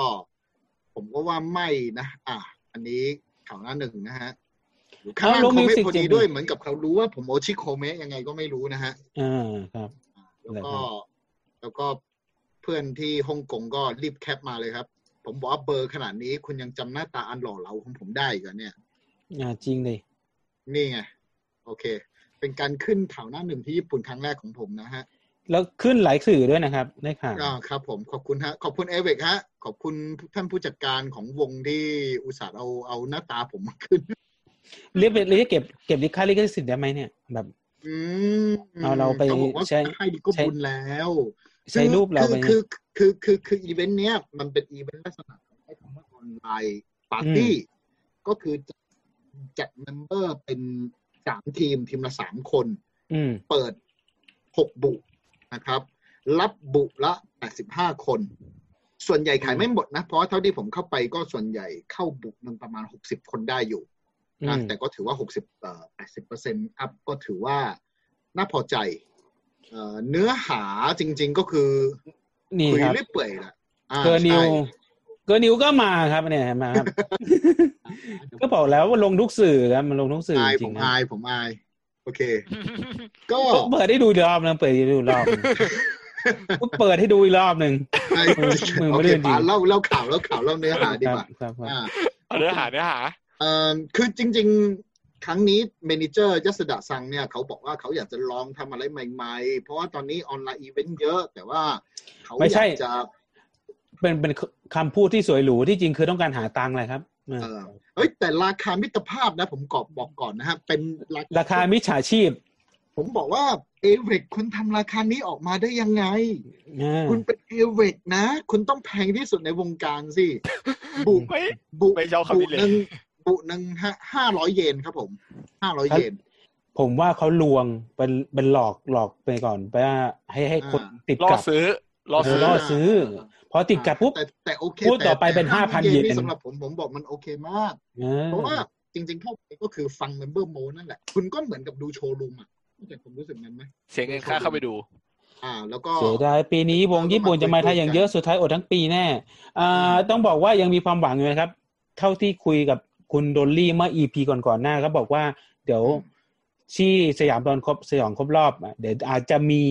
[SPEAKER 5] ผมก็ว่าไม่นะ อ่ะอันนี้ข่าวหน้าหนึ่งนะฮะข้างล่าง
[SPEAKER 2] แล้ว
[SPEAKER 5] เขาไม่
[SPEAKER 2] Music
[SPEAKER 5] พอดี
[SPEAKER 2] Japan
[SPEAKER 5] ด้วยเหมือนกับเขารู้ว่าผมโอชิโคเมะยังไงก็ไม่รู้นะฮะ
[SPEAKER 2] อ่าครับ
[SPEAKER 5] แล้วก็แล้วก็เพื่อนที่ฮ่องกงก็รีบแคปมาเลยครับ ผมบอกว่าเบอร์ขนาดนี้คุณยังจำหน้าตาอันหล่อเหลาของผมได้อีกันเนี่ย
[SPEAKER 2] อ่าจริงเลย
[SPEAKER 5] นี่ไง โอเค เป็นการขึ้นแถวหน้าหนึ่งที่ญี่ปุ่นครั้งแรกของผมนะฮะ
[SPEAKER 2] แล้วขึ้นหลายสื่อด้วยนะครับได้ข่าว
[SPEAKER 5] อ่าครับ ผมขอบคุณฮะ ขอบคุณเอเวกฮะ ขอบคุณท่านผู้จัดการของวงที่อุตส่าห์เอาเอาหน้าตาผมมาขึ้น
[SPEAKER 2] เรียกเป็นเรียกเก็บเก็บลิขลิขสิทธิ์ได้ไหมเนี่ย แบบ
[SPEAKER 5] อืม
[SPEAKER 2] เอาเราไป
[SPEAKER 5] ขบอกว่า
[SPEAKER 2] ใช้
[SPEAKER 5] ให้ดีก็บุญแล้ว
[SPEAKER 2] ใช้รูปเราไป
[SPEAKER 5] คือคือคือคืออีเวนต์เนี้ยมันเป็นอีเวนต์ลักษณะของใช้คำว่าออนไลน์ปาร์ตี้ก็คือจัดจัดเมมเบอร์เป็นสามทีมทีมละสามคน
[SPEAKER 2] อืม
[SPEAKER 5] เปิดหกบุนะครับ รับบุละแปดสิบห้าคน ส่วนใหญ่ขายไม่หมดนะ เพราะเท่าที่ผมเข้าไปก็ส่วนใหญ่เข้าบุหนึ่งประมาณหกสิบคนได้อยู่นะ
[SPEAKER 2] อืม
[SPEAKER 5] แต่ก็ถือว่าหกสิบแปดสิบเปอร์เซ็นต์อัพก็ถือว่าน่าพอใจเอ่อเนื้อหาจริง ๆก็คือ
[SPEAKER 2] นี่
[SPEAKER 5] คุย
[SPEAKER 2] ครับ
[SPEAKER 5] เรื่อยเปื่อยแหละา
[SPEAKER 2] เกอร์นิว
[SPEAKER 5] ใช่
[SPEAKER 2] เกอร์นิวก็มาครับเนี่ยมาครับ ก็บอกแล้วว่าลงทุกสื่อครับมันลงทุกสื่อ
[SPEAKER 5] อาย
[SPEAKER 2] จ
[SPEAKER 5] ผ
[SPEAKER 2] ริง
[SPEAKER 5] ม
[SPEAKER 2] ๆนะ
[SPEAKER 5] อายผมอาย โอเค ก็
[SPEAKER 2] เปิดให้ดูอีกรอบนะเปิดให้ดูอีกร อบหนึ่งก็เปิดให้ดูอีกรอบหนึ่ง
[SPEAKER 5] ไอ้
[SPEAKER 2] มือ
[SPEAKER 5] โอ
[SPEAKER 2] ไม่
[SPEAKER 5] เค
[SPEAKER 2] เลื่อนจริง
[SPEAKER 5] ป่าเล่าเล่าข่าวเล่าข่าวเล่าเนื้อหาดีกว่า
[SPEAKER 2] ครับครับครับ
[SPEAKER 5] อ่า
[SPEAKER 1] เอาเนื้อหาเนื้อหา
[SPEAKER 5] เอ่อคือจริง ๆ ครั้งนี้เมนเจอร์ยัสดาซังเนี่ยเขาบอกว่าเขาอยากจะลองทำอะไรใหม่ ๆ เพราะว่าตอนนี้ออนไลน์อีเวนต์เยอะ แต่ว่าเขาอยากจะ
[SPEAKER 2] เป็นเป็นคำพูดที่สวยหรูที่จริงคือต้องการหาตังค์แหละครับอ่า
[SPEAKER 5] เออ เฮ้ย แต่ราคามิตรภาพนะ ผมกอบบอกก่อนนะฮะ เป็นรา
[SPEAKER 2] ราคามิจฉาชีพ
[SPEAKER 5] ผมบอกว่าเอเวกคุณทำราคานี้ออกมาได้ยังไง
[SPEAKER 2] อ่า
[SPEAKER 5] คุณเป็นเอเวกนะ คุณต้องแพงที่สุดในวงการสิ บุ
[SPEAKER 1] ไม่
[SPEAKER 5] บุ
[SPEAKER 1] ไม่ยอมคำ
[SPEAKER 5] บุ
[SPEAKER 1] นี้เลย
[SPEAKER 5] หนึ่งบุหนึ่งห้าห้าร้อยเยนครับผมห้าร้อยเยน
[SPEAKER 2] ผมว่าเขาลวงเป็นเป็นหลอกหลอกไปก่อนไปว่าให้ให้
[SPEAKER 5] อ่า
[SPEAKER 2] คนติด
[SPEAKER 1] ล่อก
[SPEAKER 2] ลับ
[SPEAKER 1] ซื้อล่อ
[SPEAKER 2] เออ
[SPEAKER 1] ซื้อ
[SPEAKER 2] ล่อซื้อ พอติดกลับปุ๊บ
[SPEAKER 5] แต่แต่โอเค
[SPEAKER 2] พูดต่อไปเป็น
[SPEAKER 5] แต่
[SPEAKER 2] 5,000
[SPEAKER 5] 500
[SPEAKER 2] เยน
[SPEAKER 5] สำหรับผมผมบอกมันโอเคมาก
[SPEAKER 2] เออ
[SPEAKER 5] เพราะว่าจริงๆเข้าไปก็คือฟังเมมเบอร์โมนั่นแหละ คุณก็เหมือนกับดูโชว์รูมอ่ะเข้าใจผมรู้สึกนั้นไหม
[SPEAKER 1] เสียเงินค่าเข้าไปดู
[SPEAKER 5] อ่า แล้วก็
[SPEAKER 2] เสียดายปีนี้วงญี่ปุ่นจะมาไทยอย่างเยอะสุดท้ายอดทั้งปีแน่อ่าต้องบอกว่ายังมีความหวังอยู่นะครับ เท่าที่คุยกับคุณโดลลี่เมื่อ EP ก่อนๆหน้าก็บอกว่า เดี๋ยวที่สยามตอนครบสยองครบรอบอ่ะเดี๋ยวอาจจะมี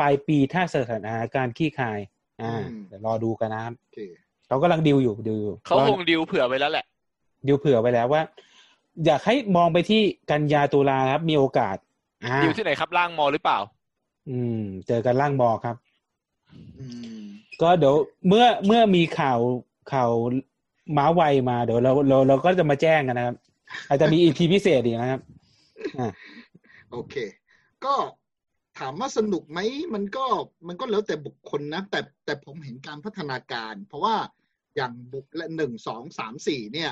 [SPEAKER 2] ปลายปีถ้าสถานการณ์ขี้คาย อ่า
[SPEAKER 5] อืม
[SPEAKER 2] เดี๋ยวรอดูกันนะครับ
[SPEAKER 5] โอเค
[SPEAKER 2] เขากำลังดิวอยู่ดิวอยู่
[SPEAKER 1] เขา
[SPEAKER 2] ว่
[SPEAKER 1] คงดิวเผื่อไว้แล้วแหละ
[SPEAKER 2] ดิวเผื่อไปแล้วว่า อยากให้มองไปที่กันยาตุลาครับ มีโอกาส อ่า
[SPEAKER 1] ดิวที่ไหนครับล่างมอหรือเปล่า
[SPEAKER 2] อืม เจอกันล่างบอครับ
[SPEAKER 5] อืม
[SPEAKER 2] ก็เดี๋ยวเมื่อเมื่อมีข่าวข่าวม้าไวมาเดี๋ยวเราเราเราก็จะมาแจ้งกันนะครับ อาจจะมีอีพีพิเศษอีกนะครับ
[SPEAKER 5] โอเค ก็ถามว่าสนุกไหมมันก็มันก็แล้วแต่บุคคลนะ แต่แต่ผมเห็นการพัฒนาการ เพราะว่าอย่างบุคและหนึ่งสองสามสี่เนี่ย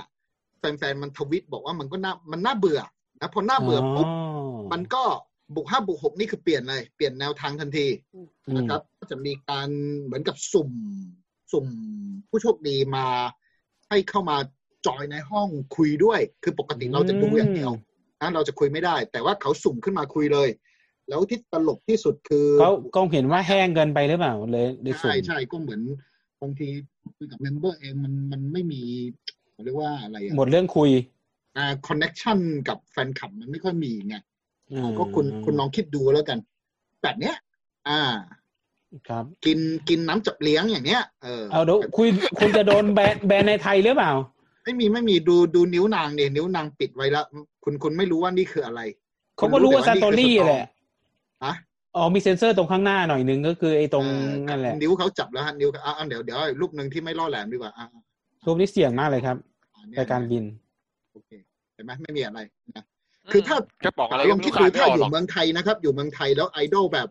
[SPEAKER 5] แฟนๆมันทวิตบอกว่ามันก็น่ามันน่าเบื่อนะพอน่าเบื่อปุ๊บ มันก็บุกห้าบุกหกนี่คือเปลี่ยนเลย เปลี่ยนแนวทางทันที
[SPEAKER 2] อืม
[SPEAKER 5] นะครับก็จะมีการเหมือนกับสุ่ม สุ่มผู้โชคดีมา ให้เข้ามาจอยในห้องคุยด้วย คือปกติเราจะดูอย่างเดียวนะเราจะคุยไม่ได้ แต่ว่าเขาสุ่มขึ้นมาคุยเลย แล้วที่ตลกที่สุดคือ
[SPEAKER 2] เขาก็เห็นว่าแห้งเกินไปหรือเปล่าเลยเลยสุ่ม
[SPEAKER 5] ใช่ใช่ก็เหมือนบางทีคุยกับเมมเบอร์เองมันมันไม่มีเขาเรียกว่าอะไรอะ
[SPEAKER 2] หมดเรื่องคุย
[SPEAKER 5] อ่าคอนเน็ชันกับแฟนคลับมันไม่ค่อยมีไง
[SPEAKER 2] อืม
[SPEAKER 5] ก็คุณคุณลองคิดดูแล้วกัน แบบเนี้ย อ่า
[SPEAKER 2] ครับ
[SPEAKER 5] กินกินน้ำจับเลี้ยงอย่างเนี้ยเออ
[SPEAKER 2] เอาเดี๋ยวคุยคุณจะโดนแบนแบนในไทยหรือเปล่า
[SPEAKER 5] ไม่มีไม่มีดูดูนิ้วนางเนี่ยนิ้วนางปิดไว้แล้ว คุณคุณไม่รู้ว่านี่คืออะไร
[SPEAKER 2] เขาก็รู้ว่าซาโตรี่แหละ
[SPEAKER 5] อะ
[SPEAKER 2] อ๋อมีเซ็นเซอร์ตรงข้างหน้าหน่อยนึงก็คือไอ้ตรงนั่นแหละ
[SPEAKER 5] นิ้วเขาจับแล้วฮะนิ้วเขาอ่ะอ่ะเดี๋ยวเดี๋ยวรูปหนึ่งที่ไม่ล่อแหลมดีกว่าอ่ะอ่ะ
[SPEAKER 2] รูปนี้เสี่ยงมากเลยครับ
[SPEAKER 5] อ่ะเนี่ย
[SPEAKER 2] รายการบิน
[SPEAKER 5] โอเคเห็นไหมไม่มีอะไรนะคือถ้า
[SPEAKER 1] จะบอกอะไร
[SPEAKER 5] ลองคิดดูถ้าอยู่
[SPEAKER 1] ก
[SPEAKER 5] เมืองไทยนะครับ อยู่เมืองไทยแล้วไอดอลแบบ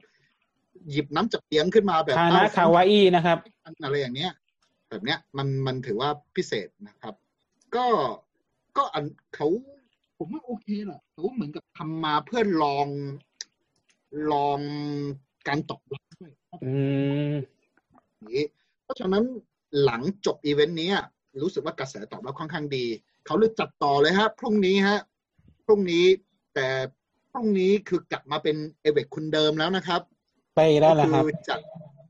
[SPEAKER 5] หยิบน้ำจับเลี้ยงขึ้นมาแบบ
[SPEAKER 2] คานะ
[SPEAKER 5] เอ้
[SPEAKER 2] คาวาอีนะครับ
[SPEAKER 5] อะไรอย่างเนี้ย แบบเนี้ยมันมันถือว่าพิเศษนะครับ ก็ก็อันเขาผมว่าโอเคแหละเขาเหมือนกับทำมาเพื่อลองลองการตอบรับด้วย
[SPEAKER 2] อืม
[SPEAKER 5] นี้เพราะฉะนั้นหลังจบอีเวนต์นี้อะรู้สึกว่ากระแสตอบรับค่อนข้างดี เขาเลยจัดต่อเลยฮะ พรุ่งนี้ฮะ พรุ่งนี้แต่พรุ่งนี้คือกลับมาเป็นเอเวกคุณเดิมแล้วนะครับ
[SPEAKER 2] ไปแล้วล่ะครับ
[SPEAKER 5] ก็อจัด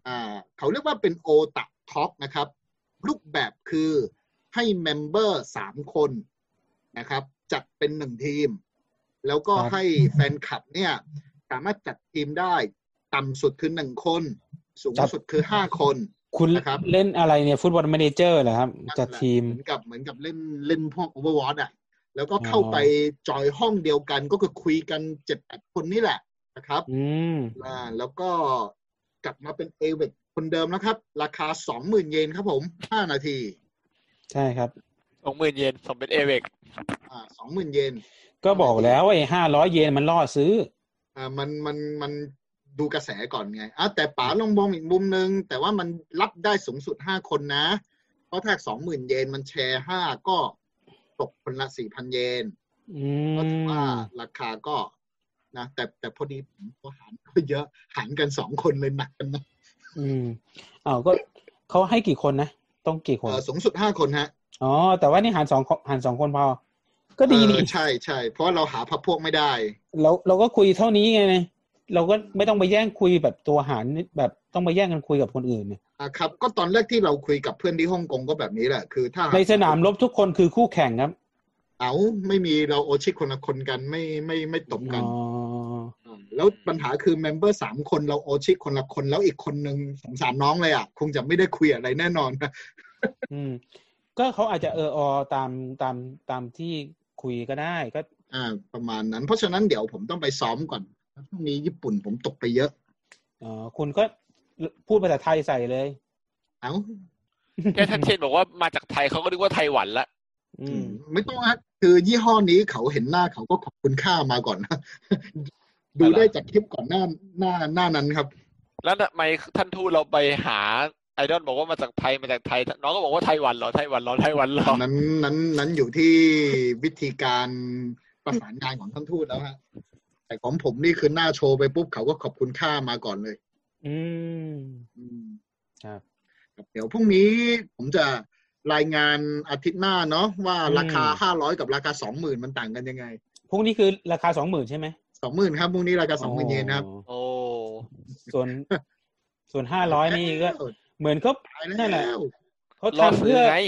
[SPEAKER 5] อ่าเขาเรียกว่าเป็นโอต t ท็อกนะครับ รูปแบบคือให้เมมเบอร์สามคนนะครับ จัดเป็นหนึ่งทีม แล้วก็
[SPEAKER 2] ครับ
[SPEAKER 5] ให้แฟนคลับเนี่ย สามารถจัดทีมได้ ต่ำสุดคือหนึ่งคน สูงสุดคือห้าคน
[SPEAKER 2] คุณ
[SPEAKER 5] นะครับ
[SPEAKER 2] เล่นอะไรเนี่ยฟุตบอลแมเนเจอร์เหรอครับ จัดทีม
[SPEAKER 5] เหมือนกับเหมือนกับเล่นเล่นพวก Overwatch อ่ะ แล้วก็
[SPEAKER 2] อ๋อ
[SPEAKER 5] เข้าไปจอยห้องเดียวกันก็คือคุยกันเจ็ดแปดคนนี่แหละนะครับ
[SPEAKER 2] อืม
[SPEAKER 5] อ่าแล้วก็กลับมาเป็นเอเวกคนเดิมนะครับ ราคาสองหมื่นเยนครับผมห้านาที
[SPEAKER 2] ใช่ครับ
[SPEAKER 1] สองหมื่นเยนสมเป็นเอเวก
[SPEAKER 5] อ่าสองหมื่นเยน
[SPEAKER 2] ก็บอกแล้วไอ้ห้าร้อยเยนมันล่อซื้อ
[SPEAKER 5] อ่ามันมันมันดูกระแสก่อนไงอ่ะแต่ป๋าลองมองอีกมุมนึง แต่ว่ามันรับได้สูงสุดห้าคนนะ เพราะถ้าสองหมื่นเยนมันแชร์ห้าก็ตกคนละสี่พันเยน
[SPEAKER 2] อื
[SPEAKER 5] ก็ถือว่าม ราคาก็นะแต่แต่พอดีผมก็หารก็เยอะหารกันสองคนเลยหนักกันนะ
[SPEAKER 2] อืมอ้าวก็เขาให้กี่คนนะ ต้องกี่คน
[SPEAKER 5] เอ่อสูงสุดห้าคนฮะ
[SPEAKER 2] อ๋อ แต่ว่านี่หารสองคนหารสองคนพอ ก็ดีนี่
[SPEAKER 5] เออใช่ใช่เพราะว่าเราหาพักพวกไม่ได้
[SPEAKER 2] เราเราก็คุยเท่านี้ไงนะเราก็ไม่ต้องไปแย่งคุยแบบตัวหารแบบต้องไปแย่งกันคุยกับคนอื่นเนี่ย
[SPEAKER 5] อ่ะครับก็ตอนแรกที่เราคุยกับเพื่อนที่ฮ่องกงก็แบบนี้แหละคือถ้า
[SPEAKER 2] ในสนามรบทุกคนคือคู่แข่งครับ
[SPEAKER 5] เอาไม่มีเราโอชิคนละคนกันไม่ไม่ไม่ตบกัน
[SPEAKER 2] อ๋อ
[SPEAKER 5] แล้วปัญหาคือเมมเบอร์สามคนเราโอชิคนละคน แล้วอีกคนนึงสองสามน้องเลยอ่ะ คงจะไม่ได้คุยอะไรแน่นอน นะ
[SPEAKER 2] อืม ก็เขาอาจจะเอออตามตามตามที่คุยก็ได้ก็
[SPEAKER 5] อ่า ประมาณนั้น เพราะฉะนั้นเดี๋ยวผมต้องไปซ้อมก่อนพรุ่งนี้ญี่ปุ่นผมตกไปเยอะ
[SPEAKER 2] อ๋อคุณก็พูดภาษาไทยใส่เลย
[SPEAKER 5] เอา
[SPEAKER 1] แค่ท่านเชนบอกว่ามาจากไทยเขาก็นึกว่าไทยหวันละ
[SPEAKER 2] อืม
[SPEAKER 5] ไม่ต้องฮะคือยี่ห้อนี้เขาเห็นหน้าเขาก็ขอบคุณค่ามาก่อนนะ ดูได้จากคลิปก่อนหน้าหน้าหน้านั้นครับ
[SPEAKER 1] แล้วทำไมท่านทูตเราไปหาไอดอลบอกว่ามาจากไทยมาจากไทย น้องก็บอกว่าไทยหวันเหรอไทยหวันเหรอไทยหวันเหรอ
[SPEAKER 5] นั้นนั้นนั้นอยู่ที่วิธีการประสานงานของท่านทูตแล้วฮะ แต่ของผมนี่คือหน้าโชว์ไปปุ๊บเขาก็ขอบคุณค่ามาก่อนเลย
[SPEAKER 2] อืม
[SPEAKER 5] อืม
[SPEAKER 2] ครับ
[SPEAKER 5] ครับเดี๋ยวพรุ่งนี้ผมจะรายงานอาทิตย์หน้าเนาะว่าราคาห้าร้อยกับราคาสองหมื่นมันต่างกันยังไง
[SPEAKER 2] พรุ่งนี้คือราคาสองหมื่นใช่ไหม
[SPEAKER 5] สองหมื่นครับพรุ่งนี้ราคาสองหมื่นเยนนะครับ
[SPEAKER 1] โอ้
[SPEAKER 2] ส่วนส่วนห้าร้อยนี่ก็เหมือนเขา
[SPEAKER 5] ตายแล้ว
[SPEAKER 2] นั่นแหละเขา
[SPEAKER 1] รอ
[SPEAKER 2] ทำ
[SPEAKER 1] ซื้
[SPEAKER 2] เพื่
[SPEAKER 1] อ
[SPEAKER 2] อ
[SPEAKER 1] ไง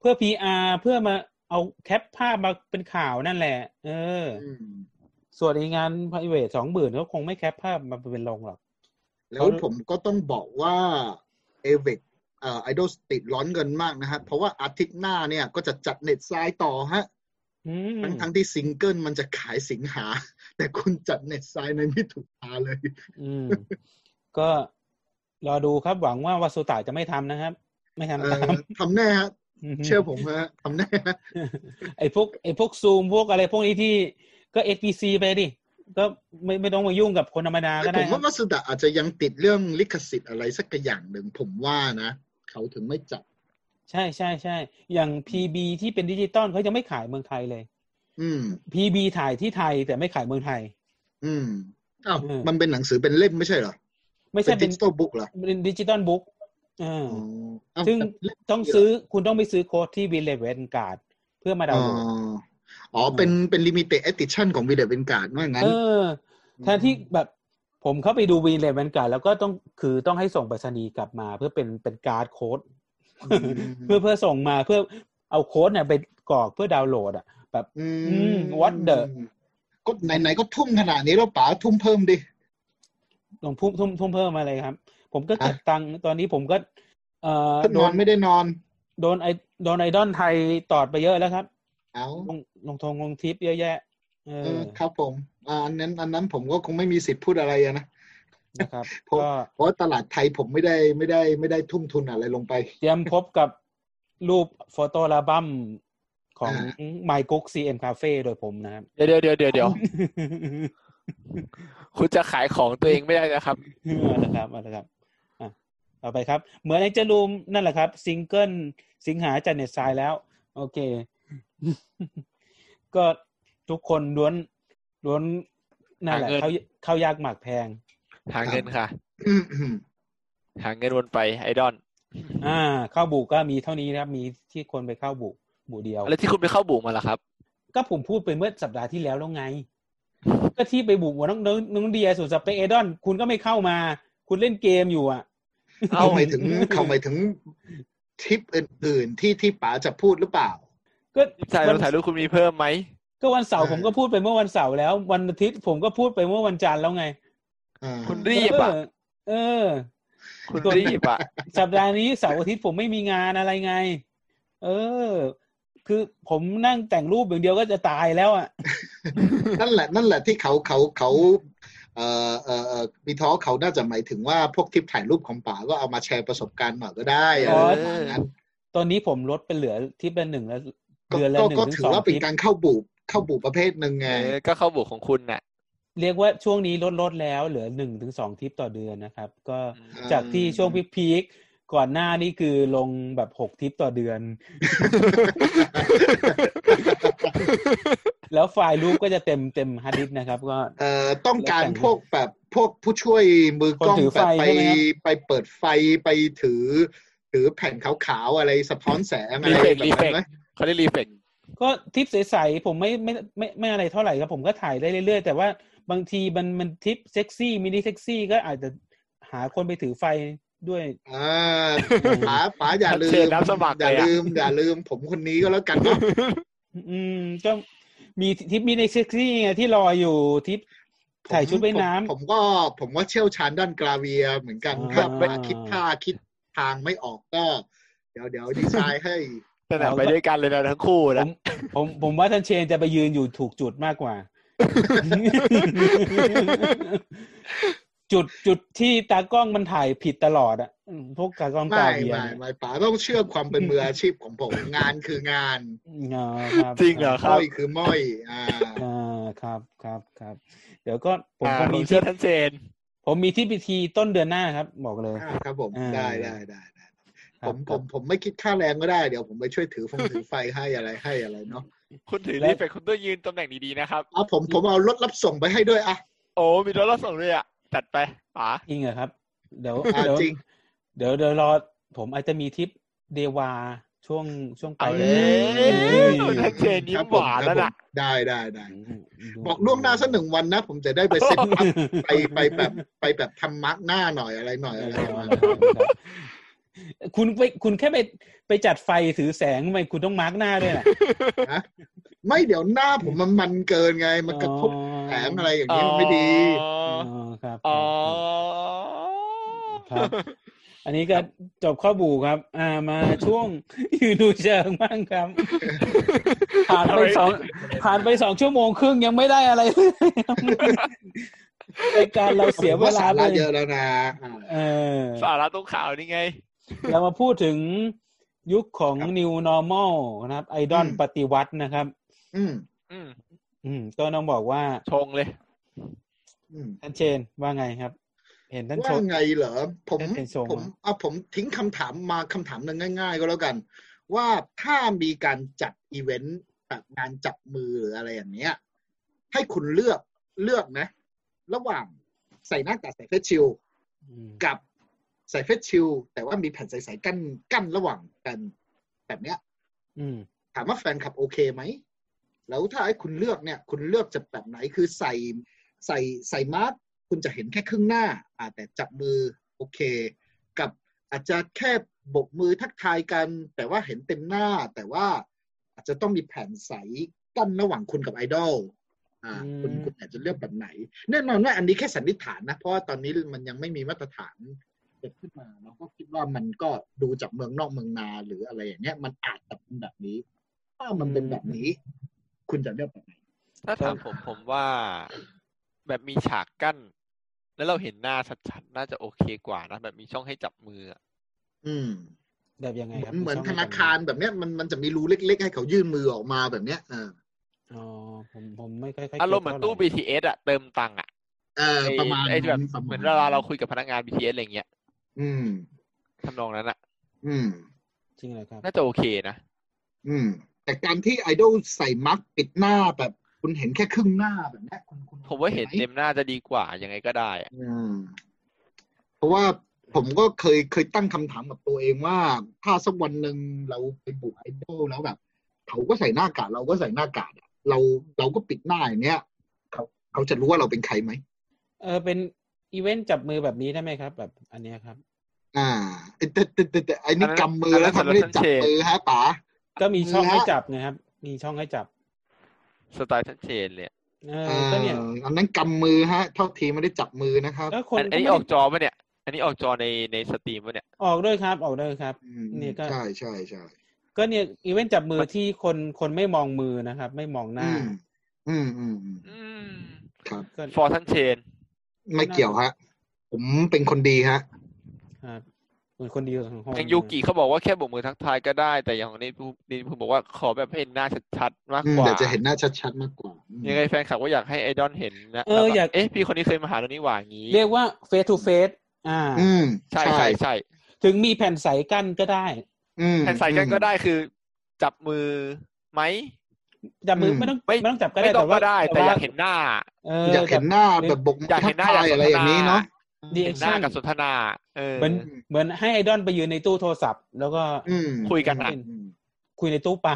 [SPEAKER 2] เพื่อพีอาเพื่อมาเอาแคปภาพมาเป็นข่าวนั่นแหละ เออ
[SPEAKER 5] อืม
[SPEAKER 2] ส่วนไอ้งานไพรเวทสองหมื่นเขาคงไม่แคปภาพมาเป็นลงหรอก
[SPEAKER 5] แล้วผมก็ต้องบอกว่าเอเวกเอ่อไอดอลติดร้อนเงินมากนะฮะเพราะว่าอาทิตย์หน้าเนี่ยก็จะจัดเน็ตไซต์ต่อฮะ
[SPEAKER 2] อืม
[SPEAKER 5] ทั้งทั้งที่ซิงเกิลมันจะขายสิงหา แต่คุณจัดเน็ตไซน์ในมิถุนาเลย
[SPEAKER 2] อืม ก็ รอดูครับหวังว่าวาสุตะจะไม่ทำนะครับ ไม่ทำ
[SPEAKER 5] เอ่
[SPEAKER 2] ตา
[SPEAKER 5] อ
[SPEAKER 2] ม
[SPEAKER 5] ทำแน่ฮะ
[SPEAKER 2] ม
[SPEAKER 5] เชื่อผมฮะทำแน่ฮะ
[SPEAKER 2] ไอ้พวกไอ้พวกซูมพวกอะไรพวกนี้ที่ก็ HPC ไปดิ ก็ไม่ไม่ต้องมายุ่งกับคนธรรมดาก็
[SPEAKER 5] ผ
[SPEAKER 2] ได้
[SPEAKER 5] ม
[SPEAKER 2] ครับ
[SPEAKER 5] ว่าวัสดะอาจจะยังติดเรื่องลิขสิทธิ์อะไรสักอย่างหนึ่งผมว่านะเขาถึงไม่จับ
[SPEAKER 2] ใช่ใช่ใช่อย่าง PB ที่เป็นดิจิตอลเขายังไม่ขายเมืองไทยเลย
[SPEAKER 5] อืม
[SPEAKER 2] PB ถ่ายที่ไทยแต่ไม่ขายเมืองไทย
[SPEAKER 5] อืมอ้าว
[SPEAKER 2] อืม
[SPEAKER 5] มันเป็นหนังสือเป็นเล่มไม่ใช่เหรอ
[SPEAKER 2] ไม่
[SPEAKER 5] เป็
[SPEAKER 2] ใช่
[SPEAKER 5] น
[SPEAKER 2] เป็
[SPEAKER 5] ดิ
[SPEAKER 2] น
[SPEAKER 5] จิตอลบุ๊กเหรอ
[SPEAKER 2] เป็นดิจิตอลบุ๊กอ่า
[SPEAKER 5] อ๋ออ้าว
[SPEAKER 2] ซึ่ง
[SPEAKER 5] แต่เล่ม
[SPEAKER 2] ต้องซื้อคุณต้องไปซื้อโค้ดที่วิลเลเวนการ์ดเพื่อมาดา
[SPEAKER 5] อ๋
[SPEAKER 2] วน์
[SPEAKER 5] อ
[SPEAKER 2] โหลด
[SPEAKER 5] อ๋อเป็นเป็นลิมิเต็ดเอติชันของวีเดอร์เป็นการ์ดว่างั้
[SPEAKER 2] เอน อแทนที่แบบผมเข้าไปดูวีเลนการ์ดแล้วก็ต้องคือต้องให้ส่งไปรษณีย์กลับมาเพื่อเป็นเป็นการ์ดโค้ด เพื่อเพื่อส่งมาเพื่อเอาโค้ดเนี่ยไปกรอกเพื่อดาวน์โหลดอ่ะ แบบ
[SPEAKER 5] อื
[SPEAKER 2] อืม what the
[SPEAKER 5] ก็ไหนๆก็ทุ่มขนาดนี้แล้วป๋าทุ่มเพิ่มดิ
[SPEAKER 2] ลงทุ่มทุ่มทุ่มเพิ่มมาเลยครับ ผมก็เก็บ
[SPEAKER 5] อ่ะ
[SPEAKER 2] ตังค์ตอนนี้ผมก็ เอ่อ
[SPEAKER 5] ถ้าน
[SPEAKER 2] โด
[SPEAKER 5] อน
[SPEAKER 2] น
[SPEAKER 5] ไม่ได้นอน
[SPEAKER 2] โดนไอโดนไอดอลไทยตอดไปเยอะแล้วครับ
[SPEAKER 5] เอา
[SPEAKER 2] ลงลงทงลงทิปเยอะแยะ เอ
[SPEAKER 5] เอ
[SPEAKER 2] อ
[SPEAKER 5] อครับผมอ่าอันนั้นอันนั้นผมก็คงไม่มีสิทธิ์พูดอะไรอะนะ
[SPEAKER 2] นะครับ
[SPEAKER 5] ผม
[SPEAKER 2] ก็
[SPEAKER 5] เพราะว่าตลาดไทยผมไม่ได้ไม่ได้ไม่ได้ทุ่มทุนอะไรลงไป
[SPEAKER 2] เตรียมพบกับรูปโฟโต้อัลบั้มของ
[SPEAKER 5] อ่
[SPEAKER 2] My Cook CM Cafe โดยผมนะครับ
[SPEAKER 1] เดี๋ยวเดี๋ยวเดี๋ยวเดี๋ยวเดี๋ ยวคุณจะขายของตัวเองไม่ได้นะครับ
[SPEAKER 2] เอาละครับเอาละครับอ่ะต่อไปครับ เหมือนไอ้เจารูมนั่นแหละครับ ซิงเกิลสิงหาจากเน็ตไซด์แล้ว โอเค ก็ทุกคนล้วนล้วนนั่นแหละ
[SPEAKER 1] หาเงิน
[SPEAKER 2] เขาเขายากหมากแพง
[SPEAKER 1] หาเงินค่ะ
[SPEAKER 5] อืมอืม
[SPEAKER 1] หาเงินวนไปไอดอล
[SPEAKER 2] อ่า เข้าบุก็มีเท่านี้นะครับ มีที่คนไปเข้าบุบุเดียว
[SPEAKER 1] แล้วที่คุณไปเข้าบุกมาล่ะครับ
[SPEAKER 2] ก็ผมพูดไปเมื่อสัปดาห์ที่แล้วแล้วไง ก็ที่ไปบุกหัวน้องน้องน้องเดียส่วนสเปเอดอน คุณก็ไม่เข้ามา คุณเล่นเกมอยู่อ่ะ
[SPEAKER 5] เขาหมายถึงเขาหมายถึงทริปอื่น ๆ ที่ที่ป๋าจะพูดหรือเปล่า
[SPEAKER 2] ก็
[SPEAKER 1] ถ่ายรูปถ่ายรูปคุณมีเพิ่มไหม
[SPEAKER 2] ก็วันเสาร์
[SPEAKER 5] อ่า
[SPEAKER 2] ผมก็พูดไปเมื่อวันเสาร์แล้ว วันอาทิตย์ผมก็พูดไปเมื่อวันจันทร์แล้วไง
[SPEAKER 5] อ่า
[SPEAKER 1] คุณรีบอ่ะ
[SPEAKER 2] เเออ
[SPEAKER 1] คุณรีบอ่ะ
[SPEAKER 2] สัปดาห์นี้เสาร์อาทิตย์ผมไม่มีงานอะไรไง เออ คือผมนั่งแต่งรูปอย่างเดียวก็จะตายแล้วอ่ะ
[SPEAKER 5] นั่นแหละ นั่นแหละที่เขาเขาเขาเอ่อเอ่อเอ่อบีท้อเขาน่าจะหมายถึงว่าพวกทริปถ่ายรูปของป๋าก็เอามาแชร์ประสบการณ์หน่อยก็ได้อะไรประมาณนั้น
[SPEAKER 2] ตอนนี้ผมลดไปเหลือทริปละหนึ่งแล้ว
[SPEAKER 5] ก็
[SPEAKER 2] เดือนละ
[SPEAKER 5] ก็
[SPEAKER 2] หนึ่ง
[SPEAKER 5] ก็
[SPEAKER 2] ถึง
[SPEAKER 5] ถือ
[SPEAKER 2] สอง
[SPEAKER 5] ว่า
[SPEAKER 2] ท
[SPEAKER 5] เป็น
[SPEAKER 2] ริป
[SPEAKER 5] การเข้าบูบเข้าบูบประเภทหนึ่ง
[SPEAKER 1] เอ
[SPEAKER 5] ไง
[SPEAKER 1] อ ก็เข้าบุกของคุณน่ะ
[SPEAKER 2] เรียกว่าช่วงนี้ลดลดแล้วเหลือหนึ่งถึงสองทริปต่อเดือนนะครับ ก็
[SPEAKER 5] อืม
[SPEAKER 2] จากที่ช่วงพีคๆก่อนหน้านี่คือลงแบบหกทริปต่อเดือน แล้วไฟล์รูปก็จะเต็มเต็มฮาร์ดดิสก์นะครับ ก็
[SPEAKER 5] เอ่อต้องการพวกแบบพวกผู้ช่วยมือกล้อง
[SPEAKER 2] คนถือ
[SPEAKER 5] แบ
[SPEAKER 2] ไฟ
[SPEAKER 5] บไป
[SPEAKER 2] ใช่ไหมครับ
[SPEAKER 5] ไปเปิดไฟไปถือ ถือแผ่นขาวๆอะไรสะท้อนแสงอะไรแบบ
[SPEAKER 1] รีเฟก
[SPEAKER 5] นั้
[SPEAKER 1] ต์
[SPEAKER 5] นไหม
[SPEAKER 1] เขาได้รีเฟกต์
[SPEAKER 2] ก็ทริปใสๆผมไม่ไม่ไม่ไม่อะไรเท่าไหร่ครับ ผมก็ถ่ายได้เรื่อยๆ แต่ว่าบางทีมันมันทริปเซ็กซี่มินิเซ็กซี่ก็อาจจะหาคนไปถือไฟด้วย
[SPEAKER 5] อ่าป๋าป๋าอย่าลื
[SPEAKER 1] เชิ
[SPEAKER 5] ม
[SPEAKER 1] ญรับสมัคร
[SPEAKER 5] อ
[SPEAKER 1] เล
[SPEAKER 5] ย่าย
[SPEAKER 1] อ่ะ
[SPEAKER 5] ลืมอย่าลืมผมคนนี้ก็แล้วกันเนาะ
[SPEAKER 2] อืมก็มีทริปมินิเซ็กซี่ไงที่รออยู่ทริปถ่ายชุดว่ายน้ำ
[SPEAKER 5] ผมผมก็ผมว่าเชี่ยวชาญด้านกราเวียเหมือนกัน
[SPEAKER 2] อ่า
[SPEAKER 5] ถ้าป๋าคิดท่าคิดทางไม่ออกก็ เดี๋ยวเดี๋ยวดีไซน์ให้
[SPEAKER 1] แต่ไปด้วยกันเลยนะทั้งคู่
[SPEAKER 2] ผ
[SPEAKER 1] นะ
[SPEAKER 2] มผมผมว่าท่านเชนจะไปยืนอยู่ถูกจุดมากกว่า จุดจุดที่ตากล้องมันถ่ายผิดตลอดอะอืมพวกตากล้องกา
[SPEAKER 5] ไม่
[SPEAKER 2] เบียร์
[SPEAKER 5] ไม่ไม่ป๋าต้องเชื่อความเป็นมืออาชีพของผม งานคืองาน
[SPEAKER 2] อ๋อคบ
[SPEAKER 1] จริงเหรอครั
[SPEAKER 5] ม้
[SPEAKER 1] บ
[SPEAKER 5] อยคือม้อยอ่า
[SPEAKER 2] อ่าครับครับครับ เดี๋ยวก็ผม
[SPEAKER 1] อ่า
[SPEAKER 2] ก็
[SPEAKER 1] ผ
[SPEAKER 2] มี
[SPEAKER 1] มเชื่
[SPEAKER 2] ที่
[SPEAKER 1] อท่านเจน
[SPEAKER 2] ผมมีที่พิธีต้นเดือนหน้าครับ บอกเลย
[SPEAKER 5] ครับผม
[SPEAKER 2] อ่า
[SPEAKER 5] ได้ได้ได้ได้
[SPEAKER 2] ค
[SPEAKER 5] ผ
[SPEAKER 2] รับ
[SPEAKER 5] มผมผมไม่คิดค่าแรงก็ได้เดี๋ยวผมไปช่วยถือฟงถือไฟให้อะไรให้อะไรเนาะ
[SPEAKER 1] คุณถือรีเฟกต์คุณต้องยืนตำแหน่งดีๆนะครับ
[SPEAKER 5] เอาผมผมเอารถรับส่งไปให้ด้วยอ่ะ
[SPEAKER 1] โอ้มีรถรับส่งด้วยอ่ะจัดไปป๋า
[SPEAKER 2] จริงเหรอครับ เดี๋ยว
[SPEAKER 5] อ่า
[SPEAKER 2] เดี๋ยว
[SPEAKER 5] จริง
[SPEAKER 2] เดี๋ยวเดี๋ยวรอ ผมอาจจะมีทริปเดวาช่วงช่วงปลา
[SPEAKER 1] เอา
[SPEAKER 2] ย
[SPEAKER 1] เล
[SPEAKER 2] ดือน
[SPEAKER 1] ย
[SPEAKER 5] อืม
[SPEAKER 1] ท่านเจนยิ้มหวานแล้ว
[SPEAKER 5] ครับ
[SPEAKER 1] น่ะ
[SPEAKER 5] ผมได้ได้ได้
[SPEAKER 2] อืมดู
[SPEAKER 5] บอกล่วงหน้าสักหนึ่งวันนะ ผมจะได้ไปเซ็ตอัพ ไปไปแบบไปแบบทำมาร์กหน้าหน่อยอะไรหน่อยอะไรประมาณนั้น
[SPEAKER 2] คุณไปคุณแค่ไปไปจัดไฟถือแสงทำไมคุณต้องมาร์กหน้าด้วยล่ะ
[SPEAKER 5] นะไม่เดี๋ยวหน้าผมมันมันเกินไง มันกระทบแสงอะไรอย่างนี้มันไม่ดี
[SPEAKER 2] อ๋อครับ
[SPEAKER 1] อ๋อ
[SPEAKER 2] ครับ อันนี้ก็จบข้อบูครับ อ่ามาช่วง อยู่ดูเชิงบ้าง ครับ ผ่านไปสองผ่านไปสองชั่วโมงครึ่งยังไม่ได้อะไรเลย รายการเราเสียเวลา
[SPEAKER 5] ผมสา
[SPEAKER 2] ไป
[SPEAKER 5] ระเยอะแล้วนะอ่า
[SPEAKER 2] เออ
[SPEAKER 1] สาระตรงข่าวนี่ไง
[SPEAKER 2] เรามาพูดถึงยุคของ new normal นะครับ ไอดอลปฏิวัตินะครับ
[SPEAKER 5] อืม
[SPEAKER 1] อืม
[SPEAKER 2] อืมก็ต้องบอกว่า
[SPEAKER 1] ชงเลย
[SPEAKER 5] อืม
[SPEAKER 2] ท่านเชนว่าไงครับ เห็นท่านช
[SPEAKER 5] ว่าม ไงเหรอผม
[SPEAKER 2] ท่านเป็นทรง
[SPEAKER 5] ผม
[SPEAKER 2] อะ
[SPEAKER 5] เอาผมทิ้งคำถามมาคำถามหนึ่งง่าย ๆ ก็แล้วกัน ว่าถ้ามีการจัดอีเวนต์แบบงานจับมือหรืออะไรอย่างเนี้ย ให้คุณเลือกเลือกนะ ระหว่างใส่หน้ากากใส่เฟสชิลด์
[SPEAKER 2] อืม
[SPEAKER 5] กับใส่เฟสชิลด์แต่ว่ามีแผ่นใสๆกั้นกั้นระหว่างกันแบบเนี้ย
[SPEAKER 2] อืม
[SPEAKER 5] ถามว่าแฟนคลับโอเคไหม แล้วถ้าให้คุณเลือกเนี่ย คุณเลือกจะแบบไหน คือใส่ใส่ใส่มาสก์คุณจะเห็นแค่ครึ่งหน้าอ่าแต่จับมือโอเค กับอาจจะแค่โบกมือทักทายกัน แต่ว่าเห็นเต็มหน้า แต่ว่าอาจจะต้องมีแผ่นใสกั้นระหว่างคุณกับไอดอล อ่า คุณ
[SPEAKER 2] อืม
[SPEAKER 5] คุณอาจจะเลือกแบบไหน แน่นอนว่าอันนี้แค่สันนิษฐานนะ เพราะว่าตอนนี้มันยังไม่มีมาตรฐาน เกิดขึ้นมาเราก็คิดว่ามันก็ดูจากเมืองนอกเมืองนาหรืออะไรอย่างเงี้ยมันอาจจะเป็นแบบนี้ ถ้ามันเป็นแบบนี้ คุณจะเลือกแบบไหน
[SPEAKER 1] ถ้าถามผมผมว่าแบบมีฉากกั้น แล้วเราเห็นหน้าชัดๆ น่าจะโอเคกว่านะ แบบมีช่องให้จับมืออะ
[SPEAKER 5] อืม
[SPEAKER 2] แบบยังไงครับ
[SPEAKER 5] เหมือน
[SPEAKER 2] ช่ง
[SPEAKER 5] ธ
[SPEAKER 2] ใ
[SPEAKER 5] นาคารแบบเนี้ยมันมันจะมีรูเล็ก ๆ ให้เขายื่นมือออกมาแบบเนี้ยเออ
[SPEAKER 2] อ๋อผมผมไม่ค่อยค่ย
[SPEAKER 1] อารมณ์เหมือนตู้
[SPEAKER 2] ก็ตท่าไ
[SPEAKER 1] BTS อะเติมตังค์อะ
[SPEAKER 5] เออ
[SPEAKER 1] ไอ้
[SPEAKER 5] ประมาณ
[SPEAKER 1] ไอ้ที่แบบ
[SPEAKER 5] ประณ
[SPEAKER 1] เหมือนเวลาเราคุยกับพนักงาน BTS อะไรเงี้ย
[SPEAKER 5] อืม
[SPEAKER 1] ทำนองนั้นอะ
[SPEAKER 5] อืม
[SPEAKER 2] จริงเลยครับ
[SPEAKER 1] น่าจะโอเคนะ
[SPEAKER 5] อืม แต่การที่ไอดอลใส่มาร์กปิดหน้าแบบ คุณเห็นแค่ครึ่งหน้าแบบเนี้ยคุณคุณ
[SPEAKER 1] ผมว่าเห็นเต็มหน้าจะดีกว่า ยังไงก็ได้อะ
[SPEAKER 5] อืมเพราะว่าผมก็เคยเคยตั้งคำถามกับตัวเองว่า ถ้าสักวันหนึ่งเราไปบุกไอดอลแล้วแบบ เขาก็ใส่หน้ากากเราก็ใส่หน้ากากอะเราเราก็ปิดหน้าอย่างเนี้ยเขาเขาจะรู้ว่าเราเป็นใครไหม
[SPEAKER 2] เออเป็นอีเวนต์จับมือแบบนี้ได้ไหมครับ แบบอันเนี้ยครับ
[SPEAKER 5] อ่าแต่แต่แต่แต่ไอ้นี่กำมือแล้วทำไม่ได้จับมือฮะป๋า
[SPEAKER 2] ก็มีช่อง
[SPEAKER 5] และ
[SPEAKER 2] ให้จับไงครับ มีช่องให้จับ
[SPEAKER 1] สไตล์ชัดเจนเลยอะ
[SPEAKER 2] เอ
[SPEAKER 5] เอ
[SPEAKER 2] อก็เนี่ย
[SPEAKER 5] ออันนั้นกำมือฮะ เท่าทีไม่ได้จับมือนะครับ
[SPEAKER 2] ก็คน
[SPEAKER 1] อันอันนี้อ
[SPEAKER 2] ก็ไม่
[SPEAKER 1] อกจอปะเนี่ย อันนี้ออกจอในในสตรีมปะเนี่ย
[SPEAKER 2] ออกด้วยครับ ออกด้วยครับ
[SPEAKER 5] อืม
[SPEAKER 2] เนี่ยก็
[SPEAKER 5] ใช่ใช่ใช่
[SPEAKER 2] ก็เนี่ยอีเวนต์จับมือที่คนคนไม่มองมือนะครับ ไม่มองหน้า
[SPEAKER 5] อืมอืมอืมอืม
[SPEAKER 1] อืม
[SPEAKER 5] ครับ
[SPEAKER 2] ก็
[SPEAKER 1] ฟอร์ชันเชน
[SPEAKER 5] ไม่เกี่ยวฮะ ผมเป็นคนดีฮะ
[SPEAKER 2] ครับเหมือนคนเดียวของห้อง
[SPEAKER 1] อย่างยูกิเขาบอกว่าแค่โบกมือทักทายก็ได้ แต่อย่างของนี่ผู้นี่ผมบอกว่าขอแบบให้เห็นหน้าชัดๆมาก
[SPEAKER 5] อืม
[SPEAKER 1] กว่า
[SPEAKER 5] เดี๋ยวจะเห็นหน้าชัดๆมากกว่าอืม
[SPEAKER 1] ยังไงแฟนคลับก็อยากให้ไอดอลเห็นนะ
[SPEAKER 2] เอออยาก
[SPEAKER 1] เอ๊ะพี่คนนี้เคยมาหาเรานี่หว่างี้
[SPEAKER 2] เรียกว่าเฟสทูเฟสอ่า
[SPEAKER 5] อืม
[SPEAKER 1] ใช่ใช่ใช่
[SPEAKER 2] ถึงมีแผ่นใสกั้นก็ได้
[SPEAKER 5] อืม
[SPEAKER 1] แทนใส่กันก็ได้คือจับมือไหม
[SPEAKER 2] จับมือ
[SPEAKER 5] ม
[SPEAKER 2] ไม่ต้อง
[SPEAKER 1] ไม่
[SPEAKER 2] ไม่ต้องจับก็ได้
[SPEAKER 1] ไม่ต้องก็ได้แต่
[SPEAKER 2] ว่
[SPEAKER 1] อยากเห็นหน้า
[SPEAKER 2] เอ
[SPEAKER 5] อื
[SPEAKER 2] อ
[SPEAKER 5] ม
[SPEAKER 2] อ
[SPEAKER 5] อยากเห็นหน้าแบบบก
[SPEAKER 1] อยากเห็นหน้า
[SPEAKER 5] ทัทย
[SPEAKER 1] อยากสนทนา
[SPEAKER 5] อะไรอย่างนี้เนาะ
[SPEAKER 2] ดี
[SPEAKER 1] เห็นหน้ากับสนทนาเออ
[SPEAKER 2] เหมือนเหมือนให้ไอดอลไปยืนในตู้โทรศัพท์ แล้วก็
[SPEAKER 5] อืม
[SPEAKER 1] คุยกันอะ
[SPEAKER 5] อืม
[SPEAKER 2] คุยในตู้ปลา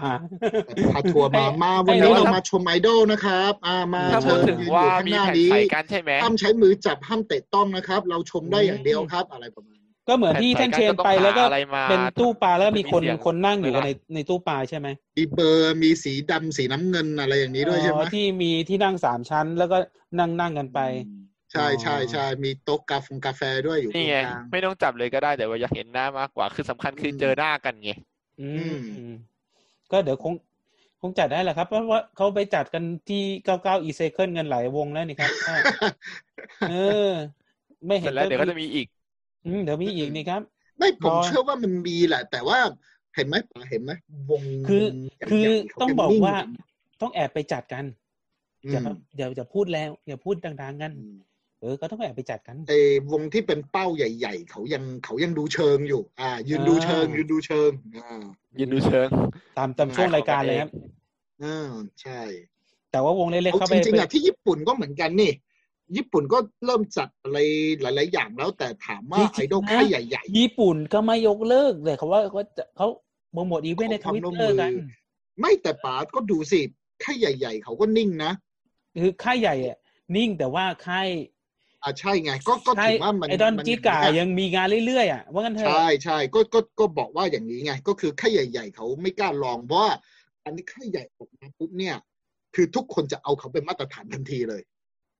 [SPEAKER 5] พาทัวร์มามาวัน
[SPEAKER 2] ให้
[SPEAKER 5] นี้
[SPEAKER 2] รู้
[SPEAKER 5] เรามาชมไอดอลนะครับ อ่ามา
[SPEAKER 1] ถ้าพูด
[SPEAKER 5] เชิ
[SPEAKER 1] ถึ
[SPEAKER 5] ญ
[SPEAKER 1] ง
[SPEAKER 5] ยืนอยู่
[SPEAKER 1] ว่า
[SPEAKER 5] ข้าง
[SPEAKER 1] มี
[SPEAKER 5] หน้า
[SPEAKER 1] แผ่น
[SPEAKER 5] นี้
[SPEAKER 1] ใส่กันใช่ไหม
[SPEAKER 5] ห้ามใช้มือจับห้ามเตะต้องนะครับ เราชมได้อย่างเดียวครับ อะไรประมาณนี้
[SPEAKER 2] ก็เหมือนที่ท่านเชนไปแล้วก็
[SPEAKER 1] แผ่นใส่กันก็ต้องหาอะไรมา
[SPEAKER 2] เป็นตู้ปลาแล้วมีคน
[SPEAKER 1] มีเสียง
[SPEAKER 2] คนนั่งอยู่กันในในตู้ปลาใช่ไหม
[SPEAKER 5] มีเบอร์มีสีดำสีน้ำเงินอะไรอย่างนี้ด้วยใช่ไหม
[SPEAKER 2] อ๋อที่มีที่นั่งสามชั้นแล้วก็นั่งนั่งกันไป
[SPEAKER 5] ใช่ใช่ใช่มีโต๊ะกาแฟกาแฟด้วยอยู่ตร
[SPEAKER 1] นี่
[SPEAKER 5] ง
[SPEAKER 1] ไง
[SPEAKER 5] กลาง
[SPEAKER 1] ไม่ต้องจับเลยก็ได้แต่ว่าอยากเห็นหน้ามากกว่า คือสำคัญคืออ
[SPEAKER 5] ม
[SPEAKER 1] เจอหน้ากันไง
[SPEAKER 2] อื
[SPEAKER 5] อื
[SPEAKER 2] ม
[SPEAKER 5] ม
[SPEAKER 2] อืมก็เดี๋ยวคงคงจัดได้แหละครับ เพราะว่าเขาไปจัดกันที่เก้าเก้าอีเซเคิลกันหลายวงแล้วนี่ครับก็เออ ไม่
[SPEAKER 1] เส
[SPEAKER 2] เห็
[SPEAKER 1] ร็จ
[SPEAKER 2] น
[SPEAKER 1] แล้วเดี๋ยวก็จะมีอีก
[SPEAKER 2] อืมเดี๋ยวมีอีกนี่ครับ
[SPEAKER 5] ไม่ผม
[SPEAKER 2] น้อย
[SPEAKER 5] เชื่อว่ามันมีแหละ แต่ว่าเห็นไหมป๋าเห็นไหมวง
[SPEAKER 2] คือ
[SPEAKER 5] ใหญ่ๆ
[SPEAKER 2] คือ
[SPEAKER 5] เขา
[SPEAKER 2] ต้อง
[SPEAKER 5] จะ
[SPEAKER 2] บอก
[SPEAKER 5] นิ่
[SPEAKER 2] ว่า
[SPEAKER 5] กัน
[SPEAKER 2] ต้องแอบไปจัดกัน
[SPEAKER 5] อื
[SPEAKER 2] อย่าม อย่าอย่าพูดแล้วอย่าพูดดังๆกันเออก็ต้องแอบไปจัดกัน
[SPEAKER 5] ไอ้วงที่เป็นเป้าใหญ่ ๆ เขายังเขายังดูเชิงอยู่ อ่า ยืนดูเชิง
[SPEAKER 2] อ่ายื
[SPEAKER 5] ยืนดูเชิง อ่า
[SPEAKER 1] ยืนดูเชิง
[SPEAKER 2] ตามตามช่วงรายการเลยครับ
[SPEAKER 5] อ่าใช่
[SPEAKER 2] แต่ว่าวงเล็กๆ
[SPEAKER 5] เอา
[SPEAKER 2] เข้า
[SPEAKER 5] จ
[SPEAKER 2] ไป
[SPEAKER 5] ริงๆอ่ะที่ญี่ปุ่นก็เหมือนกันนี่ ญี่ปุ่นก็เริ่มจัดอะไรหลาย ๆ อย่างแล้วแต่ถามว่าไอดอลค่ายใหญ่
[SPEAKER 2] ญี่ปุ่นก็ไม่ยกเลิกเลยเขาว่าเขาจะเขาโปรโมทอีเวนต์ในท
[SPEAKER 5] เขา
[SPEAKER 2] วิต
[SPEAKER 5] ทำร่วม
[SPEAKER 2] เตอร์กัน
[SPEAKER 5] มือ ๆ ไม่แต่ป๋าก็ดูสิค่ายใหญ่ ๆ เขาก็นิ่งนะ
[SPEAKER 2] คือค่ายใหญ่อะนิ่งแต่ว่าค่าย
[SPEAKER 5] อ่าใช่ไง ก็ก็
[SPEAKER 2] ค่าย
[SPEAKER 5] ถือว่ามัน
[SPEAKER 2] ไอดอน
[SPEAKER 5] มัน
[SPEAKER 2] จิกายังมีงานเรื่อยๆอ่ะว่ากันเถอะ
[SPEAKER 5] ใช่ใช่ก็ก็ก็บอกว่าอย่างนี้ไง ก็คือค่ายใหญ่ ๆ เขาไม่กล้าลองเพราะว่าอันนี้ค่ายใหญ่ออกมาปุ๊บเนี่ย คือทุกคนจะเอาเขาเป็นมาตรฐานทันทีเลย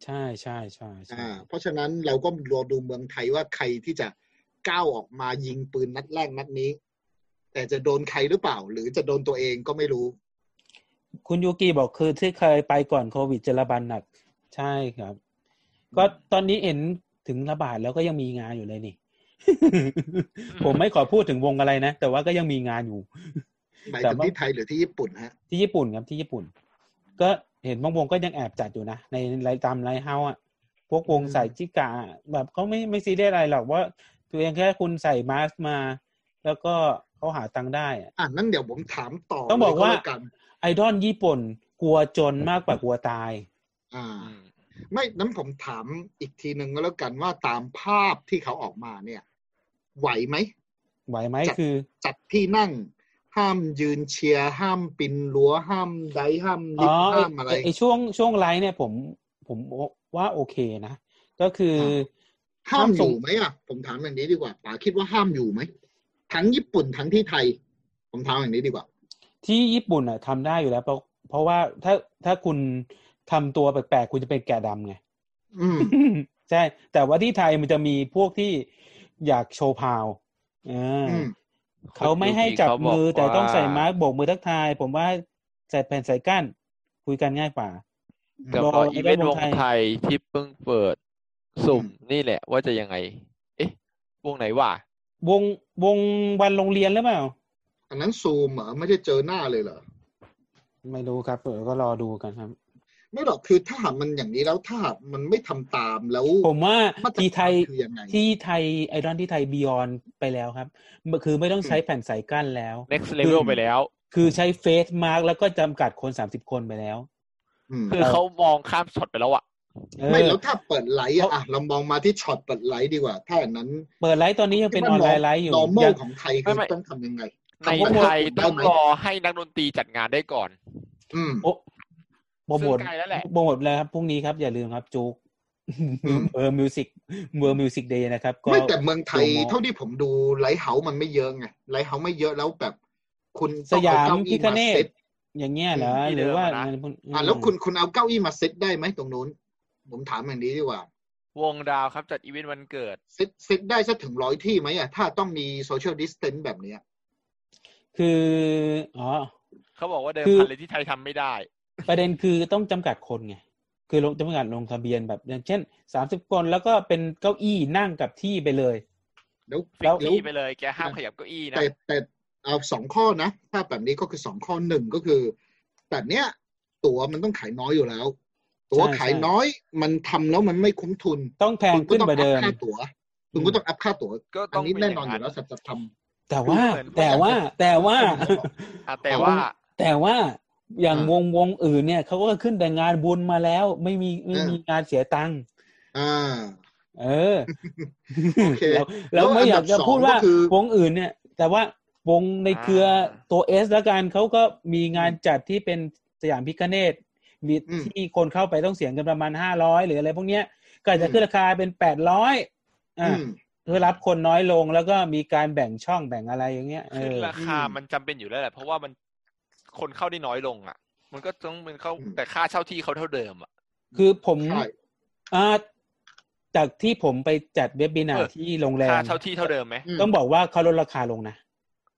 [SPEAKER 2] ใช่ใช่ใช่ใช่
[SPEAKER 5] อ่า เพราะฉะนั้นเราก็รอดูเมืองไทยว่าใครที่จะก้าวออกมายิงปืนนัดแรกนัดนี้ แต่จะโดนใครหรือเปล่า หรือจะโดนตัวเองก็ไม่รู้
[SPEAKER 2] คุณยูกิบอกคือที่เคยไปก่อนโควิดจะระบาดหนัก ใช่ครับ ก็ตอนนี้เห็นถึงระบาดแล้วก็ยังมีงานอยู่เลยนี่ ผมไม่ขอพูดถึงวงอะไรนะ แต่ว่าก็ยังมีงานอยู่
[SPEAKER 5] หมายถึงที่ไทยหรือที่ญี่ปุ่นฮะ
[SPEAKER 2] ที่ญี่ปุ่นครับที่ญี่ปุ่น ก็เห็นบางวงก็ยังแอบจัดอยู่นะในรายตามไลฟ์เฮาส์อ่ะพวกวง
[SPEAKER 3] อืม
[SPEAKER 2] ใส่จิกาแบบเขาไม่ไม่ซีเรียสอะไรหรอกว่า ตัวเองแค่คุณใส่มาสก์มา แล้วก็เขาหาตังค์ได้อะ
[SPEAKER 5] อ่ะนั่นเดี๋ยวผมถามต่อ
[SPEAKER 2] ต้องบอกว่า
[SPEAKER 5] เลยแล้น
[SPEAKER 2] ไอดอลญี่ปุ่นกลัวจนมากกว่ากลัวตาย
[SPEAKER 5] อ่า
[SPEAKER 1] อืม
[SPEAKER 5] ไม่นั้นผมถามอีกทีหนึ่งก็แล้วกันว่าตามภาพที่เขาออกมาเนี่ย ไหวไหม
[SPEAKER 2] ไหวไหม
[SPEAKER 5] จัด
[SPEAKER 2] คือ
[SPEAKER 5] จัดที่นั่ง ห้ามยืนเชียร์ ห้ามปินรั้วห้ามไดร์ห้ามลิ
[SPEAKER 2] อ๋อไอ้
[SPEAKER 5] ฟต์ห้ามอะไร
[SPEAKER 2] ไอ้ช่วงช่วงไลฟ์เนี่ยผมผมว่าโอเคนะ ก็คือ
[SPEAKER 5] ห้าม
[SPEAKER 2] ห้าม
[SPEAKER 5] อ
[SPEAKER 2] ส่ง
[SPEAKER 5] ยู่ไหมอ่ะ ผมถามอย่างนี้ดีกว่าป๋าคิดว่าห้ามอยู่ไหมทั้งญี่ปุ่นทั้งที่ไทย ผมถามอย่างนี้ดีกว่า
[SPEAKER 2] ที่ญี่ปุ่นอ่ะทำได้อยู่แล้ว เพราะเพราะว่าถ้าถ้าคุณทำตัวแปลกๆ คุณจะเป็นแก่ดำไง
[SPEAKER 5] อืม
[SPEAKER 2] ใช่ แต่ว่าที่ไทยมันจะมีพวกที่อยากโชว์พาวอ่า
[SPEAKER 5] อืม
[SPEAKER 2] เขาไม่ให้จับ
[SPEAKER 6] เขาบ
[SPEAKER 2] มื
[SPEAKER 6] ก
[SPEAKER 2] อแต่ต้องใส่
[SPEAKER 6] ว่
[SPEAKER 2] มาร์กโบกมือทักทาย ผมว่าใส่แผ่นใส่ก้านคุยกันง่ายกว่า
[SPEAKER 6] แล้ว
[SPEAKER 2] ร
[SPEAKER 6] ก็
[SPEAKER 2] อ
[SPEAKER 6] อีเวนต์วง
[SPEAKER 2] ไอ้วงไทย
[SPEAKER 6] ไทยที่เพิ่งเปิด สุ่มนี่แหละว่าจะยังไง เอ๊ะ วงไหนวะ
[SPEAKER 2] วงวงวันโรงเรียนหรือเปล่า
[SPEAKER 5] อันนั้นซูมเหรอไม่ได้เจอหน้าเลยเหรอ
[SPEAKER 2] ไม่รู้ครับเดี๋ยวก็รอดูกันครับ
[SPEAKER 5] ไม่หรอกคือถ้าหากมันอย่างนี้แล้วถ้าหากมันไม่ทำตามแล้ว
[SPEAKER 2] ผมว่า
[SPEAKER 5] มาตร
[SPEAKER 2] ที่ไท
[SPEAKER 5] ฐาน
[SPEAKER 2] ย
[SPEAKER 5] คือยังไง
[SPEAKER 2] ที่ไทยไอรอนที่ไทยบียอนไปแล้วครับ คือไม่ต้องใช้แผ่นสายกั้นแล้ว
[SPEAKER 6] next level
[SPEAKER 2] อืม
[SPEAKER 6] ไปแล้ว
[SPEAKER 2] คือใช้เฟซมาร์กแล้วก็จำกัดคนสามสิบคนไปแล้ว
[SPEAKER 5] อืม
[SPEAKER 6] คือเขามองข้ามช็อตไปแล้วอะ
[SPEAKER 2] เอ
[SPEAKER 5] ไม่
[SPEAKER 2] อ
[SPEAKER 5] แล้วถ้าเปิดไลท์อะ
[SPEAKER 2] เขา
[SPEAKER 5] อ่ะเรามองมาที่ช็อตเปิดไลท์ดีกว่า ถ้าอย่างนั้น
[SPEAKER 2] เปิดไลฟ์ตอนนี้ยังเป็นออนไลน์ไลฟ์อยู่
[SPEAKER 5] นอร์มอ
[SPEAKER 2] ยั
[SPEAKER 5] ล
[SPEAKER 2] ง
[SPEAKER 5] ของไทยคือต้องทำยังไง
[SPEAKER 6] ใน
[SPEAKER 5] คำว่า
[SPEAKER 6] ไทย
[SPEAKER 5] ได้
[SPEAKER 6] ต้อง
[SPEAKER 5] ไหม
[SPEAKER 6] รอให้นักดนตรีจัดงานได้ก่อน
[SPEAKER 5] อืม
[SPEAKER 2] โอ้โปรโมท
[SPEAKER 1] ซึ่งใกล้แล้วแหละ
[SPEAKER 2] โปรโมทแล้วครับพรุ่งนี้ครับ อย่าลืมครับ จุก
[SPEAKER 5] อืม
[SPEAKER 2] เออมิวสิกเวอร์มิวสิกเดย์นะครับ ก็
[SPEAKER 5] ไม่แต่เมืองไท
[SPEAKER 2] ดู
[SPEAKER 5] ย
[SPEAKER 2] มอง
[SPEAKER 5] เท่าที่ผมดูไลท์เฮาส์มันไม่เยอะไงไลท์เฮาส์ไม่เยอะแล้วแบบ คุณต้อง
[SPEAKER 2] สยาม
[SPEAKER 5] เอเก้อี้
[SPEAKER 2] พิฆเนศ
[SPEAKER 5] ซ็ต
[SPEAKER 2] อย่างเงี้ยเหรอ
[SPEAKER 1] ที่
[SPEAKER 2] ห
[SPEAKER 1] เดิ
[SPEAKER 2] รือ
[SPEAKER 1] ม
[SPEAKER 2] ว่า
[SPEAKER 1] อะนะ
[SPEAKER 2] งานพวก
[SPEAKER 5] อ่ะแล้วคุณคุณเอาเก้าอี้มาเซตได้ไหมตรงนู้น ผมถามอย่างนี้ดีกว่าว
[SPEAKER 1] งดาวครับจัดอีเวนต์วันเกิด
[SPEAKER 5] เซตเซตได้สักถึงร้อยที่ไหมอ่ะถ้าต้องมีโซเชียลดิสเทนต์แบบเนี้ย
[SPEAKER 2] คืออ๋อ
[SPEAKER 1] เขาบอกว่าเดิม
[SPEAKER 2] คือ
[SPEAKER 1] พันเลยที่ไทยทำไม่ได้
[SPEAKER 2] ประเด็นคือต้องจำกัดคนไง คือลงจำกัดลงทะเบียนแบบอย่างเช่นสามสิบคนแล้วก็เป็นเก้าอี้นั่งกับที่ไปเลย
[SPEAKER 5] แล้ว
[SPEAKER 1] ฟิก
[SPEAKER 5] แล้ว
[SPEAKER 1] อี้ไปเลยแกห้ามขยับเก้าอี้นะ
[SPEAKER 5] แต่แต่เอาสองข้อนะ ถ้าแบบนี้ก็คือสองข้อหนึ่งก็คือแบบเนี้ย ตั๋วมันต้องขายน้อยอยู่แล้ว ตั๋ว
[SPEAKER 2] ใช่
[SPEAKER 5] ขาย
[SPEAKER 2] ใช่
[SPEAKER 5] น้อย มันทำแล้วมันไม่คุ้มทุน
[SPEAKER 2] ต้องแพง
[SPEAKER 5] คุณก็
[SPEAKER 2] ขึ้น
[SPEAKER 5] ต้อง
[SPEAKER 2] กว่า
[SPEAKER 5] อั
[SPEAKER 2] เดิ
[SPEAKER 5] พ
[SPEAKER 2] ม
[SPEAKER 5] ค่าตั๋วคุณก็ต้องอัพค่าตั๋ว
[SPEAKER 1] ก็
[SPEAKER 5] อั
[SPEAKER 1] ต้อน ง
[SPEAKER 5] นี้
[SPEAKER 1] เป็
[SPEAKER 5] แน่
[SPEAKER 1] ย่าง
[SPEAKER 5] นอนอยู่แล้วสัจธรรม
[SPEAKER 2] แต่ว่า
[SPEAKER 1] เหมือน
[SPEAKER 2] แต่ว่าแต่ว่า
[SPEAKER 1] อ่ะแต่ว่า
[SPEAKER 2] แต่ว่าอย่าง
[SPEAKER 5] อ่าว
[SPEAKER 2] งวงอื่นเนี่ยเขาก็ขึ้นแต่งานบุญมาแล้ว ไม่มีไม่มีงานเสียตังค์
[SPEAKER 5] อ่า
[SPEAKER 2] เออ
[SPEAKER 5] โอเค
[SPEAKER 2] เราเราไม่อยากจะพูดว่า
[SPEAKER 5] แล้วอันดับสองก็คือ
[SPEAKER 2] วงอื่นเนี่ย แต่ว่าวงในเครือตัวเอสละกันเขาก็มีงานจัดที่เป็นสยามพิคเนตมี
[SPEAKER 5] อืม
[SPEAKER 2] ที่คนเข้าไปต้องเสียเงินประมาณห้าร้อยหรืออะไรพวกเนี้ยก็อาจจะ
[SPEAKER 5] อืม
[SPEAKER 2] ขึ้นราคาเป็นแปดร้อยอ่า
[SPEAKER 5] อืม
[SPEAKER 2] เพื่อรับคนน้อยลงแล้วก็มีการแบ่งช่องแบ่งอะไรอย่างเงี้ยเอ
[SPEAKER 1] ขึ้น
[SPEAKER 2] อ
[SPEAKER 1] ราคามันจำเป็นอยู่แล้วแหละ เพราะว่ามันคนเข้าได้น้อยลงอ่ะ มันก็ต้องมันเข้า
[SPEAKER 5] อืม
[SPEAKER 1] แต่ค่าเช่าที่เขาเท่าเดิมอ่ะ
[SPEAKER 2] คือผม
[SPEAKER 5] ใช่
[SPEAKER 2] อ่าจากที่ผมไปจัดเว็บบินา
[SPEAKER 1] เออ
[SPEAKER 2] ที่โรงแรม
[SPEAKER 1] ค่าเช่าที่เท่าเดิมไหม
[SPEAKER 5] ม
[SPEAKER 2] ต้องบอกว่าเขาลดราคาลงนะ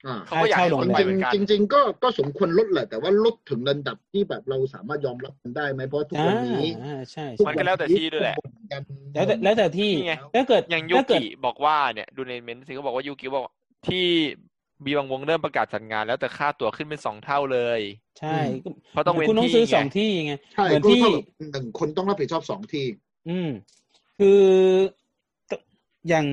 [SPEAKER 5] อ่า
[SPEAKER 1] เขาก็อยากให้คน
[SPEAKER 2] ใช่
[SPEAKER 1] ไปเหมือนกัน
[SPEAKER 5] จริงๆจริงๆก็ก็สมควรลดแหละแต่ว่าลดถึงระดับที่แบบเราสามารถยอมรับมันได้ไหมเพราะทุก
[SPEAKER 2] อ่า
[SPEAKER 5] วันนี้
[SPEAKER 2] อ่าใช่
[SPEAKER 5] ทุ
[SPEAKER 2] ใช่
[SPEAKER 1] มันก็แล้วแต่ที่ด้วยแหละ
[SPEAKER 2] แล้วแต่แล้วแต่ที่
[SPEAKER 1] นี่ไง
[SPEAKER 2] ถ้าเกิด
[SPEAKER 1] อย่างยู
[SPEAKER 2] ถ้าเกิด
[SPEAKER 1] กิบอกว่าเนี่ยดูในเมนต์สิเขาบอกว่ายูกิบอกว่าที่มีบางวงเริ่มประกาศจัดงานแล้วแต่ค่าตั๋วขึ้นเป็นสองเท่าเลย
[SPEAKER 2] ใช่
[SPEAKER 1] เพราะต้องเว้น
[SPEAKER 2] คุณต้อง
[SPEAKER 1] ที่
[SPEAKER 2] ซื้อ
[SPEAKER 1] ไง
[SPEAKER 2] สองที่ไง
[SPEAKER 5] ใช่
[SPEAKER 2] เหมือน
[SPEAKER 5] ก็
[SPEAKER 2] ที่
[SPEAKER 5] เท่ากับหนึ่งคนต้องรับผิดชอบสองที
[SPEAKER 2] อืม คือตอย่าง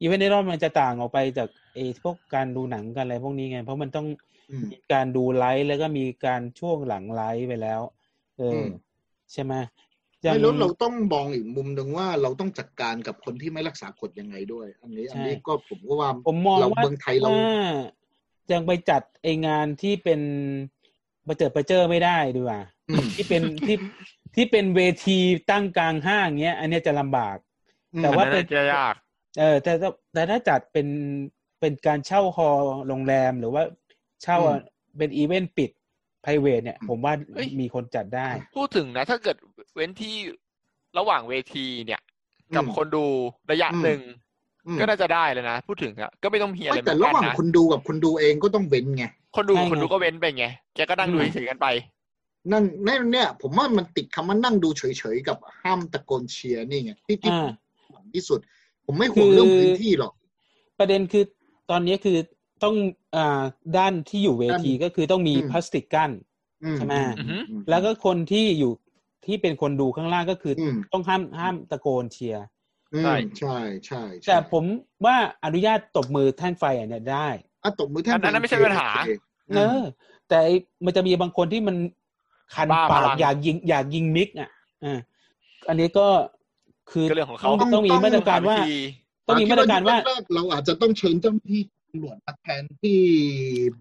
[SPEAKER 2] อีเวนต์ในรอบมันจะต่างออกไปจากไอ้พวกการดูหนังกันอะไรพวกนี้ไง เพราะมันต้อง
[SPEAKER 5] อืม
[SPEAKER 2] มีการดูไลฟ์แล้วก็มีการช่วงหลังไลฟ์ไปแล้ว เอออ
[SPEAKER 5] ม
[SPEAKER 2] ใช่ไหมอย่าง
[SPEAKER 5] ไม่รู้เราต้องมองอีกมุมหนึ่งว่าเราต้องจัดการกับคนที่ไม่รักษากฎยังไงด้วย อันนี้ อันนี้
[SPEAKER 2] ใช่
[SPEAKER 5] ก็ผมก็ว่า
[SPEAKER 2] ผมมอง
[SPEAKER 5] เรา
[SPEAKER 2] ว่า
[SPEAKER 5] เมืองไทยเรา
[SPEAKER 2] ว่ายังไปจัดไองานที่เป็นประเจิดประเจอไม่ได้ดีกว่า
[SPEAKER 5] อืม
[SPEAKER 2] ที่เป็น ที่ที่เป็นเวทีตั้งกลางห้างเงี้ย อันเนี้ยจะลำบาก แต่ว่า
[SPEAKER 1] อัน
[SPEAKER 2] เป็
[SPEAKER 1] นั้นนจะยาก
[SPEAKER 2] เออแต่ถ้าแต่ถ้าจัดเป็นเป็นการเช่าฮอลล์โรงแรมหรือว่าเช่า
[SPEAKER 5] อืม
[SPEAKER 2] เป็นอีเวนต์ปิด p r i v a t เนี่ย ผมว่า
[SPEAKER 1] เอ้ย
[SPEAKER 2] มีคนจัดได้
[SPEAKER 1] พูดถึงนะ ถ้าเกิดเว้นที่ระหว่างเวทีเนี่ย กับ
[SPEAKER 5] อืม
[SPEAKER 1] คนดูระยะ
[SPEAKER 5] อืม
[SPEAKER 1] หนึ่ง
[SPEAKER 5] อืม
[SPEAKER 1] ก็น่าจะได้เลยนะ พูดถึงอะก็ไม่ต้องเฮียอะไร
[SPEAKER 5] ไม่
[SPEAKER 1] เหมื
[SPEAKER 5] แต่
[SPEAKER 1] อน
[SPEAKER 5] ระ
[SPEAKER 1] กั
[SPEAKER 5] หว่าง
[SPEAKER 1] นนะ
[SPEAKER 5] คนดูกับคนดูเองก็ต้องเว้นไง
[SPEAKER 1] คนดู
[SPEAKER 2] ใช่ไง
[SPEAKER 1] คนดูก็เว้นไปไงแกก็นั่งดูเฉยๆกันไป
[SPEAKER 5] นั่งแน่นเนี่ย ผมว่ามันติดคำว่านั่งดูเฉยๆกับห้ามตะโกนเชียร์นี่ไงที่ที่
[SPEAKER 2] อ่า
[SPEAKER 5] ผมหวังที่สุด ผมไม่ห่วงเรื่องพื้นที่หรอก
[SPEAKER 2] ประเด็นคือตอนนี้คือต้องอ่าด้านที่อยู่เวทีก็คือต้องมี
[SPEAKER 5] อืม
[SPEAKER 2] พลาสติกกั้น
[SPEAKER 5] อื
[SPEAKER 2] ใช่ไหม
[SPEAKER 5] อือืม
[SPEAKER 2] แล้วก็คนที่อยู่ที่เป็นคนดูข้างล่างก็คืออ
[SPEAKER 5] ม
[SPEAKER 2] ต้องห้ามห้ามตะโกนเชียร์
[SPEAKER 5] อืม
[SPEAKER 1] ใช่
[SPEAKER 5] ใช่ใช่ใช่
[SPEAKER 2] แต่ผมว่าอนุญาตตบมือแท่านไฟอ่ะเนี่ยได้
[SPEAKER 5] อ่ะตบมือแท
[SPEAKER 1] อั
[SPEAKER 5] น
[SPEAKER 1] นนั้นไม่ใช่ปัญหา
[SPEAKER 5] โอเค
[SPEAKER 2] เออ แต่ไอ้มันจะมีบางคนที่มันคัน
[SPEAKER 1] บ้าพ
[SPEAKER 2] ปาก
[SPEAKER 1] ลัง
[SPEAKER 2] อยากยิงอยากยิงมิกอ่ะอ่าอันนี้ก็คือ
[SPEAKER 1] ก็เรื่องของเขา
[SPEAKER 2] ต้องมีมาตรการว่า
[SPEAKER 1] หธี
[SPEAKER 2] ต้องมีมาตรการว่า
[SPEAKER 5] คิดยุคแกๆเราอาจจะต้องเชิญเจ้าหน้าที่ตำรวจมาแทนที่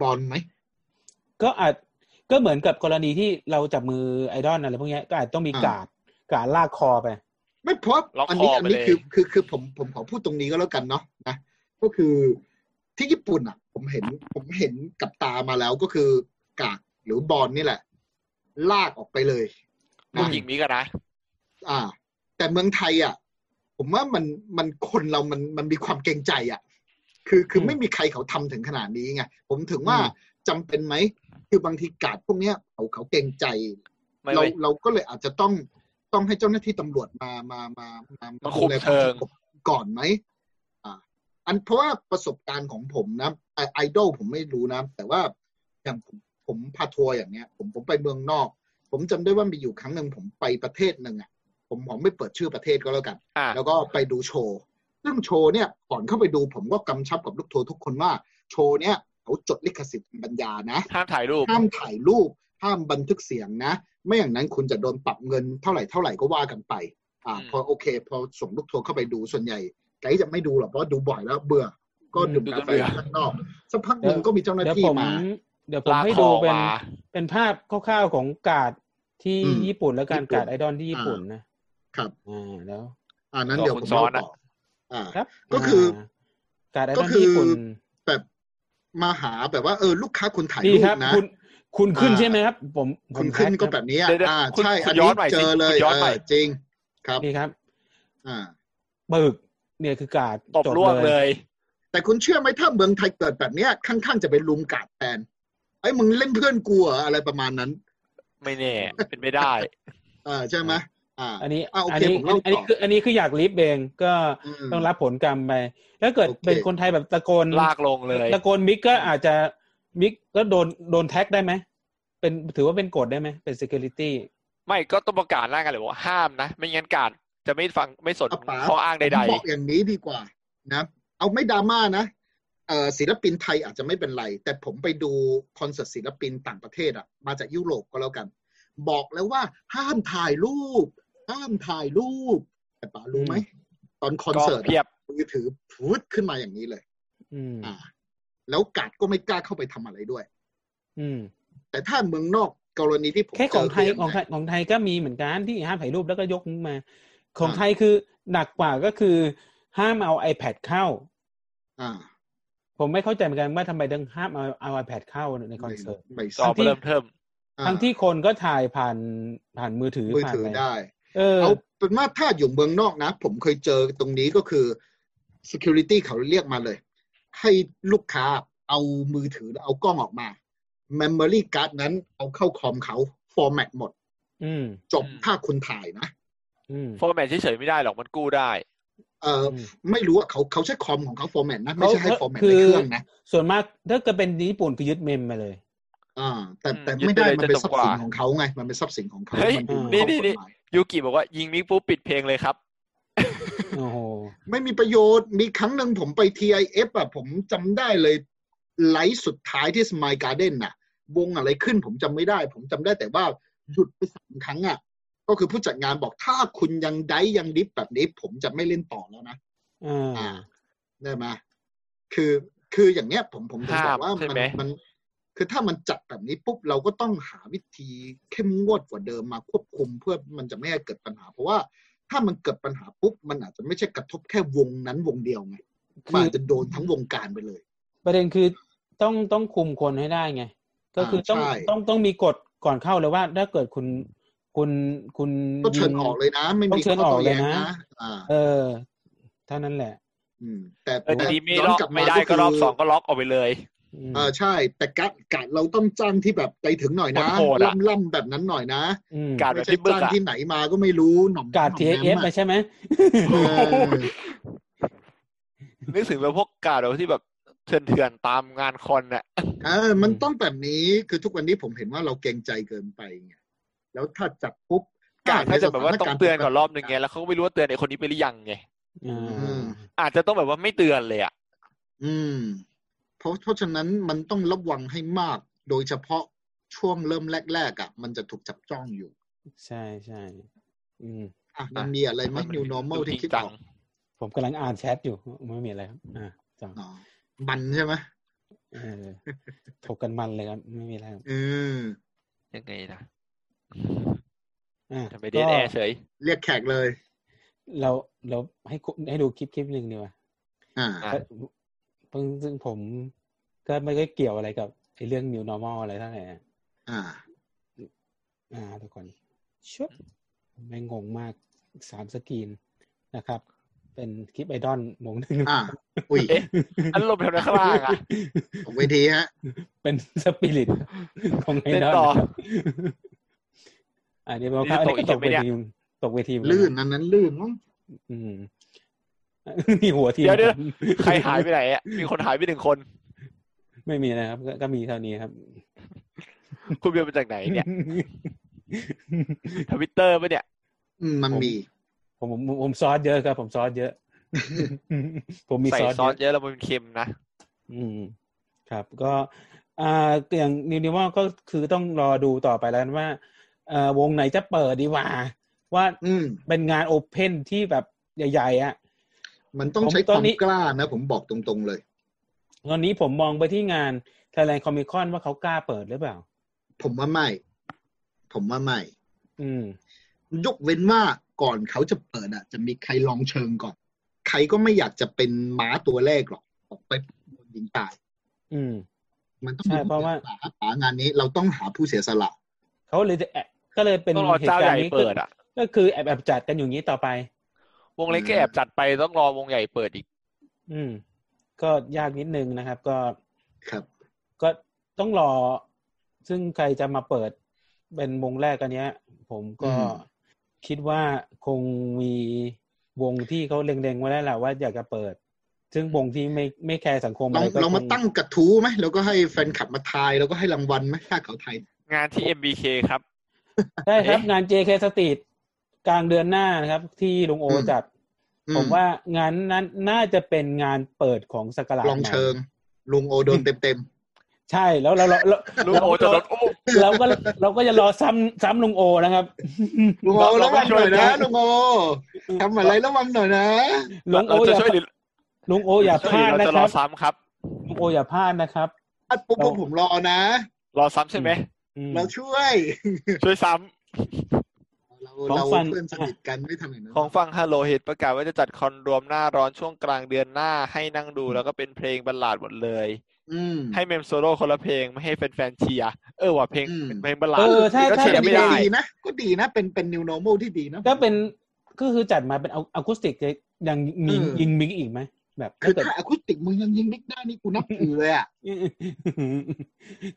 [SPEAKER 5] บอลไหม
[SPEAKER 2] ก็อาจก็เหมือนกับกรณีที่เราจับมือไอดอลอะไรพวกเนี้ยก็อาจต้องมี
[SPEAKER 5] อ่า
[SPEAKER 2] การดการดลากคอไป
[SPEAKER 5] ไม่เพราะ
[SPEAKER 1] ล็อก
[SPEAKER 5] อัน
[SPEAKER 1] ค
[SPEAKER 5] นี้
[SPEAKER 1] อ
[SPEAKER 5] อัน
[SPEAKER 1] ไป
[SPEAKER 5] นี้
[SPEAKER 1] เลย
[SPEAKER 5] คือคือคือผมผมขอพูดตรงนี้ก็แล้วกันเนาะนะก็คือที่ญี่ปุ่นอ่ะ ผมเห็นผมเห็นกับตามาแล้วก็คือกากหรือบอลนี่แหละ ลากออกไปเลย
[SPEAKER 1] ลูก
[SPEAKER 5] นะ
[SPEAKER 1] หญิงมีกันนะ
[SPEAKER 5] อ่า แต่เมืองไทยอ่ะ ผมว่ามันมันคนเรามันมันมีความเกรงใจอ่ะ คือคือ
[SPEAKER 2] ม
[SPEAKER 5] อไม่มีใครเขาทำถึงขนาดนี้ไงผมถึงว่า
[SPEAKER 2] อืม
[SPEAKER 5] จำเป็นไหมคือบางทีกาดพวกเนี้ยเขาเขาเกรงใจ
[SPEAKER 1] ไม่
[SPEAKER 5] เรา
[SPEAKER 1] เว้ย
[SPEAKER 5] เราก็เลยอาจจะต้องต้องให้เจ้าหน้าที่ตำรวจมามามามา
[SPEAKER 1] มา
[SPEAKER 5] มา
[SPEAKER 1] คุม
[SPEAKER 5] ดูแล
[SPEAKER 1] เชิง
[SPEAKER 5] ความสงบก่อนไหมอ่า อันเพราะว่าประสบการณ์ของผมนะไอไอดอลผมไม่รู้นะ แต่ว่าอย่างผมผมพาทัวร์อย่างเนี้ย ผมผมไปเมืองนอก ผมจำได้ว่ามีอยู่ครั้งหนึ่งผมไปประเทศหนึ่งอ่ะ ผมผมไม่เปิดชื่อประเทศก็แล้วกัน
[SPEAKER 1] อ่ะ
[SPEAKER 5] แล้วก็ไปดูโชว์ ซึ่งโชว์เนี่ยก่อนเข้าไปดูผมก็กำชับกับลูกทัวร์ทุกคนว่าโชว์เนี่ยเขาจดลิขสิทธิ์ทางปัญญานะ
[SPEAKER 1] ห้ามถ่ายรูป
[SPEAKER 5] ห้ามถ่ายรูป ห้ามบันทึกเสียงนะ ไม่อย่างนั้นคุณจะโดนปรับเงินเท่าไหร่เท่าไหร่ก็ว่ากันไป อ่า
[SPEAKER 1] อืม
[SPEAKER 5] พอโอเค พอส่งลูกทัวร์เข้าไปดูส่วนใหญ่ไกด์จะไม่ดูหรอกเพราะดูบ่อยแล้วเบื่อ ก็ดื่มกาแฟข้างนอกสักพักหนึ่งก็มีเจ้าหน้า
[SPEAKER 2] เดี๋ยว
[SPEAKER 5] ที่
[SPEAKER 2] ผม
[SPEAKER 5] มา
[SPEAKER 2] เดี๋ยวผม
[SPEAKER 1] ลาก
[SPEAKER 2] ให้
[SPEAKER 1] ค
[SPEAKER 2] ดู
[SPEAKER 1] อ
[SPEAKER 2] เป็น
[SPEAKER 1] มา
[SPEAKER 2] เป็นภาพคร่าวๆของการดที่
[SPEAKER 5] อืม
[SPEAKER 2] ญี่ปุ่นแล้วการ
[SPEAKER 5] ญี่ปุ่น
[SPEAKER 2] การดไอดอลที่ญี่ปุ่นนะครับ อ่าแล้ว
[SPEAKER 5] อ่านั้นเดี๋ยวผมเล่าต่ออ่า
[SPEAKER 2] ครับ
[SPEAKER 5] ก็คืออ่
[SPEAKER 2] าการดไอด
[SPEAKER 5] ก็
[SPEAKER 2] อล
[SPEAKER 5] คือ
[SPEAKER 2] ที่ญี่ปุ่น
[SPEAKER 5] แบบมาหาแบบว่าเออลูกค้าคุณถ่าย
[SPEAKER 2] นี่
[SPEAKER 5] รูป
[SPEAKER 2] ครับ
[SPEAKER 5] นะ
[SPEAKER 2] คุณคุณขึ้น
[SPEAKER 5] อ่า
[SPEAKER 2] ใช่ไหมครับ ผมผ
[SPEAKER 5] คุณ
[SPEAKER 2] ม
[SPEAKER 5] ขึ้นก็
[SPEAKER 2] ค
[SPEAKER 5] แบ
[SPEAKER 2] รับ
[SPEAKER 5] นี้อ่ะ
[SPEAKER 1] เดี๋ยวๆ
[SPEAKER 5] อ่า
[SPEAKER 1] คุณ
[SPEAKER 5] ใช่
[SPEAKER 1] คุณ
[SPEAKER 5] อัน
[SPEAKER 1] ย้
[SPEAKER 5] นี้
[SPEAKER 1] อนใหม่สิ
[SPEAKER 5] เจอเลย
[SPEAKER 1] คุณย้อน
[SPEAKER 5] เอ
[SPEAKER 1] ใหม่
[SPEAKER 5] อจริงครับ
[SPEAKER 2] นี่ครับ
[SPEAKER 5] อ่า
[SPEAKER 2] ปึกเนี่ยคือการด
[SPEAKER 1] ตบ
[SPEAKER 2] จด
[SPEAKER 1] ล่วงเลย
[SPEAKER 5] แต่คุณเชื่อไหมถ้าเมืองไทยเกิดแบบเนี้ยข้างๆจะไปลุมกัดแทนไอ้ยมึงเล่นเพื่อนกูเหรออะไรประมาณนั้น
[SPEAKER 1] ไม่แน่ เป็นไม่ได้
[SPEAKER 5] เออใช่ไหมอ่า
[SPEAKER 2] อันนี้
[SPEAKER 5] อ่ะโอ
[SPEAKER 2] อัน
[SPEAKER 5] เค
[SPEAKER 2] นี้
[SPEAKER 5] ผมเล่าต่ออั
[SPEAKER 2] อันนี้คืออันนี้คืออยากลิฟเองก็
[SPEAKER 5] อืม
[SPEAKER 2] ต้องรับผลกรรมไปถ้าเกิด
[SPEAKER 5] โอเค
[SPEAKER 2] เป็นคนไทยแบบตะโกน
[SPEAKER 1] ลากลงเลย
[SPEAKER 2] ตะโกนมิกก็อาจจะมิกก็โดนโดนแท็กได้ไหมเป็นถือว่าเป็นกฎได้ไหมเป็น security
[SPEAKER 1] ไม่ก็ต้องประกาศหน้ากันเลยว่าห้ามนะ ไม่งั้นการดจะไม่ฟังไม่สน
[SPEAKER 5] เอาป๋า
[SPEAKER 1] ข้ออ้างใด
[SPEAKER 5] ผมบอกอย่างนี้ดีกว่านะ เอาไม่ดราม่านะเออศิลปินไทยอาจจะไม่เป็นไร แต่ผมไปดูคอนเสิร์ตศิลปินต่างประเทศอ่ะ มาจากยุโรปก็แล้วกัน บอกแล้วว่าห้ามถ่ายรูป ห้ามถ่ายรูป แต่ป๋ารู้ไหม ตอนคอ
[SPEAKER 1] ๆ
[SPEAKER 5] น
[SPEAKER 1] ก็
[SPEAKER 5] เสิร์ต
[SPEAKER 1] เพียบ
[SPEAKER 5] มือถือพูดขึ้นมาอย่างนี้เลย
[SPEAKER 2] อืม
[SPEAKER 5] อ่า แล้วกาดก็ไม่กล้าเข้าไปทำอะไรด้วย
[SPEAKER 2] อืม
[SPEAKER 5] แต่ถ้าเมืองนอกกรณีที่ผม
[SPEAKER 2] แค่
[SPEAKER 5] เจ
[SPEAKER 2] ของ
[SPEAKER 5] อ
[SPEAKER 2] ไท
[SPEAKER 5] คื
[SPEAKER 2] ย
[SPEAKER 5] ย่า
[SPEAKER 2] ของไท
[SPEAKER 5] ไร
[SPEAKER 2] ยของไทยก็มีเหมือนกันที่ห้ามถ่ายรูปแล้วก็ยกมือมา ของ
[SPEAKER 5] อ่า
[SPEAKER 2] ไทยคือหนักกว่าก็คือ ห้ามเอา iPad เข้า
[SPEAKER 5] อ่า
[SPEAKER 2] ผมไม่เข้าใจเหมือนกันว่าทำไมถึงห้ามเอาเอา iPad เข้าในคอนเสิร์ต
[SPEAKER 5] ไม่
[SPEAKER 1] ต่อไป
[SPEAKER 5] ทราบ
[SPEAKER 1] เริ่มเทิม
[SPEAKER 5] อ่า
[SPEAKER 2] ทั้งที่คนก็ถ่ายผ่านผ่านมือถือ
[SPEAKER 5] มือ
[SPEAKER 2] ผ่าน
[SPEAKER 5] ถื
[SPEAKER 2] อะ
[SPEAKER 5] อ
[SPEAKER 2] ไร
[SPEAKER 5] ได้
[SPEAKER 2] เออ
[SPEAKER 5] เอาเป็นว่าถ้าอยู่เมืองนอกนะ ผมเคยเจอตรงนี้ก็คือ security เขาเรียกมาเลย ให้ลูกค้าเอามือถือแล้วเอากล้องออกมา memory card นั้นเอาเข้าคอมเขา format หมด
[SPEAKER 2] อืม
[SPEAKER 5] จบ
[SPEAKER 1] อืม
[SPEAKER 5] ถ้าคุณถ่ายนะ
[SPEAKER 2] อืม
[SPEAKER 1] โฟร์แมนเฉยๆไม่ได้หรอกมันกู้ได้
[SPEAKER 5] เออ
[SPEAKER 2] ม
[SPEAKER 5] ไม่รู้ว่าเขาเขาใช้คอมของเขา format นะ ไม่ใช่ให้
[SPEAKER 2] เขา
[SPEAKER 5] format
[SPEAKER 2] คื
[SPEAKER 5] ใน
[SPEAKER 2] อ
[SPEAKER 5] เครื่องนะ
[SPEAKER 2] ส่วนมากถ้าเกิดเป็นญี่ปุ่นคือยึดเมมมา เลย
[SPEAKER 5] อ่าแต่แต่
[SPEAKER 1] อืม
[SPEAKER 5] ไม่ได้
[SPEAKER 1] ยึด
[SPEAKER 5] มั
[SPEAKER 1] ไป
[SPEAKER 5] น
[SPEAKER 1] เลย
[SPEAKER 5] เป็น
[SPEAKER 1] จน
[SPEAKER 5] ทรัพ
[SPEAKER 1] ก
[SPEAKER 5] ย์
[SPEAKER 1] ว่า
[SPEAKER 5] สินของเขาไง มันเป็นทรัพย์สินของเขา
[SPEAKER 1] เฮ้ย
[SPEAKER 5] มันดู
[SPEAKER 1] นี่
[SPEAKER 5] ข้อ
[SPEAKER 1] นี่
[SPEAKER 5] ก
[SPEAKER 1] นี่
[SPEAKER 5] ฎหมาย
[SPEAKER 1] ยูกิบอกว่ายิงมิกปุ๊บปิดเพลงเลยครับ
[SPEAKER 2] โอ้โห
[SPEAKER 5] ไม่มีประโยชน์ มีครั้งหนึ่งผมไป TIF อ่ะ ผมจำได้เลย ไลฟ์สุดท้ายที่สมายการ์เด้นน่ะ วงอะไรขึ้นผมจำไม่ได้ ผมจำได้แต่ว่าหยุดไปสามครั้งอ่ะ ก็คือผู้จัดงานบอกถ้าคุณยังได้ยังดิฟแบบนี้ ผมจะไม่เล่นต่อแล้วนะ
[SPEAKER 2] อ่า
[SPEAKER 5] อ่า ได้ไหมคือคืออย่างเนี้ย ผมผมถึงบอ
[SPEAKER 1] ห้าม
[SPEAKER 5] กว่า
[SPEAKER 1] ใช่
[SPEAKER 5] มัน
[SPEAKER 1] ไหม
[SPEAKER 5] มัน คือถ้ามันจัดแบบนี้ปุ๊บเราก็ต้องหาวิธีเข้มงวดกว่าเดิมมาควบคุมเพื่อมันจะไม่ให้เกิดปัญหา เพราะว่าถ้ามันเกิดปัญหาปุ๊บมันอาจจะไม่ใช่กระทบแค่วงนั้นวงเดียวไง
[SPEAKER 2] คือ
[SPEAKER 5] มันอาจจะโดนทั้งวงการไปเลย
[SPEAKER 2] ประเด็นคือต้องต้องคุมคนให้ได้ไง ก็คือต้อง
[SPEAKER 5] ใช่
[SPEAKER 2] ต้องต้องมีกฎก่อนเข้าเลยว่า ถ้าเกิดคุณคุณคุณ
[SPEAKER 5] ก็เชิญ
[SPEAKER 2] ยิง
[SPEAKER 5] ออกเลยนะ ไม่
[SPEAKER 2] ต้อ
[SPEAKER 5] มี
[SPEAKER 2] งเชิญ
[SPEAKER 5] ข้อ
[SPEAKER 2] ออก
[SPEAKER 5] โต้
[SPEAKER 2] เลย
[SPEAKER 5] แย้ง
[SPEAKER 2] นะ
[SPEAKER 5] นะอ่า
[SPEAKER 2] เออ เท่านั้นแหละ
[SPEAKER 5] อืม แต่
[SPEAKER 1] เออแต่
[SPEAKER 5] แต่
[SPEAKER 1] ดีไม่
[SPEAKER 5] ย้อน
[SPEAKER 1] ล็อก
[SPEAKER 5] กลับ
[SPEAKER 1] ไม่ได้ก็รอบสองก็ล็อกออกไปเลย
[SPEAKER 2] ม
[SPEAKER 5] เออใช่ แต่กะกะเราต้องจ้างที่แบบใจถึงหน่อยนะ
[SPEAKER 1] โหดๆอะ
[SPEAKER 5] ล่ำล่ำแบบนั้นหน่อยนะ
[SPEAKER 2] อืม
[SPEAKER 1] กาดแบบ
[SPEAKER 5] ไม่ใช่
[SPEAKER 1] ที่บึก
[SPEAKER 5] จ้าง
[SPEAKER 1] อะ
[SPEAKER 5] ที่ไหนมาก็ไม่รู้หน่อม
[SPEAKER 2] กาด
[SPEAKER 5] หน่อม
[SPEAKER 2] TAF
[SPEAKER 5] แนม
[SPEAKER 2] มา
[SPEAKER 5] อะ
[SPEAKER 2] ใช่ไหม
[SPEAKER 5] เออ
[SPEAKER 1] นึกถึงแบบพวกกาดแบบที่แบบเถื่อนๆตามงานคอนน่ะ
[SPEAKER 5] เออ มันต้องแบบนี้คือทุกวันนี้ผมเห็นว่าเราเกรงใจเกินไปไงแล้วถ้าจับปุ๊บ
[SPEAKER 1] กาดเขาจะแบบว่า
[SPEAKER 5] ในส
[SPEAKER 1] ต้อ
[SPEAKER 5] ถ
[SPEAKER 1] ง
[SPEAKER 5] ณ์
[SPEAKER 1] เตือนก่อนรอบหนึ่งไงแล้วเขาก็ไม่รู้ว่าเตือนไอ้คนนี้ไปหรือยังไง
[SPEAKER 2] อ่
[SPEAKER 5] อื
[SPEAKER 2] าม
[SPEAKER 1] อาจจะต้องแบบว่าไม่เตือนเลยอ่ะ
[SPEAKER 5] อืม เพราะเพราะฉะนั้นมันต้องระวังให้มาก โดยเฉพาะช่วงเริ่มแรกๆอ่ะ มันจะถูกจับจ้องอยู่
[SPEAKER 2] ใช่ใช่อืม
[SPEAKER 5] อ่ะมันมีอะไรไหม
[SPEAKER 1] น
[SPEAKER 5] new normal ที่คิดออก
[SPEAKER 2] ผมกำลังอ่านแชทอยู่ไม่มีอะไรครับ อ่าจ้ะ
[SPEAKER 5] อ๋อมันใช่ไหม
[SPEAKER 2] เออถกกันมันเลยครับ ไม่มีอะไรครับ
[SPEAKER 5] อืม
[SPEAKER 6] ยังไงนะ
[SPEAKER 2] อ่า
[SPEAKER 6] ทำไมเดนแอร์เฉย
[SPEAKER 5] เรียกแขกเลย
[SPEAKER 2] เราเราให้คุณให้ดูคลิปคลิปหนึ่งดีกว่า
[SPEAKER 5] อ่า
[SPEAKER 6] อ่ะ
[SPEAKER 2] เพิ่งซึ่งผมก็ไม่ได้เกี่ยวอะไรกับไอ้เรื่อง new normal อะไรเท่าไหร่นะ
[SPEAKER 5] อ่า
[SPEAKER 2] อ่าทุกคนชุบไม่งงมากสามสกรีนนะครับ เป็นคลิปไอดอลมงหนึ่ง
[SPEAKER 5] อ่า อุ้ย
[SPEAKER 1] เอ๊ะอันลมแถวนั้นข้างล่างอ่ะ
[SPEAKER 5] ตกเวทีฮะ
[SPEAKER 2] เป็นสปิริตของ ไอ
[SPEAKER 1] เล่
[SPEAKER 2] ด
[SPEAKER 1] น
[SPEAKER 2] อล
[SPEAKER 1] ต่อ
[SPEAKER 2] นะครับอันนี้บอกว่าอันนี้ก็
[SPEAKER 1] นี่
[SPEAKER 2] ต
[SPEAKER 1] จะ
[SPEAKER 2] ก
[SPEAKER 1] ตก
[SPEAKER 2] เว
[SPEAKER 1] อีกใช่ไหมเนี่
[SPEAKER 2] ที
[SPEAKER 1] ย
[SPEAKER 2] ตกเวทีเหมือกั
[SPEAKER 5] ลื่นนั้นนั้นลื่นมั้ง
[SPEAKER 2] อืมนี่หัวทีม
[SPEAKER 1] เดี๋ยวเดี๋ยว
[SPEAKER 2] ผม
[SPEAKER 1] ใครหายไปไหนอ่ะมีคนหายไปหนึ่งคน
[SPEAKER 2] ไม่มีนะครับก็ก็มีเท่านี้ครับ
[SPEAKER 1] คุณเบียร์มาจากไหนเนี่ยทวิตเตอร์ปะเนี่ย
[SPEAKER 5] อืมมันมี
[SPEAKER 2] ผมผมผมซอสเยอะครับ ผมซอสเยอะ ผมมี
[SPEAKER 1] ใส่
[SPEAKER 2] ซอส
[SPEAKER 1] ซอ
[SPEAKER 2] เยอะ
[SPEAKER 1] สเยอะแล้วมันเค็มนะ
[SPEAKER 2] อืมครับก็อ่าอย่างนิวนิวก็คือต้องรอดูต่อไปแล้วว่าเอ่อวงไหนจะเปิดดีกว่า ว่า
[SPEAKER 5] อืม
[SPEAKER 2] เป็นงานโอเพนที่แบบใหญ่ๆอ่ะ
[SPEAKER 5] มันต้อง
[SPEAKER 2] ผม
[SPEAKER 5] ใช้ควา
[SPEAKER 2] ตอน
[SPEAKER 5] ม
[SPEAKER 2] นี้
[SPEAKER 5] กล้านะ ผมบอกตรงๆเลย
[SPEAKER 2] ตอนนี้ผมมองไปที่งาน Thailand Comic Con ว่าเขากล้าเปิดหรือเปล่า
[SPEAKER 5] ผมว่าไม่ ผมว่าไม่
[SPEAKER 2] อืม
[SPEAKER 5] ยกเว้นว่าก่อนเขาจะเปิดอ่ะ จะมีใครลองเชิงก่อน ใครก็ไม่อยากจะเป็นม้าตัวแรกหรอกออกไปโดนยิงตาย
[SPEAKER 2] อืม
[SPEAKER 5] มันต้อง
[SPEAKER 2] ใช่เพราะว่า
[SPEAKER 5] หา งานนี้เราต้องหาผู้เสียสละ
[SPEAKER 2] เขาเลยจะแอบก็เลยเป็น
[SPEAKER 1] ต้องรอเจ้าใหญ่เปิดอ่ะ
[SPEAKER 2] ก็ก็คือแอบแอบจัดกันอย่างนี้ต่อไป
[SPEAKER 1] วงเล็กก็แอบจัดไปต้องรอวงใหญ่เปิดอีก
[SPEAKER 2] อืม ก็ยากนิดนึงนะครับ ก็
[SPEAKER 5] ครับ
[SPEAKER 2] ก็ต้องรอ ซึ่งใครจะมาเปิดเป็นวงแรกอันเนี้ย ผมก็
[SPEAKER 5] อืม
[SPEAKER 2] คิดว่าคงมีวงที่เขาเล็งๆไว้แล้วแหละว่าอยากจะเปิด ซึ่งวงที่ไม่ไม่แคร์สังคมอะ
[SPEAKER 5] เรา
[SPEAKER 2] ไรก็
[SPEAKER 5] เรามาตั้งกระทู้ไหมแล้วก็ให้แฟนคลับมาทาย แล้วก็ให้รางวัลไหมถ้าเขาทาย
[SPEAKER 1] งานที่ MBK ครับ
[SPEAKER 2] ได้ครับ
[SPEAKER 1] เอ๊ะ
[SPEAKER 2] งาน JK Street กลางเดือนหน้านะครับ ที่ลุงโอ
[SPEAKER 5] อืม
[SPEAKER 2] จัด
[SPEAKER 5] อื
[SPEAKER 2] ผมว่างานนั้นน่าจะเป็นงานเปิดของสกราช
[SPEAKER 5] ลอง
[SPEAKER 2] ใหม่
[SPEAKER 5] เชิง ลุงโอโดนเต็ม
[SPEAKER 2] ใช่แล้วเราเราเรา
[SPEAKER 1] ลูกโอจะลดโอ้
[SPEAKER 2] เราก็เราก็จะรอซ้ำซ้ำลุงโอนะครับ
[SPEAKER 5] ๆลุงโอระวังหน่อยนะลุงโอทำอะไรระวังหน่อยนะ
[SPEAKER 2] ลุงโอ
[SPEAKER 1] เรา
[SPEAKER 2] อ
[SPEAKER 1] จะ
[SPEAKER 2] ย่า
[SPEAKER 1] ช่วยหรือ
[SPEAKER 2] ลุงโออย่าพลาด
[SPEAKER 1] เรา
[SPEAKER 2] นะ
[SPEAKER 1] จะ
[SPEAKER 2] ค
[SPEAKER 1] รอ
[SPEAKER 2] รับ
[SPEAKER 1] ซ้ำครับ
[SPEAKER 2] ลุงโออย่าพลาดนะครับ
[SPEAKER 5] อัดปุ๊บ
[SPEAKER 2] เรา
[SPEAKER 5] พวกผมรอนะ
[SPEAKER 1] รอซ้ำใช่ไหม
[SPEAKER 2] อืม
[SPEAKER 5] เราช่วย
[SPEAKER 1] ช่วยซ้
[SPEAKER 2] ข
[SPEAKER 5] เรา
[SPEAKER 2] อง
[SPEAKER 5] เรา
[SPEAKER 2] ฟัน
[SPEAKER 5] เพื่อนสนิทกันไม่ทำอย่างนั้น
[SPEAKER 1] ำของฟังฮัลโหลเหตุประกาศว่าจะจัดคอนรวมหน้าร้อนช่วงกลางเดือนหน้าให้นั่งดูแล้วก็เป็นเพลงบัลลาดหมดเลย
[SPEAKER 5] อืม
[SPEAKER 1] ให้เมมโซโล่คนละเพลงไม่ให้แฟนๆเชียร์เออว่ะเพลง
[SPEAKER 5] อืม
[SPEAKER 1] เพลงบัลลาด
[SPEAKER 2] เออถ้า
[SPEAKER 5] ก็
[SPEAKER 2] ถ้า
[SPEAKER 5] เฉย
[SPEAKER 1] แบบ
[SPEAKER 5] ไม่
[SPEAKER 1] ไม่ได้
[SPEAKER 5] ดีนะก็ดีนะ เป็นเป็น new normal ที่ดีนะ
[SPEAKER 2] ก็เป็นก็คือจัดมาเป็นอะอะคูสติกจะยังมี
[SPEAKER 5] เออ
[SPEAKER 2] ยิงมิกอีกไหมแบบ
[SPEAKER 5] คื
[SPEAKER 2] ถ้า
[SPEAKER 5] อ
[SPEAKER 2] เกิด
[SPEAKER 5] ถ้าอะคูสติกมึงยังยิงมิกได้นี่กูนับถือเลยอ่ะ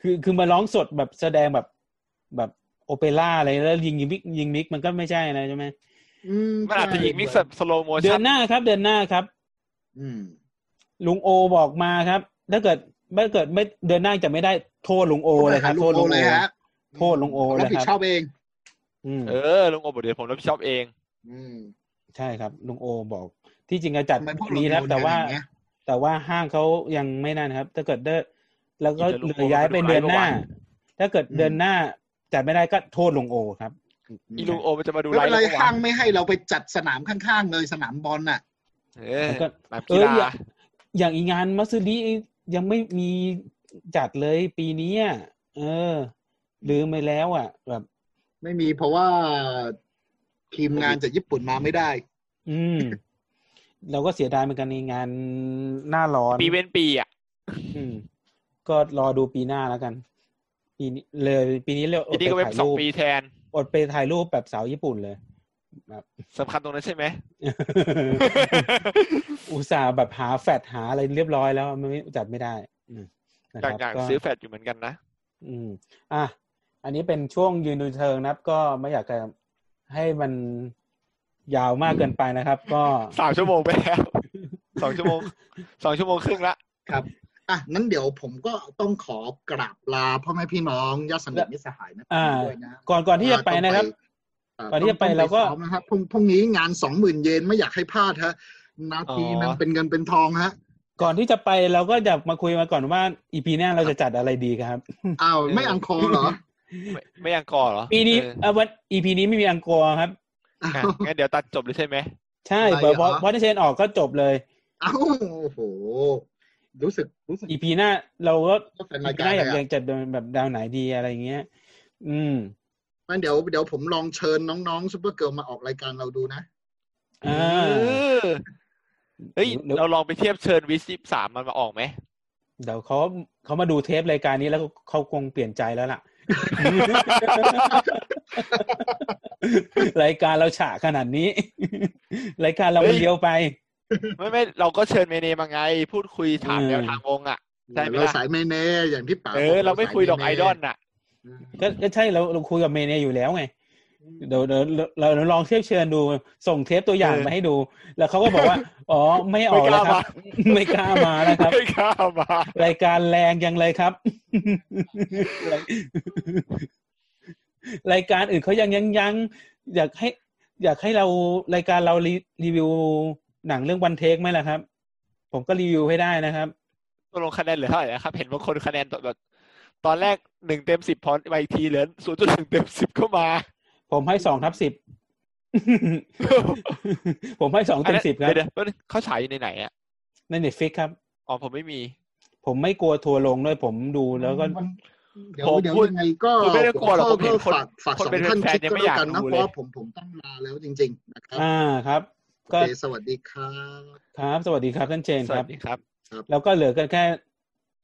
[SPEAKER 2] คือคือมาร้องสดแบบแสดงแบบแบบโอเปร่าอะไรแล้วยิงมิกยิงมิกมันก็ไม่ใช่นะใช่ไหม
[SPEAKER 5] อืม
[SPEAKER 1] มันอาจจะยิงมิกซ์แบบสโลโม
[SPEAKER 2] เดือ
[SPEAKER 1] ชั่
[SPEAKER 2] นหน้าครับ เดือนหน้าครับ
[SPEAKER 5] อืม
[SPEAKER 2] ลุงโอบอกมาครับ ถ้าเกิดไม่เกิดไม่เดือนหน้าจะไม่ได้โทษลุงโอเลยครับ
[SPEAKER 5] หา
[SPEAKER 2] โทษลุงโอ
[SPEAKER 5] เลยฮะ
[SPEAKER 2] โทษลุงโอ
[SPEAKER 5] ผมรับ
[SPEAKER 2] เลยครับ
[SPEAKER 5] ผิดชอบเอง
[SPEAKER 2] อืม
[SPEAKER 1] เออลุงโอบอกเดี๋ยวผมรับผิดชอบเอง
[SPEAKER 5] อืม
[SPEAKER 2] ใช่ครับ ลุงโอบอก ที่จริงจะจัด
[SPEAKER 5] มันพวก
[SPEAKER 2] นี้แล้ว
[SPEAKER 5] เราโดน
[SPEAKER 2] แต่ว่า
[SPEAKER 5] อย่างเงี้ย
[SPEAKER 2] แต่ว่าห้างเขายังไม่นั่นนะครับ ถ้าเกิดเดอแล้วก็
[SPEAKER 1] อีกแต่ลุง
[SPEAKER 2] เหลื
[SPEAKER 1] โอ
[SPEAKER 2] อย้ายเป็นเดือนหน้า
[SPEAKER 1] มันดูไลฟ์เมื่อว
[SPEAKER 2] ถ้าเกิดเดือนหน้าจัดไม่ได้ก็โทษลุงโอครับ
[SPEAKER 1] อีลุงโอมันจะมาดู
[SPEAKER 5] ไม่
[SPEAKER 1] ไลฟ์
[SPEAKER 5] เป็นไร
[SPEAKER 1] ทุก
[SPEAKER 5] ห้า
[SPEAKER 1] วั
[SPEAKER 5] ง
[SPEAKER 1] น
[SPEAKER 5] ไม่ให้เราไปจัดสนามข้างๆเลยสนามบอลน่ะ
[SPEAKER 1] เออ
[SPEAKER 2] แล้วก็
[SPEAKER 1] แบบ
[SPEAKER 2] เอ
[SPEAKER 1] กี
[SPEAKER 2] ออ
[SPEAKER 1] ฬา
[SPEAKER 2] ย่างอย่างอีกงานมัสดียังไม่มีจัดเลยปีนี้อะเออ ลืมไปแล้วอ่ะ แบบ
[SPEAKER 5] ไม่มีเพราะว่าทีมงานจากญี่ปุ่นมาไม่ได้
[SPEAKER 2] อืม เราก็เสียดายเหมือนกันในงานหน้าร้อน
[SPEAKER 1] ปีเว้นปีอ่ะ
[SPEAKER 2] อืม ก็รอดูปีหน้าแล้วกัน ปีนี้เลยปีนี้เลยอ
[SPEAKER 1] ที
[SPEAKER 2] ด
[SPEAKER 1] นี้ก็
[SPEAKER 2] ไป
[SPEAKER 1] เว็บ
[SPEAKER 2] ถ่าย
[SPEAKER 1] สอง
[SPEAKER 2] รูป
[SPEAKER 1] ปีแทน
[SPEAKER 2] อดไปถ่ายรูปแบบสาวญี่ปุ่นเลย
[SPEAKER 1] สำคัญตรงนั้น ใช่ไหม
[SPEAKER 2] อุตส่าห์แบบหาแฟดหาอะไรเรียบร้อยแล้วมันไม่จัดไม่ได้อืม นะ
[SPEAKER 1] อ
[SPEAKER 2] ค
[SPEAKER 1] ยาก
[SPEAKER 2] รับ
[SPEAKER 1] อยาก
[SPEAKER 2] ก็
[SPEAKER 1] ซื้อแฟลชอยู่เหมือนกันนะ
[SPEAKER 2] อืม อ่ะ อันนี้เป็นช่วงยืนดูเทิงนะครับ ก็ไม่อยากจะให้มันยาวมากเกินไปนะครับ ก็
[SPEAKER 1] สามชั่วโมงไปแล้ว สองชั่วโมง สองชั่วโมงครึ่งละ
[SPEAKER 5] อ่ะนั้นเดี๋ยวผมก็ต้องขอกราบลาพ่อแม่พี่น้องญาติสนิทมิตรสหายนะครั
[SPEAKER 2] อ่า
[SPEAKER 5] บด้วยนะ
[SPEAKER 2] ก่อนก่อนที่จะไปนะครับ
[SPEAKER 5] า
[SPEAKER 2] ก่อนที่จะไป
[SPEAKER 5] ต้ง
[SPEAKER 2] เราก็
[SPEAKER 5] ซ้อมนะครับพรุ่งพรุ่งนี้งานสองหมื่นเยนไม่อยากให้พลาดฮะ นาทีหนึง
[SPEAKER 1] อ๋อ
[SPEAKER 5] เป็นเงินเป็นทองฮะ
[SPEAKER 2] ก่อนที่จะไปเราก็อยากมาคุยมาก่อนว่าอีพีหน้าเราจะจัดอะไรดีครับ
[SPEAKER 5] อ้าวไม่อังคอร์เหรอ
[SPEAKER 1] ไม่ไม่ยังก่อเหรอ
[SPEAKER 2] ปีนี้
[SPEAKER 1] เออ
[SPEAKER 2] เอ่อวันอีพีนี้ไม่มีอังกอร์ครับ
[SPEAKER 5] อ้า
[SPEAKER 1] อ่ะ
[SPEAKER 5] ว
[SPEAKER 1] งั้นเดี๋ยวตัดจบเลยใช่ไหม
[SPEAKER 2] ใช่
[SPEAKER 5] อะไร
[SPEAKER 2] เพราะ
[SPEAKER 5] เหรอ
[SPEAKER 2] เพราะที่เชนออกก็จบเลย
[SPEAKER 5] อ้าวโอ้โห รู้สึกรู้สึก
[SPEAKER 2] อีพีหน้าเราก็
[SPEAKER 5] ว่าแฟน
[SPEAKER 2] อี
[SPEAKER 5] ราย
[SPEAKER 2] พี
[SPEAKER 5] การ
[SPEAKER 2] หน้าอยาก
[SPEAKER 5] เล
[SPEAKER 2] อ
[SPEAKER 5] ย
[SPEAKER 2] ยา
[SPEAKER 5] อะ
[SPEAKER 2] กจัดเป็นแบบดาวไหนดีอะไรอย่างเงี้ย อืม
[SPEAKER 5] งั้นเดี๋ยวเดี๋ยวผมลองเชิญน้องๆซูเปอร์เกิร์ลมาออกรายการเราดูนะ
[SPEAKER 2] อ่า
[SPEAKER 1] เออเฮ้ย
[SPEAKER 2] เดี๋ยว
[SPEAKER 1] เราลองไปเทียบเชิญวิสิบสามมันมาออกไหม
[SPEAKER 2] เดี๋ยวเขาเขามาดูเทปรายการนี้แล้วเขาคงเปลี่ยนใจแล้วล่ะ รายการเราฉะขนาดนี้ รายการเรามั
[SPEAKER 1] เฮ้
[SPEAKER 2] น
[SPEAKER 1] ย
[SPEAKER 2] เดียวไป
[SPEAKER 1] ไม่ไม่เราก็เชิญเมเนมาไง พูดคุยถาม
[SPEAKER 2] เออ
[SPEAKER 1] แนวทางวงอ่ะ ใช่ไหม
[SPEAKER 5] เรา
[SPEAKER 1] ล่ะ
[SPEAKER 5] สายเมเน่อย่างที่ป๋า
[SPEAKER 1] เอ
[SPEAKER 5] บอก
[SPEAKER 1] อ เราไม่คุยดอก
[SPEAKER 5] สา
[SPEAKER 1] ไอ
[SPEAKER 5] เนเน่
[SPEAKER 1] ดอลน่ะ
[SPEAKER 2] ก็ก็ใช่เราเราคุยกับเมเนอยู่แล้วไงเดี๋ยวเดี๋ยวเราเราลองเทียบเชิญดู ส่งเทปตัวอย่าง
[SPEAKER 1] เออ
[SPEAKER 2] มาให้ดู แล้วเขาก็บอกว่า อ๋อไม่ออกแล้วครับ ไม่กล้ามานะครับ
[SPEAKER 1] ไม่กล้ามา
[SPEAKER 2] รายการแรงยังเลยครับ รายการอื่นเขายังยังยังอยากให้ อยากให้เรารายการเรารีรีวิวหนังเรื่องวันเทคไหมล่ะครับ ผมก็รีวิวให้ได้นะครับ
[SPEAKER 1] ตกลงคะแนนเหลือเท่าไหร่นะครับ เห็นบางคนคะแนนตอนแบบตอนแรกหนึ่งเต็มสิบพอไปอีกทีเหลือศูนย์จุดหนึ่งเต็มสิบก็มา
[SPEAKER 2] ผมให้สองทับ สิบ ผมให้สองเต็มสิบครับ
[SPEAKER 1] เดี๋ยวๆแป๊บนึงเขาฉายอยู่ในไหนอ่ะ
[SPEAKER 2] ในเน็ตฟิกครับ
[SPEAKER 1] อ๋อผมไม่มี
[SPEAKER 2] ผมไม่กลัวทัวร์ลงด้วยผมดูแล้วก็
[SPEAKER 5] มันเดี๋ยว
[SPEAKER 1] ผม
[SPEAKER 5] เดี๋ยว
[SPEAKER 1] พูด
[SPEAKER 5] ยังไงก็
[SPEAKER 1] ผมไม่ได้กลัวหรอกผมเห็นคน
[SPEAKER 5] ฝากฝาก
[SPEAKER 1] คน
[SPEAKER 5] สอง
[SPEAKER 1] เป็น
[SPEAKER 5] ท่าน
[SPEAKER 1] แฟน
[SPEAKER 5] คิด
[SPEAKER 1] ยัง
[SPEAKER 5] ก็
[SPEAKER 1] ไม่อ
[SPEAKER 5] แล้
[SPEAKER 1] ยาก
[SPEAKER 5] วกันนะ
[SPEAKER 1] ดู
[SPEAKER 5] เพ
[SPEAKER 1] เลย
[SPEAKER 5] ราะว่าผมผมตั้งมาแล้วจริง ๆ นะครับ
[SPEAKER 2] อ่าครับ
[SPEAKER 5] โอ
[SPEAKER 2] ก็
[SPEAKER 5] เคสวัสดีครับ
[SPEAKER 2] ครับ สวัสดีครับท่านเจน
[SPEAKER 1] ส
[SPEAKER 2] ค
[SPEAKER 1] วั
[SPEAKER 2] รับ
[SPEAKER 1] สดีครับ
[SPEAKER 2] แล้วก็เหลือกันแค่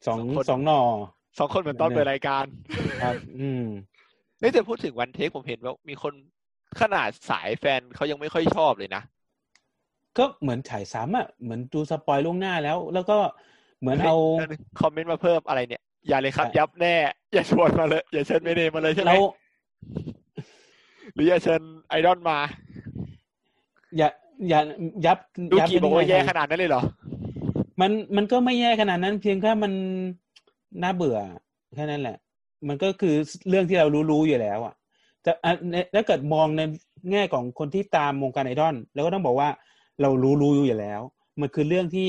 [SPEAKER 2] สอง
[SPEAKER 1] สองคน
[SPEAKER 2] สองหน่อ
[SPEAKER 1] สองคนเหมือนตอนเปิดรายการ
[SPEAKER 2] ครับ อืม
[SPEAKER 1] เฮ้ยแต่พูดถึงวันเทคผมเห็นว่ามีคนขนาดสายแฟนเขายังไม่ค่อยชอบเลยนะ
[SPEAKER 2] ก็เหมือนฉายซ้ำอ่ะ เหมือนดูสปอยล่วงหน้าแล้ว แล้วก็เหมือนเอา
[SPEAKER 1] เฮ้ยดี๋ยวนึงคอมเมนต์มาเพิ่มอะไรเนี่ย อย่าเลยครับ
[SPEAKER 2] ใช่
[SPEAKER 1] ยับแน่ อย่าชวนมาเลย อย่าเชิญเมเนมาเลยใช่ไหม
[SPEAKER 2] เรา
[SPEAKER 1] หรืออย่าเชิญไอดอลมา
[SPEAKER 2] อย่าอย่ายับ
[SPEAKER 1] ดู
[SPEAKER 2] ยั
[SPEAKER 1] กี่บอกว่า
[SPEAKER 2] ไม่ได้
[SPEAKER 1] แย่
[SPEAKER 2] ไง
[SPEAKER 1] ขนาดนั้นเลยเหรอ
[SPEAKER 2] มันมันก็ไม่แย่ขนาดนั้นเพียงแค่มันน่าเบื่อแค่นั้นแหละ มันก็คือเรื่องที่เรารู้ๆอยู่แล้ว อ่ะ แต่อ่ะในถ้าเกิดมองในแง่ของคนที่ตามวงการไอดอลเราก็ต้องบอกว่าเรารู้ๆอยู่แล้ว มันคือเรื่องที่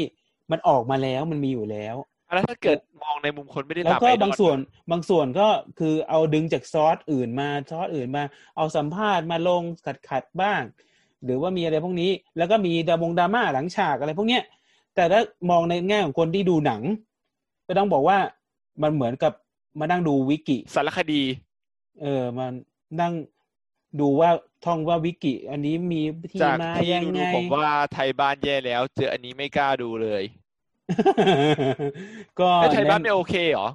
[SPEAKER 2] มันออกมาแล้วมันมีอยู่แล้ว
[SPEAKER 1] แล้วถ้าเกิดมองในมุมคนไม่ได้
[SPEAKER 2] แล้ว
[SPEAKER 1] ตาม
[SPEAKER 2] ก็
[SPEAKER 1] ไอดอบ
[SPEAKER 2] าง
[SPEAKER 1] ล
[SPEAKER 2] ส่วนบางส่วนก็คือเอาดึงจากซอสอื่นมาซอสอื่นมา เอาสัมภาษณ์มาลงขัดขัดๆบ้าง หรือว่ามีอะไรพวกนี้ แล้วก็มีดามงดราม่าหลังฉากอะไรพวกเนี้ยแต่ถ้ามองในแง่ของคนที่ดูหนัง ก็ต้องบอกว่ามันเหมือนกับมานั่งดูวิกิ
[SPEAKER 1] สารคดี
[SPEAKER 2] เออมานั่งดูว่าท่องว่าวิกิ อันนี้มีที่
[SPEAKER 1] จาก
[SPEAKER 2] มา
[SPEAKER 1] ที่
[SPEAKER 2] ยัง
[SPEAKER 1] ดู
[SPEAKER 2] ไง
[SPEAKER 1] ดูผมว่าไทยบ้านแย่แล้ว เจออันนี้ไม่กล้าดูเลย
[SPEAKER 2] ก็
[SPEAKER 1] แล้วไทยบ้าน
[SPEAKER 2] แะ
[SPEAKER 1] ไม่โอเคเหรอ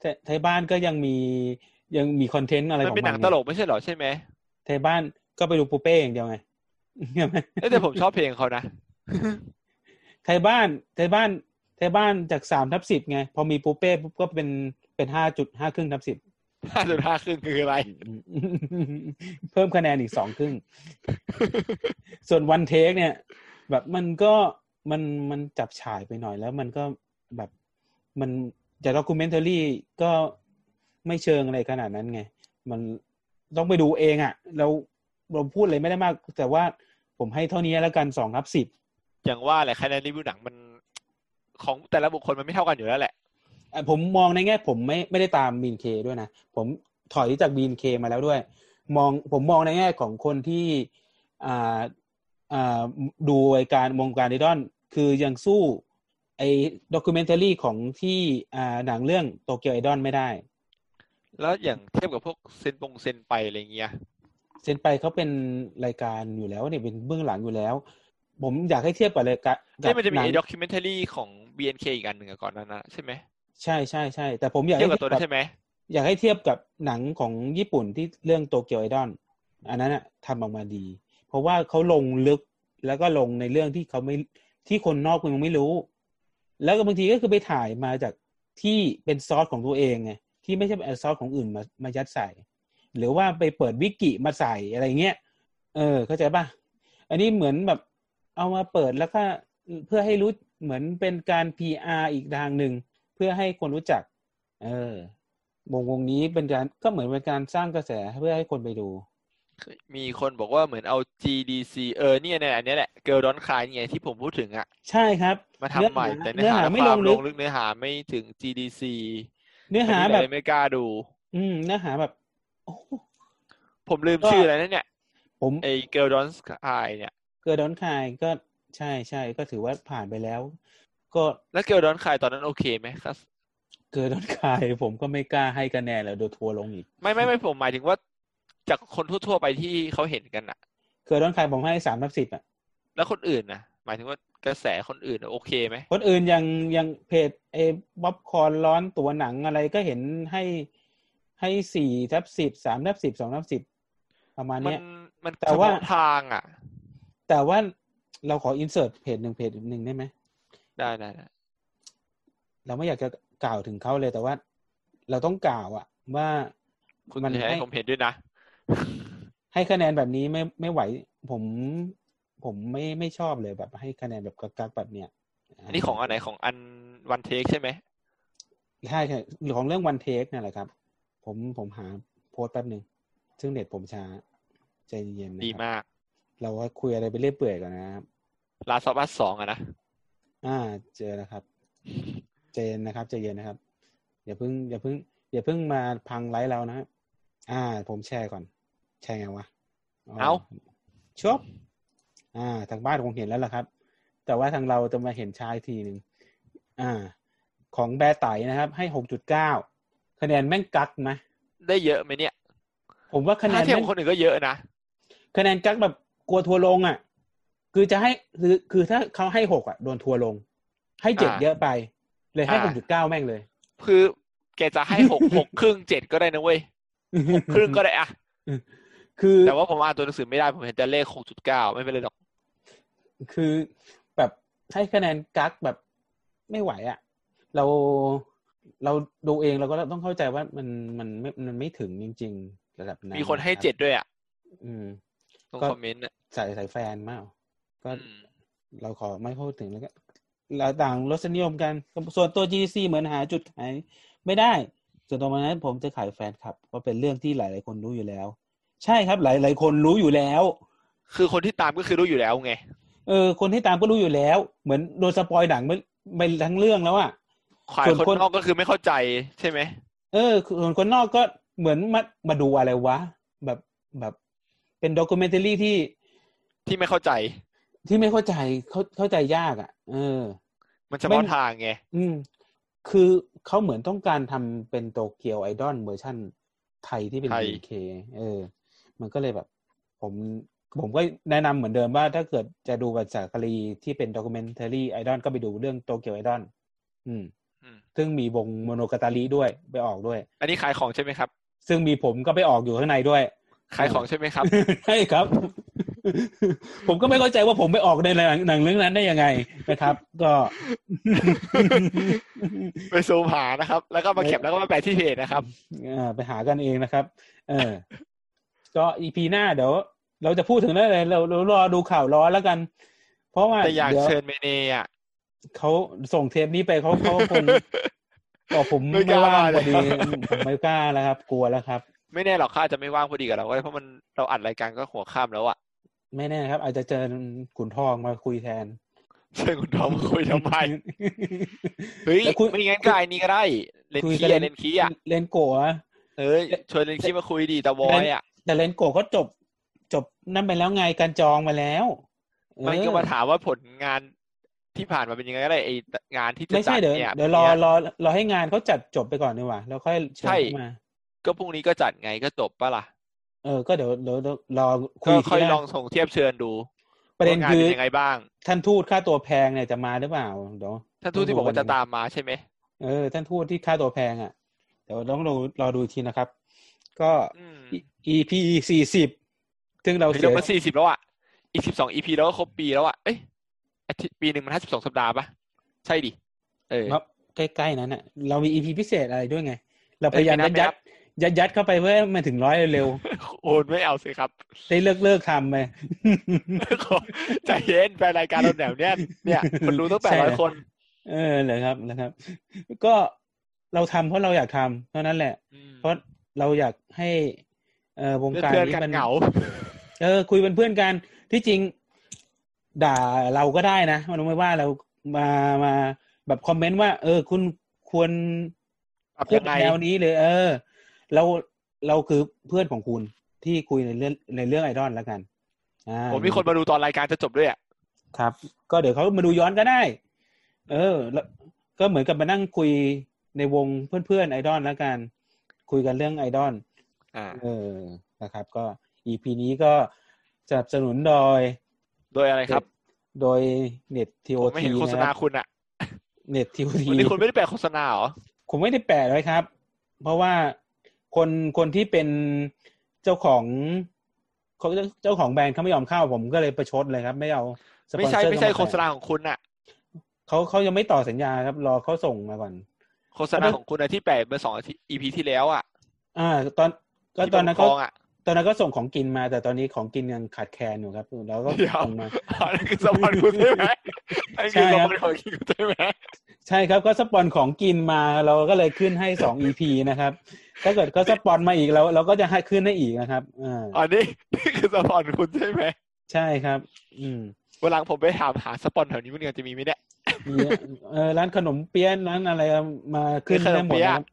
[SPEAKER 2] แต่ไทยบ้านก็ยังมียังมีคอนเทนต์อะไรข
[SPEAKER 1] มั
[SPEAKER 2] อน ง
[SPEAKER 1] เป็นห
[SPEAKER 2] มั
[SPEAKER 1] นัง
[SPEAKER 2] นไง
[SPEAKER 1] ตลกไม่ใช่เหรอใช่ไหม
[SPEAKER 2] ไทยบ้านก็ไปดูปูเป้อย่างเดียวไง ใช่ไหม
[SPEAKER 1] เอ้ยแต่ผมชอบเพลงเขานะ
[SPEAKER 2] ไทยบ้านไทยบ้านไทยบ้านจากสามทับสิบไง พอมีปูเป้ปุ๊บก็เป็นเป็นห้าจุดห้าครึ่งทับสิบ
[SPEAKER 1] ห้าจุดห้าครึ่งคืออะไร
[SPEAKER 2] เพิ่มคะแนนอีกสองครึ่ง ส่วนวันเทคเนี่ย แบบมันก็มันมันจับฉายไปหน่อยแล้วมันก็แบบมันจากด็อกูเมนเทอรี่ก็ไม่เชิงอะไรขนาดนั้นไง มันต้องไปดูเองอะ่ะ เราเราพูดอะไรไม่ได้มาก แต่ว่าผมให้เท่านี้แล้วกันสองทับสิบ
[SPEAKER 1] อย่างว่าแหละคะแนนรีวิวหนังมันของแต่ละบุคคลมันไม่เท่ากันอยู่แล้วแหละ
[SPEAKER 2] อ่ะผมมองในแง่ผมไม่ไม่ได้ตามบีนเคด้วยนะ ผมถอยจากบีนเคมาแล้วด้วย มองผมมองในแง่ของคนที่อ่าอ่าดูรายการวงการไอดอลคือยังสู้ ไอ้ด็อกิเมนเทอรี่ของที่อ่าหนังเรื่องโตเกียวไอดอลไม่ได้
[SPEAKER 1] แล้วอย่างเทียบกับพวกเซนปงเซนไปอะไรเงี้ย
[SPEAKER 2] เซนไปเขาเป็นรายการอยู่แล้วเนี่ยเป็นเบื้องหลังอยู่แล้ว ผมอยากให้เทียบกับรายการกั
[SPEAKER 1] นี่มันจะมี
[SPEAKER 2] หง
[SPEAKER 1] ไอ้ด็อกิเมนทารีของ BNK อีกอันหนึ่งอะก่อนหนั้านนะใช่ไหม
[SPEAKER 2] ใช่ใช่ใช่แต่ผมอยาก
[SPEAKER 1] เทีย
[SPEAKER 2] ให้
[SPEAKER 1] บกับตัวนั้นใช่ไหม
[SPEAKER 2] อยากให้เทียบกับหนังของญี่ปุ่นที่เรื่องโตเกียวไอดอลอันนั้นน่ะทำออกมาดี เพราะว่าเขาลงลึกแล้วก็ลงในเรื่องที่เขาไม่ที่คนนอกยังไม่รู้ แล้วก็บางทีก็คือไปถ่ายมาจาก ที่เป็นซอสของตัวเองไงที่ไม่ใช่เอาซอสของอื่นมามายัดใส่ หรือว่าไปเปิดวิกิมาใส่อะไรเงี้ยเออ เข้าใจป่ะ อันนี้เหมือนแบบเอามาเปิดแล้วก็เพื่อให้รู้เหมือนเป็นการ PR อีกทางหนึ่งเพื่อให้คนรู้จัก เออ วงวงนี้เป็นการก็เหมือนเป็นการสร้างกระแสเพื่อให้คนไปดู
[SPEAKER 1] มีคนบอกว่าเหมือนเอา GDC เออเนี่ยเนี่ยอันเนี้ยแหละ Girl Don't Cry เนี่ยที่ผมพูดถึงอะ
[SPEAKER 2] ใช่ครับ
[SPEAKER 1] มาทำใหม่แต่
[SPEAKER 2] เนื้อหา
[SPEAKER 1] และ
[SPEAKER 2] ไม่
[SPEAKER 1] ความ
[SPEAKER 2] ลงลึ
[SPEAKER 1] ล
[SPEAKER 2] ก
[SPEAKER 1] งลึกเนื้อหาไม่ถึง GDC
[SPEAKER 2] เนื้อหา
[SPEAKER 1] อันนี้
[SPEAKER 2] แบบ
[SPEAKER 1] เลยไม่กล้าดู
[SPEAKER 2] อืมเนื้อหาแบบ โอ้โห
[SPEAKER 1] ผมลืม
[SPEAKER 2] ก็
[SPEAKER 1] ชื่ออะไรนะเนี่ย
[SPEAKER 2] ผม
[SPEAKER 1] ไอ้ Girl Don't Cry เนี่ย
[SPEAKER 2] เกิดดอนคายก็ใช่ใช่ก็ถือว่าผ่านไปแล้ว ก็
[SPEAKER 1] แล้ว Girl Don't Cry ตอนนั้นโอเคไหมครับ
[SPEAKER 2] เกิดดอนคาย ผมก็ไม่กล้าให้คะแนนแล้วโดนทัวร์ลงอีก
[SPEAKER 1] ไม่ไม่ไม่ผมหมายถึงว่าจากคนทั่วๆไปที่เขาเห็นกันอะ
[SPEAKER 2] เกิดดอนคายผมให้สามนับสิบอ่ะ
[SPEAKER 1] แล้วคนอื่นนะหมายถึงว่ากระแสคนอื่นอะโอเคไหม
[SPEAKER 2] คนอื่นยังยังเพจไอ้บ๊อบคอนร้อนตัวหนังอะไรก็เห็นให้ให้สี่ทับสิบสามทับสิบสองทับสิบประมาณ
[SPEAKER 1] มั
[SPEAKER 2] เนี้ย
[SPEAKER 1] มัน
[SPEAKER 2] แต่
[SPEAKER 1] เฉ
[SPEAKER 2] ว่า
[SPEAKER 1] พาะทางอะ
[SPEAKER 2] แต่ว่าเราขออินเสิร์ตเพจหนึ่งเพจหนึ่งได้ไหม
[SPEAKER 1] ได้ได้ได้
[SPEAKER 2] เราไม่อยากจะกล่าวถึงเขาเลยแต่ว่า เราต้องกล่าวอะว่า
[SPEAKER 1] คุณ
[SPEAKER 2] มัน
[SPEAKER 1] จะ
[SPEAKER 2] ให้
[SPEAKER 1] ให้ผมเห็นด้วยนะ
[SPEAKER 2] ให้คะแนนแบบนี้ไม่ไม่ไหว ผมผมไม่ไม่ชอบเลยแบบ ให้คะแนนแบบกักๆแบบเนี้ย
[SPEAKER 1] อันนี้ของอันไหนของอันวันเทคใช่ไหม
[SPEAKER 2] ใช่ใช่หรือของเรื่องวันเทคนั่นแหละครับ ผมผมหาโพสต์แป๊บหนึ่งซึ่งเน็ตผมช้า ใจเย็นๆนะ
[SPEAKER 1] ดี
[SPEAKER 2] ครับ
[SPEAKER 1] มาก
[SPEAKER 2] เราก็คุยอะไรไปเรื่อยเปื่อยก่อนนะครับ
[SPEAKER 1] ลาซอบัสสองอะนะ
[SPEAKER 2] อ่าเจอแล้วครับ เจนนะครับใจเย็นนะครับอย่าเพิ่งอย่าเพิ่งอย่าเพิ่งมาพังไลฟ์เรานะฮะอ่า ผมแชร์ก่อน แชร์ไงวะ
[SPEAKER 1] เอ้า
[SPEAKER 2] ชบอ่า ทางบ้านคงเห็นแล้วล่ะครับ แต่ว่าทางเราจะมาเห็นชายทีหนึ่งอ่า ของแบร์ไตนะครับ ให้หกจุดเก้าคะแนนแม่งกักนะ
[SPEAKER 1] ได้เยอะไหมเนี่ย
[SPEAKER 2] ผมว่าคะแน
[SPEAKER 1] ถ้าน เทียบ
[SPEAKER 2] แม่
[SPEAKER 1] กั
[SPEAKER 2] ง
[SPEAKER 1] บคนอื่นก็เยอะนะ
[SPEAKER 2] คะแนนกักแบบกลัวทัวร์ลงอ่ะ คือจะให้คือคือถ้าเขาให้หกอ่ะโดนทัวร์ลง ให้เจ็ด
[SPEAKER 1] อ่า
[SPEAKER 2] เยอะไป เลยให้ห
[SPEAKER 1] อ่า
[SPEAKER 2] กจุดเก้าแม่งเลย
[SPEAKER 1] คือแกจะให้หก หกครึ่งเจ็ดก็ได้นะเว้ยครึ่งก็ได้อะ
[SPEAKER 2] คือ
[SPEAKER 1] แต่ว่าผมอ่านตัวหนังสือไม่ได้ผมเห็นแต่เลขหกจุดเก้าไม่เป็นไรหรอก
[SPEAKER 2] คือแบบให้คะแนนกักแบบไม่ไหวอ่ะ เราเราดูเองเราก็ต้องเข้าใจว่ามันมันไม่มันไม่ถึงจริงๆระดับนั้น
[SPEAKER 1] มีคนให้เจ็ดด้วยอ่ะ
[SPEAKER 2] อืม
[SPEAKER 1] ตรง
[SPEAKER 2] ก็
[SPEAKER 1] คอมเมนต์อ่ะ
[SPEAKER 2] สายสายแฟนมากก็
[SPEAKER 1] อืม
[SPEAKER 2] เราขอไม่พูดถึงแล้วก็เราต่างรสนิยมกัน ส่วนตัว GDC เหมือนหาจุดขายไม่ได้ ส่วนตัวมันนั้นผมจะขายแฟนคลับก็เป็นเรื่องที่หลาย ๆ คนรู้อยู่แล้ว ใช่ครับหลาย ๆ คนรู้อยู่แล้ว
[SPEAKER 1] คือคนที่ตามก็คือรู้อยู่แล้วไง
[SPEAKER 2] เออ คนที่ตามก็รู้อยู่แล้ว เหมือนโดนสปอยหนังไปไปทั้งเรื่องแล้วอะ
[SPEAKER 1] ขาย
[SPEAKER 2] ส่วน
[SPEAKER 1] คน
[SPEAKER 2] คน
[SPEAKER 1] นอกก็คือไม่เข้าใจใช่ไหม
[SPEAKER 2] เออส่วนคนนอกก็เหมือนมามาดูอะไรวะ แบบแบบเป็นด็อกิเมนท r y ที่
[SPEAKER 1] ที่ไม่เข้าใจ
[SPEAKER 2] ที่ไม่เข้าใจเข้าเข้าใจยากอะเออ
[SPEAKER 1] มันเฉพาะ
[SPEAKER 2] มัน
[SPEAKER 1] ทางไง
[SPEAKER 2] อืม คือเขาเหมือนต้องการทำเป็นโตเกียวไอดอลเวอร์ชั่นไทยที่เป็น
[SPEAKER 1] ไทย
[SPEAKER 2] BK เออ มันก็เลยแบบ ผมผมก็แนะนำเหมือนเดิมว่าถ้าเกิดจะดูแบบจากรีที่เป็นด็อกิเมนเทอรี่ไอดอลก็ไปดูเรื่องโตเกียวไอดอลอืม
[SPEAKER 1] อืม
[SPEAKER 2] ซึ่งมีวงโมโนกาตาลีด้วยไปออกด้วย
[SPEAKER 1] อันนี้ขายของใช่ไหมครับ
[SPEAKER 2] ซึ่งมีผมก็ไปออกอยู่ข้างในด้วย
[SPEAKER 1] ขายของใช่ไหมครับ
[SPEAKER 2] ใช่ครับ ผมก็ไม่เข้าใจว่าผมไปออกในหนังหนังเรื่องนั้นได้ยังไงนะครับ ก็
[SPEAKER 1] ไปซูมหานะครับ แล้วก็มาเก็บแล้วก็มาแปะที่เพจนะครับ
[SPEAKER 2] อ่าไปหากันเองนะครับ เออ ก็อีพีหน้าเดี๋ยว เราจะพูดถึงเรื่องอะไรเราเรารอดูข่าวร้อนแล้วกัน เพราะว่า
[SPEAKER 1] แต่อยาก
[SPEAKER 2] ดี๋ว
[SPEAKER 1] เชิญเมเนอ่ะ
[SPEAKER 2] เขาส่งเทปนี้ไปเขาเขาคน บอกผม
[SPEAKER 1] ไม่ก
[SPEAKER 2] ไม่
[SPEAKER 1] ล้า
[SPEAKER 2] ว่างพ
[SPEAKER 1] มา
[SPEAKER 2] อดี
[SPEAKER 1] เลย
[SPEAKER 2] ผม ไม่กล้าแล้วครับ กลัวแล้วครับ
[SPEAKER 1] ไม่แน่หรอกเข้าอาจจะไม่ว่างพอดีกับเราก็ได้เพราะมันเราอัดรายการก็หัวข้ามแล้วอะ
[SPEAKER 2] ไม่แน่ครับ อาจจะเจอขุนทองมาคุยแทน
[SPEAKER 1] เชิญคุณทอมมาคุยทำ ไมเฮ้ย
[SPEAKER 2] แล้วคุย
[SPEAKER 1] ไม่งั้นก็ไอ้นี่ก็ได้เลน
[SPEAKER 2] คุยกั
[SPEAKER 1] คี
[SPEAKER 2] น
[SPEAKER 1] อะเลนคีอะ
[SPEAKER 2] เลนโกะ
[SPEAKER 1] เอ้ยชวนเลนคีมาคุยดีตะวอยอะ
[SPEAKER 2] แต่เลนโกะเขาจบ จบนั่นไปแล้วไงการจองมาแล้วเออ
[SPEAKER 1] มันก็มาถามว่าผลงานที่ผ่านมาเป็นยังไงก็ได้ไอ้งานที่จะ
[SPEAKER 2] ไม่
[SPEAKER 1] จั
[SPEAKER 2] ใช่
[SPEAKER 1] ด
[SPEAKER 2] เดี๋ยว
[SPEAKER 1] เนี่ย
[SPEAKER 2] เดี๋ยวรอ
[SPEAKER 1] นี่
[SPEAKER 2] รอรอให้งานเขาจัดจบไปก่อนดีกว่าแล้วค่อยเชิญ
[SPEAKER 1] ใช่
[SPEAKER 2] เข้ามา
[SPEAKER 1] ก็พรุ่งนี้ก็จัดไงก็จบปะล่ะ
[SPEAKER 2] เออก็เดี๋ยวเดี๋ยวเดี๋ยวรอคุ
[SPEAKER 1] ก็
[SPEAKER 2] ย
[SPEAKER 1] ค่อย
[SPEAKER 2] ทีหน้า
[SPEAKER 1] ลองส่งเทียบเชิญดู
[SPEAKER 2] ประเด็น
[SPEAKER 1] ว่างาน
[SPEAKER 2] คือ
[SPEAKER 1] เป็นยังไงบ้าง
[SPEAKER 2] ท่านทูตค่าตัวแพงเนี่ยจะมาหรือเปล่าเดี๋ยว
[SPEAKER 1] ท่านทูตที่บอกว่าจะตามมาใช่ไหม
[SPEAKER 2] เออท่านทูตที่ค่าตัวแพงอ่ะเดี๋ยวต้องรอรอดูอีกทีนะครับ ก็
[SPEAKER 1] อืม
[SPEAKER 2] อีพีสี่สิบซึ่งเราเสี
[SPEAKER 1] เดี๋ย
[SPEAKER 2] ยว
[SPEAKER 1] มาสี่สิบแล้วอะอีกสิบสองอีพีแล้วก็ครบปีแล้วอะเอ้ยอาทิตย์ปีหนึ่งมันห้าสิบสองสัปดาห์ปะใช่ดิเออ
[SPEAKER 2] มา ใกล้ๆนั้นอ่ะ เรามีอีพีพิเศษอะไรด้วยไง เราพยายาม
[SPEAKER 1] เอ้
[SPEAKER 2] ยั
[SPEAKER 1] ย
[SPEAKER 2] ด
[SPEAKER 1] ไม่นั
[SPEAKER 2] ยั
[SPEAKER 1] บ
[SPEAKER 2] ดยัดยัดเข้าไปเพื่อให้มันถึงร้อยเร็ว
[SPEAKER 1] โอนไม่เอาสิครับ
[SPEAKER 2] ๆได้เลิกเลิกทำไป
[SPEAKER 1] ขอใจเย็นแฟนรายการเราแหนวเนี่ยเนี่ยคนรู้ตั้งแปด
[SPEAKER 2] ใช่
[SPEAKER 1] ร้อย
[SPEAKER 2] นะ
[SPEAKER 1] คน
[SPEAKER 2] เออเหรอครับเหรอครับ ก็เราทำเพราะเราอยากทำเท่านั้นแหละ เพราะเราอยากให้ เอ่อวงการ
[SPEAKER 1] เพื่อนๆ
[SPEAKER 2] นี้
[SPEAKER 1] กัน
[SPEAKER 2] มัน
[SPEAKER 1] เหงา
[SPEAKER 2] เออคุยเป็นเพื่อนกันที่จริง ด่าเราก็ได้นะมันไม่ว่าเรามามาแบบคอมเมนต์ว่า เออ คุณควร
[SPEAKER 1] ปรับ
[SPEAKER 2] พู
[SPEAKER 1] ยั
[SPEAKER 2] ด
[SPEAKER 1] งไง
[SPEAKER 2] แนวนี้เลย เออ เราเราคือเพื่อนของคุณที่คุยในเรื่องในเรื่องไอดอลแล้วกันอ่า
[SPEAKER 1] ผมมีคนมาดูตอนรายการจะจบด้วยอ่ะ
[SPEAKER 2] ครับ ก็เดี๋ยวเขามาดูย้อนก็ได้ เออ แล้วก็เหมือนกับมานั่งคุยในวงเพื่อนๆไอดอลแล้วกัน คุยกันเรื่องไอดอล
[SPEAKER 1] อ่า
[SPEAKER 2] เออ นะครับ ก็ EP นี้ก็สนับสนุนโดย
[SPEAKER 1] โดยอะไรครับ
[SPEAKER 2] โดยเน็ตที
[SPEAKER 1] ผ
[SPEAKER 2] โอ
[SPEAKER 1] มไม่
[SPEAKER 2] ที
[SPEAKER 1] เห็นโฆษณาคุณอ่ะ
[SPEAKER 2] เน็ตทีโอที
[SPEAKER 1] วันนี้คุณไม่ได้แปลโฆษณาเหรอ
[SPEAKER 2] ผมไม่ได้แปะไว้ครับ เพราะว่าคนคนที่เป็นเจ้าของเขาเจ้าของแบรนด์เขาไม่ยอมเข้า ผมก็เลยประชดเลยครับ ไม่เอาสปอน
[SPEAKER 1] ไม่
[SPEAKER 2] เซ
[SPEAKER 1] ใช่
[SPEAKER 2] อร์
[SPEAKER 1] ไม่ใช่
[SPEAKER 2] เข้
[SPEAKER 1] โฆษณาของคุณอ่ะ
[SPEAKER 2] เขาเขายังไม่ต่อสัญญาครับ รอเขาส่งมาก่อน
[SPEAKER 1] โฆษณาของคุณอะที่แปะเมื่อสองอาทิตย์ EP ที่แล้วอ่ะ
[SPEAKER 2] อ่า ตอนก็
[SPEAKER 1] ที่
[SPEAKER 2] ตอนนั้นเขา
[SPEAKER 1] ผมคลง อ่ะ
[SPEAKER 2] ตอนนั้นก็ส่งของกินมา แต่ตอนนี้ของกินยังขาดแคลนอยู่ครับแล้วก็
[SPEAKER 1] เดี๋ยว
[SPEAKER 2] ส่งมา
[SPEAKER 1] อันนั้นคือสปอนคุณใช่ไหมอันนั้นคือ
[SPEAKER 2] ใช่
[SPEAKER 1] ส
[SPEAKER 2] ค
[SPEAKER 1] ป
[SPEAKER 2] รั
[SPEAKER 1] อบ นของคุณใช่ไหม
[SPEAKER 2] ใช่ครับก็สปอนของกินมาเราก็เลยขึ้นให้สอง EP นะครับ ถ้าเกิดเขาสปอนมาอีกเราเราก็จะให้ขึ้นให้อีกนะครับอ่า
[SPEAKER 1] อันนี้นี่คือสปอนคุณใช่ไหม
[SPEAKER 2] ใช่ครับ อืม
[SPEAKER 1] วันหลังผมไปถามหาสปอนแถวนี้มันยังจะมีไหมเนี่ย
[SPEAKER 2] มีเออร้านขนมเปี๊ยะร้านอะไรมาขึ้นได้หมดนะครับ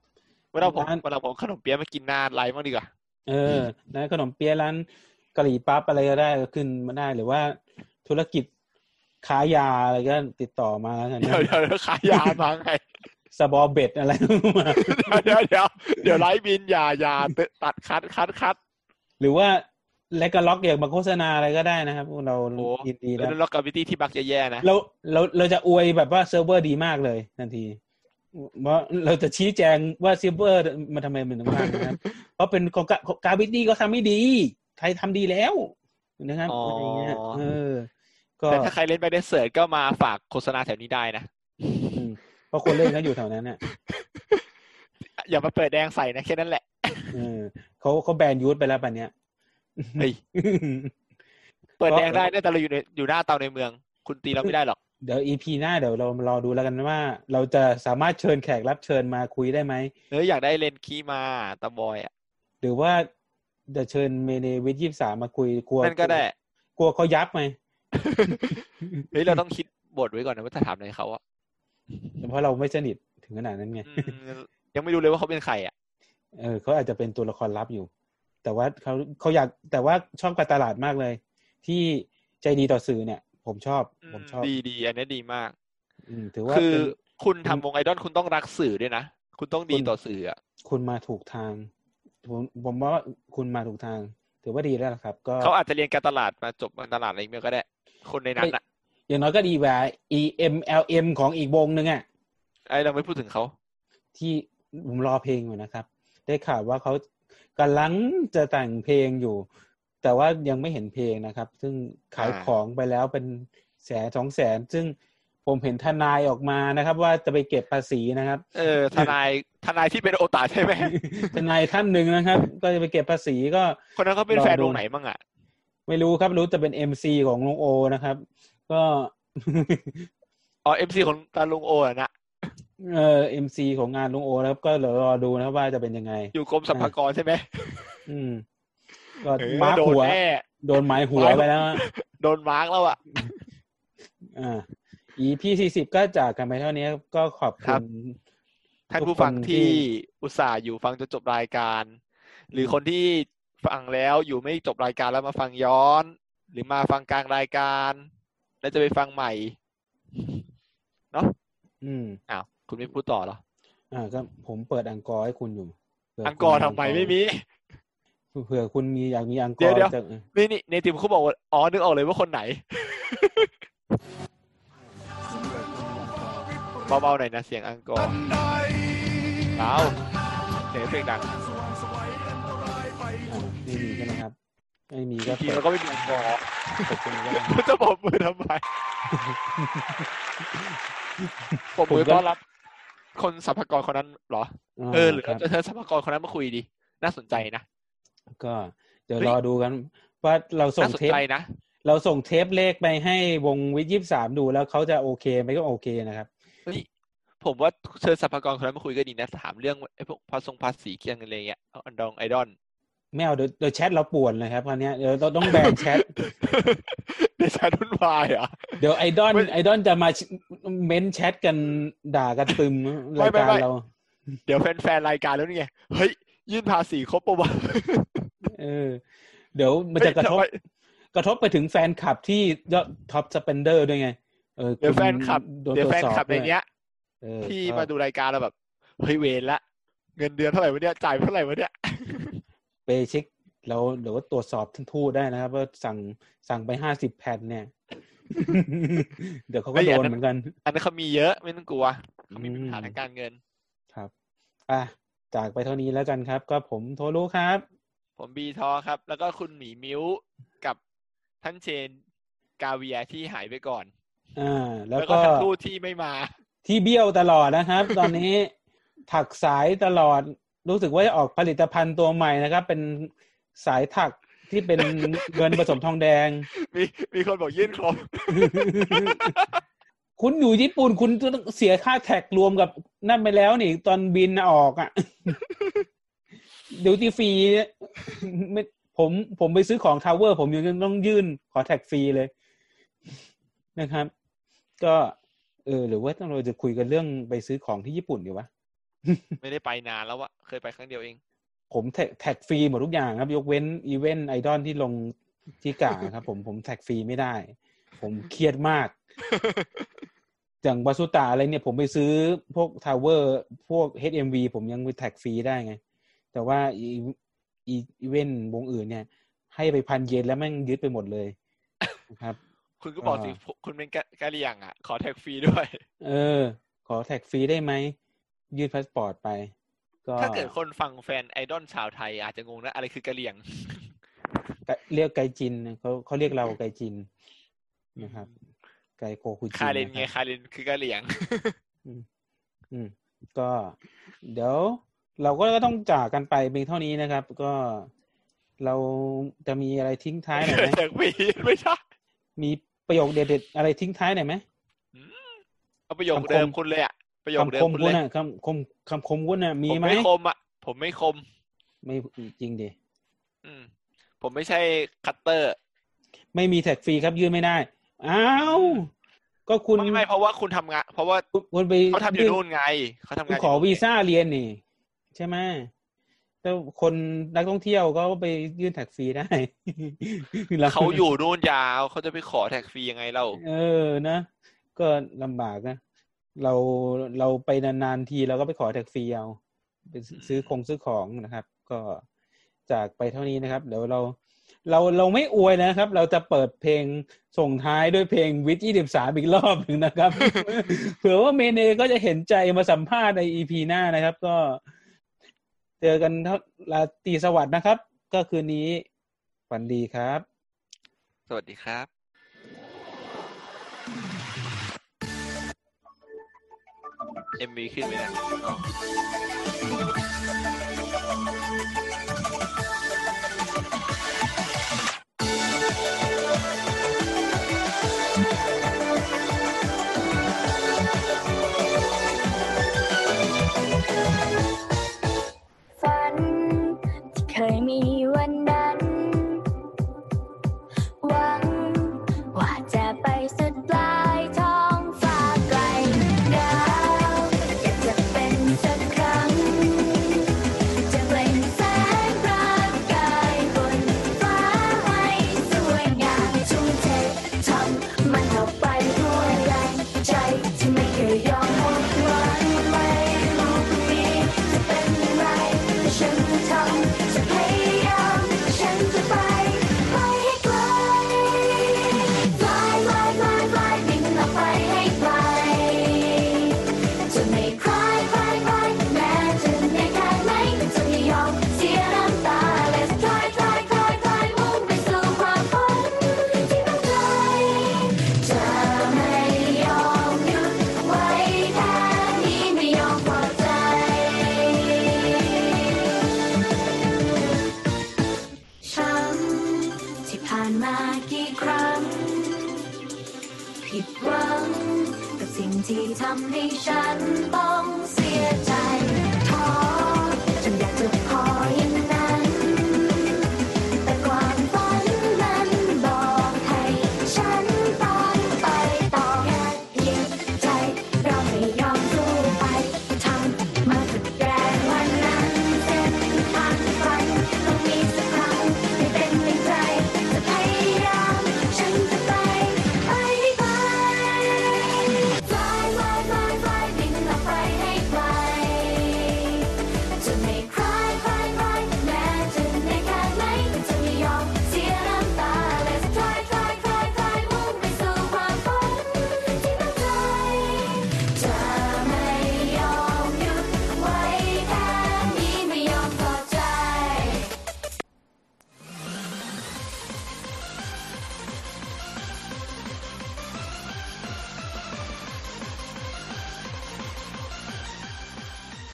[SPEAKER 1] วันหลังผม
[SPEAKER 2] ร้าน
[SPEAKER 1] วันหลังผมขนมเปี๊ยะมากินหน้าไลฟ์บ้างดีกว่า
[SPEAKER 2] เออร้านขนมเปี๊ยะร้านกะหรี่ปั๊บอะไรก็ได้ก็ขึ้นมาได้หรือว่า ธุรกิจค้ายาอะไรก็ติดต่อมาแล้วกัน
[SPEAKER 1] เดี๋ยว
[SPEAKER 2] นะ
[SPEAKER 1] เดี๋ยวเดี๋ยวขายยามาไง
[SPEAKER 2] สบอเบ็ดอะไรมา
[SPEAKER 1] เดี๋ยวเดี๋ยวเดี๋ยวไลฟ์บินอยาอยาตึตัดคัดคัดคัด
[SPEAKER 2] หรือว่าแลกกะล็อกอยากมาโฆษณาอะไรก็ได้นะครับพวกเรา
[SPEAKER 1] โอ้โห
[SPEAKER 2] ยินดี
[SPEAKER 1] แล้ว
[SPEAKER 2] รับ
[SPEAKER 1] ล็อกกับวิตี้ที่บักแย่ๆนะ
[SPEAKER 2] เราเราเราจะอวยแบบว่าเซิร์ฟเวอร์ดีมากเลยทันทีว่าเราจะชี้แจงว่าเซิร์ฟเวอร์มันทำไมมันถึงพังนะครับ เพราะเป็นของกาของกาบิตี้ก็ทำไม่ดี ไทยทำดีแล้วนะครับ
[SPEAKER 1] อ๋ออ
[SPEAKER 2] อะไรเงี้ยเออ ก็
[SPEAKER 1] แต่ถ้าใครเล่นไปได้เสิร์ชก็มาฝากโฆษณาแถวนี้ได้นะ
[SPEAKER 2] อืมเพราะคนเล่นกันอยู่แถวนั้นน่ะ
[SPEAKER 1] อย่ามาเปิดแดงใส่นะแค่นั้นแหละ
[SPEAKER 2] เออเขาเขาแบนยูทไปแล้วปันเนี้ย
[SPEAKER 1] เฮ้ย เปิดแดงได้นะแต่เราอยู่ในอยู่หน้าเตาในเมือง คุณตีเราไม่ได้หรอก
[SPEAKER 2] เดี๋ยวอีพีหน้าเดี๋ยวเรามารอดูแล้วกันว่า เราจะสามารถเชิญแขกรับเชิญมาคุยได้ไหม
[SPEAKER 1] เอออยากได้เลนคีมาตาบอยอ่ะ
[SPEAKER 2] หรือว่าจะเชิญเมเนวิทยี่สามมาคุยกลัว
[SPEAKER 1] นั่นก็ได้
[SPEAKER 2] กลัวเขายับไหม
[SPEAKER 1] เฮ้ยเราต้องคิดบทไว้ก่อนนะว่าจะถามอะไรเขา อ่ะ
[SPEAKER 2] เพราะเราไม่สนิทถึงขนาดนั้นไง
[SPEAKER 1] อืมยังไม่รู้เลยว่าเขาเป็นใครอ่ะ
[SPEAKER 2] เออเขาอาจจะเป็นตัวละครลับอยู่ แต่ว่าเขาเขาอยากแต่ว่าชอบการตลาดมากเลย ที่ใจดีต่อสื่อเนี่ย ผมชอบผมชอบ
[SPEAKER 1] ดีดีๆอันนี้ดีมาก
[SPEAKER 2] อืมถือว่า
[SPEAKER 1] คือ
[SPEAKER 2] เป็น
[SPEAKER 1] คุณทำวงไอดอลคุณต้องรักสื่อด้วยนะ คุณต้องดีต่อสื่ออะ
[SPEAKER 2] คุณมาถูกทางผมผมว่าคุณมาถูกทาง ถือว่าดีแล้วล่ะครับ ก็
[SPEAKER 1] เขาอาจจะเรียนการตลาดมาจบการตลาดอะไรอย่างเงี้ยก็ได้ คนในนั้นอ่ะ
[SPEAKER 2] อย่างน้อยก็ดีกว่า E M L M ของอีกวงหนึ่งอ่ะ
[SPEAKER 1] ไอเราไม่พูดถึงเขา
[SPEAKER 2] ที่ผมรอเพลงอยู่นะครับ ได้ข่าวว่าเขากำลังจะแต่งเพลงอยู่ แต่ว่ายังไม่เห็นเพลงนะครับ ซึ่งขายของไปแล้วเป็นแสนสองแสน ซึ่งผมเห็นทนายออกมานะครับ ว่าจะไปเก็บภาษีนะครับ
[SPEAKER 1] เออทนายทนายที่เป็นโอตาใช่ไห ม
[SPEAKER 2] ทนายท่านหนึ่งนะครับ ก็จะไปเก็บภาษีก็
[SPEAKER 1] คนนั้นเขาเป็นแฟน
[SPEAKER 2] ลองดู
[SPEAKER 1] วงไหนบ้างอ่ะ
[SPEAKER 2] ไม่รู้ครับรู้แต่เป็นเอมซีของลุงโอนะครับ ก็
[SPEAKER 1] อ๋อเอ็มซีของตาลุงโออะนะ
[SPEAKER 2] เออเอ็มซีของงานลุงโอนะครับ ก็เดี๋ยวรอดูนะครับว่าจะเป็นยังไง
[SPEAKER 1] อยู่กรมสรรพากรใช่ไหม
[SPEAKER 2] อืม ก็
[SPEAKER 1] เออ
[SPEAKER 2] มาร์ค
[SPEAKER 1] โดน
[SPEAKER 2] หัว
[SPEAKER 1] แน่
[SPEAKER 2] โดนหมายหัวไปแล้วอะ
[SPEAKER 1] โดนมาร์กแล้วอ่ะ
[SPEAKER 2] อ่า EP สี่สิบก็จากกันไปเท่านี้ก็ขอบ
[SPEAKER 1] ค
[SPEAKER 2] คุ
[SPEAKER 1] รับ
[SPEAKER 2] ณ
[SPEAKER 1] ท่านผู้ฟังที่อุตส่าห์อยู่ฟังจนจบรายการ หรือคนที่ฟังแล้วอยู่ไม่จบรายการแล้วมาฟังย้อน หรือมาฟังกลางรายการ แล้วจะไปฟังใหม่
[SPEAKER 2] อืม
[SPEAKER 1] อ้าวคุณไม่พูดต่อเหรอ
[SPEAKER 2] อ่าก็ผมเปิดอังกอร์ให้คุณอยู่เผื่
[SPEAKER 1] อังกอร์
[SPEAKER 2] คุณ
[SPEAKER 1] ทำไมไม่มี
[SPEAKER 2] เผื่อคุณมีอยากมีอังกอร์
[SPEAKER 1] เดี๋ยวๆ
[SPEAKER 2] จะ
[SPEAKER 1] นี่นี่ในติมเขาบอกว่าอ๋อนึกออกเลยว่าคนไหน เบาๆหน่อยนะเสียงอังกอร์เบาเสียงเพลงดัง
[SPEAKER 2] อ่าไม่มีใช่ไหมครับ ไม่มี
[SPEAKER 1] จ
[SPEAKER 2] ก็
[SPEAKER 1] ริงๆแล้
[SPEAKER 2] เปิด
[SPEAKER 1] วก็ไม่มีอังกอร์
[SPEAKER 2] ขอบคุณก็ได้
[SPEAKER 1] จะปรบอก มือทำไมปรบอกมือต้อนรับ คนสรรพากรคนนั้นเหรอ เออหรือเราจะเชิญสรรพากรคนนั้นมาคุยดี น่าสนใจนะ
[SPEAKER 2] ก็เดี๋ยว
[SPEAKER 1] เฮ้ย
[SPEAKER 2] รอดูกัน ว่าเราส่
[SPEAKER 1] น่าง สน
[SPEAKER 2] เทป
[SPEAKER 1] ใจนะ
[SPEAKER 2] เราส่งเทปเลขไปให้วงวิทยี่สามดูแล้วเขาจะโอเคไหมก็โอเคนะครับ
[SPEAKER 1] เฮ้ยผมว่าเชิญสรรพากรคนนั้นมาคุยก็ดีนะ ถามเรื่องไอ้พวกภาษงภาษีเกี่ยงอะไรเงี้ยเอาอันดองไอดอน
[SPEAKER 2] ไม่เอาเดี๋ยวเดี๋ยวแชทเราป่วนนะครับคราวเนี้ยเดี๋ยวเราต้องแบนแชท
[SPEAKER 1] ในชาดุนวายเหรอ่ะ
[SPEAKER 2] เดี๋ยวไอดอน
[SPEAKER 1] ไม่
[SPEAKER 2] ไอดอนจะมาเม้นแชทกันด่ากันตึม
[SPEAKER 1] ไม่
[SPEAKER 2] ราย
[SPEAKER 1] ไม่
[SPEAKER 2] กา
[SPEAKER 1] ไม่
[SPEAKER 2] รเรา
[SPEAKER 1] เดี๋ยวแฟนๆรายการแล้วนี่ไง เฮ้ย ยื่นภาษีครบปะวะ
[SPEAKER 2] เออ เดี๋ยว มันจะกระทบ
[SPEAKER 1] เฮ้ยทำไม
[SPEAKER 2] กระทบไปถึงแฟนคลับที่ยอดท็อปสเปนเดอร์ด้วยไง เออ
[SPEAKER 1] เดี๋ยว
[SPEAKER 2] คุณ
[SPEAKER 1] แฟนคลับ
[SPEAKER 2] โดน
[SPEAKER 1] เดี๋ยวแฟ
[SPEAKER 2] ตรวจ
[SPEAKER 1] น
[SPEAKER 2] สอบ
[SPEAKER 1] คลับใน
[SPEAKER 2] ด้วย
[SPEAKER 1] เนี้ย
[SPEAKER 2] เออ
[SPEAKER 1] ที่
[SPEAKER 2] ก็
[SPEAKER 1] มาดูรายการเราแบบเฮ้ยเวรละ เงินเดือนเท่าไหร่วะเนี่ยจ่ายเท่าไหร่วะเนี่ย
[SPEAKER 2] ไปเช็คเราเดี๋ยวตรวจสอบทั้งทูตได้นะครับว่าสั่งสั่งไปห้าสิบแผ่นเนี่ย เดี๋ยวเขาก็
[SPEAKER 1] ไม่อ
[SPEAKER 2] โด
[SPEAKER 1] ย่าง
[SPEAKER 2] น
[SPEAKER 1] นั้น
[SPEAKER 2] เหมือนกัน
[SPEAKER 1] อันนั้นเขามีเยอะไม่ต้องกลัวเขามี
[SPEAKER 2] อืม
[SPEAKER 1] ปัญหาทางการเงิน
[SPEAKER 2] ครับ อ่ะจากไปเท่านี้แล้วกันครับ ก็ผมโทรู้ครับ
[SPEAKER 1] ผมบีทอครับ แล้วก็คุณหมีมิ้วกับท่านเชนกาเวียที่หายไปก่อน
[SPEAKER 2] อ่า แล้
[SPEAKER 1] แล้ว วก็
[SPEAKER 2] ก็
[SPEAKER 1] ท่านทูตที่ไม่มา
[SPEAKER 2] ที่เบี้ยวตลอดนะครับ ตอนนี้ถักสายตลอดรู้สึกว่าจะออกผลิตภัณฑ์ตัวใหม่นะครับ เป็นสายถักที่เป็นเงินผสมทองแดง
[SPEAKER 1] มีมีคนบอกยื่นคร บ
[SPEAKER 2] คุณอยู่ญี่ปุ่นคุณต้องเสียค่าแท็กรวมกับนั่นไปแล้วนี่ ตอนบินออกอะ่ะ ดิวตี้ฟรีเนี่ยไม่ผมผมไปซื้อของทาวเวอร์ ผมยังต้องยื่นขอแท็กฟรีเลยนะครับ ก็เออ หรือว่าเราจะคุยกันเรื่องไปซื้อของที่ญี่ปุ่นดีวะ
[SPEAKER 1] ไม่ได้ไปนานแล้ววะเคยไปครั้งเดียวเอง
[SPEAKER 2] ผมแท็กแท็กฟรีหมดทุกอย่างครับ ยกเว้นอีเวนต์ไอดอลที่ลงที่กาครับ ผมผมแท็กฟรีไม่ได้ ผมเครียดมาก อย่างบาสุตาอะไรเนี่ยผมไปซื้อพวกทาวเวอร์ พวก HMV ผมยังไปแท็กฟรีได้ไง แต่ว่าอีอีอีเวนต์วงอื่นเนี่ย ให้ไปพันเยนแล้วแม่งยึดไปหมดเลยนะครับ
[SPEAKER 1] คุณก็บอกสิ
[SPEAKER 2] อ่า
[SPEAKER 1] คุณเป็นกะกะเหรี่ยงอ่ะ ขอแท็กฟรีด้วย
[SPEAKER 2] เออ ขอแท็กฟรีได้ไหม ยื่นพาสปอร์ตไป ก็
[SPEAKER 1] ถ้าเกิดคนฟังแฟนไอดอลชาวไทย อาจจะงงนะ อะไรคือกะเหรี่ยง
[SPEAKER 2] เรียกไกจินนะเขาเขาเรียกเราไกจินนะครับ ไกโกคุจิ
[SPEAKER 1] คาเรนไง
[SPEAKER 2] ะครับ
[SPEAKER 1] คาเรนคือกะเหรี่ยง
[SPEAKER 2] อืมก็เดี๋ยวเราก็ต้องจากกันไปเพียงเท่านี้นะครับ ก็เราจะมีอะไรทิ้งท้ายหน่อยไหม
[SPEAKER 1] แท็กฟ รีไม่ใช่
[SPEAKER 2] มีประโยคเด็ดๆอะไรทิ้งท้ายหน่อยไหม
[SPEAKER 1] เอาประโยค
[SPEAKER 2] คำคม
[SPEAKER 1] เดิมคุณเลยอ่ะ ประโยคเดิ
[SPEAKER 2] คำค
[SPEAKER 1] ม
[SPEAKER 2] ม
[SPEAKER 1] คุณ
[SPEAKER 2] วุ้
[SPEAKER 1] เล
[SPEAKER 2] น
[SPEAKER 1] ย
[SPEAKER 2] อ่ะคำคมคำคมวุ้นอ่ะมี
[SPEAKER 1] ผม
[SPEAKER 2] ไหม
[SPEAKER 1] ไม่คมอ่ะ ผมไม่คม
[SPEAKER 2] ไม่จริงดิ
[SPEAKER 1] อืม ผมไม่ใช่คัตเตอร์
[SPEAKER 2] ไม่มีแท็กฟรีครับยื่นไม่ได้อ้าวก็คุณ
[SPEAKER 1] ไม่ไม่เพราะว่าคุณทำงาน เพราะว่า
[SPEAKER 2] คุณไป
[SPEAKER 1] เขาทำอยู่นู่นไงเขาทำ
[SPEAKER 2] คุณ
[SPEAKER 1] งาน
[SPEAKER 2] ขอยู่
[SPEAKER 1] นู่น
[SPEAKER 2] วี
[SPEAKER 1] ไง
[SPEAKER 2] ซ่าเรียนนี่ ใช่ไหมแล้วคนนักท่องเที่ยวก็ไปยื่นแท็กฟรีได้
[SPEAKER 1] เขาอยู่นู่นยาวเขาจะไปขอแท็กฟรียังไงเรา
[SPEAKER 2] เออนะ ก็ลำบากนะ เราเราไปนานๆทีเราก็ไปขอแท็กฟรีเอาไปซื้อซื้อคงซื้อของนะครับ ก็จากไปเท่านี้นะครับ เดี๋ยวเรา เราเราไม่อวยนะครับ เราจะเปิดเพลงส่งท้ายด้วยเพลงวิทยี่สิบสามอีกรอบหนึ่งนะครับ เผื่อว่าเมเนก็จะเห็นใจมาสัมภาษณ์ในอีพีหน้านะครับ ก็ เจอกันเท่าราตรีสวัสดิ์นะครับ ก็คืนนี้ฝันดีครับ
[SPEAKER 1] สวัสดีครับ เอ็มวีขึ้นไหมเนะ
[SPEAKER 4] ฝันที่เคยมีวันนั้น หวังว่าจะไปสุดปลายท้องฟ้าไกลดาวอยากจะเป็นสักครั้ง จะเปล่งแสงประ ฉันต้องเสียใจ